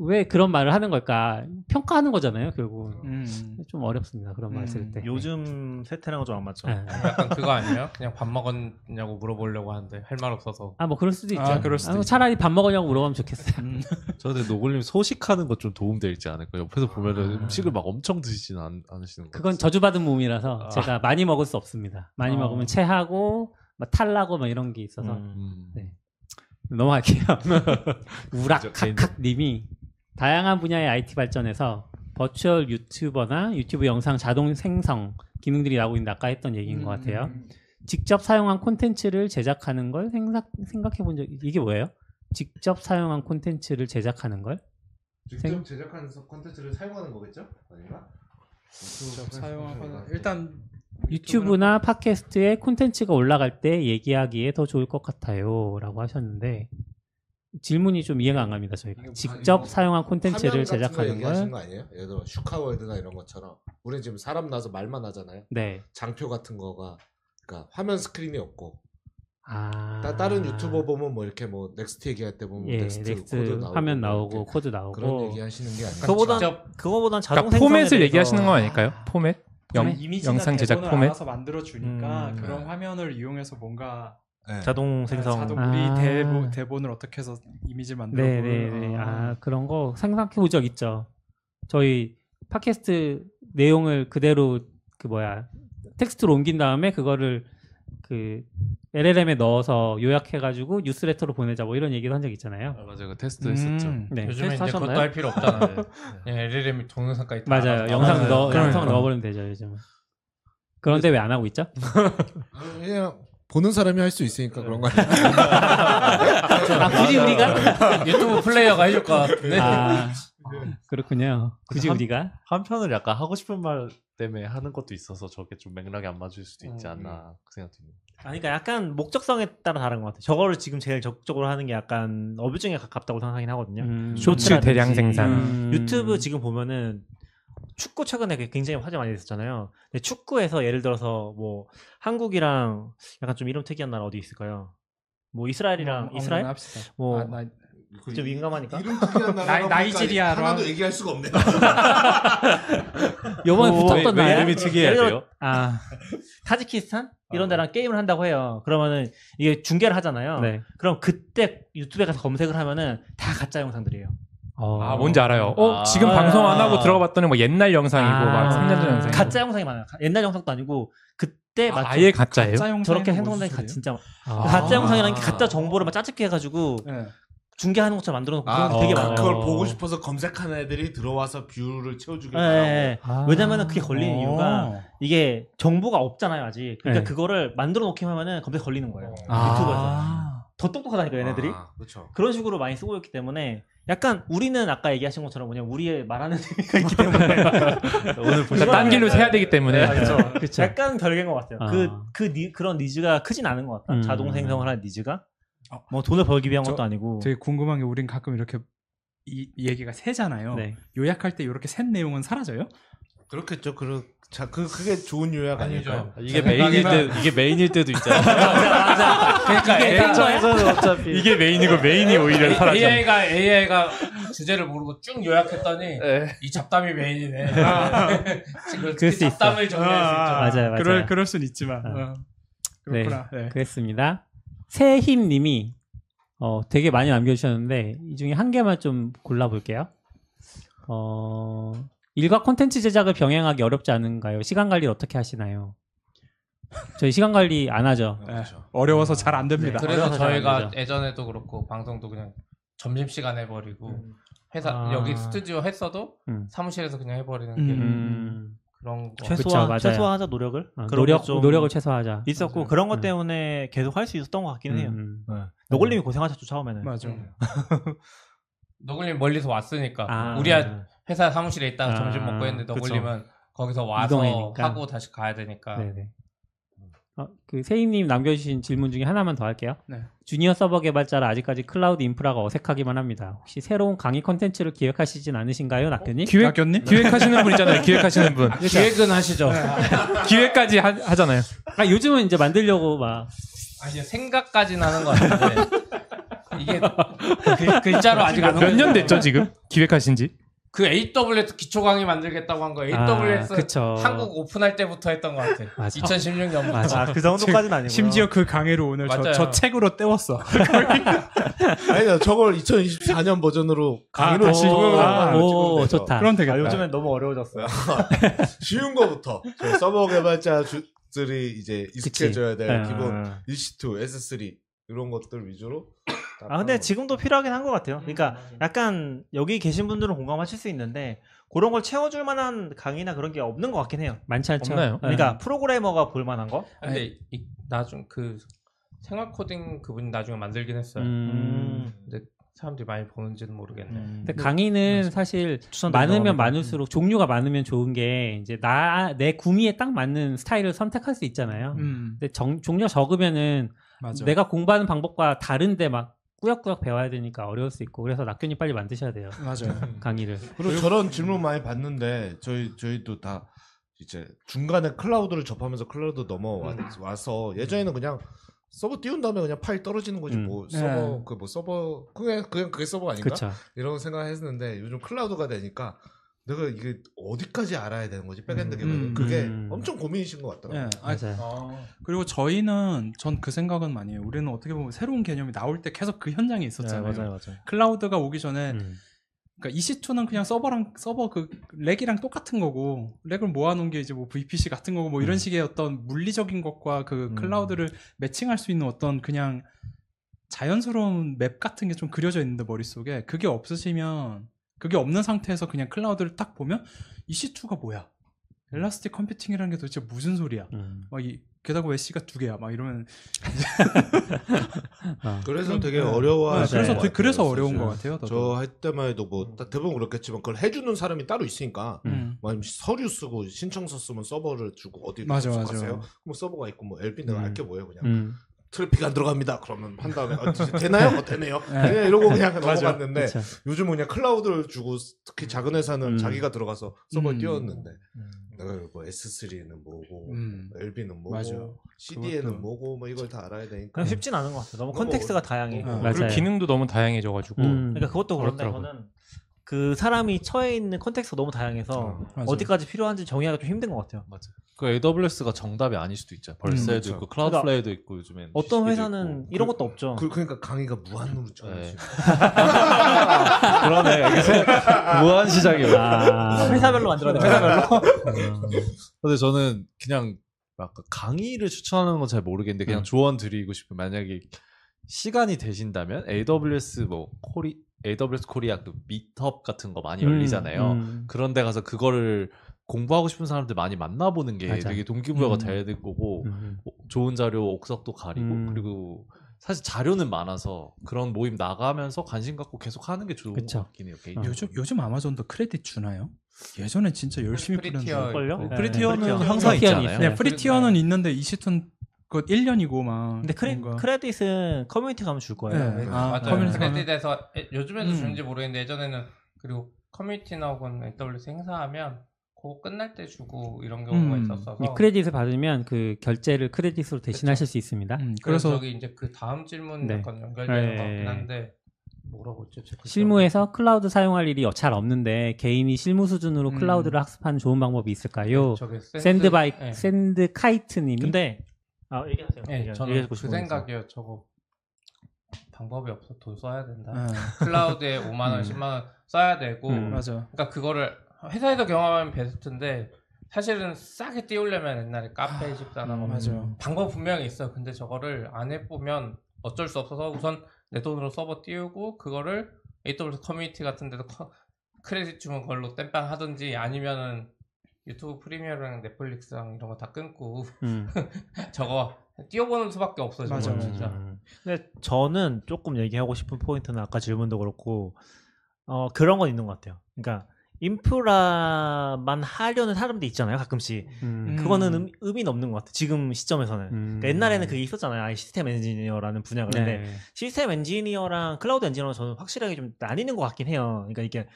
Speaker 3: 왜 그런 말을 하는 걸까? 평가하는 거잖아요, 결국.
Speaker 8: 음.
Speaker 3: 좀 어렵습니다. 그런 말 쓸
Speaker 7: 음.
Speaker 3: 때.
Speaker 7: 요즘 세태랑은 좀 안 맞죠.
Speaker 3: 네.
Speaker 4: 약간 그거 아니에요? 그냥 밥 먹었냐고 물어보려고 하는데 할 말 없어서
Speaker 3: 아, 뭐 그럴 수도 있죠.
Speaker 8: 아, 그럴 수도
Speaker 3: 뭐
Speaker 8: 있죠. 음.
Speaker 3: 차라리 밥 먹으냐고 물어보면 좋겠어요.
Speaker 6: 저한테 노골님 소식하는 것 좀 도움되지 않을까요? 옆에서 보면은 음식을 막 엄청 드시진 않, 않으시는 거
Speaker 3: 그건 저주받은 몸이라서
Speaker 6: 아.
Speaker 3: 제가 많이 먹을 수 없습니다. 많이
Speaker 8: 어.
Speaker 3: 먹으면 체하고 막 탈라고 막 이런 게 있어서
Speaker 6: 음.
Speaker 3: 네. 넘어갈게요. 우락카카님이 다양한 분야의 IT 발전에서 버추얼 유튜버나 유튜브 영상 자동 생성 기능들이 나오고 있는데 아까 했던 얘기인
Speaker 6: 음.
Speaker 3: 것 같아요. 직접 사용한 콘텐츠를 제작하는 걸 생각, 생각해 본 적, 이게 뭐예요? 직접 사용한 콘텐츠를 제작하는 걸? 생-
Speaker 5: 직접 제작한 콘텐츠를 사용하는 거겠죠? 아닌가? 그 음.
Speaker 8: 사용하거나 일단
Speaker 3: 유튜브나 팟캐스트에 콘텐츠가 올라갈 때 얘기하기에 더 좋을 것 같아요. 라고 하셨는데, 질문이 좀 이해가 안 갑니다, 저희가.
Speaker 5: 이게 뭐-
Speaker 3: 직접
Speaker 5: 이거
Speaker 3: 사용한
Speaker 5: 화면
Speaker 3: 콘텐츠를
Speaker 5: 같은 거
Speaker 3: 제작하는
Speaker 5: 얘기하시는
Speaker 3: 걸?
Speaker 5: 거 아니에요? 예를 들어 슈카월드나 이런 것처럼 우리 지금 사람 나서 말만 하잖아요.
Speaker 3: 네.
Speaker 5: 장표 같은 거가 그러니까 화면 스크린이 없고
Speaker 3: 아.
Speaker 5: 따, 다른 유튜버 보면 뭐 이렇게 뭐 넥스트 얘기할 때 보면
Speaker 3: 예,
Speaker 5: 넥스트,
Speaker 3: 넥스트
Speaker 5: 코드 나오고
Speaker 3: 화면
Speaker 5: 뭐
Speaker 3: 나오고
Speaker 5: 이렇게
Speaker 3: 코드
Speaker 5: 그런
Speaker 3: 나오고
Speaker 5: 얘기하시는 게 아니라
Speaker 7: 그거보단 그러니까 그거보단 자동
Speaker 9: 그러니까
Speaker 7: 생성
Speaker 9: 포맷을 얘기하시는 거 아닐까요? 포맷? 영,
Speaker 8: 이미지나
Speaker 9: 영상 제작
Speaker 8: 대본을
Speaker 9: 포맷?
Speaker 8: 알아서 만들어 주니까
Speaker 7: 음.
Speaker 8: 그런
Speaker 5: 네.
Speaker 8: 화면을 이용해서 뭔가
Speaker 5: 네.
Speaker 7: 자동 생성.
Speaker 8: 자동
Speaker 3: 아.
Speaker 8: 우리 대본 대본을 어떻게 해서 이미지 만들어
Speaker 3: 네네네 아 그런 거 상상해 본 적 있죠 저희 팟캐스트 내용을 그대로 그 뭐야 텍스트로 옮긴 다음에 그거를 그 LLM에 넣어서 요약해가지고 뉴스레터로 보내자 뭐 이런 얘기도 한 적 있잖아요.
Speaker 6: 맞아요. 그 테스트도 했었죠.
Speaker 3: 음. 네.
Speaker 4: 요즘에
Speaker 3: 테스트
Speaker 4: 이제
Speaker 3: 하셨나요?
Speaker 4: 그것도 할 필요 없잖아요. 예, LLM 이 동영상까지 다
Speaker 3: 맞아요.
Speaker 4: 알아서
Speaker 3: 영상
Speaker 4: 알아서
Speaker 3: 넣어
Speaker 4: 그러니까.
Speaker 3: 영상 넣어버리면 되죠 요즘. 은 그런데 왜 안 하고 있죠?
Speaker 5: 아, 그냥 네. 보는 사람이 할 수 있으니까 그런 거 아니야?
Speaker 3: 아 굳이 우리가
Speaker 4: 유튜브 플레이어가 해줄 것 같은데.
Speaker 3: 아 그렇군요. 굳이
Speaker 6: 한-
Speaker 3: 우리가
Speaker 6: 한편으로 약간 하고 싶은 말 때문에 하는 것도 있어서 저게 좀 맥락이 안 맞을 수도 있지 않나 그 생각 듭니다.
Speaker 7: 아니, 그러니까 약간 목적성에 따라 다른 것 같아요. 저거를 지금 제일 적극적으로 하는 게 약간 어뷰증에 가깝다고 생각하긴 하거든요.
Speaker 9: 쇼츠 대량 생산.
Speaker 3: 음.
Speaker 7: 유튜브 지금 보면은 축구 최근에 그 굉장히 화제 많이 됐었잖아요. 근데 축구에서 예를 들어서 뭐 한국이랑 약간 좀 이름 특이한 나라 어디 있을까요? 뭐 이스라엘이랑 이스라엘?
Speaker 8: 합시다.
Speaker 7: 뭐
Speaker 8: 아, 나-
Speaker 7: 좀 민감하니까.
Speaker 5: 그 이름 특이한
Speaker 8: 나이-
Speaker 5: 나라가
Speaker 8: 나이지리아랑-
Speaker 5: 보니까 하나도 얘기할 수가 없네요.
Speaker 3: 요번에
Speaker 7: 뭐,
Speaker 3: 붙었던
Speaker 7: 왜- 왜
Speaker 3: 날
Speaker 7: 이름이 특이해야 예를 돼요?
Speaker 3: 아
Speaker 7: 타지키스탄 이런 데랑 게임을 한다고 해요. 그러면은 이게 중계를 하잖아요.
Speaker 3: 네.
Speaker 7: 그럼 그때 유튜브에 가서 검색을 하면은 다 가짜 영상들이에요.
Speaker 9: 아 뭔지 알아요. 어
Speaker 6: 아.
Speaker 9: 지금 방송 안 하고 들어가봤더니 뭐 옛날 영상이고
Speaker 3: 아.
Speaker 9: 막 3년 전 영상.
Speaker 7: 가짜 영상이 많아요. 가- 옛날 영상도 아니고 그때
Speaker 9: 아,
Speaker 7: 맞죠.
Speaker 9: 아예 가짜예요?
Speaker 8: 가짜 영상이
Speaker 7: 저렇게
Speaker 8: 뭔
Speaker 7: 행동된 가
Speaker 8: 소리예요?
Speaker 7: 진짜 많-
Speaker 9: 아.
Speaker 7: 가짜 영상이라는 게 가짜 정보를 막 짜집게 해가지고
Speaker 8: 예.
Speaker 7: 중계하는 것처럼 만들어 놓고
Speaker 5: 아,
Speaker 7: 그런 게 되게
Speaker 5: 그-
Speaker 7: 많아요.
Speaker 5: 그걸 보고 싶어서 검색하는 애들이 들어와서 뷰를 채워주길
Speaker 7: 예,
Speaker 5: 바라고.
Speaker 7: 예.
Speaker 9: 아.
Speaker 7: 왜냐면은 그게 걸리는
Speaker 8: 어.
Speaker 9: 어.
Speaker 7: 이유가 이게 정보가 없잖아요 아직.
Speaker 3: 네.
Speaker 7: 그러니까 그거를 만들어 놓기만 하면은 검색 걸리는 거예요.
Speaker 8: 아.
Speaker 7: 유튜브에서 더 똑똑하다니까 얘네들이.
Speaker 5: 아, 그렇죠.
Speaker 7: 그런 식으로 많이 쓰고 있기 때문에 약간 우리는 아까 얘기하신 것처럼 뭐냐 우리의 말하는 의미가 있기 때문에 네,
Speaker 6: 오늘 보시
Speaker 9: 그러니까 딴 길로 세야 되기 때문에
Speaker 3: 그렇죠.
Speaker 7: 약간 별개인 것 같아요.
Speaker 3: 아.
Speaker 7: 그, 그 니- 그런 니즈가 크진 않은 것 같다.
Speaker 3: 음.
Speaker 7: 자동 생성을 하는 니즈가.
Speaker 8: 어.
Speaker 7: 뭐 돈을 벌기 위한
Speaker 8: 저-
Speaker 7: 것도 아니고.
Speaker 8: 되게 궁금한 게 우린 가끔 이렇게 이 이 얘기가 세잖아요.
Speaker 3: 네.
Speaker 8: 요약할 때 이렇게 센 내용은 사라져요?
Speaker 5: 그렇겠죠. 그러, 자, 그, 그게 좋은 요약 아닐까요?
Speaker 3: 네,
Speaker 6: 이게 메인일 때 이게 메인일 때도 있잖아요.
Speaker 4: 그러니까
Speaker 7: 네.
Speaker 4: AI가,
Speaker 6: 어차피 이게 메인이고 메인이 오히려
Speaker 8: 아.
Speaker 6: 사라져.
Speaker 4: AI가 AI가 주제를 모르고 쭉 요약했더니 이 잡담이 메인이네. 지금
Speaker 3: 예. 그럴 수 있어.
Speaker 4: 잡담을 정리할 수 있죠.
Speaker 3: 맞아요, 맞아요.
Speaker 8: 그럴 그럴 순 있지만.
Speaker 3: 아.
Speaker 8: 어. 그렇구나. 네.
Speaker 3: 그랬습니다. 새힘님이 어, 되게 많이 남겨주셨는데 이 중에 한 개만 좀 골라볼게요. 어, 일과 콘텐츠 제작을 병행하기 어렵지 않은가요? 시간 관리 를 어떻게 하시나요? 저희 시간 관리 안 하죠.
Speaker 8: 예.
Speaker 5: 그렇죠.
Speaker 8: 어려워서 잘 안 됩니다.
Speaker 4: 그래서
Speaker 3: 어려워서 잘
Speaker 4: 저희가
Speaker 3: 안 되죠.
Speaker 4: 예전에도 그렇고 방송도 그냥 점심 시간 해버리고 회사
Speaker 3: 아.
Speaker 4: 여기 스튜디오 했어도
Speaker 3: 음.
Speaker 4: 사무실에서 그냥 해버리는
Speaker 8: 음.
Speaker 4: 게
Speaker 3: 음,
Speaker 4: 그런 거.
Speaker 3: 최소-
Speaker 7: 최소화,
Speaker 3: 그쵸, 맞아요.
Speaker 7: 최소화하자 노력을.
Speaker 3: 어,
Speaker 7: 그런
Speaker 3: 노력
Speaker 7: 게좀
Speaker 3: 노력을 최소화하자.
Speaker 7: 있었고
Speaker 4: 맞아요.
Speaker 7: 그런 것
Speaker 3: 음.
Speaker 7: 때문에 계속 할 수 있었던 것 같긴 해요.
Speaker 3: 음, 음.
Speaker 7: 너골님이 고생하셨죠 처음에는.
Speaker 8: 맞아.
Speaker 4: 음. 너굴님 멀리서 왔으니까
Speaker 3: 아.
Speaker 4: 우리 회사 사무실에 있다가
Speaker 3: 아,
Speaker 4: 점심 먹고 했는데
Speaker 3: 그쵸.
Speaker 4: 너굴님은 거기서 와서
Speaker 3: 이동이니까.
Speaker 4: 하고 다시 가야 되니까
Speaker 7: 아.
Speaker 3: 네네. 어, 그 세임님 남겨주신 질문 중에 하나만 더 할게요.
Speaker 8: 네.
Speaker 3: 주니어 서버 개발자라 아직까지 클라우드 인프라가 어색하기만 합니다. 혹시 새로운 강의 콘텐츠를 기획하시진 않으신가요, 낙교님?
Speaker 9: 기획
Speaker 8: 낙엽님?
Speaker 9: 기획하시는 분 있잖아요. 기획하시는 분
Speaker 4: 기획은 하시죠.
Speaker 9: 기획까지 하, 하잖아요.
Speaker 3: 아, 요즘은 이제 만들려고 막
Speaker 4: 아니 생각까지는 하는 거 같은데 이게 그 글- 글자로 아직 안
Speaker 9: 몇 년
Speaker 4: 음.
Speaker 9: 됐죠 지금 기획하신지?
Speaker 4: 그 AWS 기초 강의 만들겠다고 한 거
Speaker 3: 아,
Speaker 4: AWS
Speaker 3: 그쵸.
Speaker 4: 한국 오픈할 때부터 했던 것 같아.
Speaker 3: 맞아.
Speaker 4: 2016년부터.
Speaker 3: 맞아.
Speaker 7: 아, 그 정도까지는 아니고.
Speaker 8: 심지어 그 강의로 오늘 저,
Speaker 4: 맞아요.
Speaker 8: 저 책으로 때웠어.
Speaker 5: 아니, 저걸 2024년 버전으로 강의로
Speaker 8: 다시
Speaker 5: 적용을
Speaker 8: 아,
Speaker 5: 하나
Speaker 3: 오,
Speaker 5: 찍으면 되죠.
Speaker 3: 좋다.
Speaker 8: 그럼 되겠다.
Speaker 7: 아, 요즘엔 너무 어려워졌어요.
Speaker 5: 쉬운 거부터. 저희 서버 개발자들이 이제 익숙해져야 될
Speaker 3: 아.
Speaker 5: 기본
Speaker 7: 네.
Speaker 5: EC2, S3 이런 것들 위주로.
Speaker 7: 아 근데 지금도 필요하긴 한 것 같아요. 그러니까 약간 여기 계신 분들은 공감하실 수 있는데 그런 걸 채워줄 만한 강의나 그런 게 없는 것 같긴 해요.
Speaker 3: 많지 않죠.
Speaker 9: 없나요?
Speaker 3: 네.
Speaker 7: 그러니까 프로그래머가 볼 만한 거.
Speaker 4: 아, 근데 이- 나중 그 생활 코딩 그분이 나중에 만들긴 했어요.
Speaker 3: 음.
Speaker 4: 사람들이 많이 보는지는
Speaker 7: 음.
Speaker 4: 모르겠네. 요
Speaker 3: 근데 강의는 사실
Speaker 7: 추천도
Speaker 3: 많으면
Speaker 7: 들어가고.
Speaker 3: 많을수록 종류가 많으면 좋은 게 이제 나 내 구미에 딱 맞는 스타일을 선택할 수 있잖아요.
Speaker 8: 음,
Speaker 3: 근데 정- 종류가 적으면은
Speaker 8: 맞아.
Speaker 3: 내가 공부하는 방법과 다른데 막 꾸역꾸역 배워야 되니까 어려울 수 있고 그래서 낙균이 빨리 만드셔야 돼요
Speaker 8: 맞아요.
Speaker 3: 강의를.
Speaker 5: 그리고 저런 질문 많이 받는데 저희 저희도 다 이제 중간에 클라우드를 접하면서 클라우드 음. 넘어와서 예전에는 그냥 서버 띄운 다음에 그냥 파일 떨어지는 거지
Speaker 3: 음.
Speaker 5: 뭐 서버
Speaker 8: 네.
Speaker 5: 그 뭐 서버 그게 그냥 그게 서버 아닌가
Speaker 3: 그렇죠.
Speaker 5: 이런 생각했는데 요즘 클라우드가 되니까 내가 이게 어디까지 알아야 되는 거지 백엔드 개발
Speaker 8: 음.
Speaker 5: 그게
Speaker 3: 음.
Speaker 5: 엄청 고민이신 것 같더라고요.
Speaker 8: 예. 아,
Speaker 3: 맞아요.
Speaker 8: 그리고 저희는 전 그 생각은 많이 해요. 우리는 어떻게 보면 새로운 개념이 나올 때 계속 그 현장에
Speaker 7: 네,
Speaker 8: 있었잖아요.
Speaker 7: 맞아요, 맞아요.
Speaker 8: 클라우드가 오기 전에
Speaker 3: 음.
Speaker 8: 그러니까 EC2는 그냥 서버랑 서버 그 렉이랑 똑같은 거고 렉을 모아놓은 게 이제 뭐 VPC 같은 거고 뭐 이런 식의 어떤 물리적인 것과 그 클라우드를 매칭할 수 있는 어떤 그냥 자연스러운 맵 같은 게 좀 그려져 있는데 머릿속에 그게 없으시면 그게 없는 상태에서 그냥 클라우드를 딱 보면 EC2가 뭐야? 엘라스틱 컴퓨팅이라는 게 도대체 무슨 소리야?
Speaker 6: 음.
Speaker 8: 막 이, 게다가 왜 C가 두 개야? 막 이러면
Speaker 5: 그래서 되게
Speaker 8: 네.
Speaker 5: 어려워.
Speaker 8: 네, 그래서 되게- 그래서 어려운 것 같아요,
Speaker 5: 저
Speaker 8: 저도.
Speaker 5: 할 때만 해도 뭐 다- 대부분 그렇겠지만 그걸 해주는 사람이 따로 있으니까
Speaker 8: 음.
Speaker 5: 뭐 아니면 서류 쓰고 신청서 쓰면 서버를 주고 어디
Speaker 8: 맞아, 맞아.
Speaker 5: 가세요? 그럼 서버가 있고 뭐 LB 내가 알게 뭐예요 그냥
Speaker 3: 음.
Speaker 5: 트래픽 안 들어갑니다. 그러면 한 다음에 어, 되나요? 어, 되네요.
Speaker 8: 네.
Speaker 5: 그냥 이러고 그냥
Speaker 8: 맞아.
Speaker 5: 넘어갔는데
Speaker 3: 그쵸.
Speaker 5: 요즘은 그냥 클라우드를 주고 특히 작은 회사는
Speaker 3: 음.
Speaker 5: 자기가 들어가서 서버
Speaker 8: 음.
Speaker 5: 를 띄웠는데 내가 뭐 S3는 뭐고
Speaker 8: 음.
Speaker 5: LB는 뭐고
Speaker 8: 맞아.
Speaker 5: CDN은
Speaker 8: 그것도-
Speaker 5: 뭐고 뭐 이걸 다 알아야 되니까
Speaker 7: 그냥 쉽진 않은 것 같아요. 너무
Speaker 5: 너무
Speaker 7: 컨텍스트가
Speaker 5: 어려-
Speaker 7: 다양해.
Speaker 5: 어.
Speaker 9: 그리고
Speaker 3: 맞아요.
Speaker 9: 기능도 너무 다양해져가지고
Speaker 3: 음.
Speaker 7: 그러니까 그것도 그런데
Speaker 9: 그렇더라고요.
Speaker 7: 저는 그 사람이 처해 있는 컨텍스트가 너무
Speaker 5: 음.
Speaker 7: 다양해서
Speaker 8: 맞아요.
Speaker 7: 어디까지 필요한지 정의하기가 좀 힘든 것 같아요.
Speaker 6: 맞아. 그 AWS가 정답이 아닐 수도 있잖아. 벌새도
Speaker 5: 그렇죠.
Speaker 6: 있고 클라우드플레이도 있고 요즘엔
Speaker 7: 어떤
Speaker 6: GCP 도
Speaker 7: 회사는
Speaker 6: 있고.
Speaker 7: 이런 것도 없죠.
Speaker 5: 그, 그러니까 강의가 무한으로 쫙
Speaker 6: 네.
Speaker 5: 있어요.
Speaker 6: 아, 그러네. 이게 새- 무한 시장이야.
Speaker 3: 아,
Speaker 7: 회사별로 만들어야 돼. 회사별로.
Speaker 6: 근데 저는 그냥 막 강의를 추천하는 건 잘 모르겠는데 그냥 조언 드리고 싶은 만약에 시간이 되신다면 AWS 뭐 코리 AWS 코리아 그 미트업 같은 거 많이 열리잖아요.
Speaker 3: 음.
Speaker 6: 그런 데 가서 그거를 공부하고 싶은 사람들 많이 만나보는 게
Speaker 3: 맞아.
Speaker 6: 되게 동기부여가
Speaker 3: 음.
Speaker 6: 돼야 될 거고
Speaker 3: 음.
Speaker 6: 어, 좋은 자료 옥석도 가리고
Speaker 3: 음.
Speaker 6: 그리고 사실 자료는 많아서 그런 모임 나가면서 관심 갖고 계속 하는 게 좋은
Speaker 3: 그쵸.
Speaker 6: 것 같긴 해요.
Speaker 3: 어.
Speaker 6: 개인적으로.
Speaker 8: 요즘 요즘 아마존도 크레딧 주나요? 예전에 진짜 열심히 뿌렸는데.
Speaker 7: 걸요?
Speaker 6: 프리티어는
Speaker 7: 네.
Speaker 6: 항상
Speaker 3: 프리티어는
Speaker 6: 있잖아요.
Speaker 3: 있어요.
Speaker 8: 네, 프리티어는 있는데 이시툰 그 1년이고 막.
Speaker 7: 근데 크레,
Speaker 8: 뭔가.
Speaker 7: 크레딧은 커뮤니티 가면 줄 거예요.
Speaker 8: 네.
Speaker 4: 아,
Speaker 8: 아,
Speaker 4: 맞아요.
Speaker 8: 커뮤니티 가면-
Speaker 4: 크레딧에서 에- 요즘에도
Speaker 8: 음.
Speaker 4: 주는지 모르겠는데 예전에는 그리고 커뮤니티나 혹은 AWS 행사하면 그거 끝날 때 주고 이런 경우가
Speaker 8: 음.
Speaker 3: 이
Speaker 4: 있었어서
Speaker 3: 크레딧을 받으면 그 결제를
Speaker 7: 그렇죠.
Speaker 3: 크레딧으로 대신하실 수 있습니다.
Speaker 8: 음,
Speaker 4: 그래서
Speaker 8: 그래서
Speaker 4: 저기 이제 그 다음 질문
Speaker 3: 네.
Speaker 4: 약간 연결되는 것
Speaker 3: 네.
Speaker 4: 같긴 한데 뭐라고 했죠? 제가 그
Speaker 3: 실무에서 클라우드 사용할 일이 어, 잘 없는데 개인이 실무 수준으로
Speaker 7: 음.
Speaker 3: 클라우드를 학습하는 좋은 방법이 있을까요?
Speaker 4: 저기
Speaker 3: 샌드 바이
Speaker 4: 예.
Speaker 3: 샌드 카이트님이
Speaker 7: 그렇죠. 네. 근데 아 얘기하세요.
Speaker 4: 예,
Speaker 7: 얘기하-
Speaker 4: 저는
Speaker 7: 얘기하고
Speaker 4: 그
Speaker 7: 싶은 거 있어요.
Speaker 4: 생각이에요. 저거 방법이 없어 돈 써야 된다.
Speaker 8: 네,
Speaker 4: 클라우드에 5만 원, 10만 원 써야 되고
Speaker 3: 음.
Speaker 8: 맞아.
Speaker 4: 그러니까 그거를 회사에서 경험하면 베스트인데 사실은 싸게 띄우려면 옛날에 카페 집사나 뭐
Speaker 8: 음, 맞아.
Speaker 4: 방법 분명히 있어. 근데 저거를 안 해보면 어쩔 수 없어서 우선 내 돈으로 서버 띄우고 그거를 AWS 커뮤니티 같은 데서 커- 크레딧 주면 그걸로 땜빵 하든지 아니면은 유튜브 프리미어랑 넷플릭스랑 이런 거 다 끊고
Speaker 3: 음.
Speaker 4: 저거 띄워보는 수밖에 없어 저거
Speaker 8: 맞아, 맞아.
Speaker 4: 진짜.
Speaker 7: 근데 저는 조금 얘기하고 싶은 포인트는 아까 질문도 그렇고 어, 그런 건 있는 것 같아요. 그러니까 인프라만 하려는 사람도 있잖아요. 가끔씩
Speaker 3: 음.
Speaker 7: 그거는 음, 의미는 없는 것 같아요. 지금 시점에서는
Speaker 3: 음.
Speaker 7: 그러니까 옛날에는 그게 있었잖아요. 아예 시스템 엔지니어라는 분야가
Speaker 3: 네.
Speaker 7: 근데 시스템 엔지니어랑 클라우드 엔지니어는 저는 확실하게 좀 나뉘는 것 같긴 해요. 그러니까 이게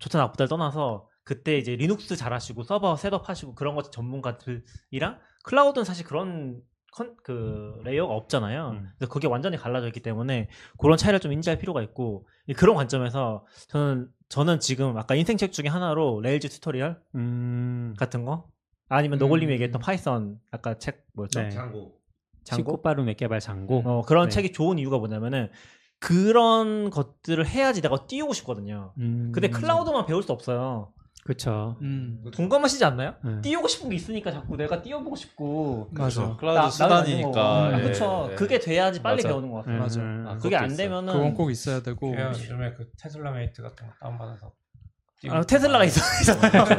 Speaker 7: 좋다 나쁘다를 떠나서 그때 이제 리눅스 잘하시고 서버 셋업하시고 그런 것 전문가들이랑 클라우드는 사실 그런 컨, 그 레이어가 없잖아요.
Speaker 3: 음.
Speaker 7: 그래서 그게 완전히 갈라져 있기 때문에 그런 차이를 좀 인지할 필요가 있고 그런 관점에서 저는 저는 지금 아까 인생책 중에 하나로 레일즈 튜토리얼
Speaker 3: 음.
Speaker 7: 같은 거 아니면 노골님이
Speaker 4: 음.
Speaker 7: 얘기했던 파이썬 아까 책 뭐였죠?
Speaker 3: 네.
Speaker 5: 장고.
Speaker 7: 장고?
Speaker 3: 바로 몇 개발 장고.
Speaker 7: 어, 그런
Speaker 3: 네.
Speaker 7: 책이 좋은 이유가 뭐냐면은 그런 것들을 해야지 내가 띄우고 싶거든요.
Speaker 3: 음.
Speaker 7: 근데 클라우드만 배울 수 없어요.
Speaker 3: 그쵸.
Speaker 8: 음.
Speaker 6: 그렇죠.
Speaker 7: 동감하시지 않나요?
Speaker 3: 네.
Speaker 7: 띄우고 싶은 게 있으니까 자꾸 내가 띄워보고 싶고
Speaker 8: 맞아.
Speaker 6: 클라우드 수단이니까.
Speaker 7: 그
Speaker 6: 예,
Speaker 7: 쵸
Speaker 6: 예.
Speaker 7: 그게 돼야지 빨리
Speaker 6: 맞아.
Speaker 7: 배우는 것 같아요.
Speaker 8: 맞아.
Speaker 3: 음.
Speaker 6: 아,
Speaker 7: 그게 안
Speaker 6: 그것도 있어요.
Speaker 7: 되면은
Speaker 8: 그건 꼭 있어야 되고.
Speaker 4: 그냥 요즘에 그 테슬라 메이트 같은 거 다운받아서
Speaker 7: 아, 테슬라가 있어.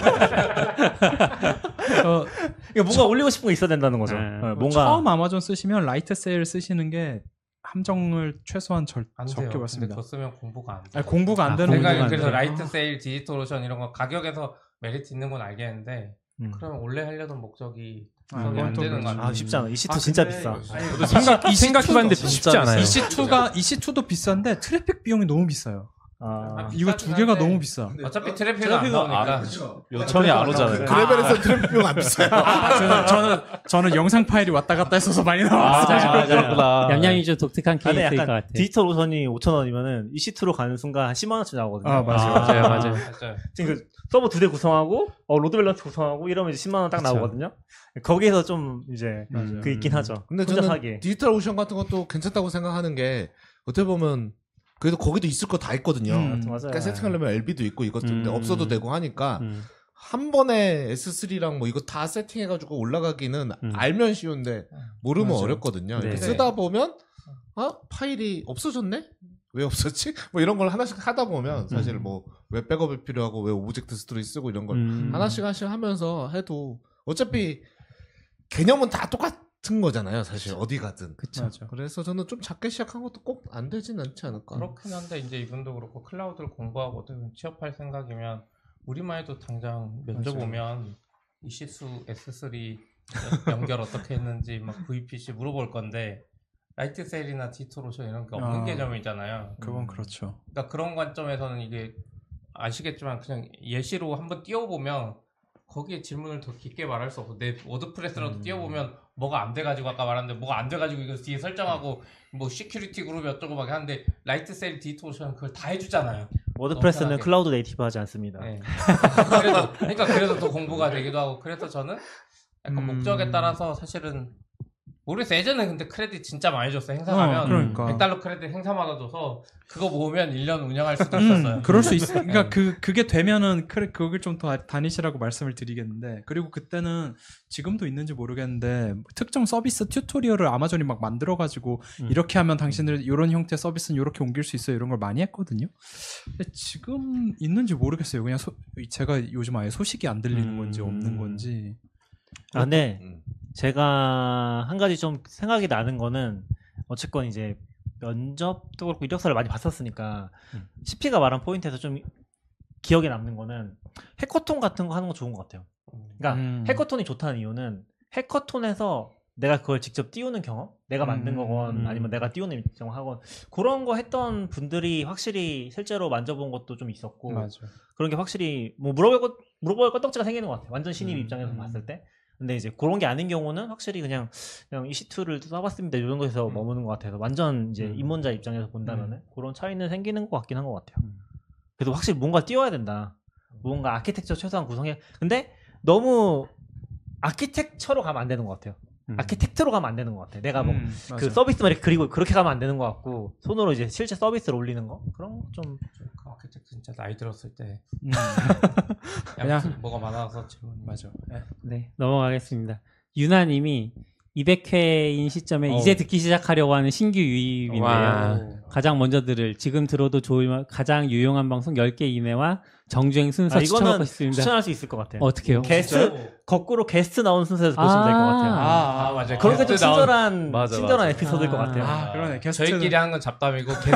Speaker 8: 어,
Speaker 7: 이거 뭔가 올리고 싶은 게 있어야 된다는 거죠.
Speaker 3: 네.
Speaker 7: 어,
Speaker 8: 뭐
Speaker 7: 뭔가
Speaker 8: 처음 아마존 쓰시면 라이트 세일 쓰시는 게 함정을 최소한 절,
Speaker 4: 안 돼요.
Speaker 8: 적게
Speaker 4: 근데
Speaker 8: 봤습니다.
Speaker 4: 그거 쓰면 공부가 안 돼.
Speaker 8: 아니, 공부가 안
Speaker 3: 아,
Speaker 8: 되는
Speaker 3: 공부가
Speaker 4: 내가
Speaker 3: 안
Speaker 8: 분들은-
Speaker 4: 그래서
Speaker 3: 돼요.
Speaker 4: 라이트 세일, 디지털 오션 이런 거 가격에서 메리트 있는 건 알겠는데
Speaker 7: 음.
Speaker 4: 그러면 원래 하려던 목적이
Speaker 8: 아,
Speaker 4: 그게 안
Speaker 8: 그건 또
Speaker 4: 되는 거
Speaker 8: 그렇지.
Speaker 7: 아
Speaker 4: 같아.
Speaker 7: 쉽지 않아. 이 시트 진짜 비싸.
Speaker 8: 아, 생각
Speaker 9: 생각해봤는데 쉽지 않아요.
Speaker 8: EC2가 EC2도 비싼데 트래픽 비용이 너무 비싸요.
Speaker 7: 아,
Speaker 8: 이거 두 개가
Speaker 4: 비싸긴 한데
Speaker 8: 너무 비싸.
Speaker 4: 어차피 트래픽은 아, 안 나오니까
Speaker 6: 요청이 안 오잖아요.
Speaker 5: 아, 그 레벨에서 트래픽 비용 안 비싸요.
Speaker 8: 아, 저는 저는 저는 영상 파일이 왔다 갔다 했어서 많이 나왔어요.
Speaker 3: 맞아요.
Speaker 6: 그렇구나.
Speaker 3: 얌얌이 좀 독특한
Speaker 7: 아, 근데
Speaker 3: 케이스일 것
Speaker 7: 약간
Speaker 3: 같아요.
Speaker 7: 디지털 오선이 5,000원이면은 EC2로 가는 순간 한 10만 원씩 나오거든요.
Speaker 8: 아, 맞아요.
Speaker 3: 맞아요,
Speaker 4: 네. 맞아요. 맞아요.
Speaker 7: 지금 그 서버 두 대 구성하고 어, 로드 밸런스 구성하고 이러면 이제 10만 원 딱
Speaker 8: 그쵸.
Speaker 7: 나오거든요. 거기에서 좀 이제
Speaker 8: 맞아요.
Speaker 7: 그 있긴 하죠.
Speaker 5: 근데 저는
Speaker 7: 혼잡하게.
Speaker 5: 디지털 오션 같은 것도 괜찮다고 생각하는 게 어떻게 보면 그래도 거기도 있을 거 다 있거든요.
Speaker 7: 어,
Speaker 11: 음, 맞아요.
Speaker 5: 그러니까 세팅하려면 LB도 있고 이것도
Speaker 3: 음.
Speaker 5: 있는데 없어도 되고 하니까
Speaker 3: 음.
Speaker 5: 한 번에 S3랑 뭐 이거 다 세팅해가지고 올라가기는
Speaker 3: 음.
Speaker 5: 알면 쉬운데 모르면
Speaker 9: 맞아요.
Speaker 5: 어렵거든요. 이렇게
Speaker 3: 네.
Speaker 5: 쓰다 보면 아 파일이 없어졌네? 왜 없었지? 뭐 이런 걸 하나씩 하다 보면 사실
Speaker 3: 음.
Speaker 5: 뭐 왜 백업이 필요하고 왜 오브젝트 스토리 쓰고 이런 걸
Speaker 3: 음.
Speaker 5: 하나씩 하나씩 하면서 해도 어차피 개념은 다 똑같은 거잖아요. 사실 어디 가든.
Speaker 8: 맞아.
Speaker 5: 그래서 저는 좀 작게 시작한 것도 꼭 안 되진 않지 않을까.
Speaker 8: 그러니까.
Speaker 4: 그렇긴 한데 이제 이분도 그렇고 클라우드를 공부하고 또 취업할 생각이면 우리만 해도 당장 면접
Speaker 8: 맞아요.
Speaker 4: 오면 이시수 S3 E 연결 어떻게 했는지 막 VPC 물어볼 건데 라이트셀이나 디토로션 이런 게 없는
Speaker 8: 아,
Speaker 4: 개념이잖아요.
Speaker 8: 그건 그렇죠.
Speaker 4: 그러니까 그런 관점에서는 이게 아시겠지만 그냥 예시로 한번 띄워보면 거기에 질문을 더 깊게 말할 수 없어. 내 워드프레스라도
Speaker 8: 음.
Speaker 4: 띄워보면 뭐가 안 돼가지고 아까 말한데 뭐가 안 돼가지고 이거 뒤에 설정하고 뭐 시큐리티 그룹이 어쩌고 막 하는데 라이트셀 디토션 그걸 다 해주잖아요.
Speaker 7: 워드프레스는
Speaker 4: 엄청나게.
Speaker 7: 클라우드 네이티브 하지 않습니다.
Speaker 4: 네. 그래서 그러니까 그래서 더 공부가 되기도 하고 그래서 저는 약간
Speaker 8: 음.
Speaker 4: 목적에 따라서 사실은 모르겠어. 예전에 근데 크레딧 진짜 많이 줬어. 행사
Speaker 8: 어,
Speaker 4: 가면
Speaker 8: 그러니까.
Speaker 4: 100달러 크레딧 행사마다 줘서 그거 모으면 1년 운영할 수도 있었어요.
Speaker 8: 음, 그럴 수 있. 그러니까 그 그게 되면은 그래 그걸 좀 더 다니시라고 말씀을 드리겠는데 그리고 그때는 지금도 있는지 모르겠는데 특정 서비스 튜토리얼을 아마존이 막 만들어 가지고 이렇게 하면 당신들 이런 형태 의 서비스는 이렇게 옮길 수 있어요 이런 걸 많이 했거든요. 근데 지금 있는지 모르겠어요. 그냥 소- 제가 요즘 아예 소식이 안 들리는 건지 없는 건지.
Speaker 7: 아, 근데
Speaker 6: 음.
Speaker 7: 제가 한 가지 좀 생각이 나는 거는 어쨌건 이제 면접도 그렇고 이력서를 많이 봤었으니까 CP가 말한 포인트에서 좀 기억에 남는 거는 해커톤 같은 거 하는 거 좋은 것 같아요. 그러니까
Speaker 8: 음.
Speaker 7: 해커톤이 좋다는 이유는 해커톤에서 내가 그걸 직접 띄우는 경험, 내가 만든
Speaker 8: 음.
Speaker 7: 거건 아니면 내가 띄우는 경험하건 그런 거 했던 분들이 확실히 실제로 만져본 것도 좀 있었고
Speaker 8: 맞아.
Speaker 7: 그런 게 확실히 뭐 물어볼 것 물어볼 건덕지가 생기는 것 같아요. 완전 신입 입장에서
Speaker 8: 음.
Speaker 7: 봤을 때. 근데 이제 그런 게 아닌 경우는 확실히 그냥 그냥 EC2를 써봤습니다 이 정도에서
Speaker 8: 음.
Speaker 7: 머무는 것 같아서 완전 이제 입문자 입장에서 본다면은 그런 차이는 생기는 것 같긴 한 것 같아요.
Speaker 8: 음.
Speaker 7: 그래도 확실히 뭔가 띄워야 된다. 뭔가 아키텍처 최소한 구성해. 근데 너무 아키텍처로 가면 안 되는 것 같아요. 아키텍트로 가면 안 되는 것 같아요. 내가 뭐 그
Speaker 8: 음, 맞아.
Speaker 7: 서비스만 이렇게 그리고 그렇게 가면 안 되는 것 같고 손으로 이제 실제 서비스를 올리는 거 그런 거좀
Speaker 4: 아키텍트 진짜 나이 들었을 때
Speaker 8: 음.
Speaker 4: 아무튼 뭐가 많아서 질문
Speaker 8: 맞아. 예.
Speaker 3: 네, 넘어가겠습니다. 유나님이 200회인 시점에
Speaker 7: 어.
Speaker 3: 이제 듣기 시작하려고 하는 신규 유입인데요.
Speaker 9: 와.
Speaker 3: 가장 먼저 들을 지금 들어도 좋을 만- 가장 유용한 방송 10개 이내와 정주행 순서
Speaker 7: 아,
Speaker 3: 추천하고
Speaker 7: 이거는
Speaker 3: 있습니다. 네.
Speaker 7: 추천할 수 있을 것 같아요.
Speaker 3: 어떻게요?
Speaker 7: 게스트 거꾸로 게스트 나온 순서에서 보시면 될 것 같아요.
Speaker 3: 아.
Speaker 4: 아, 맞아.
Speaker 7: 그러니까 좀 친절한
Speaker 6: 맞아,
Speaker 7: 친절한
Speaker 6: 맞아.
Speaker 7: 에피소드일 것
Speaker 3: 아.
Speaker 7: 같아요.
Speaker 8: 아 그러네. 게스트는-
Speaker 4: 저희끼리 한 건 잡담이고 계속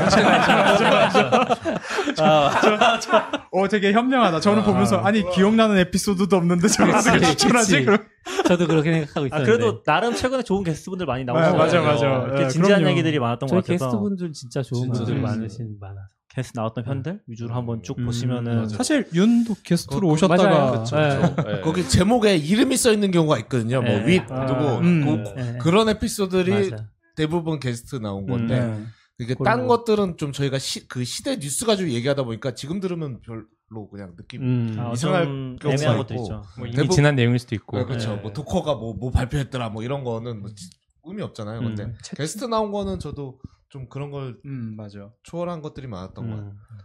Speaker 7: 아,
Speaker 8: 어 되게 현명하다. 저는 보면서 아니 기억나는 에피소드도 없는데 저거 어떻게 추천하지?
Speaker 3: 그치.
Speaker 8: 그럼
Speaker 3: 저도 그렇게 생각하고
Speaker 7: 아,
Speaker 3: 있었는데.
Speaker 7: 그래도 나름 최근에 좋은 게스트분들 많이 나오셨어요.
Speaker 8: 맞아, 맞아.
Speaker 7: 이렇게
Speaker 8: 예,
Speaker 7: 진지한
Speaker 8: 그럼요.
Speaker 7: 얘기들이 많았던 것
Speaker 3: 저희
Speaker 7: 같아서
Speaker 3: 게스트분들 진짜 좋은
Speaker 5: 진짜
Speaker 3: 분들
Speaker 5: 재밌어요.
Speaker 3: 많으신 많아서.
Speaker 7: 게스트 나왔던 편들 위주로 한번 쭉
Speaker 3: 음,
Speaker 7: 보시면은
Speaker 6: 맞아.
Speaker 8: 사실 윤도 게스트로 오셨다가
Speaker 3: 맞아요.
Speaker 6: 그쵸,
Speaker 3: 네.
Speaker 6: 그쵸. 예.
Speaker 5: 그렇죠. 거기 제목에 이름이 써 있는 경우가 있거든요. 뭐
Speaker 3: 네.
Speaker 5: 윗,
Speaker 7: 아.
Speaker 5: 누구
Speaker 8: 음.
Speaker 5: 그, 그런 에피소드들이
Speaker 3: 맞아.
Speaker 5: 대부분 게스트 나온
Speaker 7: 음.
Speaker 5: 건데
Speaker 8: 네.
Speaker 5: 이게
Speaker 3: 그걸로.
Speaker 5: 딴 것들은 좀 저희가 시, 그 시대 뉴스 가지고 얘기하다 보니까 지금 들으면 별로 그냥 느낌.
Speaker 3: 음.
Speaker 7: 아,
Speaker 5: 이상할
Speaker 7: 좀
Speaker 5: 경우가
Speaker 7: 애매한
Speaker 5: 있고.
Speaker 7: 것도 있죠.
Speaker 4: 뭐
Speaker 9: 이미 지난 내용일 수도 있고.
Speaker 5: 네, 그렇죠.
Speaker 7: 네.
Speaker 5: 뭐 도커가 뭐, 뭐 발표했더라 뭐 이런 거는 뭐 지- 의미 없잖아요.
Speaker 3: 음.
Speaker 7: 네.
Speaker 5: 근데 게스트 나온 거는 저도 좀 그런 걸
Speaker 8: 음 맞아.
Speaker 5: 초월한 것들이 많았던 것 같아요.
Speaker 3: 음.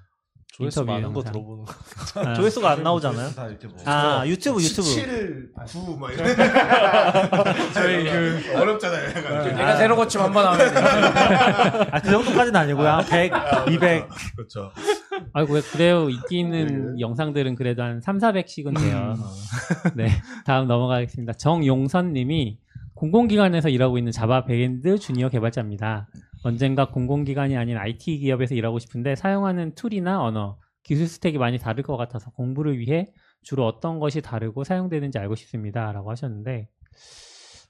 Speaker 6: 조회수
Speaker 3: 인터뷰
Speaker 6: 많은 거
Speaker 3: 영상.
Speaker 6: 들어보는 거.
Speaker 3: 아,
Speaker 7: 조회수가 안 나오잖아요.
Speaker 5: 다 이렇게 뭐.
Speaker 7: 아 유튜브 유튜브
Speaker 5: 7, 9막 이런.
Speaker 8: 저희 그
Speaker 5: 어렵잖아요. 그러니까. 약간.
Speaker 4: 내가 새로 고침 한번 하면 돼.
Speaker 7: 아 그 정도까지는 아니고요. 한 100, 200
Speaker 5: 그렇죠.
Speaker 3: 아이고 그래요 인기
Speaker 7: 네.
Speaker 3: 있는 영상들은 그래도 한 3, 400씩은
Speaker 5: 음.
Speaker 3: 돼요.
Speaker 7: 음.
Speaker 3: 네 다음 넘어가겠습니다. 정용선님이 공공기관에서 일하고 있는 자바 백엔드 주니어 개발자입니다. 언젠가 공공기관이 아닌 IT 기업에서 일하고 싶은데 사용하는 툴이나 언어, 기술 스택이 많이 다를 것 같아서 공부를 위해 주로 어떤 것이 다르고 사용되는지 알고 싶습니다.라고 하셨는데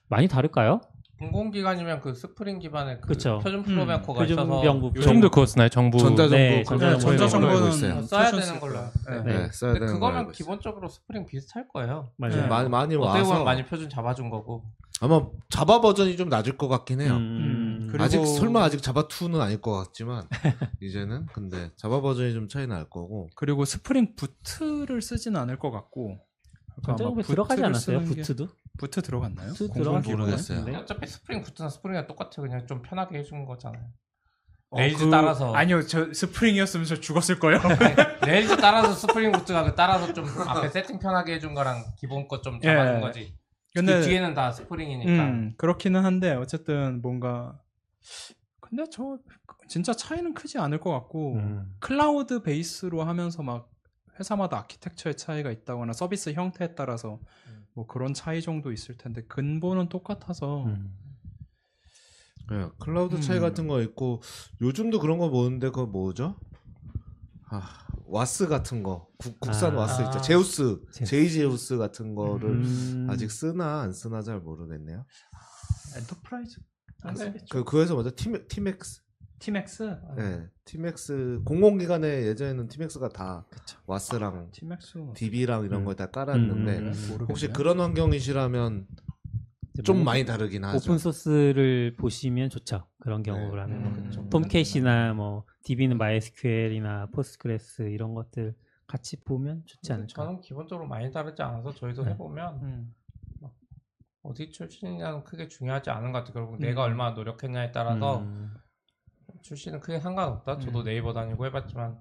Speaker 3: 많이 다를까요?
Speaker 4: 공공기관이면 그 스프링 기반의 그
Speaker 3: 그쵸.
Speaker 4: 표준 프로뱅커가
Speaker 3: 표준
Speaker 4: 있어서
Speaker 3: 명부.
Speaker 9: 요즘도 그거 쓰나요? 정부
Speaker 7: 뭐,
Speaker 5: 전자정보
Speaker 3: 네,
Speaker 5: 관련
Speaker 3: 전자정보.
Speaker 5: 정보를 알고
Speaker 8: 전자정보는
Speaker 5: 있어요.
Speaker 4: 써야
Speaker 8: 표준
Speaker 4: 되는 걸로.
Speaker 8: 쓸 거예요.
Speaker 3: 네.
Speaker 5: 네, 써야
Speaker 4: 근데
Speaker 5: 되는 걸 알고
Speaker 4: 그거면
Speaker 5: 있어요.
Speaker 4: 기본적으로 스프링 비슷할 거예요.
Speaker 8: 네.
Speaker 3: 맞아요.
Speaker 5: 많이 많이
Speaker 4: 어떻게
Speaker 5: 와서
Speaker 4: 보면 많이 표준 잡아준 거고.
Speaker 5: 아마 자바 버전이 좀 낮을 것 같긴 해요.
Speaker 3: 음,
Speaker 8: 그리고-
Speaker 5: 아직 설마 아직 자바 2는 아닐 것 같지만 이제는 근데 자바 버전이 좀 차이 날 거고
Speaker 8: 그리고 스프링 부트를 쓰지는 않을 것 같고. 아까 아마
Speaker 3: 전자정보에 들어가지
Speaker 8: 부트를
Speaker 3: 않았어요?
Speaker 8: 쓰는 게-
Speaker 3: 부트도?
Speaker 8: 부트 들어갔나요?
Speaker 3: 부트
Speaker 8: 공공
Speaker 3: 들어갔을
Speaker 8: 기관에?
Speaker 5: 모르겠어요.
Speaker 3: 네.
Speaker 4: 어차피 스프링 부트나 스프링이랑 똑같아요. 그냥 좀 편하게 해준 거잖아요. 레일즈 따라서.
Speaker 8: 아니요 저 스프링이었으면 저 죽었을 거예요.
Speaker 4: 레일즈 따라서 스프링 부츠가 그 따라서 좀 앞에 세팅 편하게 해준 거랑 기본 것 좀 잡아준
Speaker 8: 예.
Speaker 4: 거지.
Speaker 8: 근데-
Speaker 4: 그 뒤에는 다 스프링이니까.
Speaker 5: 그러니까.
Speaker 8: 음, 그렇기는 한데 어쨌든 뭔가 근데 저 진짜 차이는 크지 않을 것 같고
Speaker 5: 음.
Speaker 8: 클라우드 베이스로 하면서 막 회사마다 아키텍처의 차이가 있다거나 서비스 형태에 따라서
Speaker 5: 음.
Speaker 8: 뭐 그런 차이 정도 있을 텐데 근본은 똑같아서
Speaker 5: 음. 예, 클라우드 차이
Speaker 8: 음.
Speaker 5: 같은 거 있고 요즘도 그런 거 보는데 그거 뭐죠? 아, 와스 같은 거 국, 산
Speaker 7: 아.
Speaker 5: 와스 있죠.
Speaker 7: 아.
Speaker 5: 제우스,
Speaker 7: 제우스.
Speaker 5: 제이 제우스 같은 거를
Speaker 7: 음.
Speaker 5: 아직 쓰나 안 쓰나 잘 모르겠네요.
Speaker 8: 엔터프라이즈
Speaker 5: 그 그에서 먼저 팀 팀엑스,
Speaker 8: 팀엑스 아,
Speaker 3: 아.
Speaker 5: 예, 팀엑스 공공기관에 예전에는 팀엑스가 다 와스랑
Speaker 8: 팀엑스
Speaker 5: DB랑 이런 걸 다 깔았는데
Speaker 3: 음.
Speaker 5: 음. 혹시
Speaker 8: 모르겠네.
Speaker 5: 그런 환경이시라면 좀 많이 다르긴 하죠.
Speaker 3: 뭐
Speaker 5: 네.
Speaker 3: 오픈 소스를 보시면 좋죠. 그런 경우라면
Speaker 5: 음.
Speaker 3: 뭐 톰캣이나 뭐 DB는 MySQL이나 포스트그레스 이런 것들 같이 보면
Speaker 5: 음,
Speaker 3: 좋지
Speaker 4: 근데
Speaker 3: 않을까.
Speaker 4: 저는 기본적으로 많이 다르지 않아서 저희도
Speaker 3: 네.
Speaker 4: 해보면
Speaker 8: 음.
Speaker 4: 막 어디 출신이냐는 크게 중요하지 않은 것 같아요. 결국
Speaker 8: 음.
Speaker 4: 내가 얼마나 노력했냐에 따라서
Speaker 3: 음.
Speaker 4: 출신은 크게 상관없다. 저도
Speaker 8: 음.
Speaker 4: 네이버 다니고 해봤지만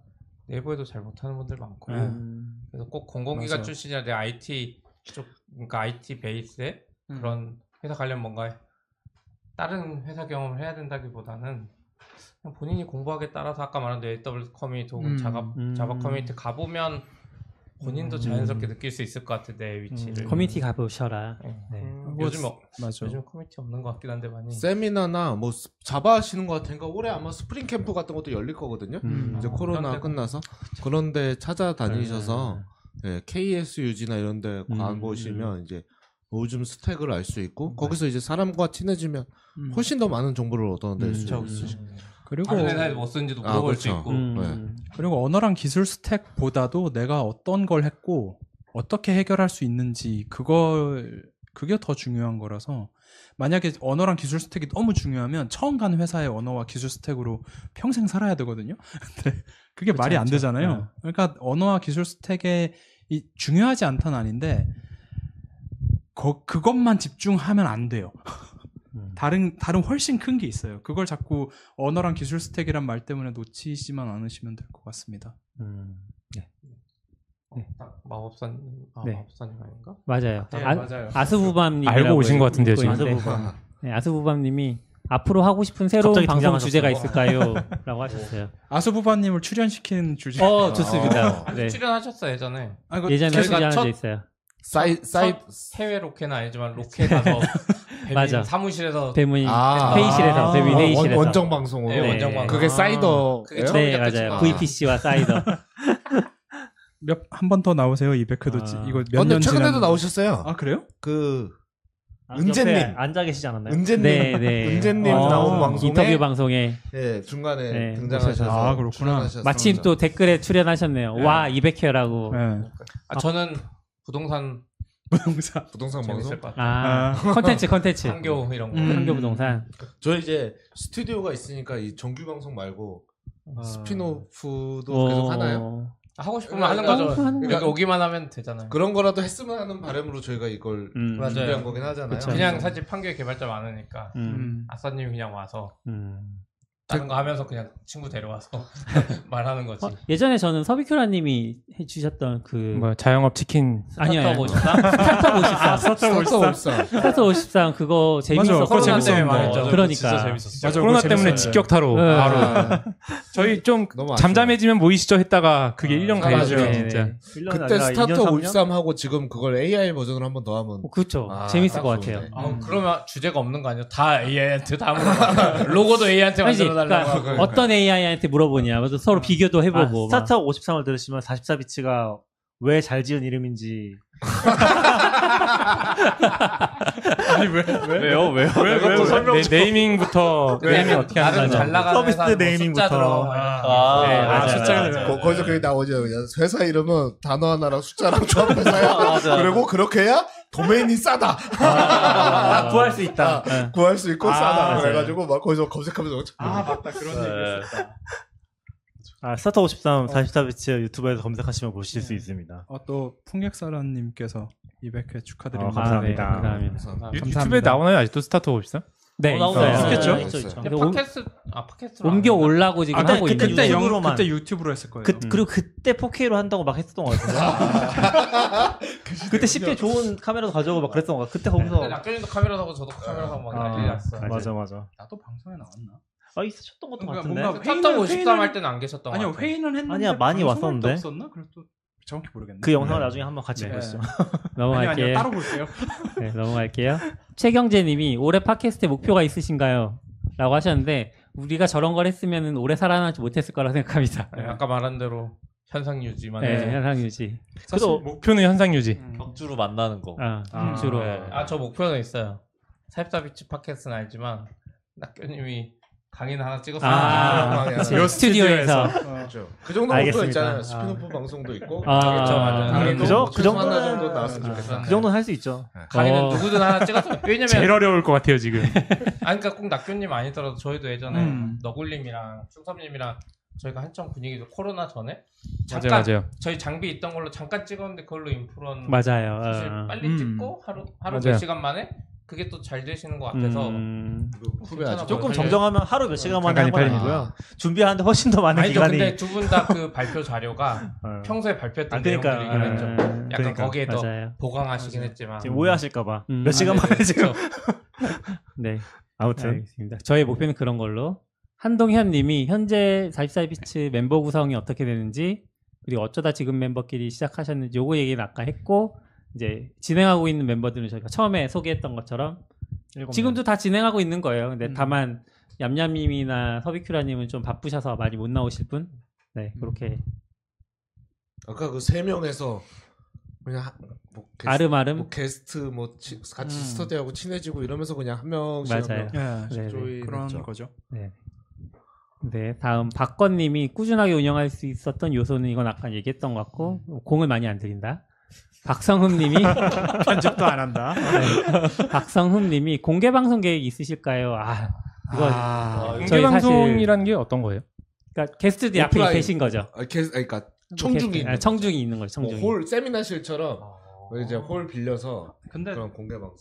Speaker 4: 네이버에도 잘 못하는 분들 많고
Speaker 8: 음.
Speaker 4: 그래서 꼭 공공기관
Speaker 8: 맞아요.
Speaker 4: 출신이라 내 IT 쪽 그러니까 IT 베이스에
Speaker 8: 음.
Speaker 4: 그런 회사 관련 뭔가 다른 회사 경험을 해야 된다기보다는 그냥 본인이 공부하기에 따라서 아까 말한 AWS 커뮤니티 혹은
Speaker 8: 음. 음.
Speaker 4: 자가,
Speaker 3: 음.
Speaker 4: 자바 커뮤니티 가보면 본인도 자연스럽게 느낄 수 있을 것 같아 내
Speaker 5: 네.
Speaker 4: 위치를
Speaker 3: 커뮤니티 가보셔라.
Speaker 4: 네.
Speaker 3: 네.
Speaker 4: 음,
Speaker 8: 뭐
Speaker 4: 요즘 어,
Speaker 8: 맞아.
Speaker 4: 요즘 커뮤니티 없는 것 같긴 한데 많이
Speaker 5: 세미나나 뭐 스- 자바 하시는 것 같으니까 올해 아마 스프링 캠프 같은 것도 열릴 거거든요.
Speaker 3: 음.
Speaker 5: 이제
Speaker 4: 아, 네,
Speaker 5: 코로나
Speaker 4: 그런데-
Speaker 5: 끝나서 그런데 찾아다니셔서 예, KSUG나 이런데
Speaker 3: 음,
Speaker 5: 관 보시면 이제 요즘 스택을 알 수
Speaker 4: 네.
Speaker 5: 있고 거기서 이제 사람과 친해지면
Speaker 3: 음.
Speaker 4: 음.
Speaker 5: 훨씬 더 많은 정보를 얻어낼 수
Speaker 3: 그쵸,
Speaker 5: 있고
Speaker 3: 그쵸.
Speaker 8: 음. 그리고
Speaker 4: 다른 회사에서 뭐 쓰는지도
Speaker 5: 아,
Speaker 4: 물어볼 수
Speaker 5: 그렇죠.
Speaker 4: 있고
Speaker 3: 음.
Speaker 5: 네.
Speaker 8: 그리고 언어랑 기술 스택보다도 내가 어떤 걸 했고 어떻게 해결할 수 있는지 그걸 그게 더 중요한 거라서 만약에 언어랑 기술 스택이 너무 중요하면 처음 간 회사의 언어와 기술 스택으로 평생 살아야 되거든요. 근데 그게 말이 안
Speaker 3: 않죠.
Speaker 8: 되잖아요. 그러니까 언어와 기술 스택에 이 중요하지 않다는 아닌데 거- 그것만 집중하면 안 돼요.
Speaker 3: 음.
Speaker 8: 다른 다른 훨씬 큰 게 있어요. 그걸 자꾸 언어랑 기술 스택이란 말 때문에 놓치지만 않으시면 될 것 같습니다.
Speaker 3: 음.
Speaker 4: 어, 딱 마법사님 아,
Speaker 3: 네.
Speaker 4: 마법사님 아닌가?
Speaker 3: 맞아요.
Speaker 8: 네,
Speaker 3: 아,
Speaker 8: 맞아요.
Speaker 3: 스부밤님
Speaker 9: 알고 오신 것 같은데요, 지금.
Speaker 3: 아스부밤. 네, 아스부밤님이 앞으로 하고 싶은 새로운
Speaker 7: 갑자기
Speaker 3: 방송
Speaker 7: 등장하셨어요.
Speaker 3: 주제가 있을까요?라고 하셨어요.
Speaker 8: 아수부바님을 출연시킨 주제.
Speaker 3: 어 좋습니다.
Speaker 5: 어.
Speaker 3: 네.
Speaker 4: 출연하셨어요 예전에
Speaker 8: 아, 이거
Speaker 3: 예전에
Speaker 4: 저희가
Speaker 3: 출연한
Speaker 4: 첫-
Speaker 3: 적 있어요.
Speaker 5: 사이 사이
Speaker 4: 첫 해외 로켓은 아니지만 로켓 가서
Speaker 3: 맞아.
Speaker 4: 배민 사무실에서
Speaker 3: 대문이
Speaker 5: 아.
Speaker 3: 회의실에서 대문
Speaker 5: 아,
Speaker 3: 회의실에서
Speaker 5: 원, 정 방송으로
Speaker 4: 네,
Speaker 3: 네.
Speaker 4: 원정 방송
Speaker 5: 그게 사이더
Speaker 4: 그게
Speaker 3: 네
Speaker 4: 처음이었다,
Speaker 3: 맞아요.
Speaker 4: 지금.
Speaker 3: VPC와 사이더.
Speaker 8: 몇한 번 더 나오세요. 200회도
Speaker 3: 아.
Speaker 8: 이거
Speaker 5: 어, 근데
Speaker 8: 몇년
Speaker 5: 최근에도 나오셨어요.
Speaker 8: 아 그래요?
Speaker 5: 그
Speaker 7: 아,
Speaker 5: 은재님.
Speaker 7: 옆에 앉아 계시지 않았나요?
Speaker 5: 은재님
Speaker 3: 네, 네.
Speaker 5: 은재님
Speaker 3: 어,
Speaker 5: 나온 방송에
Speaker 3: 인터뷰 방송에
Speaker 5: 예, 중간에
Speaker 3: 네,
Speaker 5: 등장하셔서
Speaker 8: 아, 그렇구나.
Speaker 5: 출연하셔서
Speaker 3: 마침
Speaker 5: 혼자.
Speaker 3: 또 댓글에 출연하셨네요. 와 200회라고.
Speaker 8: 네.
Speaker 4: 아, 저는 부동산
Speaker 8: 부동산.
Speaker 5: 부동산 방송
Speaker 4: 재밌을 것 같아요.
Speaker 3: 아 컨텐츠 컨텐츠.
Speaker 4: 한교 이런 거.
Speaker 8: 음.
Speaker 3: 한교 부동산.
Speaker 5: 저 이제 스튜디오가 있으니까 이 정규 방송 말고 스피노프도
Speaker 3: 아. 어,
Speaker 5: 계속 하나요?
Speaker 4: 하고 싶으면 하는 거죠. 여기 오기만 하면 되잖아요.
Speaker 5: 그런 거라도 했으면 하는 바람으로 저희가 이걸
Speaker 3: 음.
Speaker 4: 맞아요.
Speaker 5: 준비한 거긴 하잖아요.
Speaker 3: 그쵸.
Speaker 4: 그냥 사실 판교에 개발자 많으니까
Speaker 3: 음.
Speaker 8: 음.
Speaker 4: 아싸님 그냥 와서
Speaker 3: 음.
Speaker 4: 다른 거 하면서 그냥 친구 데려와서 말하는 거지.
Speaker 3: 어, 예전에 저는 서비큐라님이 해주셨던 그
Speaker 9: 뭐 자영업 치킨
Speaker 3: 아니요, 아니요.
Speaker 4: 스타트업 오셨다?
Speaker 3: 스타트업 54.
Speaker 5: 스타터 없어.
Speaker 3: 스타트업 53 그거 재밌었고
Speaker 8: 그거 재밌었는데
Speaker 3: 어,
Speaker 6: 맞아, 진짜
Speaker 3: 그러니까.
Speaker 6: 재밌었어.
Speaker 8: 맞아,
Speaker 9: 코로나
Speaker 8: 그거
Speaker 9: 때문에
Speaker 8: 재밌었어요.
Speaker 9: 직격타로
Speaker 3: 네.
Speaker 5: 아,
Speaker 9: 저희 좀
Speaker 5: 너무 아쉬워.
Speaker 9: 잠잠해지면 모이시죠 했다가 그게
Speaker 5: 아,
Speaker 9: 1년
Speaker 5: 맞아요.
Speaker 9: 가야죠
Speaker 5: 네,
Speaker 9: 진짜
Speaker 3: 네.
Speaker 5: 그때 스타터 53 하고 지금 그걸 AI 버전으로 한 번 더 하면
Speaker 3: 어, 그쵸.
Speaker 5: 아,
Speaker 3: 재밌을 것
Speaker 5: 딱 좋은데.
Speaker 3: 같아요.
Speaker 4: 아, 그러면 주제가 없는 거 아니야? 다 AI한테 다 물어봐. 로고도 AI한테
Speaker 3: 아니지,
Speaker 4: 만들어달라고 하고.
Speaker 3: 그러니까 어떤 AI한테 물어보냐. 그래서 서로 비교도 해보고.
Speaker 7: 아, 스타트업 53을 들으시면 44비치가 왜 잘 지은 이름인지
Speaker 9: 왜요 왜요 왜요 네, 네이밍부터 네이밍 어떻게 하는
Speaker 4: 나름
Speaker 9: 건지
Speaker 4: 잘 나가는
Speaker 7: 서비스
Speaker 4: 회사는 뭐
Speaker 7: 네이밍부터.
Speaker 4: 숫자 들어가고 막
Speaker 6: 아,
Speaker 4: 이런 거.
Speaker 6: 네, 맞아,
Speaker 4: 숫자
Speaker 7: 맞아,
Speaker 4: 들어가고.
Speaker 5: 거- 거기서 그게 나오죠. 그냥 회사 이름은 단어 하나랑 숫자랑
Speaker 6: 아,
Speaker 5: 조합해서야 그리고 그렇게 해야 도메인이 싸다.
Speaker 7: 아, 구할 수 있다.
Speaker 5: 구할 수 있고
Speaker 7: 아,
Speaker 5: 싸다.
Speaker 7: 맞아요.
Speaker 5: 그래가지고 막 거기서 검색하면서 네.
Speaker 8: 아 맞다
Speaker 6: 네.
Speaker 8: 그런 얘기.
Speaker 7: 아, 스타터 53 44비치 유튜브에서 검색하시면 보실 수 있습니다.
Speaker 8: 어또 풍객사라님께서 200회
Speaker 7: 어,
Speaker 8: 축하드립니다.
Speaker 7: 감사합니다.
Speaker 3: 네, 감사합니다.
Speaker 8: 아,
Speaker 9: 유-
Speaker 8: 감사합니다.
Speaker 9: 유튜브에 나오나요 아직도 스타터 53?
Speaker 3: 네,
Speaker 7: 어, 나오나요?
Speaker 3: 있어요.
Speaker 5: 있겠죠?
Speaker 7: 있죠, 있죠.
Speaker 3: 그래서
Speaker 4: 팟캐스트 아 팟캐스트로
Speaker 3: 옮겨
Speaker 4: 안 했나?
Speaker 3: 올라고 지금
Speaker 8: 그때,
Speaker 3: 하고
Speaker 8: 그때,
Speaker 3: 있는
Speaker 8: 그때,
Speaker 3: 거죠.
Speaker 8: 영,
Speaker 7: 유튜브로만.
Speaker 8: 그때 유튜브로 했을 거예요. 음.
Speaker 7: 그, 그리고 그때 4K로 한다고 막 했었던 것 같아요. 그때 쉽게 좋은 카메라도 가져오고 막 그랬던 것 같아요. 그때
Speaker 4: 근데
Speaker 7: 거기서
Speaker 4: 낙견이도 카메라 사고 저도 카메라 사고 막 난리 났어.
Speaker 7: 맞아 맞아.
Speaker 8: 나도 방송에 나왔나?
Speaker 7: 아 있으셨던 것도
Speaker 8: 그러니까
Speaker 7: 같은데.
Speaker 8: 뭔가
Speaker 4: 탑탑
Speaker 8: 회의는-
Speaker 4: 53 할 때는 안 계셨던 것
Speaker 8: 아니요
Speaker 4: 같아요.
Speaker 8: 회의는 했는데
Speaker 7: 아니야, 많이
Speaker 8: 방송할 때
Speaker 7: 왔었는데.
Speaker 8: 없었나? 그래도 정확히 모르겠네.
Speaker 7: 그 영상을
Speaker 8: 네.
Speaker 7: 나중에 한번 같이
Speaker 8: 네.
Speaker 7: 보시죠.
Speaker 8: 아니요 아니요
Speaker 3: 넘어갈게요.
Speaker 8: 따로 볼게요.
Speaker 3: 네, 넘어갈게요. 최경재님이 올해 팟캐스트 목표가 있으신가요? 라고 하셨는데 우리가 저런 걸 했으면 오래 살아남지 못했을 거라 생각합니다.
Speaker 4: 네, 아까 말한 대로 현상 유지만.
Speaker 3: 네,
Speaker 4: 해서.
Speaker 3: 현상 유지.
Speaker 9: 사실 목표는 현상 유지.
Speaker 6: 격주로 만나는 거.
Speaker 3: 아,
Speaker 8: 아.
Speaker 3: 주로.
Speaker 4: 네. 아저 목표는 있어요. 살사비치 팟캐스트는 알지만 낙견님이 강의는 하나 찍었어요.
Speaker 3: 아,
Speaker 5: 아,
Speaker 3: 그치.
Speaker 5: 요
Speaker 3: 스튜디오에서.
Speaker 5: 그렇죠. 그 정도
Speaker 7: 알겠습니다.
Speaker 5: 목표 있잖아요. 스피노프 방송도 있고.
Speaker 3: 아,
Speaker 4: 그렇죠, 맞아요.
Speaker 3: 아,
Speaker 5: 다른
Speaker 4: 그죠?
Speaker 5: 거
Speaker 7: 그
Speaker 5: 최소 하나
Speaker 7: 정도는-
Speaker 5: 정도 나왔으면
Speaker 4: 아,
Speaker 5: 좋겠다.
Speaker 7: 그 정도는 할 수 있죠.
Speaker 4: 강의는
Speaker 3: 어.
Speaker 4: 누구든 하나 찍었어요.
Speaker 9: 제일
Speaker 4: 왜냐면
Speaker 9: 어려울 것 같아요 지금.
Speaker 4: 아 그러니까 꼭 낙균님 아니더라도 저희도 예전에
Speaker 8: 음.
Speaker 4: 너굴님이랑 충섭님이랑 저희가 한참 분위기도 코로나 전에 잠깐
Speaker 9: 맞아요 맞아요.
Speaker 4: 저희 장비 있던 걸로 잠깐 찍었는데 그걸로 인프론
Speaker 3: 맞아요.
Speaker 4: 사실
Speaker 3: 어.
Speaker 4: 빨리
Speaker 8: 음.
Speaker 4: 찍고 하루 하루
Speaker 9: 맞아요.
Speaker 4: 몇 시간 만에 그게 또 잘 되시는 것 같아서
Speaker 3: 음,
Speaker 5: 후배 아주
Speaker 7: 조금
Speaker 4: 네.
Speaker 7: 정정하면 하루 몇 시간 만에
Speaker 9: 잠깐이
Speaker 7: 한건
Speaker 9: 팔리니까.
Speaker 7: 아니고요. 준비하는데 훨씬 더 많은
Speaker 4: 아니죠
Speaker 7: 기간이.
Speaker 4: 근데 두 분 다 그 발표 자료가
Speaker 7: 어.
Speaker 4: 평소에 발표했던
Speaker 7: 아, 그러니까.
Speaker 4: 내용들이긴 했죠
Speaker 3: 음,
Speaker 4: 약간
Speaker 7: 그러니까.
Speaker 4: 거기에 더
Speaker 3: 맞아요.
Speaker 4: 보강하시긴 했지만 아, 네,
Speaker 7: 지금 오해하실까봐
Speaker 3: 음.
Speaker 7: 몇 시간 만에 지금
Speaker 4: 그렇죠.
Speaker 3: 네.
Speaker 7: 아무튼
Speaker 3: 알겠습니다. 저의 목표는 그런 걸로. 한동현 님이 현재 44비츠 멤버 구성이 어떻게 되는지, 그리고 어쩌다 지금 멤버끼리 시작하셨는지, 요거 얘기는 아까 했고, 이제 진행하고 있는 멤버들은 저희가 처음에 소개했던 것처럼, 지금도 다 진행하고 있는 거예요. 근데
Speaker 8: 음.
Speaker 3: 다만, 얌얌님이나 서비큐라님은 좀 바쁘셔서 많이 못 나오실 분? 네, 그렇게.
Speaker 7: 음.
Speaker 5: 아까 그 세 명에서 그냥 하- 뭐 게스트,
Speaker 3: 아름아름?
Speaker 5: 뭐 게스트 뭐 치- 같이
Speaker 8: 음.
Speaker 5: 스터디하고 친해지고 이러면서 그냥 한 뭐- 명씩 한
Speaker 3: 맞아요.
Speaker 5: 명
Speaker 8: 예.
Speaker 3: 네, 네.
Speaker 5: 조인
Speaker 8: 그런
Speaker 5: 했죠.
Speaker 8: 거죠.
Speaker 3: 네, 다음 박건님이 꾸준하게 운영할 수 있었던 요소는 이건 아까 얘기했던 것 같고
Speaker 5: 음.
Speaker 3: 공을 많이 안 들인다. 박성흠님이 네,
Speaker 7: 편집도 안 한다.
Speaker 3: 박성흠님이 공개 방송 계획 있으실까요? 아, 이거
Speaker 9: 공개
Speaker 3: 저희 사실-
Speaker 9: 방송이라는 게 어떤 거예요?
Speaker 3: 그러니까 게스트들이 앞에
Speaker 5: 네, 오프라인.
Speaker 3: 계신 거죠.
Speaker 5: 아, 게스, 아니, 그러니까 청중이
Speaker 3: 게스트. 아,
Speaker 5: 있는
Speaker 3: 청중이 있는 거죠.
Speaker 5: 뭐
Speaker 3: 청중이.
Speaker 5: 홀 세미나실처럼 뭐 이제 홀 빌려서
Speaker 8: 근데
Speaker 5: 그런 공개 방송.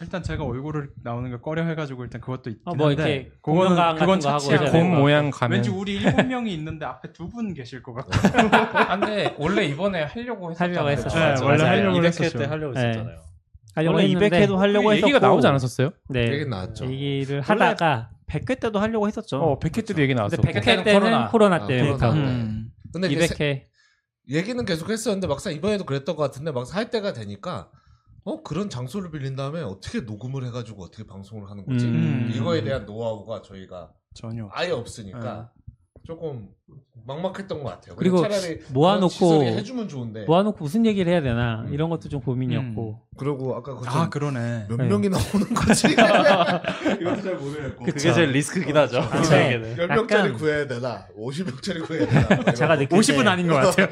Speaker 8: 일단 제가 얼굴을 나오는 걸 꺼려 해가지고 일단 그것도 있긴
Speaker 3: 어, 뭐
Speaker 8: 한데
Speaker 3: 이렇게
Speaker 8: 그거는
Speaker 3: 공연관
Speaker 8: 그건
Speaker 3: 같은 거 하고 뭐
Speaker 8: 차치하고
Speaker 3: 해야
Speaker 9: 곰
Speaker 3: 되는 거.
Speaker 9: 모양 가면
Speaker 8: 네, 왠지 우리 일곱 명이 있는데 앞에 두 분 계실 것 같고
Speaker 4: 아, 근데 원래 이번에
Speaker 3: 하려고
Speaker 4: 하려고 했었잖아요 그렇죠.
Speaker 3: 했었죠.
Speaker 9: 네, 원래
Speaker 3: 맞아요.
Speaker 9: 하려고
Speaker 6: 200회
Speaker 9: 했었죠.
Speaker 6: 때 하려고
Speaker 3: 네.
Speaker 6: 했었잖아요.
Speaker 3: 하려고
Speaker 7: 원래
Speaker 3: 했는데
Speaker 7: 200회도 하려고 했었고
Speaker 9: 얘기가 나오지 않았었어요?
Speaker 5: 얘기
Speaker 3: 네,
Speaker 5: 나왔죠.
Speaker 3: 얘기를
Speaker 7: 원래-
Speaker 3: 하다가
Speaker 7: 100회 때도 하려고 했었죠.
Speaker 9: 어, 100회 때도 얘기
Speaker 3: 근데
Speaker 9: 나왔어.
Speaker 3: 100회 때는 코로나,
Speaker 4: 코로나.
Speaker 5: 아,
Speaker 3: 때문에
Speaker 5: 코로나.
Speaker 8: 음.
Speaker 5: 근데 이게 세-
Speaker 3: 200회
Speaker 5: 얘기는 계속 했었는데 막상 이번에도 그랬던 것 같은데 막상 할 때가 되니까 어 그런 장소를 빌린 다음에 어떻게 녹음을 해가지고 어떻게 방송을 하는 거지
Speaker 3: 음.
Speaker 5: 이거에 대한 노하우가 저희가
Speaker 8: 전혀
Speaker 5: 아예 없으니까 조금 막막했던 것 같아요.
Speaker 3: 네. 그리고
Speaker 5: 근데 차라리
Speaker 3: 모아놓고-
Speaker 5: 그런 시설이 해주면 좋은데
Speaker 3: 모아놓고 무슨 얘기를 해야 되나
Speaker 5: 음.
Speaker 3: 이런 것도 좀 고민이었고
Speaker 5: 그러고 아까
Speaker 8: 아
Speaker 5: 그몇
Speaker 8: 그러네
Speaker 3: 네.
Speaker 5: 명이 나오는 거지 이것도 잘 모르겠고
Speaker 6: 그게 제일 리스크긴 하죠.
Speaker 5: 아,
Speaker 8: 네.
Speaker 3: 근데
Speaker 5: 열 명짜리
Speaker 3: 약간-
Speaker 5: 구해야 되나 5 0 명짜리 구해야 되나 네.
Speaker 7: 제가 느낄
Speaker 8: 50은
Speaker 7: 때
Speaker 8: 아닌 것 같아요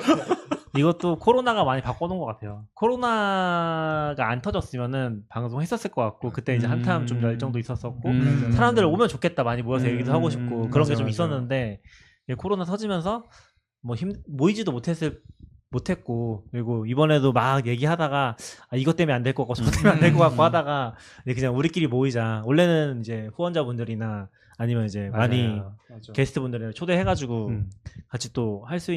Speaker 7: 이것도 코로나가 많이 바꿔놓은 것 같아요. 코로나가 안 터졌으면은 방송했었을 것 같고 그때 이제
Speaker 3: 음.
Speaker 7: 한참 좀 열정도 있었었고
Speaker 3: 음.
Speaker 7: 사람들 오면 좋겠다 많이 모여서
Speaker 3: 음.
Speaker 7: 얘기도 하고 싶고
Speaker 3: 음.
Speaker 7: 그런 게
Speaker 9: 맞아,
Speaker 7: 좀
Speaker 9: 맞아.
Speaker 7: 있었는데 이제 코로나 터지면서 뭐 힘, 모이지도 못했을 못했고 그리고 이번에도 막 얘기하다가 아, 이것 때문에 안 될 것 같고 저것 때문에 안 될 것
Speaker 3: 음.
Speaker 7: 같고 하다가 이제 그냥 우리끼리 모이자 원래는 이제 후원자분들이나 아니면 이제 많이
Speaker 3: 맞아요.
Speaker 7: 게스트분들을 초대해가지고
Speaker 3: 음.
Speaker 7: 같이 또 할 수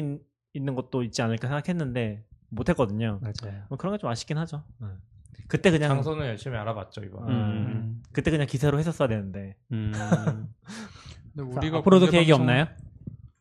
Speaker 7: 있는 것도 있지 않을까 생각했는데 못했거든요.
Speaker 3: 맞아요.
Speaker 7: 뭐 그런 게 좀 아쉽긴 하죠. 그때 그냥
Speaker 4: 장소는 열심히 알아봤죠 이번.
Speaker 7: 음, 음. 그때 그냥 기사로 했었어야 되는데
Speaker 3: 음.
Speaker 8: 근데 네, 우리가
Speaker 3: 앞으로도
Speaker 8: 공개
Speaker 3: 계획이
Speaker 8: 방송-
Speaker 3: 없나요?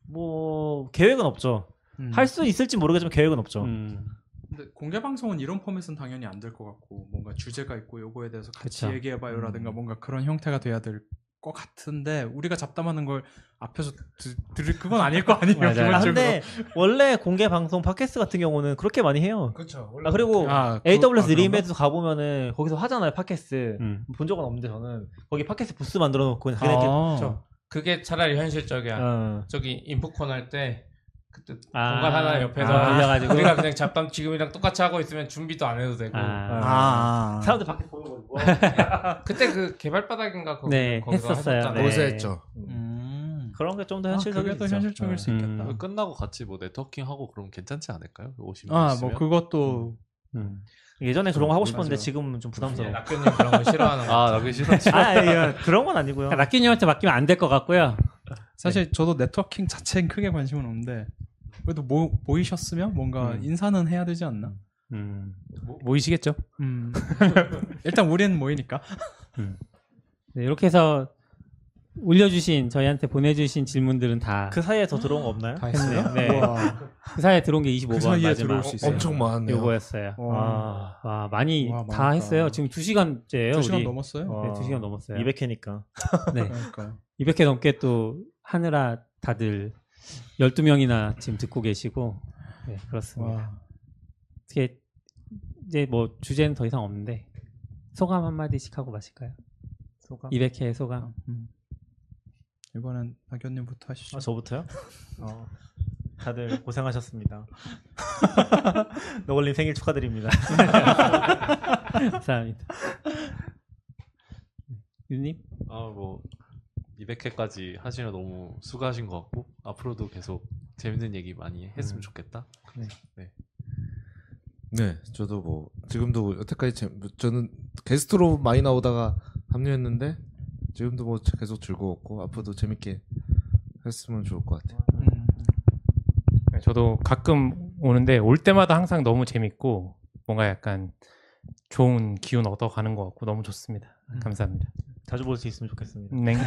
Speaker 7: 뭐 계획은 없죠.
Speaker 8: 음.
Speaker 7: 할 수 있을지 모르겠지만 계획은 없죠.
Speaker 3: 음.
Speaker 8: 근데 공개 방송은 이런 포맷은 당연히 안 될 것 같고 뭔가 주제가 있고 요거에 대해서 같이
Speaker 3: 그쵸.
Speaker 8: 얘기해봐요라든가 뭔가 그런 형태가 돼야 될 것 같은데 우리가 잡담하는 걸 앞에서 드, 들을 그건 아닐 거 아니에요
Speaker 3: 맞아요.
Speaker 7: 아,
Speaker 8: 기본적으로
Speaker 7: 근데 원래 공개 방송 팟캐스트 같은 경우는 그렇게 많이 해요.
Speaker 5: 그렇죠
Speaker 7: 아, 그리고
Speaker 8: 아, 그- 아,
Speaker 7: AWS
Speaker 8: 그런가?
Speaker 7: 리메이트 가보면은 거기서 하잖아요 팟캐스트.
Speaker 3: 음. 아.
Speaker 7: 본 적은 없는데 저는 거기 팟캐스트 부스 만들어 놓고 그냥 걔네들
Speaker 4: 그렇죠. 그게 차라리 현실적이야.
Speaker 7: 어.
Speaker 4: 저기 인프콘 할 때 그때
Speaker 3: 아.
Speaker 4: 공간 하나 옆에서
Speaker 3: 아, 빌려가지고.
Speaker 4: 우리가 그냥 잡담 지금이랑 똑같이 하고 있으면 준비도 안 해도 되고
Speaker 3: 아.
Speaker 8: 아, 아.
Speaker 7: 사람들 밖에 보는 거 뭐.
Speaker 4: 그때 그 개발바닥인가 거기
Speaker 3: 네,
Speaker 4: 거기서
Speaker 3: 했었어요.
Speaker 4: 하셨잖아요.
Speaker 3: 네.
Speaker 5: 오세 했죠.
Speaker 8: 음.
Speaker 7: 그런 게 좀 더
Speaker 8: 아, 그게
Speaker 7: 현실적이죠.
Speaker 8: 더 현실적일 수
Speaker 3: 음.
Speaker 8: 있겠다
Speaker 6: 끝나고 같이 뭐 네트워킹 하고 그러면 괜찮지 않을까요? 50명
Speaker 8: 아,
Speaker 6: 있으면?
Speaker 8: 뭐 그것도
Speaker 7: 어. 예전에 그런 거 하고 싶었는데
Speaker 6: 맞아요.
Speaker 7: 지금은 좀 부담스러워.
Speaker 4: 낙교님 그런 거 싫어하는 거.
Speaker 6: 아, 나그 싫었지.
Speaker 7: 아, 예, 그런 건 아니고요.
Speaker 3: 그러니까 락기님한테 맡기면 안 될 것 같고요.
Speaker 8: 사실 저도 네트워킹 자체엔 크게 관심은 없는데 그래도 모, 모이셨으면 뭔가
Speaker 9: 음.
Speaker 8: 인사는 해야 되지 않나?
Speaker 9: 음. 모- 모이시겠죠?
Speaker 8: 음. 일단 우리는 모이니까.
Speaker 3: 네, 이렇게 해서 올려주신 저희한테 보내주신 질문들은 다
Speaker 7: 그 사이에 더 들어온 거 없나요?
Speaker 8: 다
Speaker 3: 했네요.
Speaker 8: 했어요.
Speaker 3: 네. 그 사이에 들어온 게 25번
Speaker 8: 그 사이에
Speaker 3: 마지막
Speaker 8: 들어올 수 있어요.
Speaker 5: 엄청 많네요.
Speaker 3: 요거였어요. 아,
Speaker 8: 어.
Speaker 3: 와, 와, 많이
Speaker 8: 와,
Speaker 3: 다
Speaker 8: 많았다.
Speaker 3: 했어요. 지금 2시간째예요.
Speaker 8: 두 시간
Speaker 3: 우리.
Speaker 8: 넘었어요.
Speaker 3: 네, 2시간 넘었어요.
Speaker 7: 200회니까.
Speaker 3: 네.
Speaker 8: 그러니까.
Speaker 3: 200회 넘게 또 하느라 다들 12명이나 지금 듣고 계시고 네, 그렇습니다.
Speaker 8: 와.
Speaker 3: 어떻게 이제 뭐 주제는 더 이상 없는데 소감 한 마디씩 하고 마실까요?
Speaker 8: 소감.
Speaker 3: 200회 소감.
Speaker 8: 음. 이번엔 박연님부터 하시죠.
Speaker 7: 아, 저부터요? 어, 다들 고생하셨습니다. 너걸님 생일 축하드립니다.
Speaker 3: 감사합니다. 네. 유님?
Speaker 6: 아뭐 200회까지 하시느라 너무 수고하신 것 같고 앞으로도 계속 재밌는 얘기 많이 했으면 좋겠다.
Speaker 5: 네, 저도 뭐 지금도 여태까지 제- 뭐, 저는 게스트로 많이 나오다가 합류했는데 지금도 뭐 계속 즐거웠고 앞으로도 재밌게 했으면 좋을 것 같아요.
Speaker 8: 음.
Speaker 9: 네, 저도 가끔 오는데 올 때마다 항상 너무 재밌고 뭔가 약간 좋은 기운 얻어가는 것 같고 너무 좋습니다. 감사합니다.
Speaker 7: 자주 볼 수 있으면 좋겠습니다.
Speaker 9: 네.
Speaker 4: 네,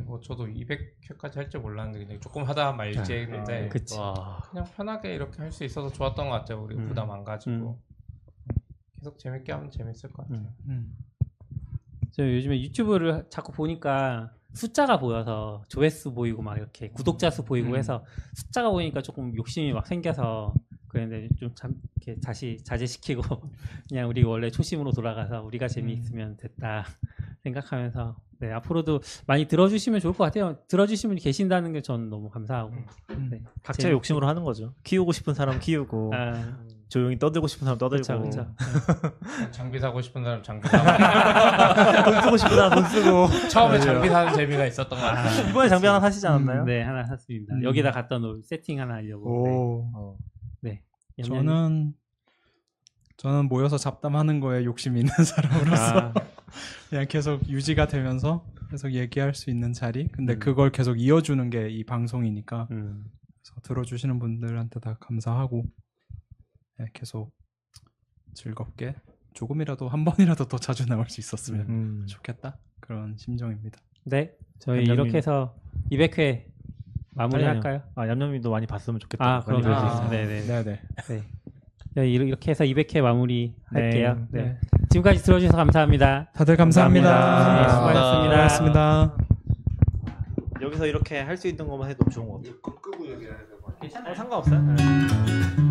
Speaker 4: 뭐 저도 200회까지 할 줄 몰랐는데 그냥 조금 하다 말지 했는데
Speaker 3: 그치.
Speaker 6: 와.
Speaker 4: 그냥 편하게 이렇게 할 수 있어서 좋았던 것 같아요. 우리
Speaker 3: 음.
Speaker 4: 부담 안 가지고 계속 재밌게 하면 재밌을 것 같아요.
Speaker 8: 음.
Speaker 3: 저 요즘에 유튜브를 자꾸 보니까 숫자가 보여서 조회수 보이고 막 이렇게 구독자 수 보이고
Speaker 8: 음.
Speaker 3: 해서 숫자가 보이니까 조금 욕심이 막 생겨서 그랬는데 좀 참, 이렇게 다시 자제시키고 그냥 우리 원래 초심으로 돌아가서 우리가 재미있으면
Speaker 8: 음.
Speaker 3: 됐다 생각하면서 네 앞으로도 많이 들어주시면 좋을 것 같아요 들어주시면 계신다는 게 전 너무 감사하고
Speaker 8: 음.
Speaker 3: 네.
Speaker 7: 각자
Speaker 3: 재밌-
Speaker 7: 욕심으로 하는 거죠. 키우고 싶은 사람 키우고
Speaker 3: 아,
Speaker 7: 조용히 떠들고 싶은 사람 떠들고
Speaker 3: 그렇죠 그렇죠
Speaker 4: 장비 사고 싶은 사람 장비 사고
Speaker 7: 돈 쓰고 싶은 사람 돈 쓰고
Speaker 4: 처음에 장비 사는 재미가 있었던 것 같아요.
Speaker 7: 이번에 장비 하나 사시지 않았나요?
Speaker 3: 네 하나 샀습니다
Speaker 8: 음.
Speaker 3: 여기다 갖다 놓을 세팅 하나 하려고
Speaker 8: 오.
Speaker 3: 네. 얌얌이.
Speaker 8: 저는 저는 모여서 잡담하는 거에 욕심 이 있는
Speaker 7: 아.
Speaker 8: 사람으로서 그냥 계속 유지가 되면서 계속 얘기할 수 있는 자리. 근데 그걸 계속 이어주는 게 이 방송이니까
Speaker 7: 네.
Speaker 3: 음.
Speaker 8: 그래서 들어주시는 분들한테 다 감사하고 네, 계속 즐겁게 조금이라도 한 번이라도 더 자주 나올 수 있었으면
Speaker 7: 음.
Speaker 8: 좋겠다 그런 심정입니다.
Speaker 3: 네, 저희
Speaker 7: 감독님.
Speaker 3: 이렇게 해서 200회 마무리할까요?
Speaker 7: 아 얌얌이도 많이 봤으면 좋겠다.
Speaker 3: 아, 그럼
Speaker 7: 많이
Speaker 3: 아,
Speaker 7: 봤으면
Speaker 3: 네, 네.
Speaker 8: 네네.
Speaker 3: 저희 네, 이렇- 이렇게 해서 200회 마무리할게요.
Speaker 8: 네.
Speaker 3: 네. 지금까지 들어주셔서 감사합니다.
Speaker 8: 다들 감사합니다.
Speaker 3: 감사합니다. 수고하셨습니다.
Speaker 8: 수고하셨습니다.
Speaker 7: 좋겠다. 여기서 이렇게 할 수 있는 것만 해도 좋은 것 같아요. 끄고 얘기해야 돼. 괜찮아요. 상관없어요. 네.